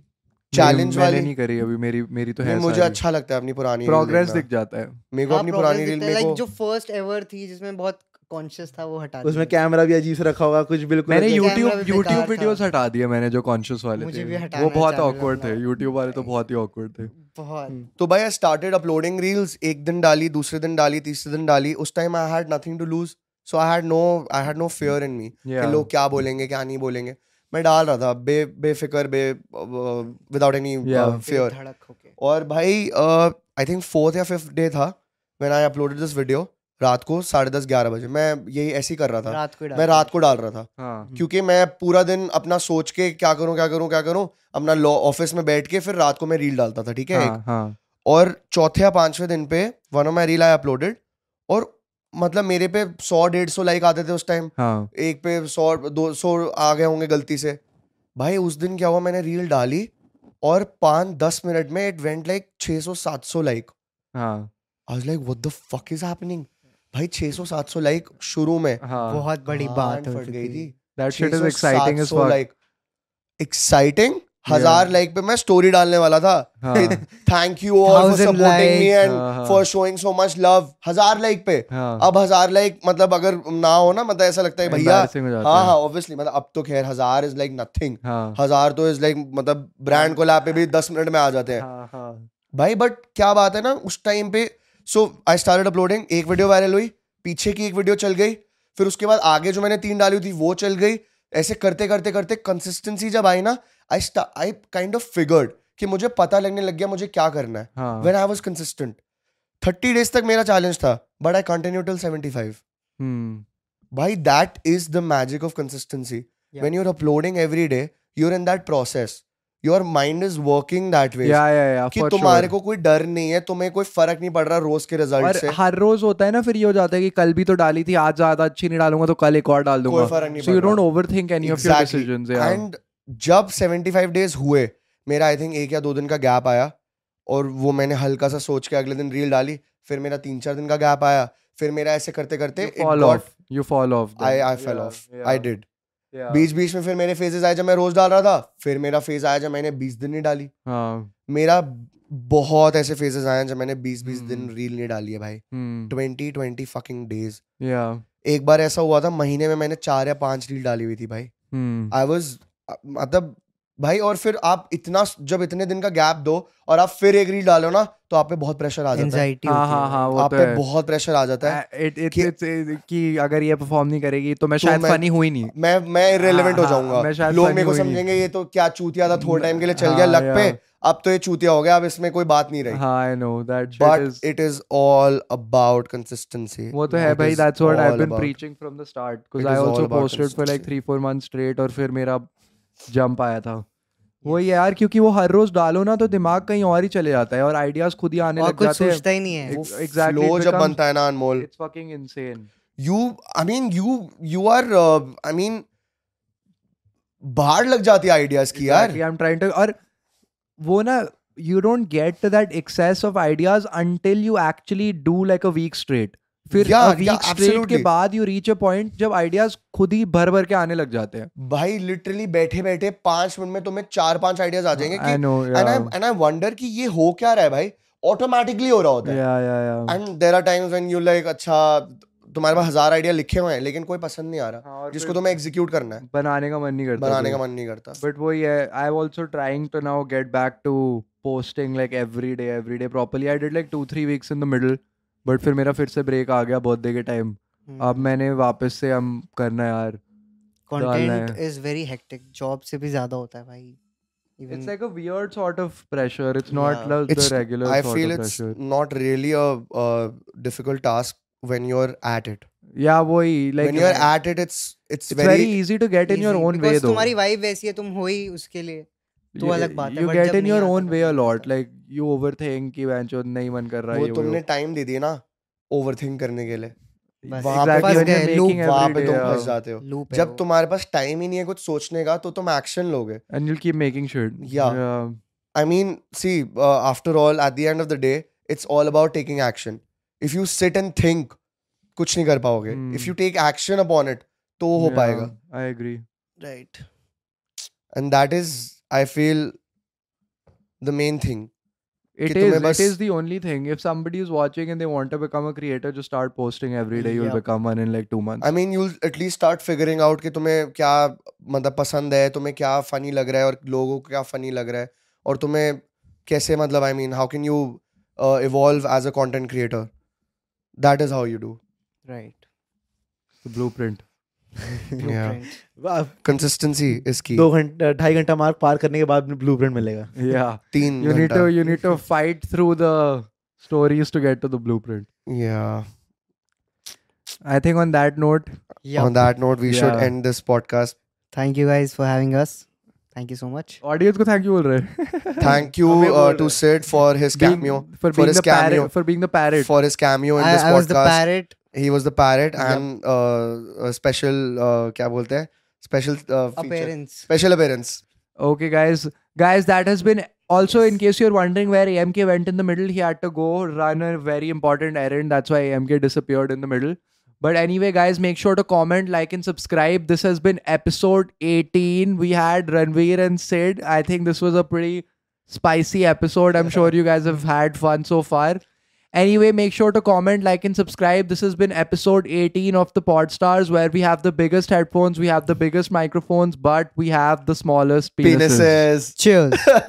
challenge
मैंने
वाली-
नहीं करी अभी मेरी मेरी तो है
मुझे अच्छा लगता है अपनी पुरानी
प्रोग्रेस दिख जाता है
मेरे को
हाँ,
अपनी
progress
पुरानी रील
दिखता है,
मेरे
like
को
जो फर्स्ट एवर थी जिसमें बहुत कॉन्शियस था वो हटा
उसमें
दिया।
कैमरा भी अजीब से रखा होगा कुछ बिल्कुल
मैंने
ऐसे-
YouTube-
YouTube
भी
YouTube
बेकार था।
वीडियोस हटा दिए मैंने जो कॉन्शियस वाले
मुझे
थे
भी हटाना
वो
है
बहुत
channel
awkward थे
अपना।
YouTube वाले तो बहुत ही awkward थे
बहुत
तो भाई आई स्टार्टेड अपलोडिंग रील्स एक दिन डाली दूसरे दिन डाली तीसरे दिन डाली उस time I had nothing to lose so I had no I had no fear in me
Yeah.
कि लोग क्या बोलेंगे क्या नहीं बोलेंगे मैं डाल रहा था बे बेफिक्र बे विदाउट एनी
Yeah.
फियर
धड़क होके
और भाई uh, आई थिंक फोर्थ या फिफ्थ डे था when I uploaded this video रात को साढ़े दस ग्यारह बजे मैं यही ऐसे ही कर रहा था
रात को ही
मैं
डाला।
रात को डाल रहा था
हाँ
क्योंकि मैं पूरा दिन अपना सोच के क्या करूं क्या करूं क्या करूं अपना लॉ ऑफिस में बैठ के फिर रात को मैं रील डालता था ठीक है एक
हाँ हाँ
और चौथे या पांचवें दिन पे one of my reel I uploaded और मतलब मेरे पे सौ डेढ़ सौ लाइक आते थे उस टाइम
हाँ
एक पे सौ दो सौ आ गए होंगे गलती से भाई उस दिन क्या हुआ मैंने रील डाली और पाँच दस मिनट में इट वेंट लाइक छः सौ सात सौ लाइक
हाँ
आज like what the fuck is happening भाई छः सौ सात सौ लाइक शुरू में
हाँ
बहुत बड़ी
कान
बात हो
फट
चुकी थी
that shit is
600,
exciting as
700
fuck
like exciting हजार लाइक पे मैं स्टोरी डालने वाला था *laughs*
हाँ
thank you all for
1000
supporting me
likes.
And
हाँ, हाँ.
For showing so much love हजार लाइक पे
हाँ
अब हजार लाइक मतलब अगर ना हो ना मतलब ऐसा लगता है भैया
Embarrassing हो जाता
हाँ
है।
हाँ ऑब्वियसली मतलब अब तो खैर हजार इज लाइक नथिंग
हाँ
हजार तो इज लाइक मतलब ब्रांड को पे भी दस मिनट में आ जाते हैं
हाँ हाँ
भाई बट क्या बात है ना उस टाइम पे सो आई स्टार्टेड अपलोडिंग एक वीडियो वायरल हुई पीछे की एक वीडियो चल गई फिर उसके बाद आगे जो मैंने तीन डाली हुई थी वो चल गई ऐसे करते करते करते कंसिस्टेंसी जब आई ना I I kind of figured कि मुझे पता लगने लग गया मुझे क्या करना है
हाँ
when I was consistent thirty days तक मेरा चैलेंज था but I continue till seventy five
हम्म
भाई that is the magic of consistency
Yeah.
when you're uploading every day you're in that process your mind is working that way
yeah yeah yeah
कि
for
तुम्हारे
sure.
को कोई डर नहीं है तुम्हें कोई फर्क नहीं पड़ रहा रोज के रिजल्ट
और हाँ,
से
हर रोज होता है ना फिर ये हो जाता है कि कल भी तो डाली थी आज ज्यादा अच्छी नहीं डालूंगा तो कल एक और डाल
कोई
दूंगा
फर्क नहीं
so you don't overthink any of your
Exactly.
decisions
पड़ रहा
yeah
एंड जब 75 डेज हुए मेरा आई थिंक एक या दो दिन का गैप आया और वो मैंने हल्का सा सोच के अगले दिन रील डाली फिर मेरा तीन चार दिन का गैप आया फिर मेरा ऐसे करते करते
you fall off you fall off then.
I I fell
Yeah,
off
yeah,
I did
yeah.
बीच बीच में फिर मेरे फेजेस आए जब मैं रोज डाल रहा था फिर मेरा फेज आया जब मैंने बीस दिन नहीं डाली
हाँ
मेरा बहुत ऐसे फेजेस आए हैं जब मैंने बीस बीस दिन
हम्म।
रील नहीं डाली है भाई
हम्म
twenty twenty fucking days
yeah
एक
hmm.
बार ऐसा हुआ था महीने में मैंने चार या पांच रील डाली हुई थी भाई
हम्म
आई वॉज मतलब भाई और फिर आप इतना जब इतने दिन का गैप दो और आप फिर एक रील डालो ना तो आप पे बहुत प्रेशर आ जाता है
एंजाइटी
हाँ हाँ हाँ वो
आप
तो
पे
है
बहुत प्रेशर आ जाता है
आ, it- it's-
कि-
it's- it's- कि अगर ये परफॉर्म नहीं करेगी तो मैं
तो
शायद
मैं-
फनी हुई नहीं
मैं मैं इरेलीवेंट हो
हाँ,
जाऊंगा
मैं शायद
लोग
funny
मेरे को
हुई नहीं।
समझेंगे ये तो क्या चूतिया था थोड़े टाइम के लिए चल
हाँ,
गया लग पे
yeah.
अब तो ये चूतिया हो गया अब इसमें कोई बात नहीं रही
हाँ I know that
but it is all about consistency
वो तो है भाई that's what I have been
preach
preaching from the start because
It
I
is all
also
about
posted for like
consistency.
3 4 months straight और फिर मेरा jump आया था वो ये यार क्योंकि वो हर रोज डालो ना तो दिमाग कहीं और ही चले जाता है और आइडियाज खुद ही आने
हाँ,
और
लग
कुछ
जाते हैं
सोचता ही नहीं है
Ex- exactly, it
जब
becomes-
बनता है ना अनमोल
it's fucking insane
you I mean you you are I mean uh, बाहर लग जाती है आइडियाज की यार
आई एम ट्राइंग टू और वो ना you don't get to that access of ideas until you actually do like a week straight फिर
Yeah,
a
yeah,
week straight के
absolutely.
बाद यू रीच अ पॉइंट जब ideas खुद ही भर भर के आने लग जाते हैं
भाई लिटरली बैठे बैठे पांच मिनट में तुम्हें चार पांच आइडियाज आ जाएंगे
आई
कि
know
and I and I wonder कि ये हो क्या रहा है भाई ऑटोमेटिकली हो रहा होता है
या या या
and there are times when you like अच्छा तुम्हारे पास हजार आइडिया लिखे हुए हैं लेकिन कोई पसंद नहीं आ
हाँ,
रहा जिसको तुम्हें एग्जीक्यूट करना है
बनाने का मन नहीं करता तो
बनाने का मन नहीं करता
बट वो ये I am also trying to now get back to posting like every day every day properly I did like two three weeks in the middle but फिर मेरा फिर से ब्रेक आ गया बर्थडे के टाइम
हम्म।
अब
Hmm.
मैंने वापस से हम करना है यार
कंटेंट
है।
इज वेरी हेक्टिक जॉब से भी ज्यादा होता है भाई
It's
even
like a weird sort of pressure. It's not
Yeah.
like
It's-
the regular
I
sort
feel
of
it's
pressure.
Not really a difficult task when you are at it
Yeah, वही like
when you are at it it's it's
it's very
very
easy to get in your own way though.
तुम्हारी vibe वैसी है तुम हो ही उसके लिए तो
You-
अलग बात है,
You
but
get
जब
in
नहीं
your
आता
own
तो
way a
नहीं
lot.
आता।
Like you overthink कि बेंचो नहीं मन कर रहा
वो
ये वो
तुमने टाइम दे दिया ना ओवरथिंक करने के लिए
बस
वहाँ पे
exactly
फंस
when you're
गए,
making
loop
वहां
every
पे
day
तुम
yeah.
फंस जाते हो
लूप
जब तुम्हारे पास टाइम ही नहीं है कुछ सोचने का तो तुम एक्शन लोगे
and you'll keep making shit.
Yeah. I mean, see, uh, after all, at the end of the day, it's all about taking action. If you sit and think, कुछ नहीं कर पाओगे.
Hmm.
If you take action upon it, तो हो
yeah,
पाएगा.
I agree.
Right
And that is, I feel, the main thing.
It
कि तुम्हें
is.
बस-
It is the only thing. If somebody is watching and they want to become a creator, just start posting every day. You'll
Yeah.
become one in like two months.
I mean, you'll at least start figuring out कि तुम्हें क्या मतलब पसंद है, तुम्हें क्या funny लग रहा है और लोगों को क्या funny लग रहा है और तुम्हें कैसे मतलब I mean, how can you uh, evolve as a content creator? That is how you do.
Right
the
*laughs*
blueprint.
Yeah.
वाह,
Consistency is key.
दो घंटा ढाई घंटा मार्क पार करने के बाद ब्लू प्रिंट मिलेगा
Yeah.
तीन
you need
घंटा.
to you need to fight through the stories to get to the blueprint
Yeah.
i think on that note
On that note, we should
Yeah.
end this
*laughs*
podcast.
Thank you guys for having us thank you so much
audience को thank you बोल रहे
Thank you
हमें
uh,
बोल
to
रहे।
Sid for his
Being-
cameo.
for
For
being
his
the parrot
cameo.
for being the parrot
For his cameo in
I,
this
I was the
podcast,
parrot
he was the parrot
Yep.
and uh, a special uh, क्या बोलते हैं? Special uh, feature.
appearance
Special appearance.
okay guys guys that has been also in case you're wondering where amk went in the middle he had to go run a very important errand that's why amk disappeared in the middle but anyway guys make sure to comment like and subscribe this has been episode 18 we had ranveer and sid i think this was a pretty spicy episode i'm sure you guys have had fun so far Anyway, make sure to comment, like, and subscribe. This has been episode 18 of the Podstars, where we have the biggest headphones, we have the biggest microphones, but we have the smallest penises.
Penises.
cheers